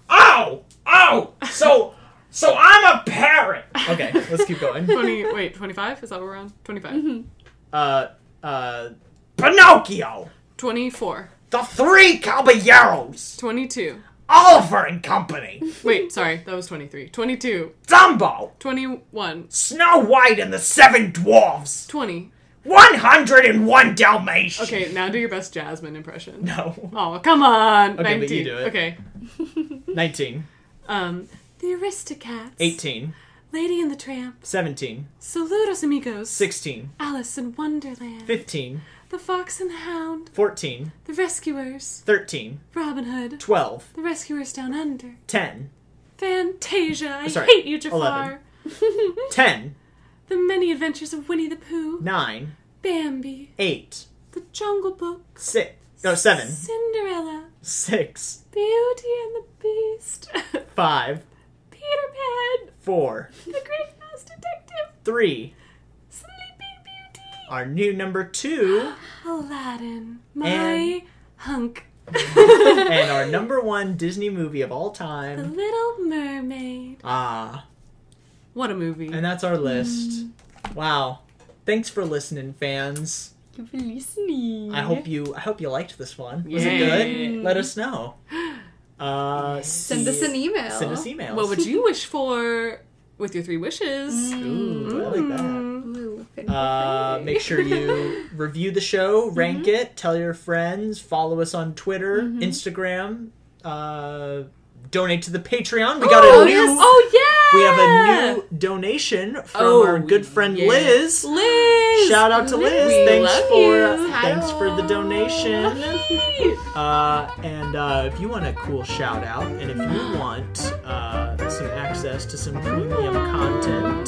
S1: Oh, oh. So, so I'm a parrot. Okay, let's keep going.
S2: 20, wait, 25? Is that what we're on? 25.
S1: Uh, uh, Pinocchio.
S2: 24,
S1: The Three Caballeros.
S2: 22.
S1: Oliver and Company.
S2: Wait, sorry, that was 23. 22,
S1: Dumbo.
S2: 21,
S1: Snow White and the Seven Dwarfs.
S2: 20.
S1: 101 Dalmatians.
S2: Okay, now do your best Jasmine impression.
S1: No.
S2: Oh, come on.
S1: Okay,
S2: 19.
S1: but you do it.
S2: Okay.
S1: 19,
S2: Um, the Aristocats.
S1: 18,
S2: Lady and the Tramp.
S1: 17,
S2: Saludos, amigos.
S1: 16,
S2: Alice in Wonderland.
S1: 15,
S2: The Fox and the Hound.
S1: 14,
S2: The Rescuers.
S1: 13,
S2: Robin Hood.
S1: 12,
S2: The Rescuers Down Under.
S1: 10,
S2: Fantasia. I
S1: Sorry,
S2: hate you, Jafar.
S1: 11. 10,
S2: The Many Adventures of Winnie the Pooh.
S1: 9,
S2: Bambi.
S1: 8,
S2: The Jungle Book.
S1: 6, no, 7,
S2: Cinderella.
S1: 6,
S2: Beauty and the Beast. Peter
S1: 5,
S2: Pan.
S1: 4,
S2: The Great Mouse Detective.
S1: 3,
S2: Sleeping Beauty.
S1: our new number 2,
S2: Aladdin, my
S1: And-
S2: hunk,
S1: and our number 1 Disney movie of all
S2: The
S1: time.
S2: Little Mermaid.
S1: Ah.
S2: What a movie!
S1: And that's our list. Wow. Thanks for listening, fans.
S3: You've been listening.
S1: I hope you I hope you liked this one. Was
S2: Yeah.
S1: it good? Let us know. Uh,
S3: Send us an email.
S1: Send us e- emails.
S2: what would you wish for with your three wishes? Hmm.
S1: Ooh, Mm, I like that.
S2: Mm-hmm.
S3: Ooh, fin-
S1: Uh, make sure you review the show,
S2: Mm-hmm.
S1: rank it, tell your friends, follow us on Twitter,
S2: Mm-hmm.
S1: Instagram, uh, donate to the Patreon. We got a new
S2: Oh yeah!
S1: we have a new donation from
S2: Oh,
S1: our good friend
S2: yeah.
S1: Liz.
S2: Liz.
S1: Shout out to Liz.
S2: We
S1: thanks
S2: love
S1: for uh,
S2: you.
S1: thanks for the donation.
S2: Hey.
S1: Uh, and uh, if you want a cool shout out, and if you want uh, some access to some premium content,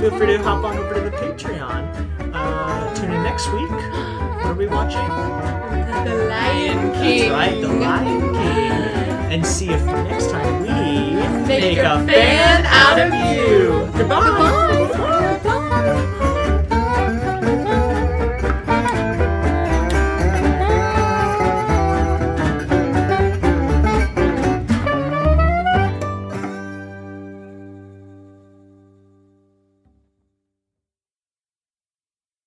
S1: feel free to hop on over to the Patreon. Uh, tune in next week. What are we watching?
S3: the Lion
S1: That's
S3: King.
S1: right, The Lion King. And see if next time we
S3: Make a
S1: a
S3: fan out of
S1: you. Goodbye.
S3: Goodbye.